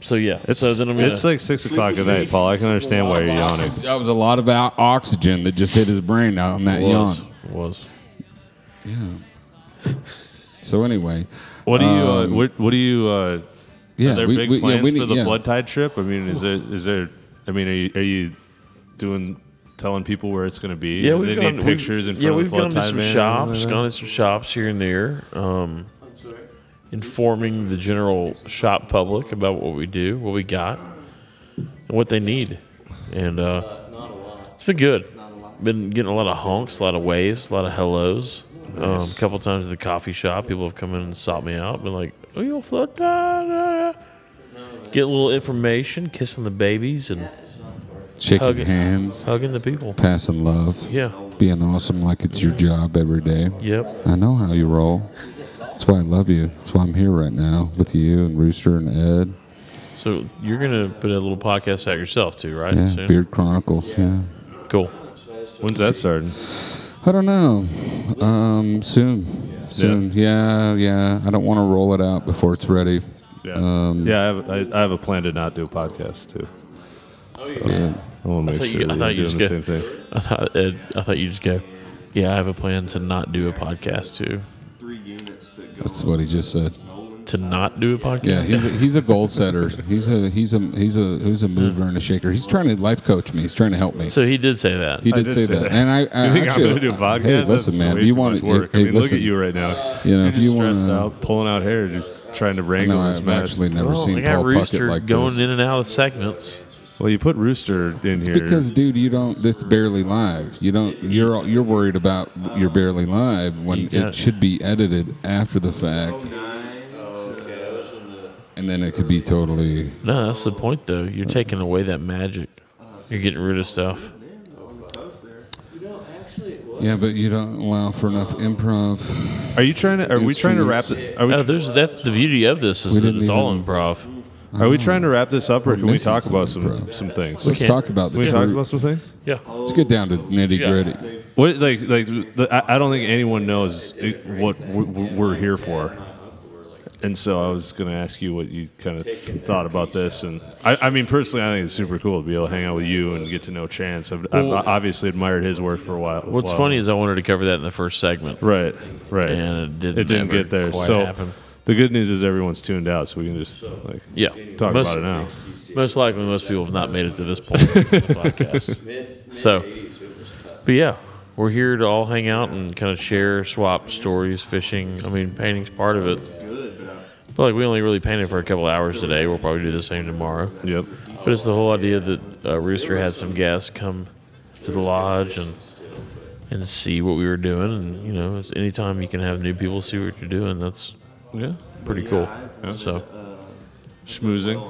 Speaker 1: So yeah.
Speaker 5: It's,
Speaker 1: so then I'm gonna,
Speaker 5: it's like 6 o'clock at night, Paul. I can understand why you're yawning.
Speaker 11: That was a lot of o- oxygen that just hit his brain out on that
Speaker 1: It was.
Speaker 11: yawn.
Speaker 1: It was.
Speaker 11: Yeah. So anyway,
Speaker 5: What do you,
Speaker 11: um,
Speaker 5: uh, what, what do you, uh,
Speaker 11: Yeah,
Speaker 5: are there
Speaker 11: we-
Speaker 5: big
Speaker 11: we- yeah,
Speaker 5: plans
Speaker 11: we need-
Speaker 5: for the
Speaker 11: yeah.
Speaker 5: flood tide trip? I mean, is there, is there, I mean, are you, are you doing, telling people where it's gonna be?
Speaker 1: Yeah,
Speaker 5: Do
Speaker 1: we've
Speaker 5: they
Speaker 1: gone,
Speaker 5: need
Speaker 1: we've-
Speaker 5: pictures in front
Speaker 1: yeah,
Speaker 5: of the
Speaker 1: we've
Speaker 5: flood
Speaker 1: gone to
Speaker 5: tide
Speaker 1: some
Speaker 5: van and
Speaker 1: shops,
Speaker 5: everything?
Speaker 1: gone to some shops here and there. Um, informing the general shop public about what we do, what we got, and what they need, and uh, it's been good. Been getting a lot of honks, a lot of waves, a lot of hellos. Um,
Speaker 5: Nice.
Speaker 1: a couple times at the coffee shop, people have come in and sought me out, been like, "Oh, you flood tide?" Get a little information, kissing the babies and
Speaker 11: shaking
Speaker 1: hugging,
Speaker 11: hands,
Speaker 1: hugging the people.
Speaker 11: passing love,
Speaker 1: Yeah.
Speaker 11: being awesome like it's your job every day.
Speaker 1: Yep.
Speaker 11: I know how you roll. That's why I love you. That's why I'm here right now with you and Rooster and Ed.
Speaker 1: So you're gonna put a little podcast out yourself too, right?
Speaker 11: yeah,
Speaker 1: soon?
Speaker 11: Beard Chronicles. Yeah.
Speaker 1: Cool.
Speaker 5: When's that starting?
Speaker 11: I don't know. Um, soon, soon. Yeah, yeah. I don't want to roll it out before it's ready.
Speaker 5: Yeah,
Speaker 11: Um,
Speaker 5: yeah. I have, I, I have a plan to not do a podcast too. Oh
Speaker 11: Yeah.
Speaker 5: I want to
Speaker 1: I
Speaker 5: make
Speaker 1: thought
Speaker 5: sure
Speaker 1: you, I
Speaker 5: that
Speaker 1: thought
Speaker 5: you're
Speaker 1: you
Speaker 5: doing
Speaker 1: just
Speaker 5: the
Speaker 1: go.
Speaker 5: same thing.
Speaker 1: I thought Ed, I thought you just go. Yeah, I have a plan to not do a podcast too.
Speaker 11: That's what he just said.
Speaker 1: To not do a podcast.
Speaker 11: Yeah, he's a, he's a goal setter. He's a he's a he's a he's a mover and a shaker. He's trying to life coach me. He's trying to help me.
Speaker 1: so he did say that.
Speaker 11: He did, say, that. and I, I
Speaker 5: you think
Speaker 11: actually,
Speaker 5: I'm going to do a podcast?
Speaker 11: Hey, listen,
Speaker 5: That's
Speaker 11: man.
Speaker 5: way
Speaker 11: If you
Speaker 5: too
Speaker 11: want
Speaker 5: much work?
Speaker 11: Hey,
Speaker 5: I mean, look
Speaker 11: listen.
Speaker 5: at you right now.
Speaker 11: You know,
Speaker 5: You're
Speaker 11: if
Speaker 5: just
Speaker 11: you
Speaker 5: stressed
Speaker 11: wanna-
Speaker 5: out, pulling out hair, just trying to
Speaker 11: I
Speaker 5: wrangle
Speaker 11: know
Speaker 5: this
Speaker 11: I've
Speaker 5: mess.
Speaker 11: actually never
Speaker 1: well, I
Speaker 11: seen
Speaker 1: got
Speaker 11: Paul Puckett
Speaker 1: Oh, Rooster
Speaker 11: like
Speaker 1: going
Speaker 11: this.
Speaker 1: in and out of segments.
Speaker 5: Well, you put Rooster in
Speaker 11: It's
Speaker 5: here.
Speaker 11: because, dude, you don't. This barely live. You don't. You're you're worried about you're barely live when
Speaker 1: got-
Speaker 11: it should be edited after the fact, and then it could be totally.
Speaker 1: No, that's the point though. You're taking away that magic. You're getting rid of stuff.
Speaker 11: Yeah, but you don't allow for enough improv.
Speaker 5: Are you trying to? Are we trying to wrap?
Speaker 11: Instruments.
Speaker 5: The, are we?
Speaker 1: No, Oh, there's that's the beauty of this
Speaker 11: We
Speaker 1: is that
Speaker 11: didn't
Speaker 1: it's all
Speaker 11: even-
Speaker 1: improv.
Speaker 5: Are we trying to wrap this up, or
Speaker 11: We're
Speaker 5: can we
Speaker 11: missing
Speaker 5: talk about
Speaker 11: something,
Speaker 5: some
Speaker 11: bro.
Speaker 5: some things?
Speaker 11: Let's talk about the
Speaker 5: Can we talk
Speaker 11: truth.
Speaker 5: about some things?
Speaker 1: Yeah.
Speaker 11: Let's get down to nitty gritty.
Speaker 5: What like like the, I, I don't think anyone knows it, what w- w- we're here for, and so I was going to ask you what you kind of thought about this. And I, I mean, personally, I think it's super cool to be able to hang out with you and get to know Chance. I've, I've
Speaker 1: Well-
Speaker 5: obviously admired his work for a while.
Speaker 1: What's
Speaker 5: while.
Speaker 1: funny is I wanted to cover that in the first segment.
Speaker 5: Right, right,
Speaker 1: And it didn't.
Speaker 5: It didn't
Speaker 1: ever
Speaker 5: get there.
Speaker 1: Quite
Speaker 5: so
Speaker 1: happen.
Speaker 5: The good news is everyone's tuned out, so we can just like
Speaker 1: Yeah.
Speaker 5: talk
Speaker 1: most,
Speaker 5: about it now.
Speaker 1: Most likely, most people have not made it to this point in the podcast. So, but yeah, we're here to all hang out and kind of share, swap stories, fishing. I mean, painting's part of it. But like we only really painted for a couple hours today. We'll probably do the same tomorrow.
Speaker 5: Yep.
Speaker 1: But it's the whole idea that uh, Rooster had some guests come to the lodge and and see what we were doing. And you know, it's- anytime you can have new people see what you're doing, that's
Speaker 5: yeah,
Speaker 1: pretty cool.
Speaker 5: uh,
Speaker 1: So
Speaker 5: schmoozing.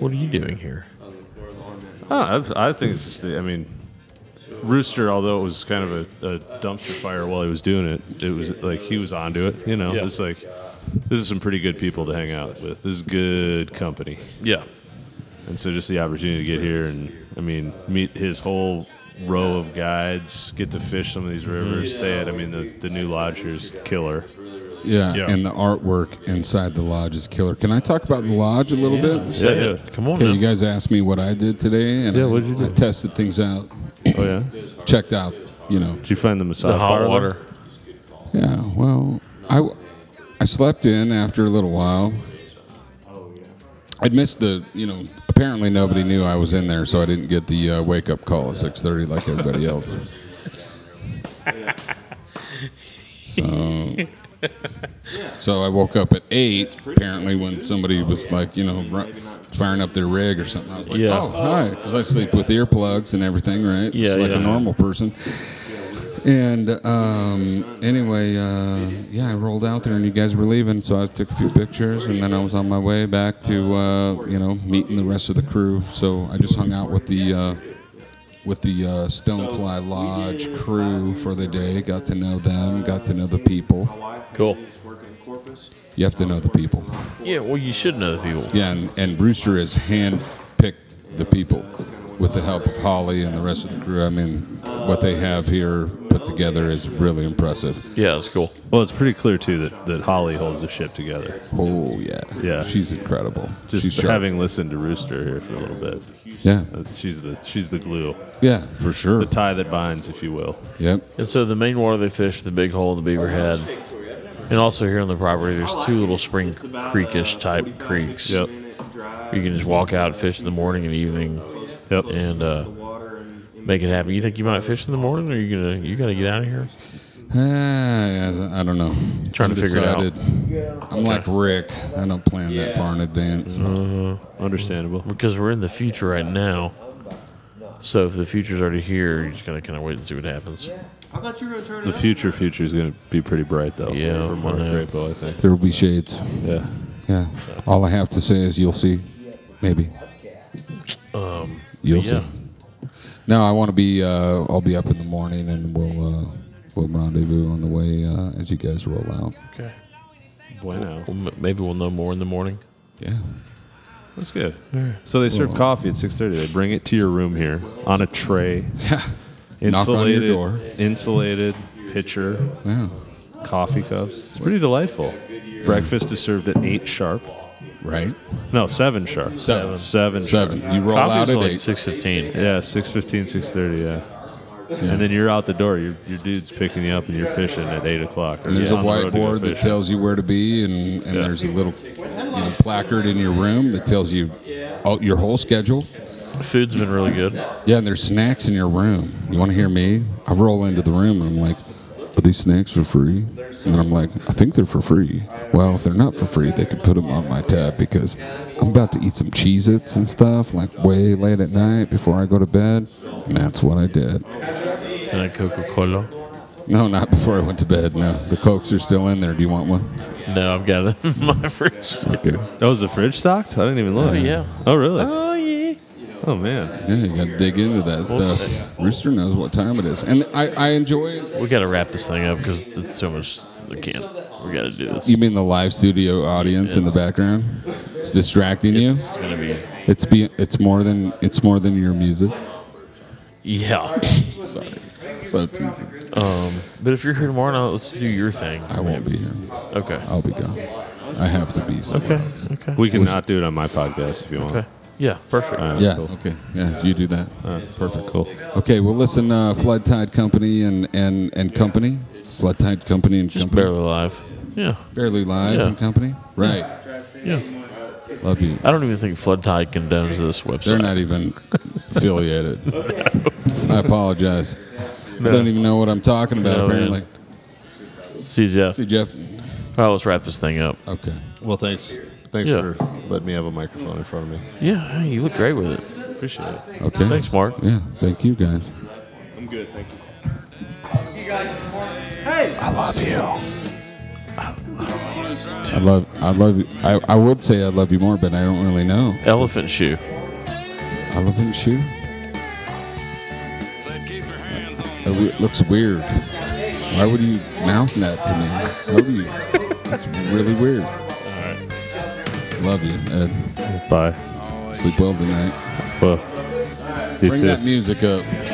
Speaker 1: What are you doing here?
Speaker 5: Oh, I, I think it's just. the- I mean, Rooster, although it was kind of a, a dumpster fire while he was doing it, it was like he was onto it. You know,
Speaker 1: Yeah.
Speaker 5: it's like this is some pretty good people to hang out with. This is good company.
Speaker 1: Yeah.
Speaker 5: And so just the opportunity to get here and I mean meet his whole row of guides, get to fish some of these rivers,
Speaker 1: Mm-hmm.
Speaker 5: stay at. I mean the the new lodge here is killer.
Speaker 11: Yeah,
Speaker 5: Yeah.
Speaker 11: and the artwork inside the lodge is killer. Can I talk about the lodge a little
Speaker 5: Yeah.
Speaker 11: bit?
Speaker 5: Yeah, yeah. Come on
Speaker 11: Okay,
Speaker 5: now.
Speaker 11: you guys asked me what I did today, and
Speaker 5: Yeah,
Speaker 11: I,
Speaker 5: what'd you do?
Speaker 11: I tested things out.
Speaker 5: Oh yeah,
Speaker 11: checked out. You know,
Speaker 5: did you find the massage
Speaker 1: The hot
Speaker 5: parlor?
Speaker 1: water.
Speaker 11: Yeah, well, I, I slept in after a little while. I'd missed the, you know, apparently nobody knew I was in there, so I didn't get the uh, wake up call at 6:30 like everybody else. So, so I woke up at eight. Apparently, when somebody was like, you know, ru- firing up their rig or something, I was like,
Speaker 1: Yeah.
Speaker 11: oh, hi, because I sleep with earplugs and everything, right?
Speaker 1: Yeah,
Speaker 11: Just like
Speaker 1: yeah.
Speaker 11: a normal person. And um, anyway, uh, yeah, I rolled out there and you guys were leaving, so I took a few pictures and then I was on my way back to uh, you know meeting the rest of the crew. So I just hung out with the uh, with the uh, Stonefly Lodge crew for the day. Got to know them, got to know the people.
Speaker 1: Cool.
Speaker 11: You have to know the people.
Speaker 1: Yeah, well, you should know the people.
Speaker 11: Yeah, and, and Brewster has hand picked the people with the help of Holly and the rest of the crew. I mean, what they have here put together is really impressive.
Speaker 1: Yeah, it's cool.
Speaker 5: Well, it's pretty clear too that, that Holly holds the ship together.
Speaker 11: Oh yeah,
Speaker 5: yeah,
Speaker 11: she's incredible.
Speaker 5: Just
Speaker 11: She's sharp.
Speaker 5: having listened to Rooster here for a little bit,
Speaker 11: Yeah.
Speaker 5: Uh, she's the she's the glue.
Speaker 11: Yeah, for sure.
Speaker 5: The tie that binds, if you will.
Speaker 11: Yep.
Speaker 1: And so the main water they fish, the big hole in the beaver head, and also here on the property, there's two little spring creekish type creeks. Yep. You can just walk out and fish in the morning and evening.
Speaker 5: Yep.
Speaker 1: And uh, make it happen. You think you might fish in the morning, or you gonna you gotta get out of here?
Speaker 11: Ah, I I don't know.
Speaker 1: Trying to figure it out.
Speaker 11: out. I'm like Rick. I don't plan that far in advance.
Speaker 28: Mm-hmm.
Speaker 5: Understandable.
Speaker 1: Mm-hmm. Because we're in the future right now. So if the future's already here, you're just gonna kind of wait and see what happens.
Speaker 28: I thought you were gonna turn
Speaker 5: The future future is going to be pretty bright though.
Speaker 1: Yeah,
Speaker 5: for
Speaker 1: I
Speaker 5: Mark
Speaker 1: know.
Speaker 5: Crapo, I think.
Speaker 11: There will be shades.
Speaker 5: Yeah.
Speaker 11: Yeah. All I have to say is you'll see. Maybe.
Speaker 1: Um,
Speaker 11: You'll
Speaker 1: yeah.
Speaker 11: see. No, I want to be. Uh, I'll be up in the morning, and we'll uh, we'll rendezvous on the way uh, as you guys roll out.
Speaker 1: Okay.
Speaker 5: Bueno.
Speaker 1: Well, m- maybe we'll know more in the morning.
Speaker 11: Yeah.
Speaker 5: That's good.
Speaker 1: Yeah.
Speaker 5: So they serve
Speaker 1: Well-
Speaker 5: coffee at 6:30. They bring it to your room here on a tray.
Speaker 11: Yeah. Knock on your
Speaker 5: Insulated
Speaker 11: door.
Speaker 5: Insulated pitcher.
Speaker 11: Yeah.
Speaker 5: Coffee cups. It's pretty delightful. Breakfast is served at 8 sharp.
Speaker 11: Right.
Speaker 5: No, 7 sharp.
Speaker 11: Seven.
Speaker 5: 7 sharp.
Speaker 11: Seven. You roll out at
Speaker 5: only
Speaker 11: eight.
Speaker 1: 6:15.
Speaker 5: Yeah, 6:15, 6:30, yeah.
Speaker 11: Yeah.
Speaker 5: And then you're out the door. Your, your dude's picking you up, and you're fishing at eight o'clock. or
Speaker 11: And there's a
Speaker 5: on the road to go
Speaker 11: whiteboard that
Speaker 5: fishing.
Speaker 11: tells you where to be, and, and there's a little you know, placard in your room that tells you all, your whole schedule.
Speaker 1: Food's been really good.
Speaker 11: Yeah, and there's snacks in your room. You want to hear me? I roll into the room and I'm like, are these snacks for free? And then I'm like, I think they're for free. Well, if they're not for free, they can put them on my tab because I'm about to eat some Cheez Its and stuff like way late at night before I go to bed. And that's what I did.
Speaker 1: And a Coca Cola.
Speaker 11: No, not before I went to bed. No, the Cokes are still in there. Do you want one?
Speaker 1: No, I've got it in my fridge.
Speaker 11: Okay.
Speaker 5: Oh, is the fridge stocked? I didn't even look.
Speaker 1: Oh, yeah.
Speaker 5: Oh, really?
Speaker 1: Oh yeah.
Speaker 5: Oh man.
Speaker 11: Yeah, you gotta dig into that stuff. Rooster knows what time it is, and I, I enjoy.
Speaker 1: We got to wrap this thing up because there's so much. We can't. We got to do this.
Speaker 11: You mean the live studio audience in the background? It's distracting you. It's
Speaker 1: gonna be-
Speaker 11: It's be. It's more than. It's more than your music.
Speaker 1: Yeah.
Speaker 11: Sorry. So teasing.
Speaker 1: Um, but if you're here tomorrow, night, let's do your thing. I
Speaker 11: won't be here.
Speaker 1: Okay.
Speaker 11: I'll be gone. I have to be. Somewhere.
Speaker 1: Okay, okay.
Speaker 5: We can not do it on my podcast if you want.
Speaker 1: Okay. Yeah. Perfect.
Speaker 5: All right,
Speaker 11: Yeah.
Speaker 5: cool.
Speaker 11: Okay. Yeah. You do that.
Speaker 5: perfect. Cool.
Speaker 11: Okay. Well, listen. Uh, Flood Tide Company and and and company. Flood Tide Company and
Speaker 1: Just
Speaker 11: company.
Speaker 1: barely alive. Yeah.
Speaker 11: Fairly Live
Speaker 1: Yeah.
Speaker 11: and Company. Right.
Speaker 1: Yeah.
Speaker 11: Love you.
Speaker 1: I don't even think Flood Tide condones this website.
Speaker 11: They're not even affiliated. I apologize.
Speaker 1: No.
Speaker 11: I don't even know what I'm talking about,
Speaker 1: No, man.
Speaker 11: apparently.
Speaker 1: See Jeff.
Speaker 11: See Jeff.
Speaker 1: All right, let's wrap this thing up.
Speaker 11: Okay.
Speaker 2: Well, thanks. Thanks
Speaker 1: Yeah.
Speaker 2: for letting me have a microphone in front of me.
Speaker 1: Yeah, hey, you look great with it. Appreciate it.
Speaker 11: Okay.
Speaker 1: Thanks, Mark.
Speaker 11: Yeah. Thank you, guys.
Speaker 2: I'm good. Thank you.
Speaker 7: Hey! I
Speaker 11: love you. I love, I love you. I, I would say I love you more, but I don't really know.
Speaker 1: Elephant shoe.
Speaker 11: Elephant shoe? It w- looks weird. Why would you mouth that to me? Why would you? That's really weird. Love you, Ed.
Speaker 2: Bye.
Speaker 11: Sleep well tonight.
Speaker 2: Well, you
Speaker 11: Bring
Speaker 2: too.
Speaker 11: that music up.